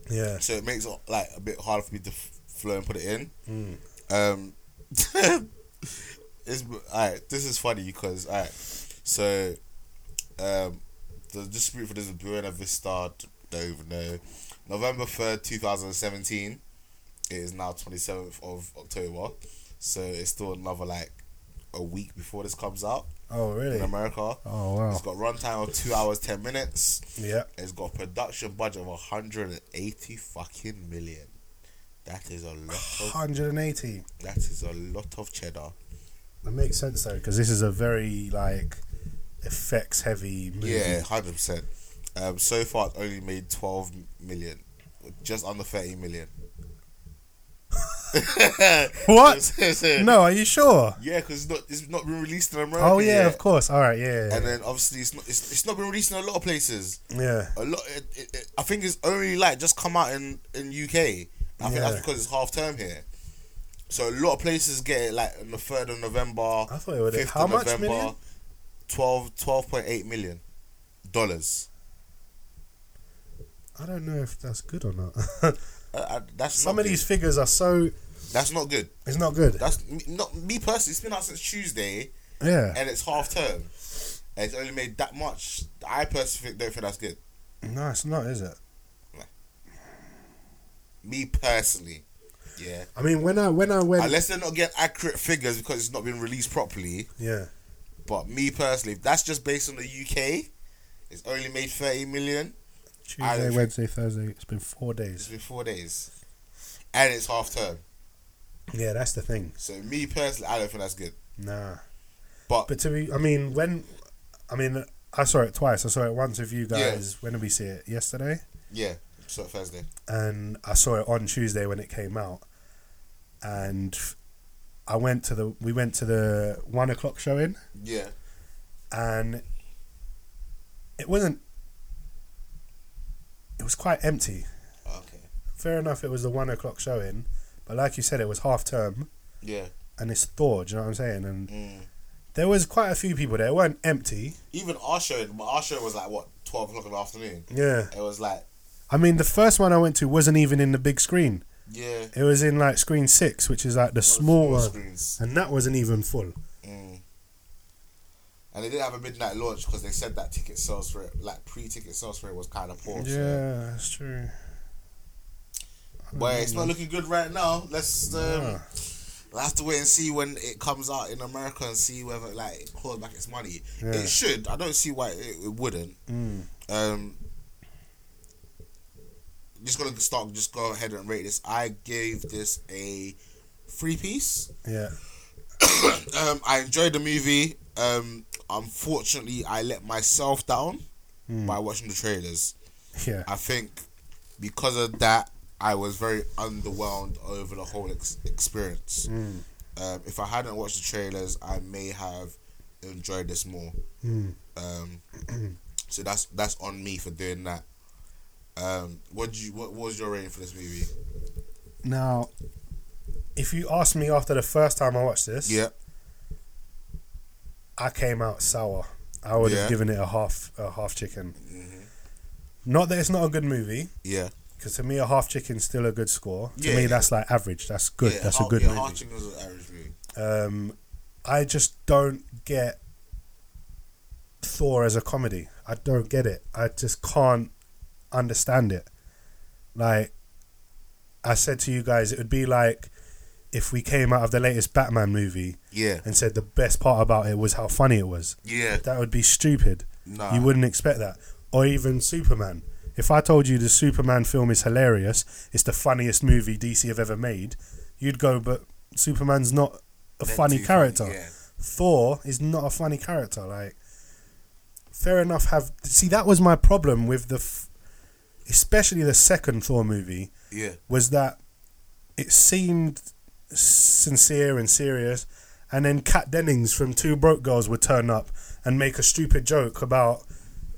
C: yeah.
B: so it makes it like a bit harder for me to f- flow and put it in.
C: Mm.
B: Um, it's alright. This is funny because alright. So, um, the dispute for this is Buena Vista. Don't even know. November third, two thousand seventeen. It is now twenty seventh of October, so it's still another like a week before this comes out
C: Oh, really?
B: in America.
C: Oh, wow.
B: It's got runtime of two hours ten minutes.
C: Yeah.
B: It's got a production budget of hundred and eighty fucking million. That is a lot of
C: 180.
B: that is a lot of cheddar.
C: That makes sense though, because this is a very like effects heavy movie.
B: Yeah, hundred percent. Um, so far it's only made twelve million, just under thirty million.
C: What?
B: So- so-
C: no, are you sure?
B: Yeah, because it's not it's not been released in America.
C: Oh yeah,
B: yet.
C: of course. All right, yeah, yeah,
B: And then obviously it's not it's, it's not been released in a lot of places.
C: yeah.
B: a lot. It, it, it, I think it's only like just come out in in UK. I think
C: Yeah.
B: that's because it's half term here. So a lot of places get it like on the third of November.
C: I thought it would. How much million?
B: 12 12.8 million dollars.
C: I don't know if that's good or not.
B: Uh, uh, that's
C: Some
B: not
C: of these figures are so.
B: good. That's not good.
C: It's not good.
B: That's me, not me personally. It's been out since Tuesday,
C: yeah.
B: and it's half term. And it's only made that much. I personally don't think that's good.
C: No, it's not, is it?
B: Me personally, yeah.
C: I mean, when I when I went,
B: Unless they're not getting accurate figures because it's not been released properly.
C: yeah,
B: But me personally, if that's just based on the UK, it's only made 30 million. I don't
C: Tuesday,
B: think-
C: Wednesday, Thursday. It's been four
B: It's
C: days.
B: been four days. And it's half term.
C: Yeah, that's the thing.
B: So me personally, I don't think that's good.
C: Nah.
B: But-
C: but to be, I mean, when, I mean, I saw it twice. I saw it once with you
B: Yeah.
C: guys. When did we see it? Yesterday,
B: Yeah. So Thursday.
C: and I saw it on Tuesday when it came out, and I went to the we went to the one o'clock showing,
B: Yeah.
C: and it wasn't. It was quite empty.
B: Okay.
C: Fair enough, it was the one o'clock showing, but like you said, it was half term
B: Yeah.
C: and it's Thor. Do you know what I'm saying? And
B: Mm.
C: there was quite a few people there. It weren't empty.
B: Even our show, our show was like what twelve o'clock in the afternoon.
C: Yeah.
B: It was like
C: I mean, the first one I went to wasn't even in the big screen.
B: yeah,
C: It was in like screen six, which is like the smaller,
B: screens.
C: and that wasn't even full.
B: Mm. And they didn't have a midnight launch because they said that ticket sales for it, like pre-ticket sales for it, was kind of poor. so-
C: Yeah, that's true.
B: but it's not looking good right now. Let's um,
C: Mm-hmm. Yeah.
B: we'll have to wait and see when it comes out in America and see whether like it claws back its money.
C: Yeah.
B: It should. I don't see why it, it wouldn't.
C: Mm.
B: Um, just gonna start. Just go ahead and rate this. I gave this a three piece.
C: Yeah.
B: um, I enjoyed the movie. Um, unfortunately, I let myself down
C: Mm.
B: by watching the trailers.
C: Yeah.
B: I think because of that, I was very underwhelmed over the whole ex- experience.
C: Mm.
B: Um, if I hadn't watched the trailers, I may have enjoyed this more.
C: Mm.
B: Um, so that's that's on me for doing that. Um, what do you what, what was your rating for this movie?
C: Now, if you asked me after the first time I watched this,
B: Yeah,
C: I came out sour. I would have
B: Yeah. Mm-hmm.
C: given it a half a half chicken. Not that it's not a good movie,
B: yeah,
C: because to me a half chicken's still a good score. To
B: Yeah,
C: me
B: yeah.
C: that's like average. That's good.
B: Yeah,
C: that's
B: Har-
C: a good
B: yeah,
C: movie.
B: Hard Chicken was an average movie.
C: Um, I just don't get Thor as a comedy. I don't get it. I just can't understand it. Like I said to you guys, it would be like if we came out of the latest Batman movie
B: Yeah,
C: and said the best part about it was how funny it was.
B: yeah,
C: That would be stupid.
B: Nah.
C: You wouldn't expect that. Or even Superman. If I told you the Superman film is hilarious, it's the funniest movie DC have ever made, you'd go, but Superman's not a
B: Meant
C: funny
B: to be funny,
C: character.
B: yeah.
C: Thor is not a funny character. Like, fair enough. Have see that was my problem with the, f- especially the second Thor movie
B: yeah,
C: was that it seemed sincere and serious, and then Kat Dennings from Two Broke Girls would turn up and make a stupid joke about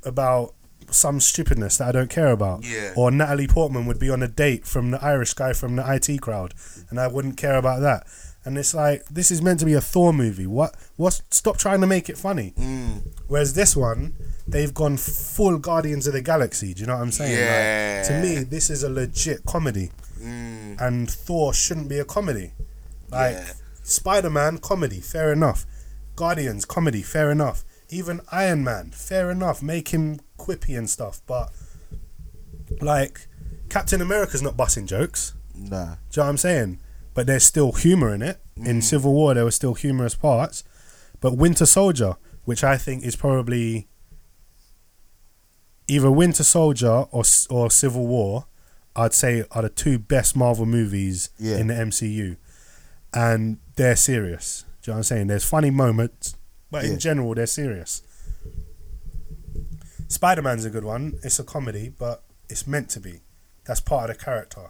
C: about some stupidness that I don't care about.
B: Yeah.
C: Or Natalie Portman would be on a date from the Irish guy from the IT crowd, and I wouldn't care about that. And it's like this is meant to be a Thor movie. What? What? Stop trying to make it funny. Whereas this one, they've gone full Guardians of the Galaxy. Do you know what I'm saying? Like, to
B: Yeah. Mm.
C: me, this is a legit comedy, and Thor shouldn't be a comedy. Like
B: Yeah.
C: Spider Man comedy, fair enough. Guardians comedy, fair enough. Even Iron Man, fair enough. Make him quippy and stuff, but like Captain America's not busting jokes.
B: nah.
C: Do you know what I'm saying? But there's still humor in it. In
B: Mm.
C: Civil War, there were still humorous parts. But Winter Soldier, which I think is probably either Winter Soldier or S- or Civil War, I'd say are the two best Marvel movies
B: Yeah.
C: in the MCU, and they're serious. Do you know what I'm saying? There's funny moments, but
B: Yeah.
C: in general, they're serious. Spider Man's a good one. It's a comedy, but it's meant to be. That's part of the character.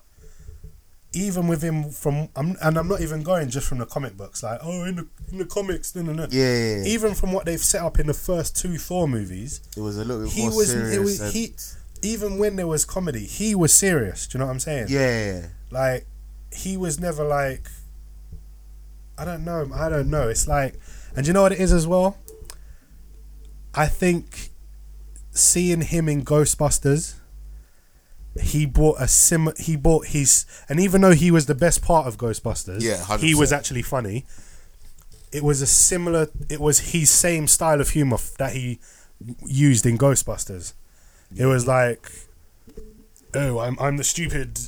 C: Even with him from, I'm, and I'm not even going just from the comic books. Like, oh, in the in the comics, no, no, no.
E: Yeah, yeah, yeah.
C: Even from what they've set up in the first two Thor movies,
E: It was a little bit
C: he
E: more
C: was,
E: serious.
C: it was
E: and-
C: he even when there was comedy he was serious do you know what i'm saying
E: yeah, yeah,
C: like he was never like i don't know i don't know it's like and do you know what it is as well i think seeing him in ghostbusters he bought a sim he bought his and even though he was the best part of ghostbusters
B: Yeah, 100%.
C: he was actually funny it was a similar it was his same style of humor f- that he used in ghostbusters it was like oh I'm, I'm the stupid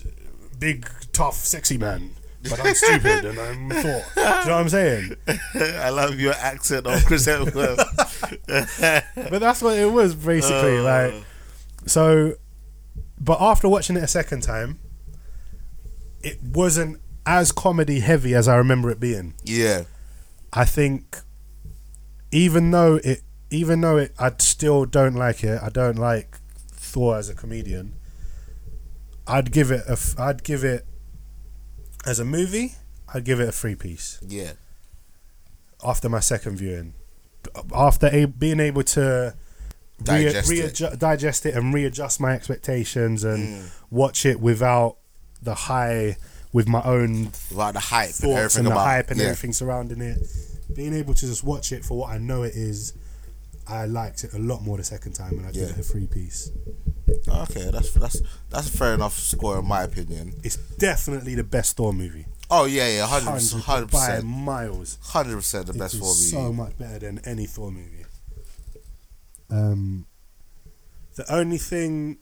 C: big tough sexy man but I'm stupid and I'm four. Do you know what I'm saying?
I: I love your accent on Chris Hemsworth.
C: But that's what it was basically. like, so, but after watching it a second time, it wasn't as comedy heavy as I remember it being.
B: Yeah.
C: I think even though it even though it I still don't like it. I don't like Thor as a comedian. I'd give it a f- I'd give it as a movie. I'd give it a three piece
B: Yeah.
C: after my second viewing. After a- being able to
B: Digest it.
C: readju- digest it and readjust my expectations and
B: Mm.
C: watch it without the high with my own
B: Without the hype and
C: thoughts
B: everything
C: and the
B: about
C: hype and
B: yeah.
C: everything surrounding it. Being able to just watch it for what I know it is, I liked it a lot more the second time, and I give
B: Yeah.
C: it a three piece.
B: Okay, that's that's that's a fair enough score in my opinion.
C: It's definitely the best Thor movie,
B: Oh yeah, yeah, hundred percent, hundred
C: hundred by
B: percent,
C: miles.
B: hundred percent the
C: It
B: best
C: is
B: for me.
C: so much better than any Thor movie. Um, the only thing,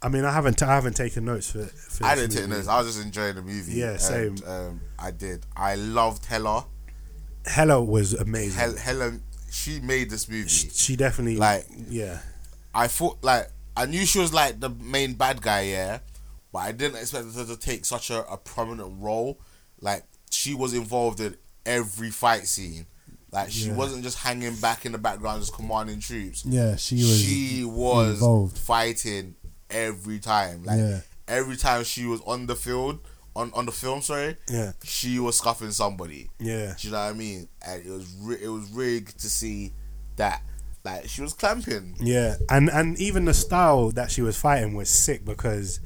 C: I mean, I haven't, I haven't taken notes for. for
B: I
C: this
B: didn't take
C: movie.
B: notes. I was just enjoying the movie.
C: Yeah,
B: and,
C: same.
B: Um, I did. I loved Hella.
C: Hella was amazing.
B: Hel- Helen, she made this movie.
C: Mm. She, she definitely
B: Like-
C: yeah.
B: I thought like I knew she was like the main bad guy, yeah, but I didn't expect her to take such a, a prominent role. Like she was involved in every fight scene. Like she
C: Yeah.
B: wasn't just hanging back in the background, just commanding troops.
C: Yeah, she was.
B: she was
C: involved.
B: fighting every time. Like
C: Yeah.
B: every time she was on the field, on on the film, sorry,
C: Yeah.
B: she was scuffing somebody.
C: Yeah.
B: Do you know what I mean? And it was re- it was really good to see that. Like she was clamping.
C: Yeah, and and even the style that she was fighting was sick because,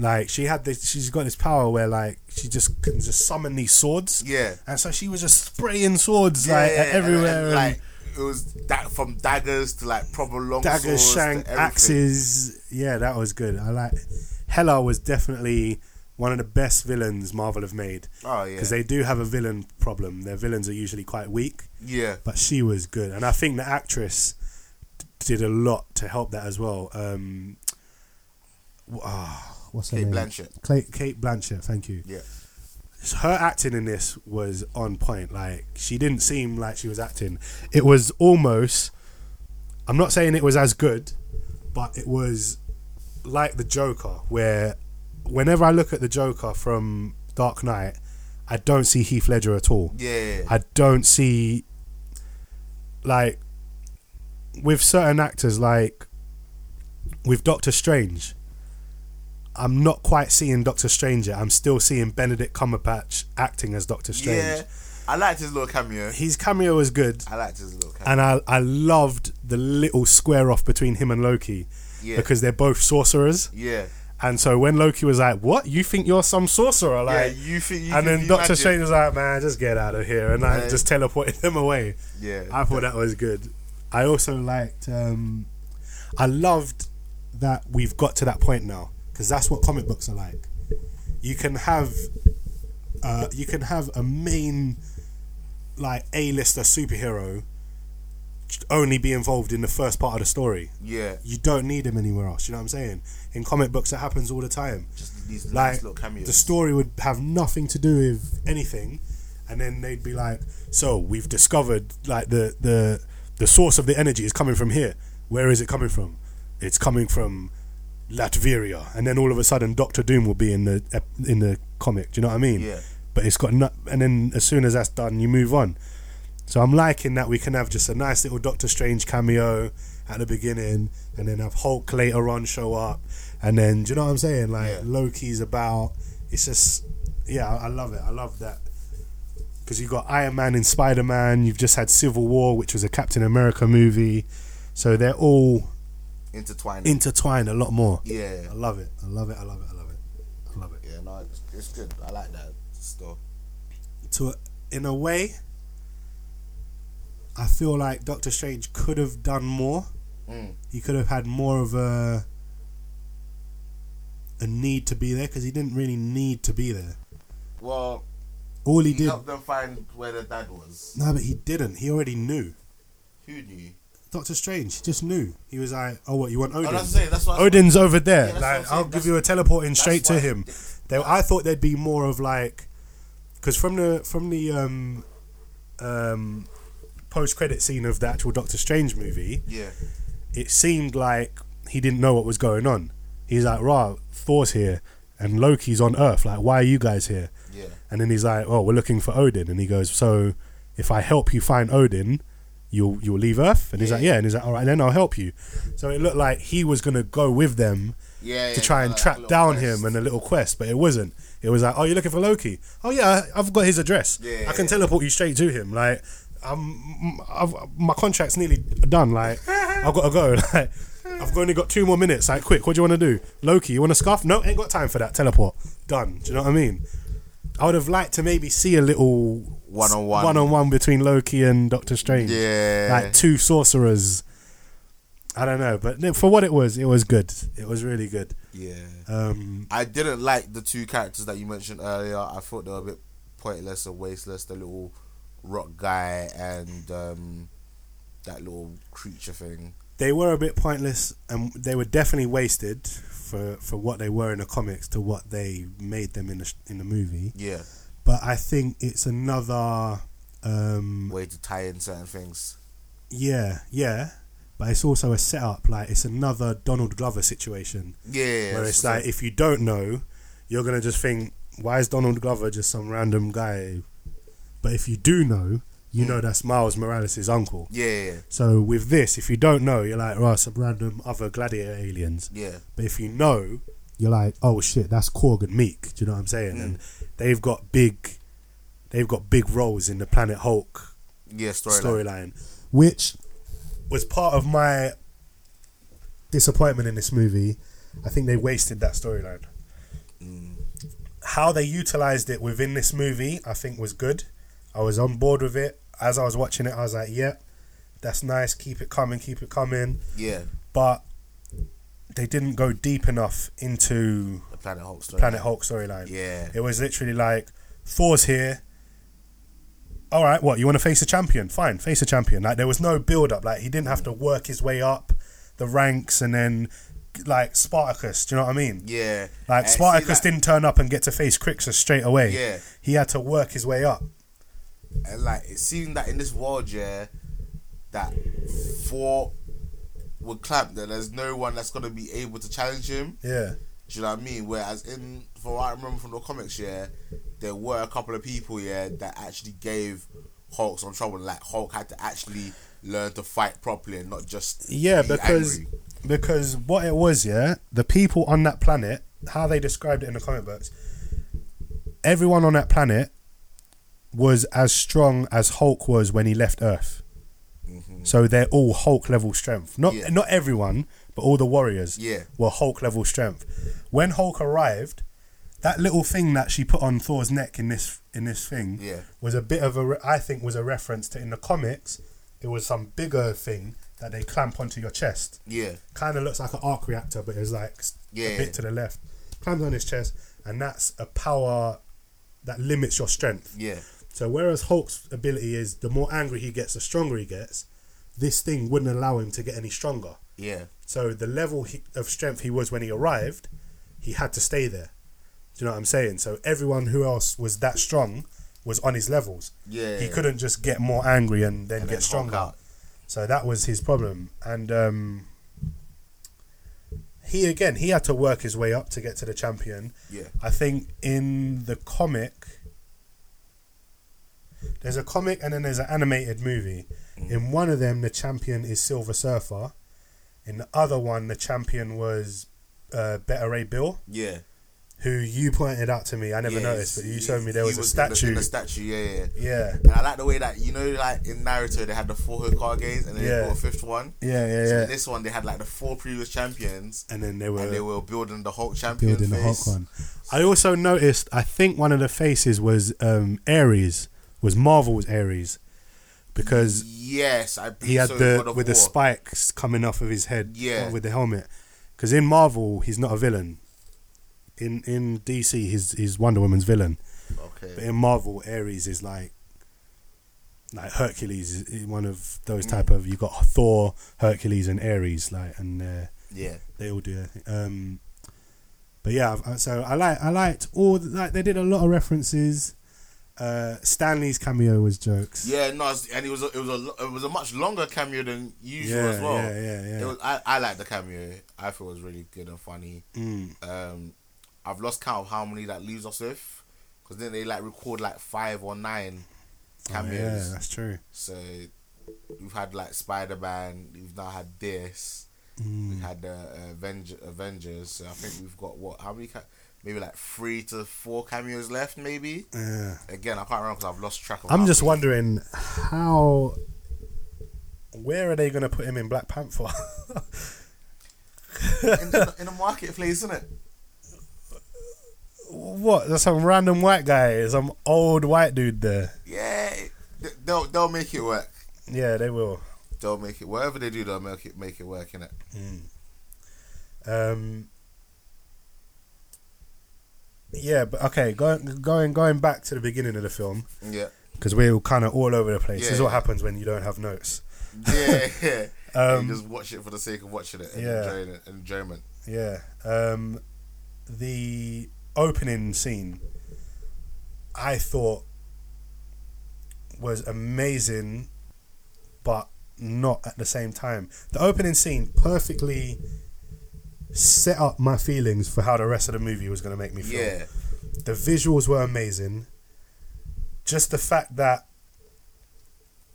C: like, she had this. She's got this power where like she just can just summon these swords.
B: Yeah.
C: and so she was just spraying swords like
B: Yeah,
C: everywhere.
B: and,
C: and
B: like it was that from daggers to like proper long
C: daggers,
B: swords to
C: shank,
B: everything.
C: axes. Yeah, that was good. I like. Hela was definitely one of the best villains Marvel have made.
B: Oh, yeah.
C: because they do have a villain problem. Their villains are usually quite weak.
B: Yeah,
C: but she was good, and I think the actress d- did a lot to help that as well. Um, w- ah, what's her
B: Kate
C: name?
B: Blanchett.
C: Cla- Kate Blanchett. Thank you.
B: Yeah.
C: So Her acting in this was on point. Like she didn't seem like she was acting. It was almost. I'm not saying it was as good, but it was like the Joker, where whenever I look at the Joker from Dark Knight, I don't see Heath Ledger at all.
B: Yeah.
C: I don't see like with certain actors like with Doctor Strange. I'm not quite seeing Doctor Strange yet. I'm still seeing Benedict Cumberbatch acting as Doctor Strange.
B: yeah. I liked his little cameo.
C: His cameo was good,
B: I liked his little cameo.
C: and I I loved the little square off between him and Loki
B: Yeah.
C: because they're both sorcerers.
B: yeah.
C: And so when Loki was like, "What? You think you're some sorcerer?" Like,
B: yeah, you think you can
C: and then
B: be
C: Doctor
B: magic.
C: Strange was like, "Man, just get out of here," and I
B: Yeah.
C: just teleported them away.
B: Yeah.
C: I thought that was good. I also liked. Um, I loved that we've got to that point now because that's what comic books are like. You can have, uh, you can have a main, like A-lister superhero, only be involved in the first part of the story.
B: Yeah.
C: You don't need him anywhere else. You know what I'm saying? In comic books, it happens all the time
B: Just these
C: like
B: nice little cameos.
C: the story would have nothing to do with anything and then they'd be like so we've discovered like the the the source of the energy is coming from here where is it coming from it's coming from Latveria and then all of a sudden Doctor Doom will be in the ep- in the comic do you know what I mean
B: Yeah.
C: but it's got no- and then as soon as that's done you move on so I'm liking that we can have just a nice little Doctor Strange cameo at the beginning, and then have Hulk later on show up, and then do you know what I'm saying? Like
B: Yeah.
C: Loki's about. It's just yeah, I I love it. I love that because you got Iron Man and Spider Man. You've just had Civil War, which was a Captain America movie, so they're all
B: intertwined.
C: intertwined a lot more.
B: yeah.
C: I love it. I love it. I love it. I love it. I love it.
B: Yeah, no, it's, it's good. I like that stuff.
C: to in a way I feel like Doctor Strange could have done more. He could have had more of a a need to be there because he didn't really need to be there.
B: Well,
C: All he
B: he,
C: did,
B: helped them find where their dad was.
C: no, but he didn't. He already knew.
B: Who knew?
C: Doctor Strange just knew. He was like, "Oh, what you want,
B: Oh,
C: Odin?
B: that's it. That's what.
C: Odin's over there.
B: Yeah, that's what I'm
C: like,
B: saying.
C: I'll
B: That's-
C: give you a teleporting
B: that's
C: straight to
B: why-
C: him." They, I thought there'd be more of like because from the from the um, um, post credit scene of the actual Doctor Strange movie,
J: Yeah.
C: it seemed like he didn't know what was going on. He's like, "Rah, Thor's here, and Loki's on Earth. Like, why are you guys here?"
J: Yeah.
C: And then he's like, "Oh, we're looking for Odin." And he goes, "So, if I help you find Odin, you'll you'll leave Earth." And he's like, "Yeah." And he's like, "All right, then I'll help you." So it looked like he was gonna go with them
J: Yeah,
C: to
J: yeah,
C: try
J: no,
C: and
J: like a
C: track
J: little
C: down
J: quest.
C: him and a little quest, but it wasn't. It was like, "Oh, you're looking for Loki? Oh yeah, I- I've got his address.
J: Yeah,
C: I can
J: yeah.
C: teleport you straight to him." Like. I'm, I've, my contract's nearly done. Like, I've got to go. Like, I've only got two more minutes. Like, quick, what do you want to do? Loki, you want to scarf? No, ain't got time for that. Teleport. Done. Do you know what I mean? I would have liked to maybe see a little
B: One-on-one.
C: one on one between Loki and Doctor Strange.
B: Yeah.
C: like two sorcerers. I don't know, but no, for what it was, it was good. It was really good.
B: Yeah.
C: Um,
B: I didn't like the two characters that you mentioned earlier. I thought they were a bit pointless and wasteless. The little rock guy and um, that little creature thing.
C: they were a bit pointless, and they were definitely wasted for, for what they were in the comics to what they made them in the sh- in the movie.
B: Yeah,
C: But I think it's another. Um,
B: way to tie in certain things.
C: yeah, yeah. But it's also a setup. Like it's another Donald Glover situation.
B: Yeah,
C: Where it's
B: so-
C: like, if you don't know, you're gonna just think, why is Donald Glover just some random guy? But if you do know, you know that's Miles Morales' uncle.
B: yeah,
C: So with this, if you don't know, you're like, right, some random other gladiator aliens.
B: yeah,
C: But if you know, you're like, oh shit, that's Korg and Meek. Do you know what I'm saying? And they've got big, they've got big roles in the Planet Hulk
B: yeah. Storyline.
C: storyline, which was part of my disappointment in this movie. I think they wasted that storyline. How they utilized it within this movie, I think, was good. I was on board with it. As I was watching it, I was like, "Yep, that's nice. Keep it coming. Keep it coming."
B: Yeah,
C: But they didn't go deep enough into
B: the Planet Hulk story.
C: Planet Hulk storyline.
B: Yeah.
C: It was literally like Thor's here. All right, what you want to face a champion? Fine, face a champion. Like there was no build up. Like he didn't have to work his way up the ranks and then like Spartacus. Do you know what I mean?
B: Yeah,
C: Like
B: And see,
C: Spartacus
B: like-
C: didn't turn up and get to face Crixus straight away.
B: Yeah.
C: He had to work his way up.
B: and like it seemed that in this world, yeah, that four would clamp. That there's no one that's gonna be able to challenge him.
C: Yeah.
B: Do you know what I mean? Whereas in, from what I remember from the comics, yeah, there were a couple of people, yeah, that actually gave Hulk some trouble. Like Hulk had to actually learn to fight properly and not just
C: Yeah,
B: be
C: because
B: angry.
C: because what it was, yeah, the people on that planet, how they described it in the comic books, everyone on that planet was as strong as Hulk was when he left Earth. So they're all Hulk level strength. Not
B: Mm-hmm. Yeah.
C: not everyone, but all the warriors
B: Yeah.
C: were Hulk level strength. When Hulk arrived, that little thing that she put on Thor's neck in this in this thing
B: Yeah.
C: was a bit of a re- I think was a reference to in the comics. It was some bigger thing that they clamp onto your chest
B: yeah,
C: kind of looks like an arc reactor, but it's like s- a
B: Yeah.
C: bit to the left. Climbs on his chest, and that's a power that limits your strength.
B: yeah,
C: So whereas Hulk's ability is the more angry he gets, the stronger he gets. This thing wouldn't allow him to get any stronger.
B: yeah,
C: So the level he, of strength he was when he arrived, he had to stay there. Do you know what I'm saying? So everyone who else was that strong was on his levels.
B: Yeah.
C: He couldn't just get more angry and then
B: And
C: get
B: then
C: stronger.
B: Hulk out.
C: So that was his problem. And um, he again, he had to work his way up to get to the champion.
B: Yeah.
C: I think in the comic, there's a comic and then there's an animated movie.
B: Mm.
C: In one of them, the champion is Silver Surfer. In the other one, the champion was uh, Better Ray Bill,
B: yeah.
C: who you pointed out to me. I never
B: Yeah,
C: noticed, but you
B: he-
C: showed me there
B: he
C: was, a
B: in the-
C: statue.
B: In the, statue, yeah, yeah.
C: yeah,
B: And I like the way that you know, like in Naruto, they had the four Hokages and then
C: Yeah.
B: they brought a fifth one.
C: yeah, yeah,
B: So
C: yeah.
B: in this one, they had like the four previous champions,
C: and then they were
B: and they were building the Hulk champion.
C: building the
B: face.
C: Hulk one. I also noticed. I think one of the faces was um, Ares. Was Marvel's Ares because
B: Yes, I.
C: he
B: believe
C: had
B: so, God
C: the
B: of
C: with the
B: War.
C: spikes coming off of his head
B: Yeah.
C: with the helmet because in marvel he's not a villain in in dc he's he's wonder woman's villain but
B: Okay.
C: in marvel ares is like like hercules is one of those
B: Hmm.
C: type of you got thor hercules and ares like and uh,
B: Yeah.
C: they all do their thing. Um, but yeah, I've- so I like I liked all the, like they did a lot of references. Uh, Stanley's cameo was jokes.
B: Yeah, no, it's- and it was a, it was a lo- it was a much longer cameo than usual
C: Yeah,
B: as well.
C: yeah, yeah, yeah.
B: It was, I I like the cameo. I thought it was really good and funny.
C: Mm.
B: Um, I've lost count of how many that leaves us with, because then they like record like five or nine
C: Oh,
B: cameos.
C: yeah, that's true.
B: So we've had like Spider Man. We've now had this.
C: Mm.
B: We had the uh, Avenger, Avengers. So I think we've got what? How many? Ca- maybe like three to four cameos left. Maybe.
C: Yeah.
B: Again, I can't remember because I've lost track of.
C: I'm
B: how
C: just
B: many.
C: wondering how. Where are they going to put him in Black Panther?
B: in the, in the marketplace, isn't it?
C: what? There's some random white guy, some old white dude there.
B: Yeah, th- they'll they'll make it work.
C: Yeah, they will.
B: They'll make it. Whatever they do, they'll make it make it work. In it.
C: Um, yeah, but okay. Going going going back to the beginning of the film
B: Yeah.
C: because we're kind of all over the place. This is
B: Yeah.
C: what happens when you don't have notes.
B: Yeah. yeah.
C: Um,
B: you just watch it for the sake of watching it and
C: Yeah.
B: enjoying it, enjoyment.
C: Yeah. Um, the opening scene, I thought, was amazing, but not at the same time. The opening scene perfectly set up my feelings for how the rest of the movie was going to make me feel.
B: Yeah.
C: The visuals were amazing. Just the fact that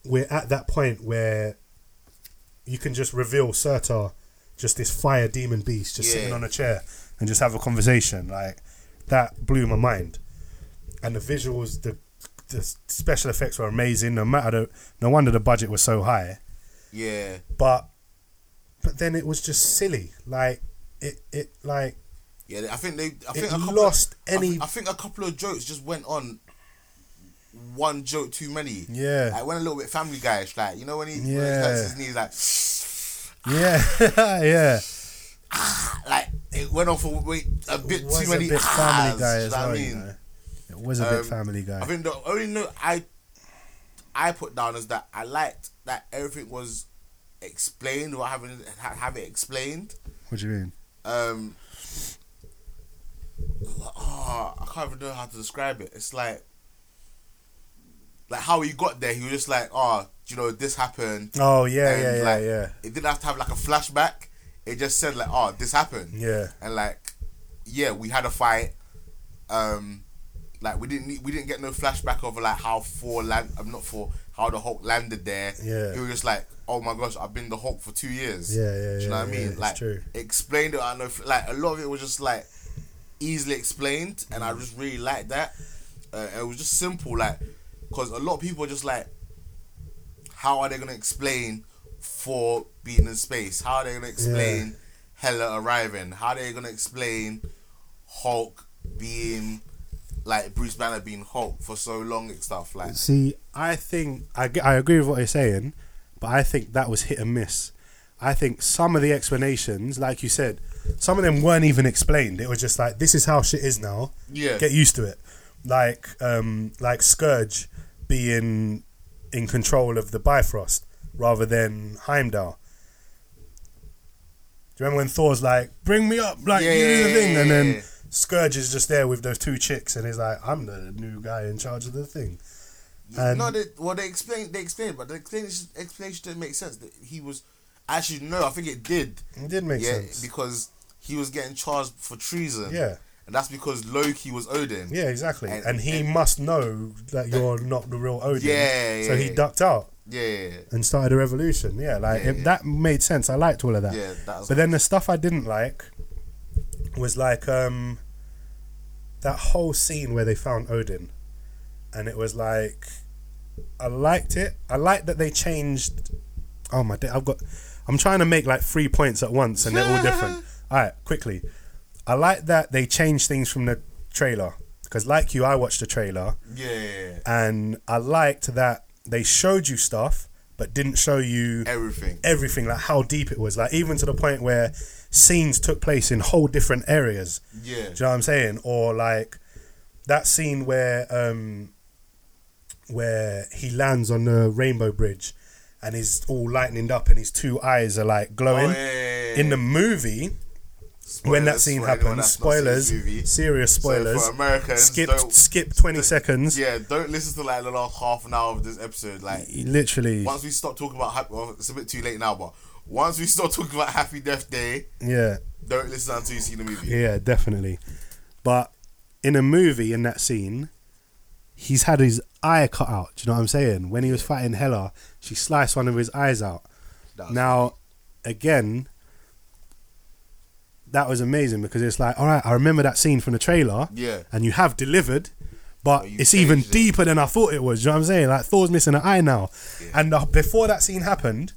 C: we're at that point where you can just reveal Surtar, just this fire demon beast, just
B: Yeah.
C: sitting on a chair and just have a conversation. Like that blew my mind. And the visuals, the the special effects were amazing. No matter, the, no wonder the budget was so high
B: Yeah.
C: but but then it was just silly like it it like
B: Yeah. I think they. I think
C: it
B: a couple
C: lost
B: I
C: any
B: thi- I, think a couple of jokes just went on. One joke too many.
C: Yeah.
B: Like went a little bit Family Guyish. Like you know when he, when he
C: Yeah.
B: hurts his knees like.
C: yeah yeah
B: Like it went off a, wait, a bit
C: it
B: too
C: was
B: many.
C: a bit
B: ahs,
C: family guy
B: do you
C: as
B: know what
C: well
B: I
C: you
B: mean?
C: know? it was a bit
B: Um,
C: family guy
B: I think the only note I I put down is that I liked that everything was explained or having ha- have it explained.
C: what do you mean
B: Um, ah, I can't even know how to describe it. It's like like how he got there. He was just like, oh, you know, this happened.
C: oh yeah
B: And,
C: yeah yeah
B: like,
C: yeah
B: It didn't have to have like a flashback. It just said like, oh, this happened.
C: yeah
B: and like yeah we had a fight um like we didn't need, we didn't get no flashback of like how Thor land I'm not for how the Hulk landed there
C: Yeah.
B: he was just like oh my gosh I've been the Hulk for two years
C: Yeah, yeah,
B: do you know what
C: yeah,
B: I
C: yeah,
B: mean
C: it's
B: like
C: true.
B: explained it I know like a lot of it was just like easily explained and I just really liked that uh, it was just simple like because a lot of people are just like how are they gonna explain for being in space? How are they gonna explain Hela arriving? How are they gonna explain Hulk being like Bruce Banner being Hulk for so long and stuff like
C: see i think I, g- I agree with what you're saying but i think that was hit and miss i think some of the explanations like you said some of them weren't even explained it was just like this is how shit is now
B: yeah
C: get used to it. Like um, like Scourge being in control of the Bifrost rather than Heimdall. Do you remember when Thor's like, "Bring me up, like
B: Yeah,
C: you do the
B: yeah,
C: thing,"
B: yeah,
C: and
B: yeah,
C: then
B: yeah.
C: Scourge is just there with those two chicks, and he's like, "I'm the new guy in charge of the thing." And
B: no they well they explained they explained but the explanation explanation didn't make sense that he was actually no I think it did
C: it did make
B: yeah
C: sense.
B: because he was getting charged for treason
C: Yeah.
B: and that's because Loki was Odin
C: yeah, exactly. And,
B: And-
C: he
B: and-
C: must know that you're not the real Odin.
B: Yeah,
C: So
B: yeah,
C: he
B: yeah.
C: ducked out.
B: yeah yeah,
C: and started a revolution. Yeah, like
B: Yeah,
C: it,
B: yeah.
C: that made sense. I liked all of that.
B: Yeah, that was-
C: but then the stuff I didn't like was like um that whole scene where they found Odin, and it was like I liked it. I liked that they changed. Oh my day! I've got. I'm trying to make like three points at once, and they're all different. all right, quickly. I like that they changed things from the trailer because, like you, I watched the trailer
B: yeah yeah, yeah.
C: and I liked that they showed you stuff but didn't show you
B: everything
C: everything like how deep it was like even to the point where scenes took place in whole different areas
B: yeah
C: do you know what I'm saying or like that scene where um where he lands on the rainbow bridge and he's all lightened up and his two eyes are like glowing
B: Oh, yeah, yeah, yeah,
C: in the movie when that scene
B: for anyone
C: happens,
B: that's not seen the
C: spoilers,
B: movie.
C: serious
B: So for
C: spoilers.
B: Americans,
C: skip
B: don't-
C: skip twenty seconds.
B: Yeah, don't listen to like the last half an hour of this episode. Like
C: Literally,
B: once we stop talking about happy, well, it's a bit too late now, but once we stop talking about Happy Death Day,
C: yeah,
B: don't listen until you see the movie.
C: yeah, definitely. But in a movie, in that scene, he's had his eye cut out. Do you know what I'm saying? When he was fighting Hela, she sliced one of his eyes out. now, again, that was amazing because it's like, all right, I remember that scene from the trailer.
B: Yeah.
C: And you have delivered, but
B: you
C: it's even
B: changed it.
C: deeper than I thought it was. Do you know what I'm saying? Like, Thor's missing an eye now. And uh, before that scene happened,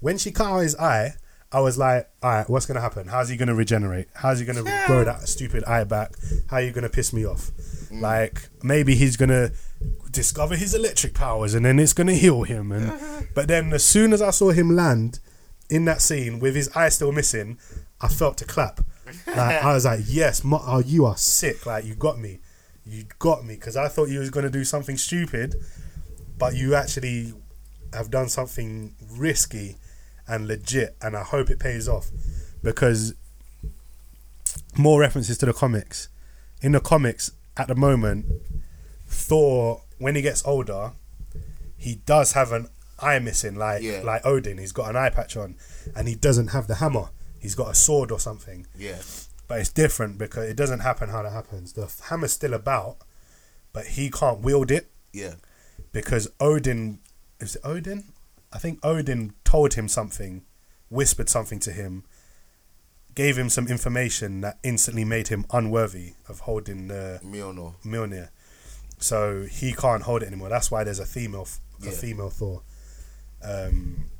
C: when she cut out his eye, I was like, all right, what's going to happen? How's he going to regenerate? How's he going to grow that stupid eye back? How are you going to piss me off? Like, maybe he's going to discover his electric powers and then it's going to heal him. And But then as soon as I saw him land in that scene with his eye still missing, I felt to clap. Like, I was like, yes, Ma- oh, you are sick. Like, you got me. You got me. Because I thought you was going to do something stupid but you actually have done something risky and legit, and I hope it pays off because more references to the comics. In the comics, at the moment, Thor, when he gets older, he does have an eye missing, like
B: Yeah.
C: like Odin. He's got an eye patch on, and he doesn't have the hammer. He's got a sword or something
B: Yeah.
C: but it's different because it doesn't happen how it happens. The hammer's still about, but he can't wield it.
B: Yeah.
C: Because Odin, is it Odin? I think Odin told him something, whispered something to him, gave him some information that instantly made him unworthy of holding the
B: Mjolnir.
C: Mjolnir. So he can't hold it anymore. That's why there's a female, a
B: Yeah.
C: female Thor. Um,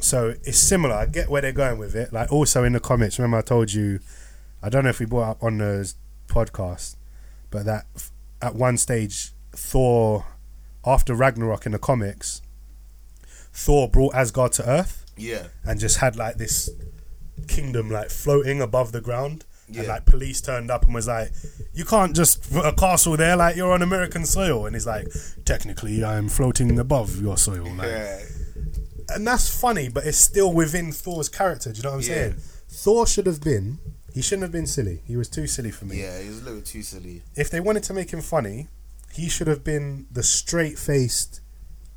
C: so it's similar. I get where they're going with it. Like also in the comics, remember I told you, I don't know if we brought up on the podcast, but that f- at one stage Thor, after Ragnarok in the comics, Thor brought Asgard to Earth
B: Yeah.
C: and just had like this kingdom like floating above the ground. And
B: Yeah.
C: like police turned up and was like, "You can't just put a castle there. Like you're on American soil." And he's like, "Technically, I am floating above your soil." Like,
B: Yeah.
C: and that's funny, but it's still within Thor's character. Do you know what I'm
B: Yeah.
C: saying? Thor should have been. He shouldn't have been silly. He was too silly for me.
B: Yeah, he was a little bit too silly.
C: If they wanted to make him funny, he should have been the straight faced,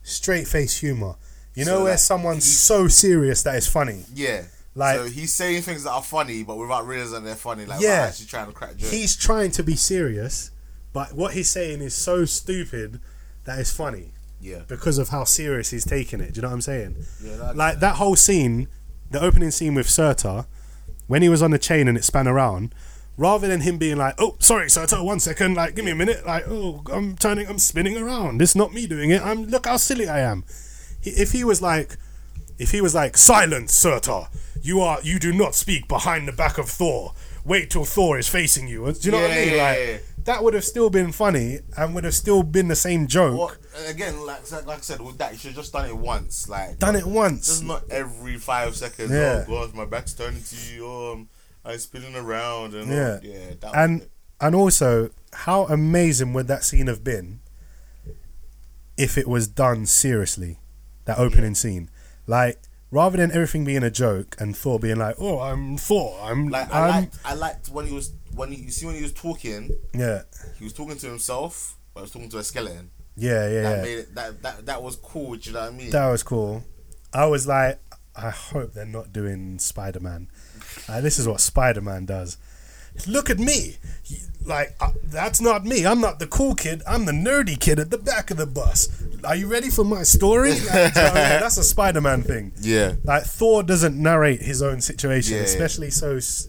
C: straight faced humor. You know
B: So,
C: where
B: like,
C: someone's
B: he-
C: so serious that it's funny.
B: Yeah.
C: Like-
B: so he's saying things that are funny, but without realizing they're funny. Like,
C: Yeah.
B: yeah. actually trying to crack jokes.
C: He's trying to be serious, but what he's saying is so stupid that it's funny.
B: yeah.
C: because of how serious he's taking it. Do you know what I'm saying?
B: Yeah, that-
C: like that whole scene, the opening scene with Serta, when he was on the chain and it span around, rather than him being like, "Oh, sorry, Serta, one second, like give me a minute, like oh, I'm turning, I'm spinning around. It's not me doing it. I'm look how silly I am." He, if he was like, if he was like, "Silence, Serta, you are you do not speak behind the back of Thor. Wait till Thor is facing you." Do you know what I
B: Yeah,
C: mean?
B: yeah,
C: like.
B: yeah.
C: That would have still been funny and would have still been the same joke.
B: What, again, like, like I said, with that, you should have just done it once. Like,
C: Done it once.
B: Just not every five seconds.
C: Yeah.
B: Oh gosh, my back's turning to you. Oh, I'm, I'm spinning around. And
C: Yeah.
B: yeah, yeah. That was
C: and
B: it.
C: and also how amazing would that scene have been if it was done seriously that opening scene like rather than everything being a joke and thor being like oh i'm thor i'm
B: like
C: I'm,
B: I liked, I liked when he was when he, you see when he was talking,
C: yeah
B: he was talking to himself. But he was talking to a skeleton.
C: yeah yeah
B: That
C: yeah.
B: made it that that that was cool. Do you know what I mean?
C: That was cool. I was like, I hope they're not doing Spider Man. Like, this is what Spider Man does. Look at me. You- Like, uh, that's not me. I'm not the cool kid. I'm the nerdy kid at the back of the bus. Are you ready for my story? Like, do you know what I mean? that's a Spider Man thing.
B: yeah.
C: Like, Thor doesn't narrate his own situation,
B: Yeah, yeah.
C: especially so. s-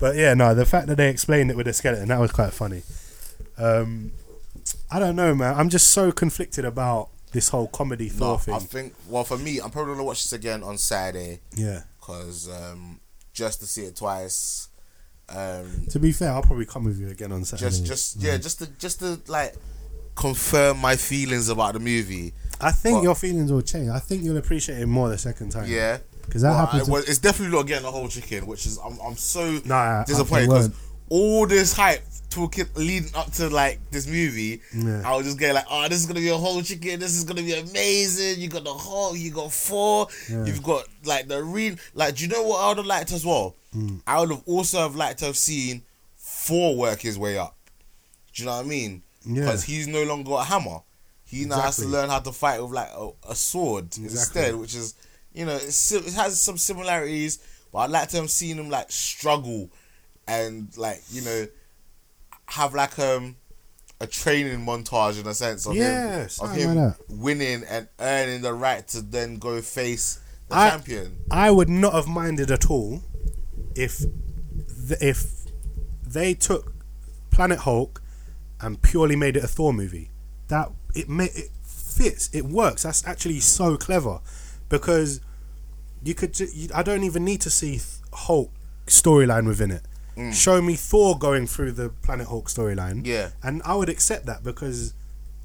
C: But yeah, no, the fact that they explained it with a skeleton, that was quite funny. Um, I don't know, man. I'm just so conflicted about this whole comedy Thor
B: No,
C: thing.
B: I think. Well, for me, I'm probably gonna watch this again on Saturday
C: yeah.
B: because um, just to see it twice. Um,
C: To be fair, I'll probably come with you again on Saturday.
B: just, just yeah, just to just to like confirm my feelings about the movie.
C: I think
B: But-
C: your feelings will change. I think you'll appreciate it more the second time.
B: Yeah,
C: 'Cause that
B: Well,
C: happened
B: I-
C: to-
B: well, it's definitely not getting a whole chicken, which is I'm, I'm so
C: Nah, I-
B: disappointed
C: I
B: because
C: won't.
B: all this hype talking leading up to like this movie,
C: Yeah.
B: I was just getting like, oh, this is gonna be a whole chicken. This is gonna be amazing. You got the Hulk, you got four, you've got like the real. Like, do you know what I would have liked as well?
C: Hmm.
B: I would have also have liked to have seen Thor work his way up. Do you know what I mean?
C: Yeah.
B: Because he's no longer got a hammer. He now has to
C: Exactly.
B: learn how to fight with like a, a sword instead, which is you know it's, si- it has some similarities, but I'd like to have seen him like struggle and like you know have like um a training montage in a sense of
C: Yeah,
B: him, of
C: something
B: him
C: like
B: winning and earning the right to then go face the
C: I-
B: champion.
C: I would not have minded at all if th- if they took Planet Hulk and purely made it a Thor movie. That it ma- it fits, it works. That's actually so clever because you could. ju- You, I don't even need to see Th- Hulk storyline within it. Show me Thor going through the Planet Hulk storyline.
B: Yeah.
C: and I would accept that because,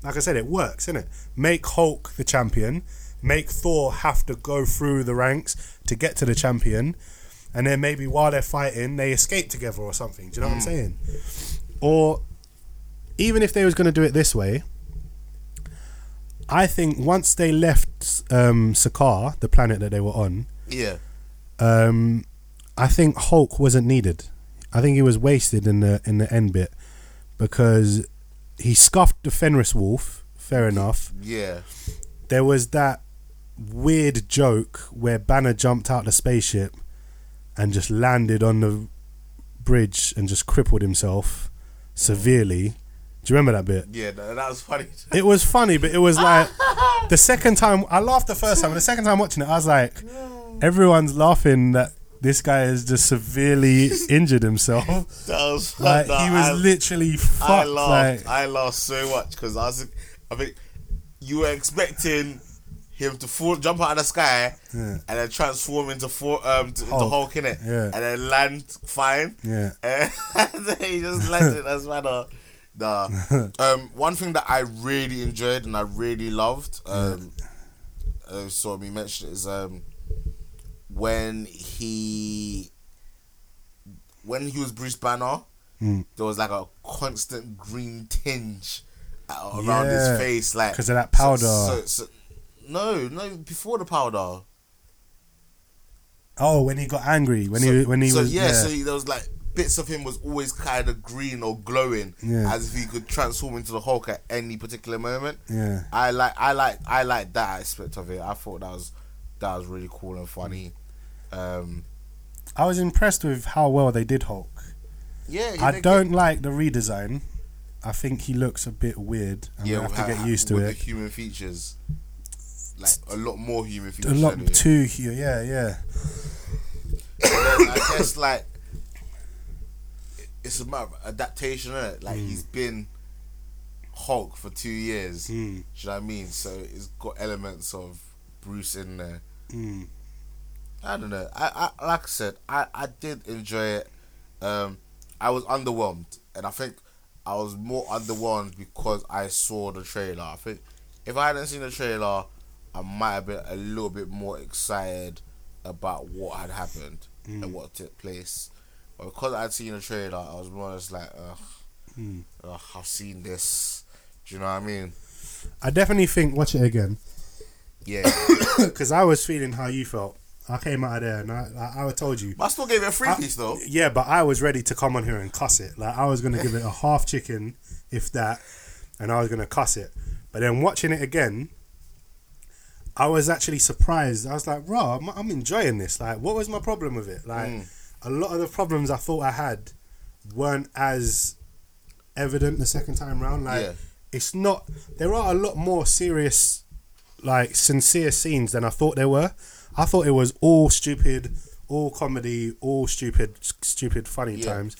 C: like I said, it works, innit? Make Hulk the champion. Make Thor have to go through the ranks to get to the champion, and then maybe while they're fighting, they escape together or something. Do you know what I'm saying? Or even if they was going to do it this way, I think once they left um, Sakaar, the planet that they were on,
B: Yeah.
C: um, I think Hulk wasn't needed. I think he was wasted in the in the end bit because he scuffed the Fenris Wolf. Fair enough.
B: Yeah.
C: There was that weird joke where Banner jumped out the spaceship and just landed on the bridge and just crippled himself severely. Do you remember that bit?
B: Yeah, no, that was funny.
C: It was funny, but it was like the second time I laughed the first time, and the second time watching it, I was like, everyone's laughing that this guy has just severely injured himself.
B: That was
C: Like
B: no,
C: he was
B: I,
C: literally fucked.
B: I laughed.
C: like,
B: I laughed so much because I was. I think you were expecting him to fall, jump out of the sky,
C: Yeah.
B: and then transform into four, um, to, into
C: Hulk.
B: Hulk in it,
C: Yeah.
B: and then land fine.
C: Yeah.
B: and then he just landed as matter. Nah. Um, one thing that I really enjoyed and I really loved, um, uh, saw me mention it is um, when he when he was Bruce Banner,
C: Hmm.
B: there was like a constant green tinge a- around
C: Yeah,
B: his face, like
C: 'cause of that powder.
B: So, so, so- no, no, before the powder.
C: oh, when he got angry, when he
B: So-
C: when he
B: so
C: was
B: yeah,
C: yeah,
B: so there was like bits of him was always kind of green or glowing,
C: Yeah.
B: as if he could transform into the Hulk at any particular moment.
C: Yeah.
B: I like, I like, I like that aspect of it. I thought that was that was really cool and funny. Um,
C: I was impressed with how well they did Hulk.
B: yeah,
C: I
B: they-
C: don't like the redesign. I think he looks a bit weird. and we
B: Yeah,
C: have to
B: with
C: get
B: how-
C: used to
B: with
C: it.
B: The human features, like a lot more human
C: A
B: features.
C: lot
B: anyway.
C: too. hu- Yeah, yeah.
B: then I guess like it- it's a matter of adaptation, is Like he's
C: Hmm.
B: been Hulk for two years. Do you know what I mean? So it's got elements of Bruce in there. I don't know. I, I like I said, I, I did enjoy it. Um, I was underwhelmed, and I think I was more underwhelmed because I saw the trailer. I think if I hadn't seen the trailer, I might have been a little bit more excited about what had happened and what took place. But because I'd seen the trailer, I was more or less like, ugh, ugh, I've seen this. Do you know what I mean?
C: I definitely think watch it again.
B: Yeah.
C: because I was feeling how you felt. I came out of there and I, I, I told you.
B: but I still gave it a free piece, though.
C: Yeah, but I was ready to come on here and cuss it. Like I was gonna give it a half chicken, if that, and I was gonna cuss it. But then watching it again, I was actually surprised. I was like, "Raw, I'm, I'm enjoying this." Like, what was my problem with it? Like, a lot of the problems I thought I had weren't as evident the second time round. Like,
B: Yeah.
C: it's not. There are a lot more serious, like sincere scenes than I thought there were. I thought it was all stupid, all comedy, all stupid, s- stupid funny
B: Yeah.
C: times.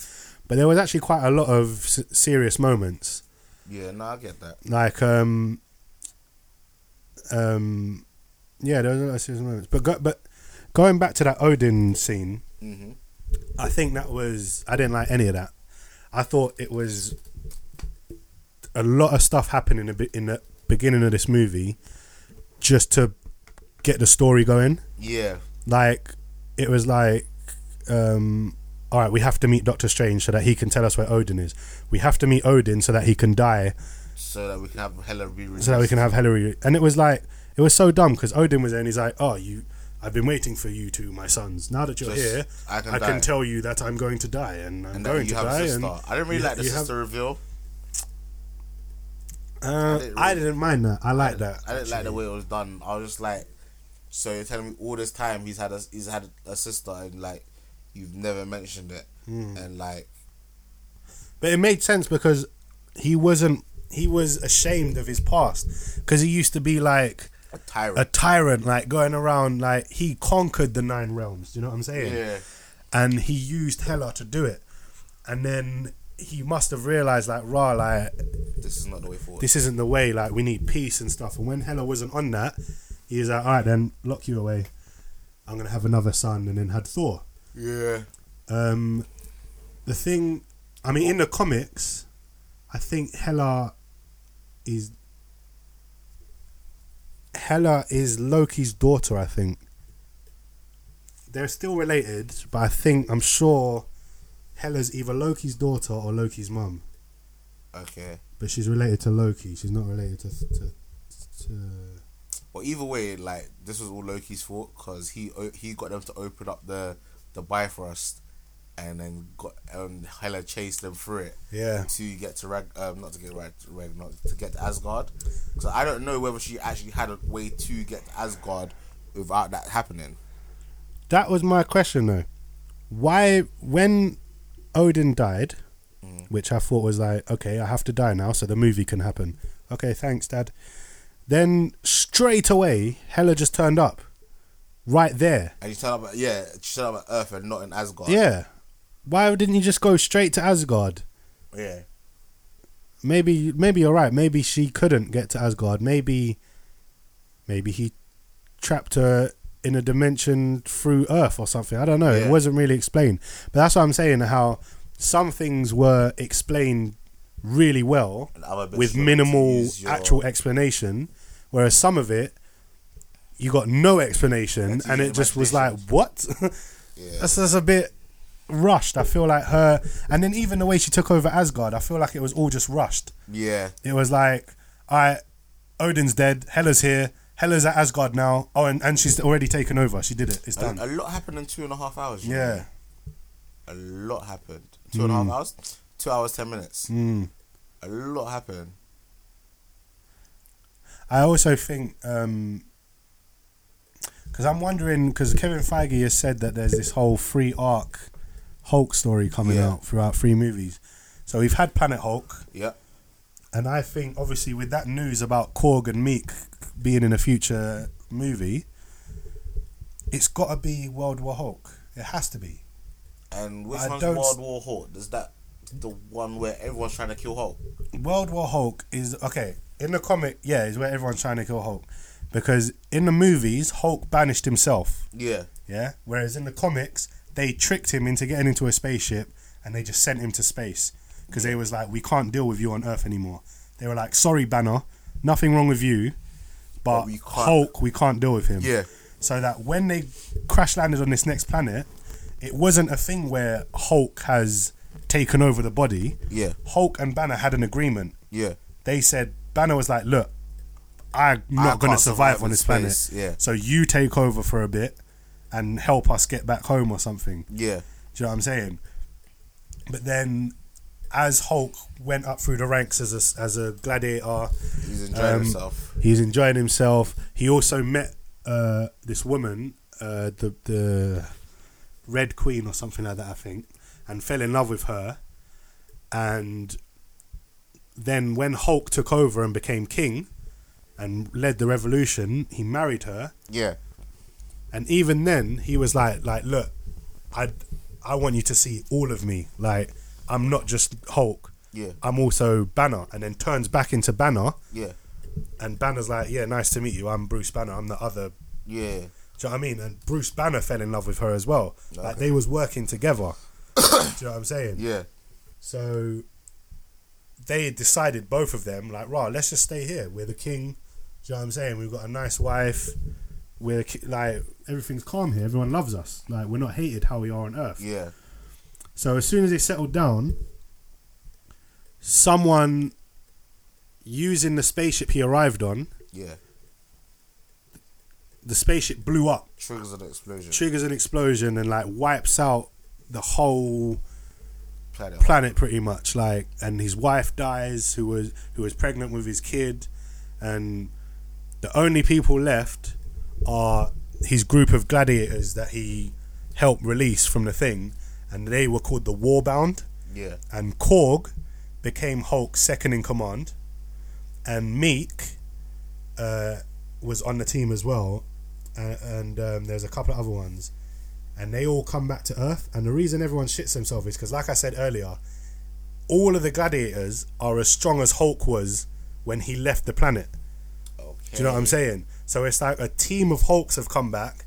C: But there was actually quite a lot of s- serious moments,
B: Yeah, no, I get that.
C: like um, um, yeah, there was a lot of serious moments. But go, but going back to that Odin scene,
B: hmm
C: I think that was I didn't like any of that. I thought it was a lot of stuff happening a bit in the beginning of this movie just to get the story going.
B: Yeah.
C: Like it was like um all right, we have to meet Doctor Strange so that he can tell us where Odin is. We have to meet Odin so that he can die
B: so that we can have hella be
C: so that we can have Hillary. And it was like it was so dumb because Odin was there and he's like, "Oh, you, I I've been waiting for you two, my sons. Now that you're
B: Just,
C: here,
B: I can die."
C: tell you that I'm going to die, and I'm
B: And that
C: going
B: you
C: to
B: have a
C: die.
B: sister.
C: And
B: I didn't really
C: you-
B: like the
C: you have-
B: sister reveal.
C: Uh,
B: didn't
C: I
B: really-
C: didn't mind that. I like that.
B: I didn't like the way it was done. I was just like, so you're telling me all this time he's had a, he's had a sister and like you've never mentioned it
C: Hmm.
B: and like
C: But it made sense because he wasn't. He was ashamed of his past because he used to be like
B: a tyrant.
C: a tyrant, like going around. Like he conquered the nine realms. Do you know what I'm saying?
B: Yeah.
C: And he used Hela to do it, and then he must have realized like, rah, like
B: this is not the way forward.
C: this isn't the way. Like we need peace and stuff. And when Hela wasn't on that, he was like, all right, then lock you away. I'm gonna have another son, and then had Thor.
B: yeah.
C: Um, the thing, I mean, in the comics, I think Hela is Hela is Loki's daughter. I think they're still related, but I think I'm sure Hela's either Loki's daughter or Loki's mum.
B: Okay.
C: But she's related to Loki. She's not related to to. to
B: But either way, like this was all Loki's fault because he o- he got them to open up the the Bifrost, and then got um Hela chased them through it.
C: Yeah.
B: To get to Rag, um, not to get Rag, Rag not to get to Asgard, because I don't know whether she actually had a way to get to Asgard without that happening.
C: That was my question though. Why when Odin died, which I thought was like, okay, I have to die now so the movie can happen. Okay, thanks, Dad. Then straight away, Hela just turned up. Right there.
B: And you turn up, at, yeah, she turned up at Earth and not in Asgard.
C: Yeah. Why didn't he just go straight to Asgard?
B: yeah.
C: Maybe maybe you're right. Maybe she couldn't get to Asgard. Maybe maybe he trapped her in a dimension through Earth or something. I don't know.
B: Yeah.
C: It wasn't really explained. But that's what I'm saying how some things were explained really well
B: And other bits
C: with
B: you
C: minimal
B: use your-
C: actual explanation, whereas some of it you got no explanation
B: That's
C: and
B: your
C: it just was like,
B: imagination.
C: what? That's that's a bit rushed. I feel like her and then even the way she took over Asgard, I feel like it was all just rushed.
B: Yeah.
C: It was like, all right, Odin's dead, Hela's here, Hela's at Asgard now. Oh, and, and she's already taken over. She did it. It's
B: A,
C: done.
B: a lot happened in two and a half hours. you know.
C: yeah. Hmm.
B: A lot happened. Two and a half hours? Two hours, ten minutes.
C: Mm.
B: A lot happened.
C: I also think um because I'm wondering because Kevin Feige has said that there's this whole free arc Hulk story coming
B: Yeah.
C: out throughout three movies. So we've had Planet Hulk,
B: Yep.
C: and I think obviously with that news about Korg and Meek being in a future movie, it's got to be World War Hulk. It has to be.
B: And which
C: I
B: one's
C: don't
B: World
C: s-
B: War Hulk? Is that the one where everyone's trying to kill Hulk?
C: World War Hulk is okay in the comic. Yeah, is where everyone's trying to kill Hulk because in the movies Hulk banished himself.
B: Yeah.
C: Yeah. Whereas in the comics, they tricked him into getting into a spaceship and they just sent him to space because they was like, we can't deal with you on Earth anymore. They were like, sorry, Banner, nothing wrong with you, but
B: But we can't-
C: Hulk, we can't deal with him.
B: Yeah.
C: So that when they crash landed on this next planet, it wasn't a thing where Hulk has taken over the body.
B: Yeah.
C: Hulk and Banner had an agreement.
B: Yeah.
C: They said Banner was like, look, I'm
B: can't
C: not going to
B: survive
C: survive on
B: in
C: this
B: space,
C: planet.
B: yeah.
C: So you take over for a bit and help us get back home or something.
B: Yeah.
C: Do you know what I'm saying? But then, as Hulk went up through the ranks as a as a gladiator,
B: He's enjoying
C: um,
B: himself.
C: He's enjoying himself. He also met uh, this woman, uh, the the Red Queen or something like that, I think, and fell in love with her. And then, when Hulk took over and became king and led the revolution, he married her.
B: Yeah.
C: And even then, he was like, like, look, I, I want you to see all of me. Like, I'm not just Hulk.
B: Yeah.
C: I'm also Banner. And then turns back into Banner.
B: Yeah.
C: And Banner's like, yeah, nice to meet you. I'm Bruce Banner. I'm the other.
B: Yeah.
C: Do you know what I mean? And Bruce Banner fell in love with her as well. Like they was working together. Do you know what I'm saying?
B: Yeah.
C: So they decided both of them like, right, let's just stay here. We're the king. Do you know what I'm saying? We've got a nice wife. We're ki- like everything's calm here. Everyone loves us. Like we're not hated how we are on Earth.
B: Yeah.
C: So as soon as they settled down, someone using the spaceship he arrived on
B: Yeah.
C: the spaceship blew up,
B: Triggers an explosion.
C: triggers an explosion, and like wipes out the whole
B: Planet.
C: planet pretty much. Like, and his wife dies, who was who was pregnant with his kid, and the only people left are his group of gladiators that he helped release from the thing, and they were called the Warbound.
B: Yeah.
C: and Korg became Hulk's second in command, and Meek uh, was on the team as well, and, and um, there's a couple of other ones, and they all come back to Earth. And the reason everyone shits themselves is because, like I said earlier, all of the gladiators are as strong as Hulk was when he left the planet. Do you know what I'm saying? So it's like a team of Hulks have come back,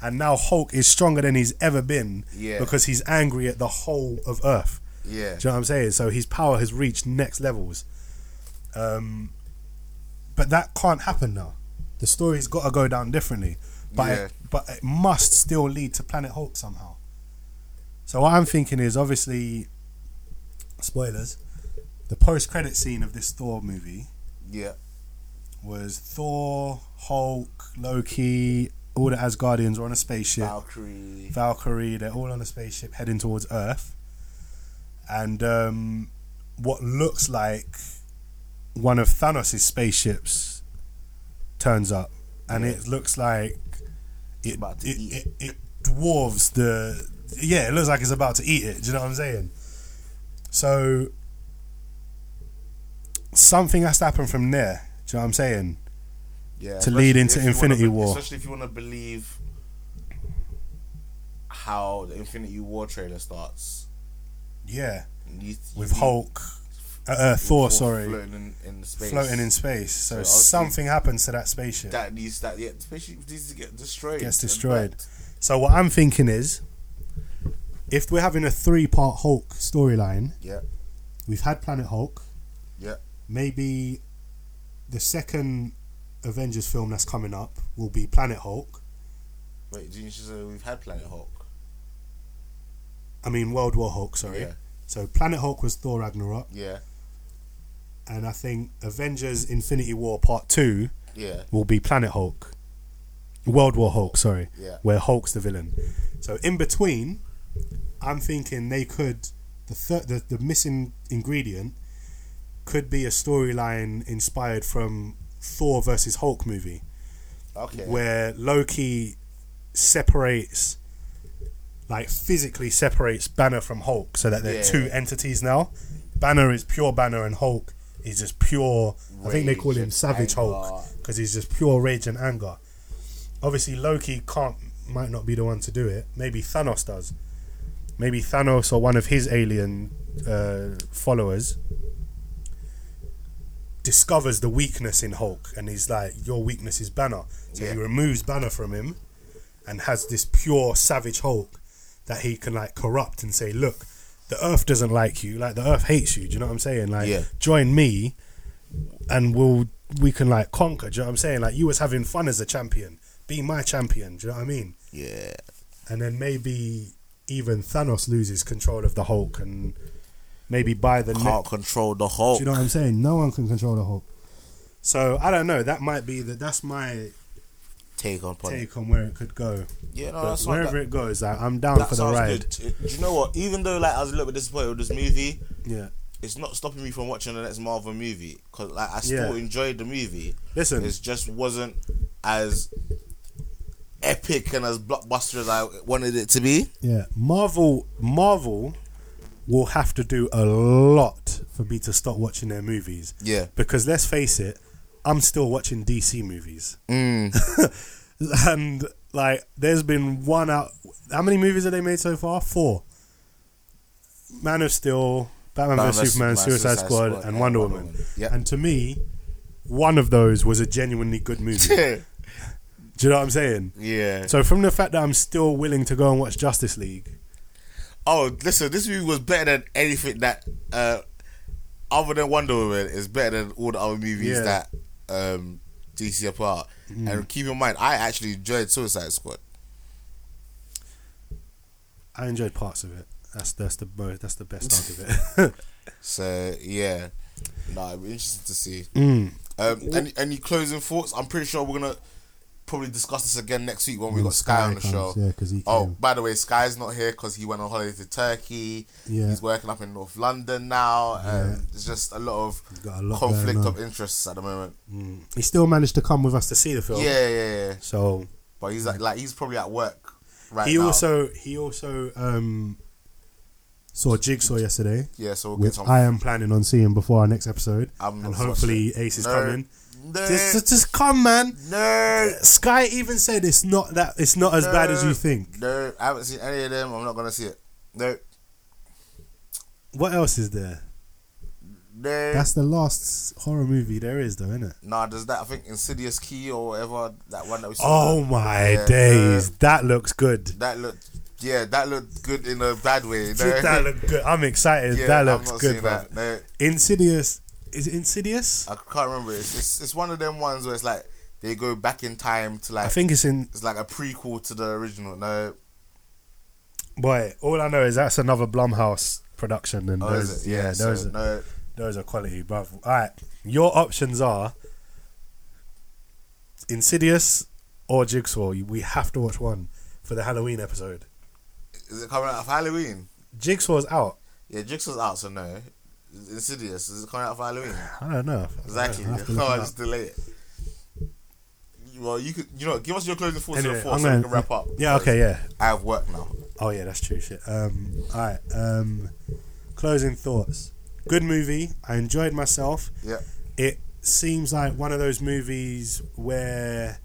C: and now Hulk is stronger than he's ever been
B: Yeah.
C: because he's angry at the whole of Earth.
B: Yeah.
C: Do you know what I'm saying? So his power has reached next levels. Um, but that can't happen now. The story's got to go down differently. But
B: Yeah.
C: it, but it must still lead to Planet Hulk somehow. So what I'm thinking is obviously spoilers. The post-credit scene of this Thor movie
B: Yeah.
C: was Thor, Hulk, Loki, all the Asgardians were on a spaceship.
B: Valkyrie.
C: Valkyrie, they're all on a spaceship heading towards Earth. And um, what looks like one of Thanos' spaceships turns up. And it looks like it,
B: about to
C: it,
B: eat
C: it, it dwarves the. Yeah, it looks like it's about to eat it. Do you know what I'm saying? So something has to happen from there. Do you know what I'm saying?
B: Yeah.
C: to lead
B: especially
C: into
B: if you
C: Infinity
B: wanna be-
C: War.
B: Especially if you want to believe how the Infinity War trailer starts.
C: Yeah.
B: You-
C: With
B: you-
C: Hulk, uh, uh,
B: with
C: Thor, sorry.
B: floating in, in space.
C: floating in space.
B: So
C: So,
B: I was
C: something happens to that spaceship.
B: That needs that yeah, especially if these get destroyed.
C: gets
B: and
C: destroyed.
B: wrecked.
C: So what I'm thinking is, if we're having a three-part Hulk storyline,
B: Yeah,
C: we've had Planet Hulk.
B: Yeah.
C: Maybe the second Avengers film that's coming up will be Planet Hulk.
B: wait, didn't you say we've had Planet Hulk?
C: I mean World War Hulk. Sorry.
B: Yeah.
C: So Planet Hulk was Thor Ragnarok,
B: Yeah,
C: and I think Avengers Infinity War Part Two
B: yeah,
C: will be Planet Hulk. World War Hulk, sorry.
B: Yeah.
C: Where Hulk's the villain. So in between, I'm thinking they could the third the, the missing ingredient could be a storyline inspired from Thor versus Hulk movie
B: okay.
C: where Loki separates like physically separates Banner from Hulk so that they're
B: Yeah.
C: two entities now. Banner is pure Banner and Hulk is just pure I think they call
B: Rage
C: him
B: and
C: Savage Hulk
B: anger.
C: because he's just pure rage and anger. Obviously Loki can't might not be the one to do it. Maybe Thanos does. Maybe Thanos or one of his alien uh, followers discovers the weakness in Hulk and he's like, Your weakness is Banner. So he removes Banner from him and has this pure savage Hulk that he can like corrupt and say, Look, the earth doesn't like you, like the earth hates you, do you know what I'm saying? Like
B: Yeah.
C: join me and we'll we can like conquer, do you know what I'm saying? Like you was having fun as a champion. Be my champion, do you know what I mean?
B: yeah,
C: and then maybe even Thanos loses control of the Hulk, and maybe by the
B: can't
C: next,
B: control the Hulk.
C: do you know what I'm saying? No one can control the Hulk. So I don't know. That might be that. That's my
B: Take on Planet.
C: take on where it could go.
B: Yeah, no,
C: But
B: that's
C: wherever
B: not, that,
C: it goes, like, I'm down
B: that
C: for the
B: sounds
C: ride.
B: good. Do you know what? Even though like I was a little bit disappointed with this movie,
C: Yeah.
B: it's not stopping me from watching the next Marvel movie because like I still
C: Yeah.
B: enjoyed the movie.
C: Listen.
B: it just wasn't as epic and as blockbuster as I wanted it to be.
C: Yeah. Marvel. Marvel will have to do a lot for me to stop watching their movies.
B: Yeah.
C: Because let's face it, I'm still watching DC movies. and like there's been one out how many movies have they made so far four man of steel batman,
B: Batman
C: vs
B: vs
C: superman,
B: Superman,
C: suicide,
B: Suicide
C: squad,
B: Squad,
C: and
B: and
C: wonder,
B: Wonder
C: woman,
B: Woman. Yep.
C: and to me one of those was a genuinely good movie do you know what i'm saying
B: yeah.
C: so from the fact that i'm still willing to go and watch justice league
B: Oh, listen, this movie was better than anything that, uh, other than Wonder Woman, is better than all the other movies
C: Yeah.
B: that um, DC are part. And keep in mind, I actually enjoyed Suicide Squad.
C: i enjoyed parts of it that's that's the most that's the best part of it
B: So yeah, no, it'd be interesting to see.
C: Mm.
B: Um, any any closing thoughts? I'm pretty sure we're gonna probably discuss this again next week when we
C: When
B: got Sky,
C: Sky
B: on the
C: comes,
B: show.
C: yeah, 'cause he
B: oh,
C: came.
B: by the way, Sky's not here because he went on holiday to Turkey.
C: Yeah.
B: he's working up in North London now. Um, it's just a lot of
C: got a lot
B: conflict
C: going
B: of
C: on.
B: interests at the moment.
C: He still managed to come with us to see the film.
B: Yeah, yeah, yeah.
C: So
B: But he's like, like he's probably at work right
C: he
B: now.
C: also he also um saw Jigsaw yesterday,
B: yeah, so we'll get
C: which
B: some.
C: I am planning on seeing before our next episode,
B: I'm
C: and
B: not
C: hopefully
B: watching it.
C: Ace is
B: No.
C: coming.
B: No.
C: Just, just, just come, man.
B: no,
C: Sky even said it's not that it's not as bad as you think.
B: no, I haven't seen any of them. I'm not gonna see it. No,
C: What else is there?
B: no.
C: That's the last horror movie there is, though, isn't it?
B: Nah, there's that I think Insidious Key or whatever that one that we saw.
C: Oh my
B: Yeah,
C: days, that looks good.
B: That looked, yeah, that looked good in a bad way. No.
C: that looked good. I'm excited.
B: yeah,
C: that
B: I'm
C: looks
B: not
C: good.
B: seeing
C: bruv.
B: that. No,
C: Insidious is it Insidious.
B: I can't remember. It's, it's it's one of them ones where it's like they go back in time to like
C: I think it's in.
B: it's like a prequel to the original. No,
C: Boy, all I know is that's another Blumhouse production, and
B: oh,
C: those,
B: is it?
C: yeah,
B: Yeah, so,
C: those, are,
B: no,
C: those are quality, bruv. All right, your options are Insidious or Jigsaw. We have to watch one for the Halloween episode.
B: is it coming out of Halloween?
C: Jigsaw's out.
B: Yeah, Jigsaw's out, so no. Insidious is it coming out of Halloween?
C: I don't know.
B: Exactly.
C: I'll have to look
B: No,
C: it
B: I
C: up.
B: just delay it. Well, you could, you know, give us your closing thoughts
C: Anyway,
B: before
C: I'm
B: so we
C: gonna-
B: can wrap up.
C: Yeah. Okay. Yeah.
B: I have work now.
C: Oh yeah, that's true. Shit. Um, all right. Um, closing thoughts. Good movie. I enjoyed myself.
B: Yeah.
C: It seems like one of those movies where,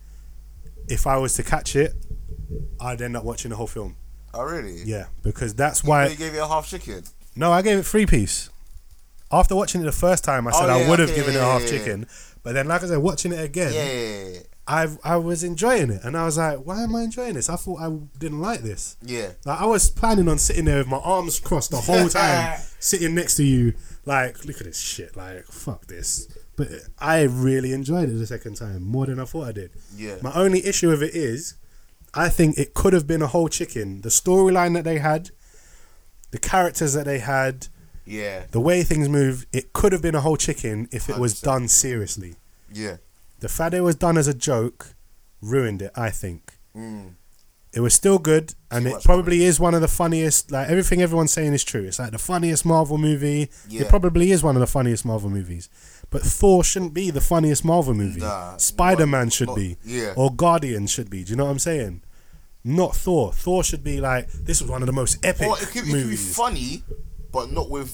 C: if I was to catch it, I'd end up watching the whole film.
B: Oh, really?
C: Yeah, because that's
B: They
C: why.
B: gave you a half chicken.
C: No, I gave it three piece. After watching it the first time, I said
B: Oh, yeah,
C: I would have
B: okay,
C: given it
B: yeah,
C: a half
B: yeah, yeah.
C: chicken. But then, like I said, watching it again,
B: Yeah, yeah, yeah,
C: I I was enjoying it, and I was like, why am I enjoying this? I thought I didn't like this.
B: yeah.
C: Like I was planning on sitting there with my arms crossed the whole time, sitting next to you, like, look at this shit, like, fuck this. But I really enjoyed it the second time, more than I thought I did.
B: Yeah.
C: My only issue with it is, I think it could have been a whole chicken. The storyline that they had, the characters that they had,
B: yeah,
C: the way things move, it could have been a whole chicken if it was done seriously.
B: yeah,
C: The fact that it was done as a joke ruined it, I think. It was still good, and
B: Mm. Too
C: it
B: much
C: probably is one of the funniest. Like everything everyone's saying is true. It's like the funniest Marvel movie.
B: Yeah.
C: It probably is one of the funniest Marvel movies. But Thor shouldn't be the funniest Marvel movie.
B: Nah,
C: Spider Man
B: not-
C: should
B: not-
C: be,
B: yeah.
C: or Guardian should be. Do you know what I'm saying? Not Thor. Thor should be like this was one of the most epic
B: Or it could, it could be
C: movies.
B: funny, but not with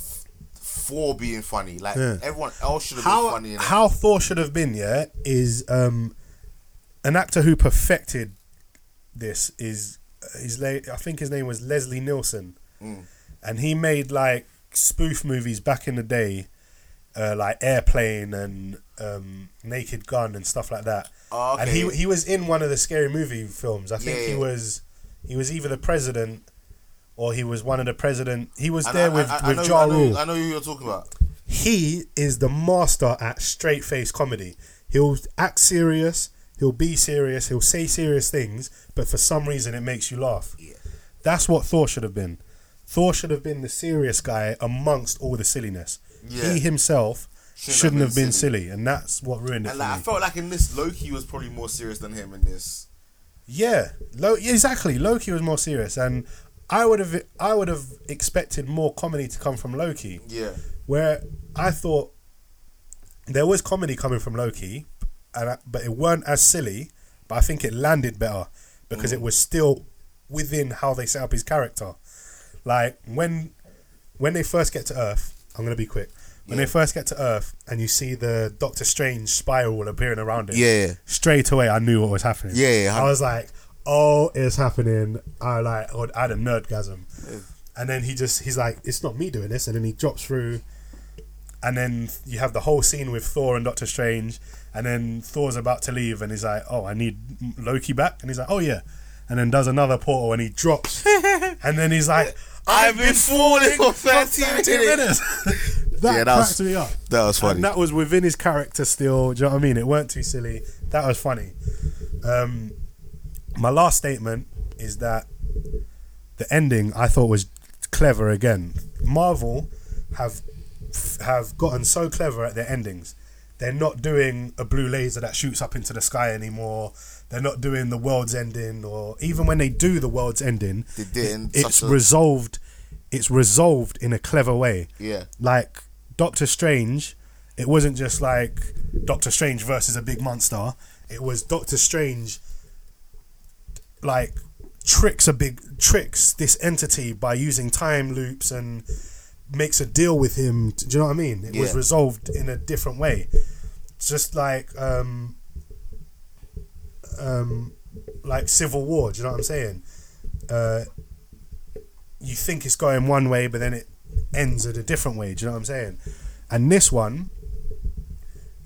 B: four being funny. Like
C: Yeah.
B: everyone else should have
C: how
B: been funny. In
C: how Thor should have been, yeah, is um, an actor who perfected this is his la- I think his name was Leslie Nielsen,
B: Mm.
C: and he made like spoof movies back in the day, uh, like Airplane and um, Naked Gun and stuff like that.
B: Oh,
C: And
B: okay.
C: he he was in one of the scary movie films. I think
B: Yeah,
C: he
B: yeah.
C: was he was either the president. Or he was one of the president. He was
B: And
C: there
B: I-
C: with
B: I- I
C: with
B: know-
C: Ja
B: I know-
C: Rule
B: I know who you're talking about.
C: he is the master at straight face comedy. He'll act serious, he'll be serious, he'll say serious things, but for some reason it makes you laugh. That's what Thor should have been. Thor should have been the serious guy amongst all the silliness.
B: Yeah.
C: He himself
B: Shouldn't
C: shouldn't,
B: have
C: have,
B: been
C: been silly. and that's what ruined it
B: And
C: for
B: like, I
C: me.
B: felt like in this Loki was probably more serious than him in this.
C: Yeah, Lo- yeah, exactly. Loki was more serious, and I would have I would have expected more comedy to come from Loki.
B: Yeah.
C: where I thought there was comedy coming from Loki, and I, but it weren't as silly. But I think it landed better because
B: Mm.
C: it was still within how they set up his character. Like when when they first get to Earth, I'm gonna be quick. When they first get to Earth and you see the Doctor Strange spiral appearing around it,
B: Yeah.
C: straight away I knew what was happening.
B: Yeah, yeah, hun-
C: I was like, "Oh, it's happening!" I like, oh, I had a nerdgasm, and then he just he's like, "It's not me doing this," and then he drops through, and then you have the whole scene with Thor and Doctor Strange, and then Thor's about to leave, and he's like, "Oh, I need Loki back," and he's like, "Oh yeah," and then does another portal, and he drops, and then he's like, "Oh,
B: I've been falling for 13
C: 15 minutes. that
B: Yeah, that was-
C: cracked me up.
B: that was funny.
C: And that was within his character still. Do you know what I mean? It weren't too silly. That was funny. Um, my last statement is that the ending I thought was clever again. Marvel have have gotten so clever at their endings. They're not doing a blue laser that shoots up into the sky anymore. They're not doing the world's ending, or even when they do the world's ending,
B: They did in
C: it's
B: such a-
C: resolved. It's resolved in a clever way.
B: Yeah.
C: Like Doctor Strange, it wasn't just like Doctor Strange versus a big monster. It was Doctor Strange like tricks a big tricks this entity by using time loops and makes a deal with him. Do you know what I mean? It was
B: Yeah.
C: resolved in a different way. It's just like um um like civil war, do you know what I'm saying? Uh you think it's going one way but then it ends at a different way, do you know what I'm saying? And this one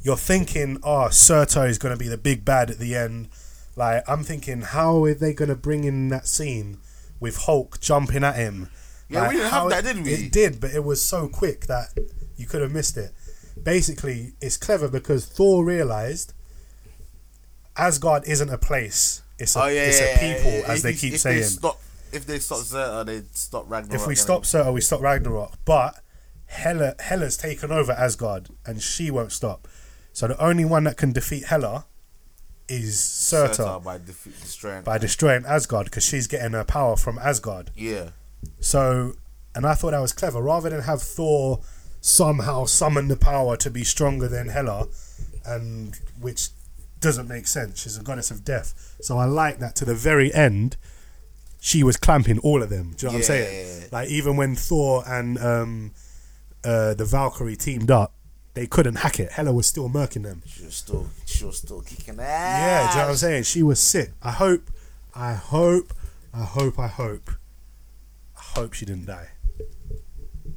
C: you're thinking, oh, Serto is going to be the big bad at the end. Like, I'm thinking, how are they going to bring in that scene with Hulk jumping at him?
B: Yeah, we didn't have
C: how-
B: that, did we?
C: It did, but it was so quick that you could have missed it. Basically, it's clever because Thor realized Asgard isn't a place; it's a,
B: Oh yeah,
C: it's
B: yeah,
C: a
B: yeah,
C: people,
B: yeah.
C: as
B: If
C: they
B: you-
C: keep
B: if
C: saying.
B: They stop, if they stop Zeta, they stop Ragnarok.
C: if we
B: innit?
C: stop Surtur, we stop Ragnarok. But Hela, Hela's taken over Asgard, and she won't stop. So the only one that can defeat Hela is Surtur,
B: Surtur by defeat, destroying.
C: by destroying Asgard because she's getting her power from Asgard.
B: yeah,
C: So, and I thought that was clever. Rather than have Thor somehow summon the power to be stronger than Hela, and which doesn't make sense. She's a goddess of death. So I like that to the very end, she was clamping all of them. Do you know what I'm
B: Yeah.
C: saying? Like even when Thor and um, uh, the Valkyrie teamed up, they couldn't hack it. Hela was still murking them.
B: she was still, she was still kicking
C: Yeah,
B: ass.
C: do you know what I'm saying? She was sick. I hope, I hope, I hope, I hope, I hope she didn't die.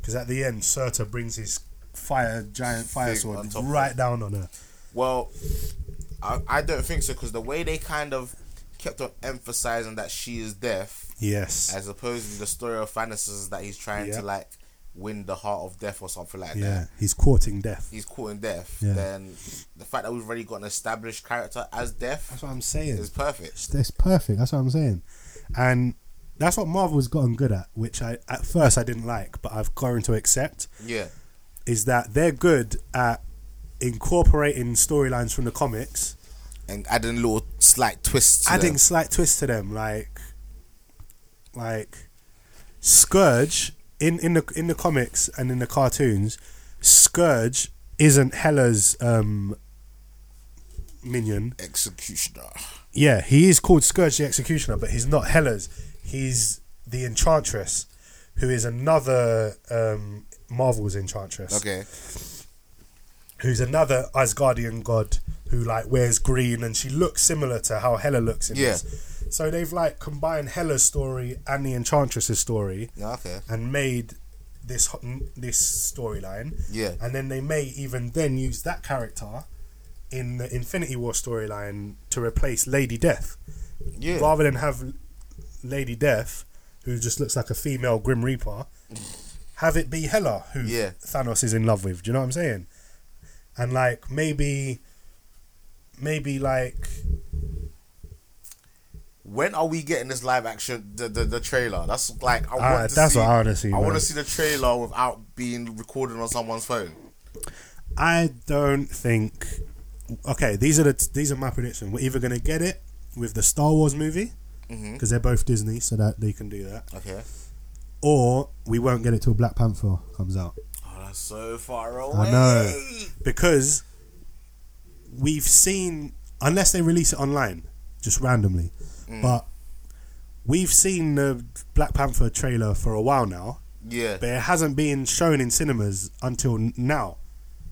C: Because at the end, Surta brings his fire giant fire
B: Thing on
C: sword
B: top of
C: right down on her.
B: Well, I, I don't think so because the way they kind of kept on emphasizing that she is deaf,
C: Yes.
B: as opposed to the story of Thanos is that he's trying
C: Yeah.
B: to like win the heart of death or something like that.
C: Yeah, he's courting death.
B: He's caught in death.
C: Yeah.
B: Then the fact that we've already got an established character as death
C: That's what I'm saying.
B: is perfect.
C: It's, it's perfect. That's what I'm saying, and that's what Marvel's gotten good at, which I at first I didn't like, but I've grown to accept.
B: Yeah,
C: Is that they're good at incorporating storylines from the comics
B: and adding little slight twists. To
C: adding
B: them.
C: slight twist to them, like like Scourge in, in the in the comics and in the cartoons, Scourge isn't Hela's um, minion.
B: executioner.
C: Yeah, he is called Scourge the Executioner, but he's not Hela's. He's the Enchantress, who is another um, Marvel's Enchantress
B: Okay.
C: who's another Asgardian god who like wears green and she looks similar to how Hela looks in
B: Yeah.
C: this. So they've like combined Hela's story and the Enchantress's story
B: Yeah, okay.
C: and made this ho- this storyline.
B: Yeah.
C: And then they may even then use that character in the Infinity War storyline to replace Lady Death
B: Yeah.
C: rather than have Lady Death, who just looks like a female Grim Reaper, have it be Hela, who
B: Yeah.
C: Thanos is in love with. Do you know what I'm saying? And like maybe, maybe like
B: when are we getting this live action the the, the trailer? That's like I
C: Ah,
B: want to
C: that's
B: see,
C: what I wanna see,
B: I want
C: man.
B: to see the trailer without being recorded on someone's phone.
C: I don't think. Okay, these are the these are my predictions. We're either gonna get it with the Star Wars movie because they're both Disney, so that they can do that,
B: Okay.
C: or we won't get it till Black Panther comes out.
B: Oh, that's so far away.
C: I know. Because we've seen, unless they release it online, just randomly, but we've seen the Black Panther trailer for a while now,
B: Yeah.
C: but it hasn't been shown in cinemas until n- now.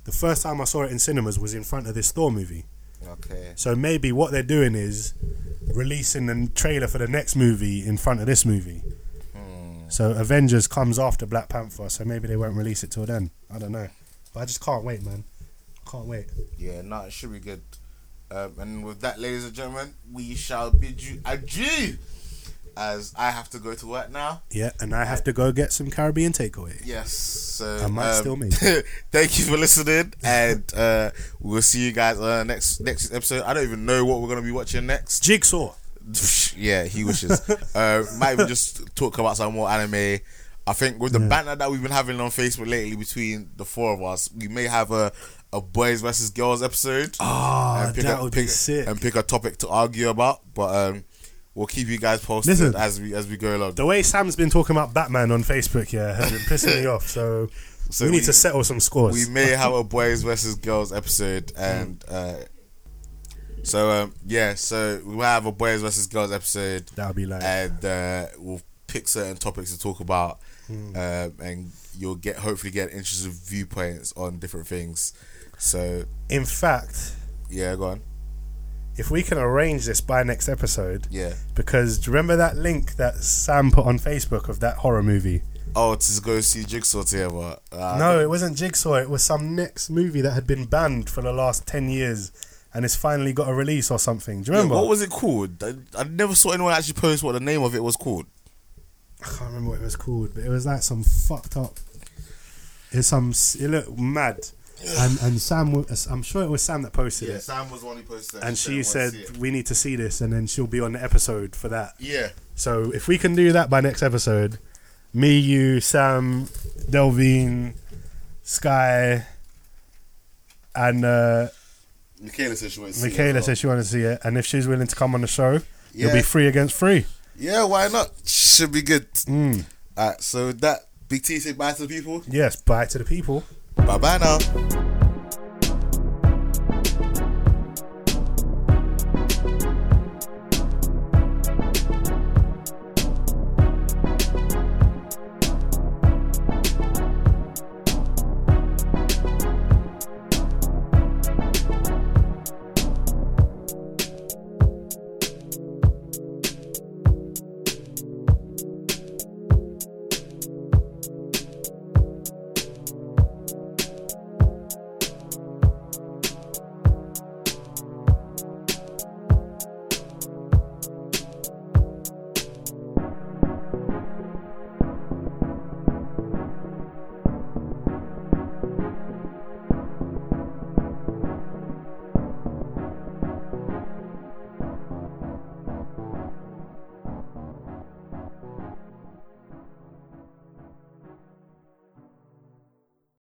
C: The first time I saw it in cinemas was in front of this Thor movie.
B: Okay.
C: So maybe what they're doing is releasing the trailer for the next movie in front of this movie. So Avengers comes after Black Panther, so maybe they won't release it till then. I don't know, but I just can't wait, man. Can't wait.
B: Yeah. No, it should be good. Um, and with that, ladies and gentlemen, we shall bid you adieu. As I have to go to work now.
C: Yeah, and I have to go get some Caribbean takeaway.
B: Yes. So
C: I might still make
B: thank you for listening, and uh, we'll see you guys uh, next next episode. I don't even know what we're gonna be watching next.
C: Jigsaw.
B: yeah, he wishes. uh, might even just talk about some more anime. I think with the banner that we've been having on Facebook lately between the four of us, we may have a, a boys versus girls episode.
K: Ah, that
B: a,
K: would
B: pick,
K: be sick.
B: And pick a topic to argue about. But um, we'll keep you guys posted
K: Listen.
B: as we as we go along.
C: The way Sam's been talking about Batman on Facebook, yeah, has been pissing me off. So,
B: So
C: we need
B: we-
C: to settle some scores.
B: we may have a boys versus girls episode and uh so um yeah so we will have a boys versus girls episode
C: That'll be like-
B: and uh we'll pick certain topics to talk about
C: Hmm.
B: um and you'll get hopefully get interesting viewpoints on different things so
C: In fact,
B: yeah go on
C: if we can arrange this by next episode,
B: yeah
C: because do you remember that link that Sam put on Facebook of that horror movie?
B: oh to go see jigsaw together uh,
C: no, it wasn't Jigsaw. It was some next movie that had been banned for the last ten years, and it's finally got a release or something. Do you
B: yeah,
C: remember?
B: what was it called I, I never saw anyone actually post what the name of it was called
C: I can't remember what it was called, but it was like some fucked up. It's some. s- It looked mad, and and Sam. wa- I'm sure it was Sam that posted it,
B: sam was the one who posted
C: and she said we need to see this, and then she'll be on the episode for that.
B: yeah
C: So if we can do that by next episode, me, you, Sam, Delvine, Sky, and uh,
B: Michaela said she wanted to see it as
C: Michaela
B: well.
C: says she wants to see it, and if she's willing to come on the show, you'll
B: Yeah.
C: be free against free.
B: Yeah, why not? Should be good. Alright, so with that, Big T say bye to the people.
C: Yes, bye to the people.
B: Bye bye now.